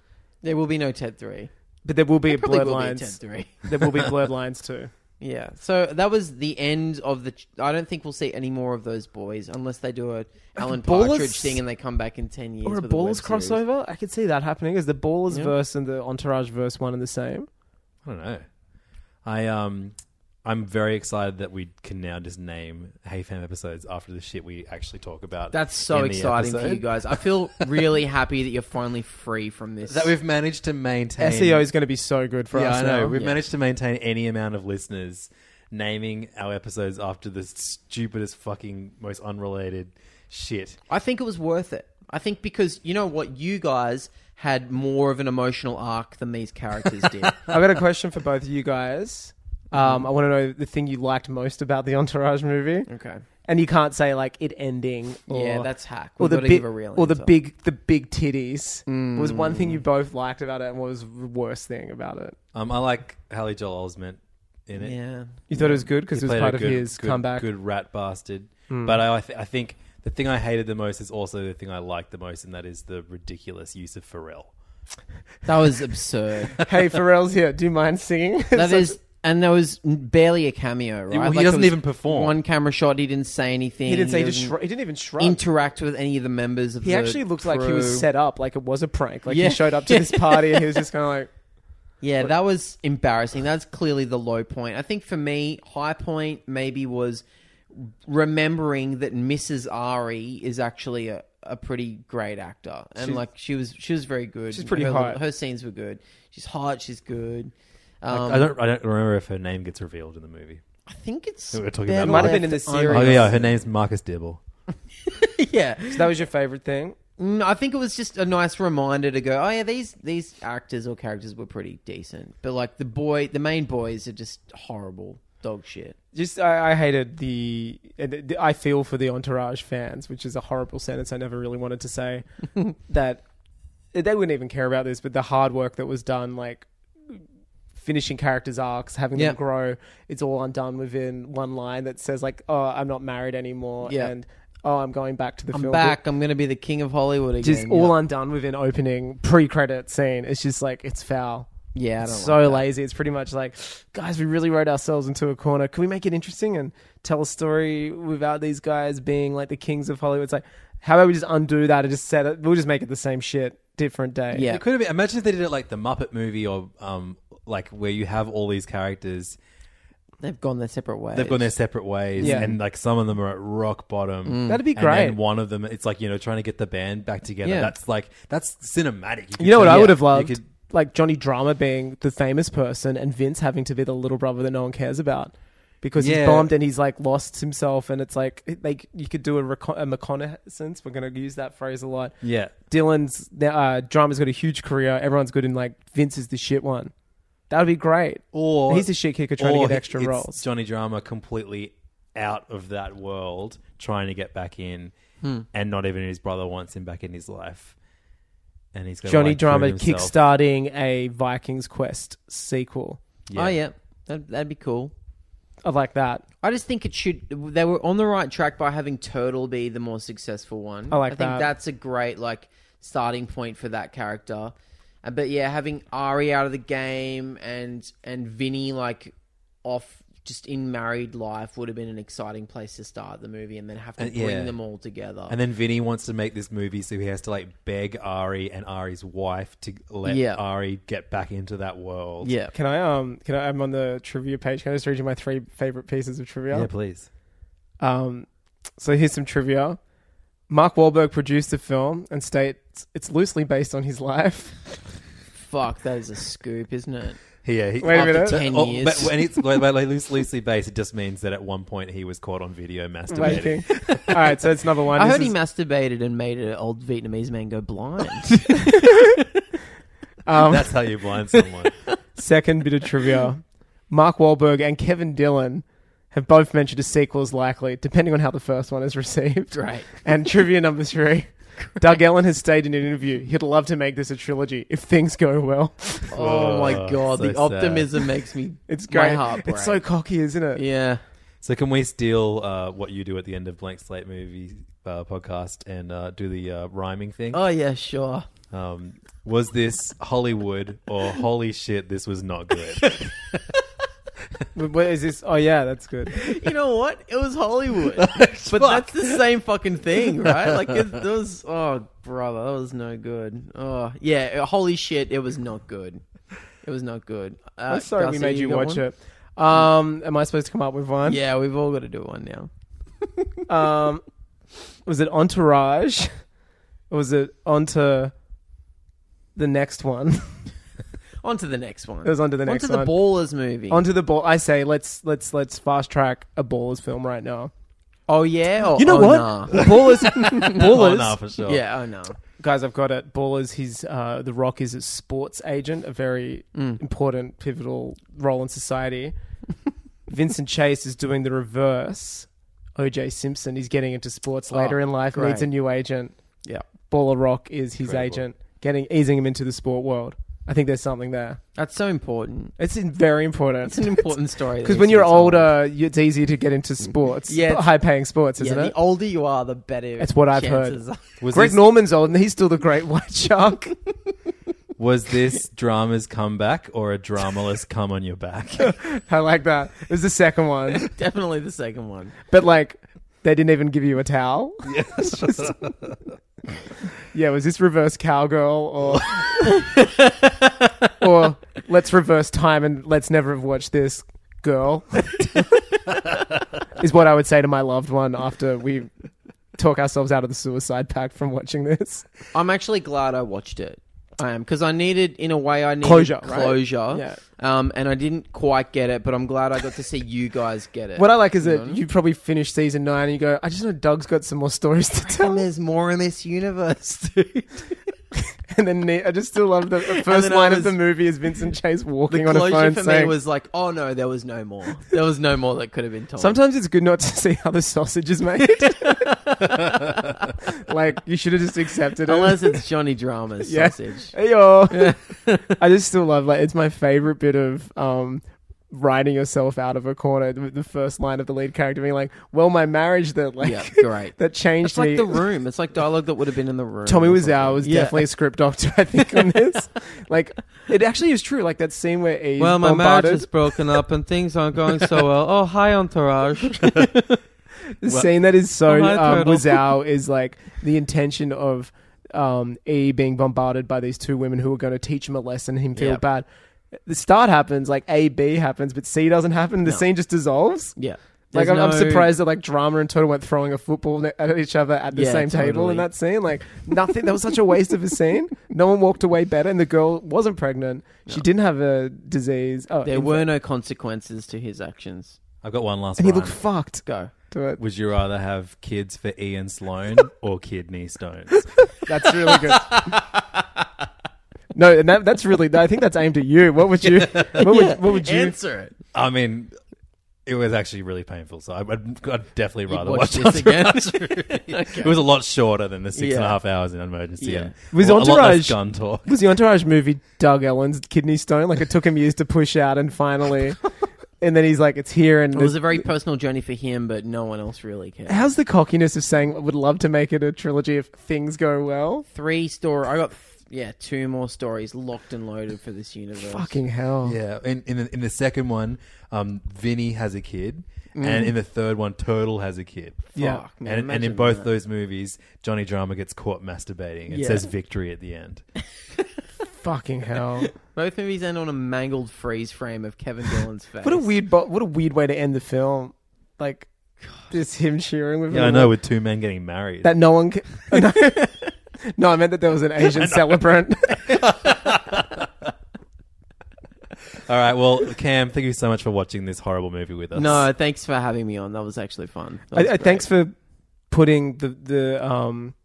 Speaker 3: There will be no Ted three.
Speaker 2: but there will be a
Speaker 3: Probably
Speaker 2: blurred
Speaker 3: will
Speaker 2: lines.
Speaker 3: be a Ted three.
Speaker 2: there will be blurred lines too.
Speaker 3: Yeah. So that was the end of the. Ch- I don't think we'll see any more of those boys unless they do a Alan
Speaker 2: Ballers-
Speaker 3: Partridge thing and they come back in ten years.
Speaker 2: Or a
Speaker 3: with web
Speaker 2: ballers
Speaker 3: series.
Speaker 2: crossover? I could see that happening. Is the ballers
Speaker 3: Yeah.
Speaker 2: verse and the entourage verse one and the same?
Speaker 1: I don't know. I um I'm very excited that we can now just name Hey Fam episodes after the shit we actually talk about.
Speaker 3: That's so
Speaker 1: in the
Speaker 3: exciting for
Speaker 1: episode.
Speaker 3: you guys. I feel really happy that you're finally free from this.
Speaker 1: That we've managed to maintain
Speaker 2: SEO E is going to be so good for
Speaker 1: yeah,
Speaker 2: us.
Speaker 1: I know.
Speaker 2: now.
Speaker 1: We've
Speaker 3: Yeah.
Speaker 1: managed to maintain any amount of listeners naming our episodes after the stupidest fucking most unrelated shit.
Speaker 3: I think it was worth it. I think because you know what, you guys had more of an emotional arc than these characters did.
Speaker 2: I've got a question for both of you guys. Um, I want to know the thing you liked most about the Entourage movie,
Speaker 3: Okay.
Speaker 2: and you can't say like it ending. Or,
Speaker 3: yeah, that's hack.
Speaker 2: or
Speaker 3: We've
Speaker 2: the
Speaker 3: got to
Speaker 2: big
Speaker 3: give a real
Speaker 2: or the
Speaker 3: answer. Mm.
Speaker 2: big the big titties What was one thing you both liked about it, and what was the worst thing about it.
Speaker 1: Um, I like Hallie Joel Osment in it.
Speaker 3: Yeah.
Speaker 2: You thought it was good because
Speaker 1: He
Speaker 2: it was
Speaker 1: played
Speaker 2: part
Speaker 1: a
Speaker 2: of
Speaker 1: good-
Speaker 2: his
Speaker 1: good-
Speaker 2: comeback. Mm.
Speaker 1: Good rat bastard. But I, I, th- I think the thing I hated the most is also the thing I liked the most, and that is the ridiculous use of Pharrell.
Speaker 3: That was absurd.
Speaker 2: Hey, Pharrell's here. Do you mind singing?
Speaker 3: That is and there was barely a cameo, right?
Speaker 1: well, he
Speaker 3: there
Speaker 1: doesn't
Speaker 3: was
Speaker 1: even perform.
Speaker 3: One camera shot, he didn't say anything.
Speaker 2: he didn't say. He, just
Speaker 3: doesn't
Speaker 2: shrug he didn't even shrug.
Speaker 3: interact with any of the members of
Speaker 2: He
Speaker 3: the
Speaker 2: actually looked like he was
Speaker 3: crew.
Speaker 2: set up, like it was a prank. Like
Speaker 3: Yeah.
Speaker 2: he showed up to this party and he was just kind of like,
Speaker 3: Yeah, that was embarrassing. That's clearly the low point. I think for me, high point maybe was remembering that Mrs. Ari is actually a, a pretty great actor, and
Speaker 2: She's-
Speaker 3: like she was she was very good.
Speaker 2: She's pretty
Speaker 3: her,
Speaker 2: hot.
Speaker 3: Her scenes were good. She's hot. She's good. Um,
Speaker 1: I don't, I don't remember if her name gets revealed in the movie.
Speaker 3: I think it's.
Speaker 1: We were talking
Speaker 3: better
Speaker 1: about- It might have
Speaker 2: been in
Speaker 3: left
Speaker 2: the series.
Speaker 1: Oh
Speaker 2: Very
Speaker 1: yeah,
Speaker 2: nice.
Speaker 1: her name's Marcus Dibble.
Speaker 3: un- yeah.
Speaker 2: so "That was your favorite thing."
Speaker 3: Mm, I think it was just a nice reminder to go. Oh yeah, these these actors or characters were pretty decent, but like the boy, the main boys are just horrible dog shit.
Speaker 2: Just I, I hated the, uh, the, the- I feel for the entourage fans, which is a horrible sentence. I never really wanted to say that. they wouldn't even care about this, but the hard work that was done, like finishing characters' arcs, having
Speaker 3: Yeah.
Speaker 2: them grow, it's all undone within one line that says like, "Oh, I'm not married anymore,"
Speaker 3: Yeah.
Speaker 2: and "Oh, I'm going back to the
Speaker 3: I'm
Speaker 2: film."
Speaker 3: back. I'm going to be the king of Hollywood again.
Speaker 2: Just all undone within opening pre-credit scene. It's just like it's foul.
Speaker 3: Yeah, I
Speaker 2: It's
Speaker 3: don't
Speaker 2: so
Speaker 3: like that.
Speaker 2: lazy. It's pretty much like, guys, we really rode ourselves into a corner. Can we make it interesting and tell a story without these guys being like the kings of Hollywood? It's like, how about we just undo that and just set it? We'll just make it the same shit, different day.
Speaker 1: It could have been. Imagine if they did it like the Muppet movie or um, like where you have all these characters.
Speaker 3: They've gone their separate ways.
Speaker 1: They've gone their separate ways,
Speaker 2: Yeah.
Speaker 1: and like some of them are at rock bottom.
Speaker 2: Mm. That'd be
Speaker 1: And
Speaker 2: great.
Speaker 1: then one of them, it's like you know, trying to get the band back together.
Speaker 3: Yeah.
Speaker 1: That's like that's cinematic. could
Speaker 2: You know what
Speaker 1: tell-
Speaker 2: I would have
Speaker 1: you
Speaker 2: loved?
Speaker 1: could-
Speaker 2: like Johnny Drama being the famous person and Vince having to be the little brother that no one cares about because
Speaker 1: Yeah.
Speaker 2: he's bombed and he's like lost himself and it's like it- like you could do a, recon- a reconnaissance. We're going to use that phrase a lot.
Speaker 1: yeah.
Speaker 2: Dylan's uh, drama's got a huge career. Everyone's good in like Vince is the shit one. That would be great.
Speaker 1: Or
Speaker 2: he's a shit kicker trying to
Speaker 1: or
Speaker 2: get extra
Speaker 1: it's
Speaker 2: roles.
Speaker 1: Johnny Drama completely out of that world, trying to get back in,
Speaker 2: Hmm.
Speaker 1: and not even his brother wants him back in his life. And he's gonna,
Speaker 2: Johnny
Speaker 1: like, prove
Speaker 2: Drama
Speaker 1: himself.
Speaker 2: kickstarting a Vikings Quest sequel.
Speaker 3: Oh yeah, that'd, that'd be cool.
Speaker 2: I like that.
Speaker 3: I just think it should. They were on the right track by having Turtle be the more successful one.
Speaker 2: I like
Speaker 3: I think
Speaker 2: that.
Speaker 3: that's a great like starting point for that character. Uh, But yeah, having Ari out of the game and and Vinny like off just in married life would have been an exciting place to start the movie, and then have to
Speaker 1: And-
Speaker 3: bring
Speaker 1: yeah.
Speaker 3: them all together.
Speaker 1: And then Vinny wants to make this movie, so he has to like beg Ari and Ari's wife to let
Speaker 3: Yeah.
Speaker 1: Ari get back into that world.
Speaker 3: yeah,
Speaker 2: Can I um can I I'm on the trivia page. Can I just read you my three favorite pieces of trivia?
Speaker 1: Yeah, please.
Speaker 2: Um, so here's some trivia. Mark Wahlberg produced the film and states it's loosely based on his life.
Speaker 3: fuck, that is a scoop, isn't it?
Speaker 1: Yeah. He,
Speaker 2: Wait a minute.
Speaker 3: After ten
Speaker 1: Oh,
Speaker 3: years,
Speaker 1: but when it's by, by like loose- loosely based, it just means that at one point he was caught on video masturbating.
Speaker 2: Waiting. All right, so it's number one.
Speaker 3: I
Speaker 2: This
Speaker 3: heard
Speaker 2: is-
Speaker 3: he masturbated and made an old Vietnamese man go blind.
Speaker 2: Um.
Speaker 1: That's how you blind someone.
Speaker 2: Second bit of trivia. Mark Wahlberg and Kevin Dillon have both mentioned a sequel is likely, depending on how the first one is received.
Speaker 3: Great.
Speaker 2: And trivia number three. Doug Ellen has stated in an interview he'd love to make this a trilogy if things go well.
Speaker 3: Oh, my
Speaker 1: Oh,
Speaker 3: god,
Speaker 1: so
Speaker 3: the
Speaker 1: sad.
Speaker 3: optimism makes me
Speaker 2: It's great.
Speaker 3: My heart
Speaker 2: it's so
Speaker 3: break.
Speaker 2: cocky, isn't it?
Speaker 3: yeah.
Speaker 1: so can we steal uh, what you do at the end of Blank Slate Movie uh, podcast and uh, do the uh, rhyming thing?
Speaker 3: Oh yeah, sure.
Speaker 1: Um, was this Hollywood or holy shit? This was not good.
Speaker 2: But what is this? Oh yeah, that's good.
Speaker 3: You know what? It was Hollywood, but that's the same fucking thing, right? Like it, it was. Oh brother, that was no good. Oh yeah, uh, holy shit, it was not good. It was not good. Uh,
Speaker 2: I'm sorry we
Speaker 3: Darcy,
Speaker 2: made you,
Speaker 3: got
Speaker 2: watch
Speaker 3: one?
Speaker 2: it. Um, am I supposed to come up with one?
Speaker 3: Yeah, we've all got to do one now.
Speaker 2: Um, was it Entourage? Or was it onto the next one?
Speaker 3: On to the next one.
Speaker 2: It was on to the next
Speaker 3: Onto
Speaker 2: one.
Speaker 3: the Ballers movie.
Speaker 2: onto the ball. I say let's let's let's fast track a ballers film right now.
Speaker 3: oh yeah. Or,
Speaker 2: You know
Speaker 3: oh,
Speaker 2: what?
Speaker 3: nah.
Speaker 2: Ballers, ballers.
Speaker 1: oh no, for sure.
Speaker 3: Yeah. Oh no.
Speaker 2: Guys, I've got it. Ballers. He's uh, the Rock is a sports agent, a very
Speaker 3: Mm.
Speaker 2: important pivotal role in society. Vincent Chase is doing the reverse. OJ Simpson. He's getting into sports later in life.
Speaker 3: Oh, great.
Speaker 2: Needs a new agent.
Speaker 3: Yeah.
Speaker 2: Baller Rock is his agent, getting easing him into the sport world. I think there's something there.
Speaker 3: That's so important.
Speaker 2: It's in- very important.
Speaker 3: It's an important story. that
Speaker 2: Because
Speaker 3: needs
Speaker 2: when
Speaker 3: to
Speaker 2: you're
Speaker 3: be told.
Speaker 2: older, you- it's easier to get into sports.
Speaker 3: Yeah, it's-
Speaker 2: high paying sports, isn't
Speaker 3: yeah,
Speaker 2: it?
Speaker 3: The older you are, the better.
Speaker 2: That's what I've heard.
Speaker 3: chances are.
Speaker 1: Was
Speaker 2: Greg
Speaker 1: this,
Speaker 2: Norman's old, and he's still the great white shark.
Speaker 1: was this drama's comeback or a dramaless come on your back?
Speaker 2: I like that. It was the second one,
Speaker 3: Definitely the second one.
Speaker 2: but like they didn't even give you a towel. Yeah, yeah. Was this reverse cowgirl or or let's reverse time and let's never have watched this girl? is what I would say to my loved one after we talk ourselves out of the suicide pact from watching this.
Speaker 3: I'm actually glad I watched it. I am because I needed, in a way, I needed
Speaker 2: Closure, right?
Speaker 3: closure.
Speaker 2: Yeah.
Speaker 3: Um, and I didn't quite get it, but I'm glad I got to see you guys get it.
Speaker 2: What I like is
Speaker 3: You
Speaker 2: that
Speaker 3: know
Speaker 2: you probably finish season nine and you go, I just know Doug's got some more stories to tell.
Speaker 3: And there's more in this universe, dude.
Speaker 2: And then Ne- I just still love the, the first
Speaker 3: then I
Speaker 2: line
Speaker 3: was-
Speaker 2: of the movie is Vincent Chase walking on a
Speaker 3: Closure
Speaker 2: phone
Speaker 3: for me
Speaker 2: saying,
Speaker 3: was like, oh no, there was no more. There was no more that could have been told.
Speaker 2: Sometimes it's good not to see how the sausage is made. Like you should have just accepted it.
Speaker 3: Unless it's Johnny Drama's
Speaker 2: Yeah.
Speaker 3: sausage.
Speaker 2: Hey, yo. I just still love like it's my favorite bit of um writing yourself out of a corner with the first line of the lead character being like, "Well, my marriage that like
Speaker 3: Yeah, great.
Speaker 2: that changed
Speaker 3: It's like
Speaker 2: me."
Speaker 3: the room. It's like dialogue that would have been in the room.
Speaker 2: Tommy
Speaker 3: or
Speaker 2: Wiseau
Speaker 3: something.
Speaker 2: was
Speaker 3: Yeah.
Speaker 2: definitely a script doctor, I think, on this. like, it actually is true. Like that scene where he's
Speaker 3: Well, my
Speaker 2: bombarded,
Speaker 3: marriage is broken up and things aren't going so well. Oh, hi, entourage.
Speaker 2: the scene that is so
Speaker 3: Oh, hi,
Speaker 2: um,
Speaker 3: turtle.
Speaker 2: Wiseau is like the intention of um, E being bombarded by these two women who are going to teach him a lesson, him feel
Speaker 3: Yep.
Speaker 2: bad. The start happens, like A B happens, but C doesn't happen. The
Speaker 3: No.
Speaker 2: scene just dissolves.
Speaker 3: Yeah.
Speaker 2: Like
Speaker 3: There's
Speaker 2: I'm, I'm
Speaker 3: no-
Speaker 2: surprised that like drama and Toto went throwing a football ne- at each other at the
Speaker 3: Yeah,
Speaker 2: same table
Speaker 3: totally.
Speaker 2: in that scene. Like nothing. that was such a waste of a scene. No one walked away better, and the girl wasn't pregnant. She didn't have a disease. Oh,
Speaker 3: There
Speaker 2: infant.
Speaker 3: were no consequences to his actions.
Speaker 1: I've got one last
Speaker 2: And he
Speaker 1: one.
Speaker 2: looked fucked.
Speaker 3: Go.
Speaker 2: To it.
Speaker 1: Would you rather have kids for Ian Sloan or kidney stones?
Speaker 2: That's really good. No, and that, that's really. I think that's aimed at you. What would you? What would, what would you?
Speaker 3: Answer it.
Speaker 1: I mean, it was actually really painful, so I- I'd, I'd definitely rather
Speaker 3: watch
Speaker 1: watch,
Speaker 3: this again.
Speaker 1: Entourage. It was a lot shorter than the six and
Speaker 3: Yeah.
Speaker 1: a half hours in emergency.
Speaker 3: Yeah.
Speaker 1: And
Speaker 2: Was
Speaker 1: a lot- a lot
Speaker 2: Entourage-
Speaker 1: less gun talk.
Speaker 2: Was the Entourage movie Doug Ellen's kidney stone? Like it took him years to push out, and finally, and then he's like, "It's here." And
Speaker 3: It was a very personal journey for him, but no one else really cared.
Speaker 2: how's the cockiness of saying, "Would love to make it a trilogy if things go well"?
Speaker 3: Three story. I got yeah, two more stories locked and loaded for this universe.
Speaker 2: Fucking hell!
Speaker 1: Yeah, in in the, in the second one, um, Vinny has a kid, and in the third one, Turtle has a kid.
Speaker 2: Yeah.
Speaker 3: Fuck, man,
Speaker 1: and, and in
Speaker 3: imagine
Speaker 1: both
Speaker 3: that.
Speaker 1: those movies, Johnny Drama gets caught masturbating. It
Speaker 3: Yeah.
Speaker 1: says victory at the end.
Speaker 2: Fucking hell!
Speaker 3: both movies end on a mangled freeze frame of Kevin Dillon's face.
Speaker 2: what a weird, bo- what a weird way to end the film. Like just him cheering with.
Speaker 1: Yeah, I
Speaker 2: him.
Speaker 1: know, with two men getting married.
Speaker 2: that no one. Ca- no. No, I meant that there was an Asian celebrant.
Speaker 1: All right, well, Cam, thank you so much for watching this horrible movie with us.
Speaker 3: No, thanks for having me on. That was actually fun. That was
Speaker 2: I, I,
Speaker 3: great.
Speaker 2: thanks for putting the the um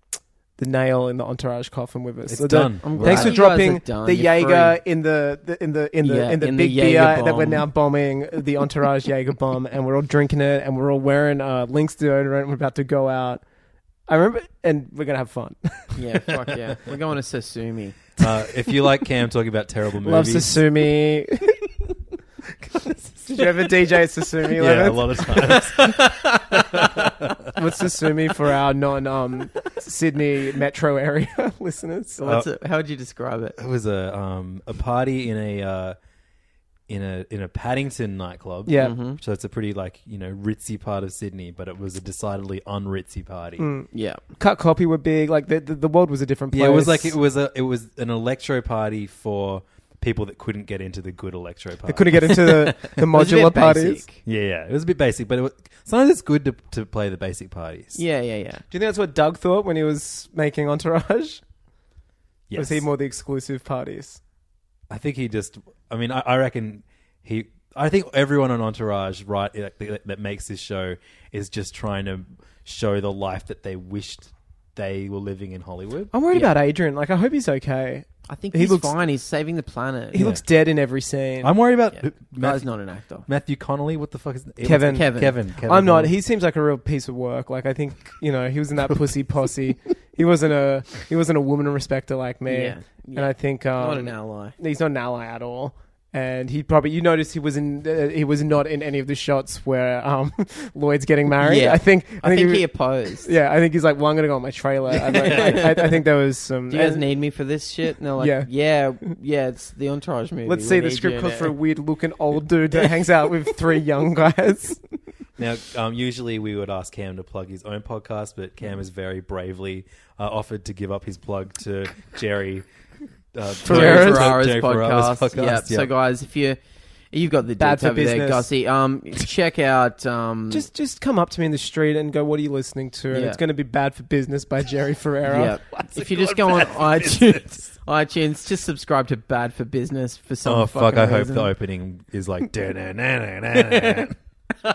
Speaker 2: the nail in the entourage coffin with us.
Speaker 1: It's
Speaker 2: the-
Speaker 1: done. I'm glad
Speaker 2: Thanks for
Speaker 3: you guys are
Speaker 2: dropping
Speaker 3: done.
Speaker 2: the
Speaker 3: You're
Speaker 2: Jaeger in the, the in the in the
Speaker 3: Yeah,
Speaker 2: in the
Speaker 3: in the
Speaker 2: big beer
Speaker 3: Jaeger
Speaker 2: that we're
Speaker 3: bomb.
Speaker 2: now bombing the entourage Jaeger bomb, and we're all drinking it, and we're all wearing uh, Lynx deodorant. We're about to go out. I remember, and we're gonna have fun.
Speaker 3: Yeah, fuck yeah. We're going to Sasumi.
Speaker 1: Uh, if you like Cam talking about terrible
Speaker 2: Love
Speaker 1: movies,
Speaker 2: Susumi. Did you ever DJ Susumi?
Speaker 1: yeah, a
Speaker 2: Leonard?
Speaker 1: lot of times.
Speaker 2: What's Susumi for our non um, Sydney metro area listeners?
Speaker 3: What's it, how would you describe it?
Speaker 1: it was a um, a party in a uh, in a in a Paddington nightclub.
Speaker 2: Yeah.
Speaker 1: So it's a pretty like you know ritzy part of Sydney, but it was a decidedly unritzy party.
Speaker 2: Mm.
Speaker 3: Yeah.
Speaker 2: cut copy were big. Like the, the, the world was a different place.
Speaker 1: Yeah, it was like it was a it was an electro party for people that couldn't get into the good electro party.
Speaker 2: They couldn't get into the, the
Speaker 3: It was a bit
Speaker 2: modular parties.
Speaker 3: basic.
Speaker 1: Yeah, yeah, it was a bit basic, but it was, sometimes it's good to to play the basic parties.
Speaker 3: Yeah, yeah, yeah.
Speaker 2: Do you think that's what Doug thought when he was making Entourage? Or
Speaker 1: yes.
Speaker 2: Was he more the exclusive parties?
Speaker 1: I think he just. I mean, I, I reckon he. I think everyone on Entourage, right, that, that- that makes this show is just trying to show the life that they wished they were living in Hollywood.
Speaker 2: I'm worried about Adrian. Like I hope he's okay.
Speaker 3: I think
Speaker 2: He
Speaker 3: he's
Speaker 2: looks-
Speaker 3: fine. He's saving the planet.
Speaker 2: He looks dead in every scene.
Speaker 1: I'm worried about
Speaker 3: Yeah.
Speaker 1: who-
Speaker 3: Guy's
Speaker 1: Matthew,
Speaker 3: not an actor.
Speaker 1: Matthew Connolly. What the fuck is what's-
Speaker 2: Kevin.
Speaker 3: Kevin.
Speaker 1: Kevin. Kevin
Speaker 2: I'm not.
Speaker 1: Connolly.
Speaker 2: He seems like a real piece of work. Like I think you know he was in that pussy posse. He wasn't a he wasn't a woman respecter like me.
Speaker 3: Yeah, yeah.
Speaker 2: And I think um,
Speaker 3: not an ally.
Speaker 2: he's not an ally at all. And he probably you notice he was in uh, he was not in any of the shots where um, Lloyd's getting married.
Speaker 3: Yeah.
Speaker 2: I think
Speaker 3: I think he
Speaker 2: he,
Speaker 3: opposed.
Speaker 2: yeah I think he's like well I'm gonna go on my trailer. I, I, I, I think there was some.
Speaker 3: Do you guys
Speaker 2: and
Speaker 3: need me for this shit? And they're like,
Speaker 2: Yeah.
Speaker 3: yeah, yeah, it's the Entourage movie. E
Speaker 2: Let's
Speaker 3: We
Speaker 2: see the
Speaker 3: need you
Speaker 2: script
Speaker 3: in
Speaker 2: calls
Speaker 3: it.
Speaker 2: for a weird looking old dude that hangs out with three young guys.
Speaker 1: Now, um, usually we would ask Cam to plug his own podcast, but Cam has very bravely uh, offered to give up his plug to Jerry. Uh,
Speaker 3: Jerry
Speaker 2: Ferrara's-
Speaker 3: Ferrara's
Speaker 1: Jerry Ferrara's
Speaker 3: podcast. Yep. So,
Speaker 1: Yep.
Speaker 3: guys, if you you've got the
Speaker 2: Bad
Speaker 3: data
Speaker 2: for
Speaker 3: over there,
Speaker 2: business.
Speaker 3: Gussie, um, check out um,
Speaker 2: Just just come up to me in the street and go, "What are you listening to?" And
Speaker 3: Yeah.
Speaker 2: it's going to be bad for business by Jerry Ferreira.
Speaker 3: yeah. If you just go on iTunes, iTunes, just subscribe to Bad for Business for some.
Speaker 1: Oh fuck!
Speaker 3: fucking
Speaker 1: I hope
Speaker 3: reason.
Speaker 1: the opening is like.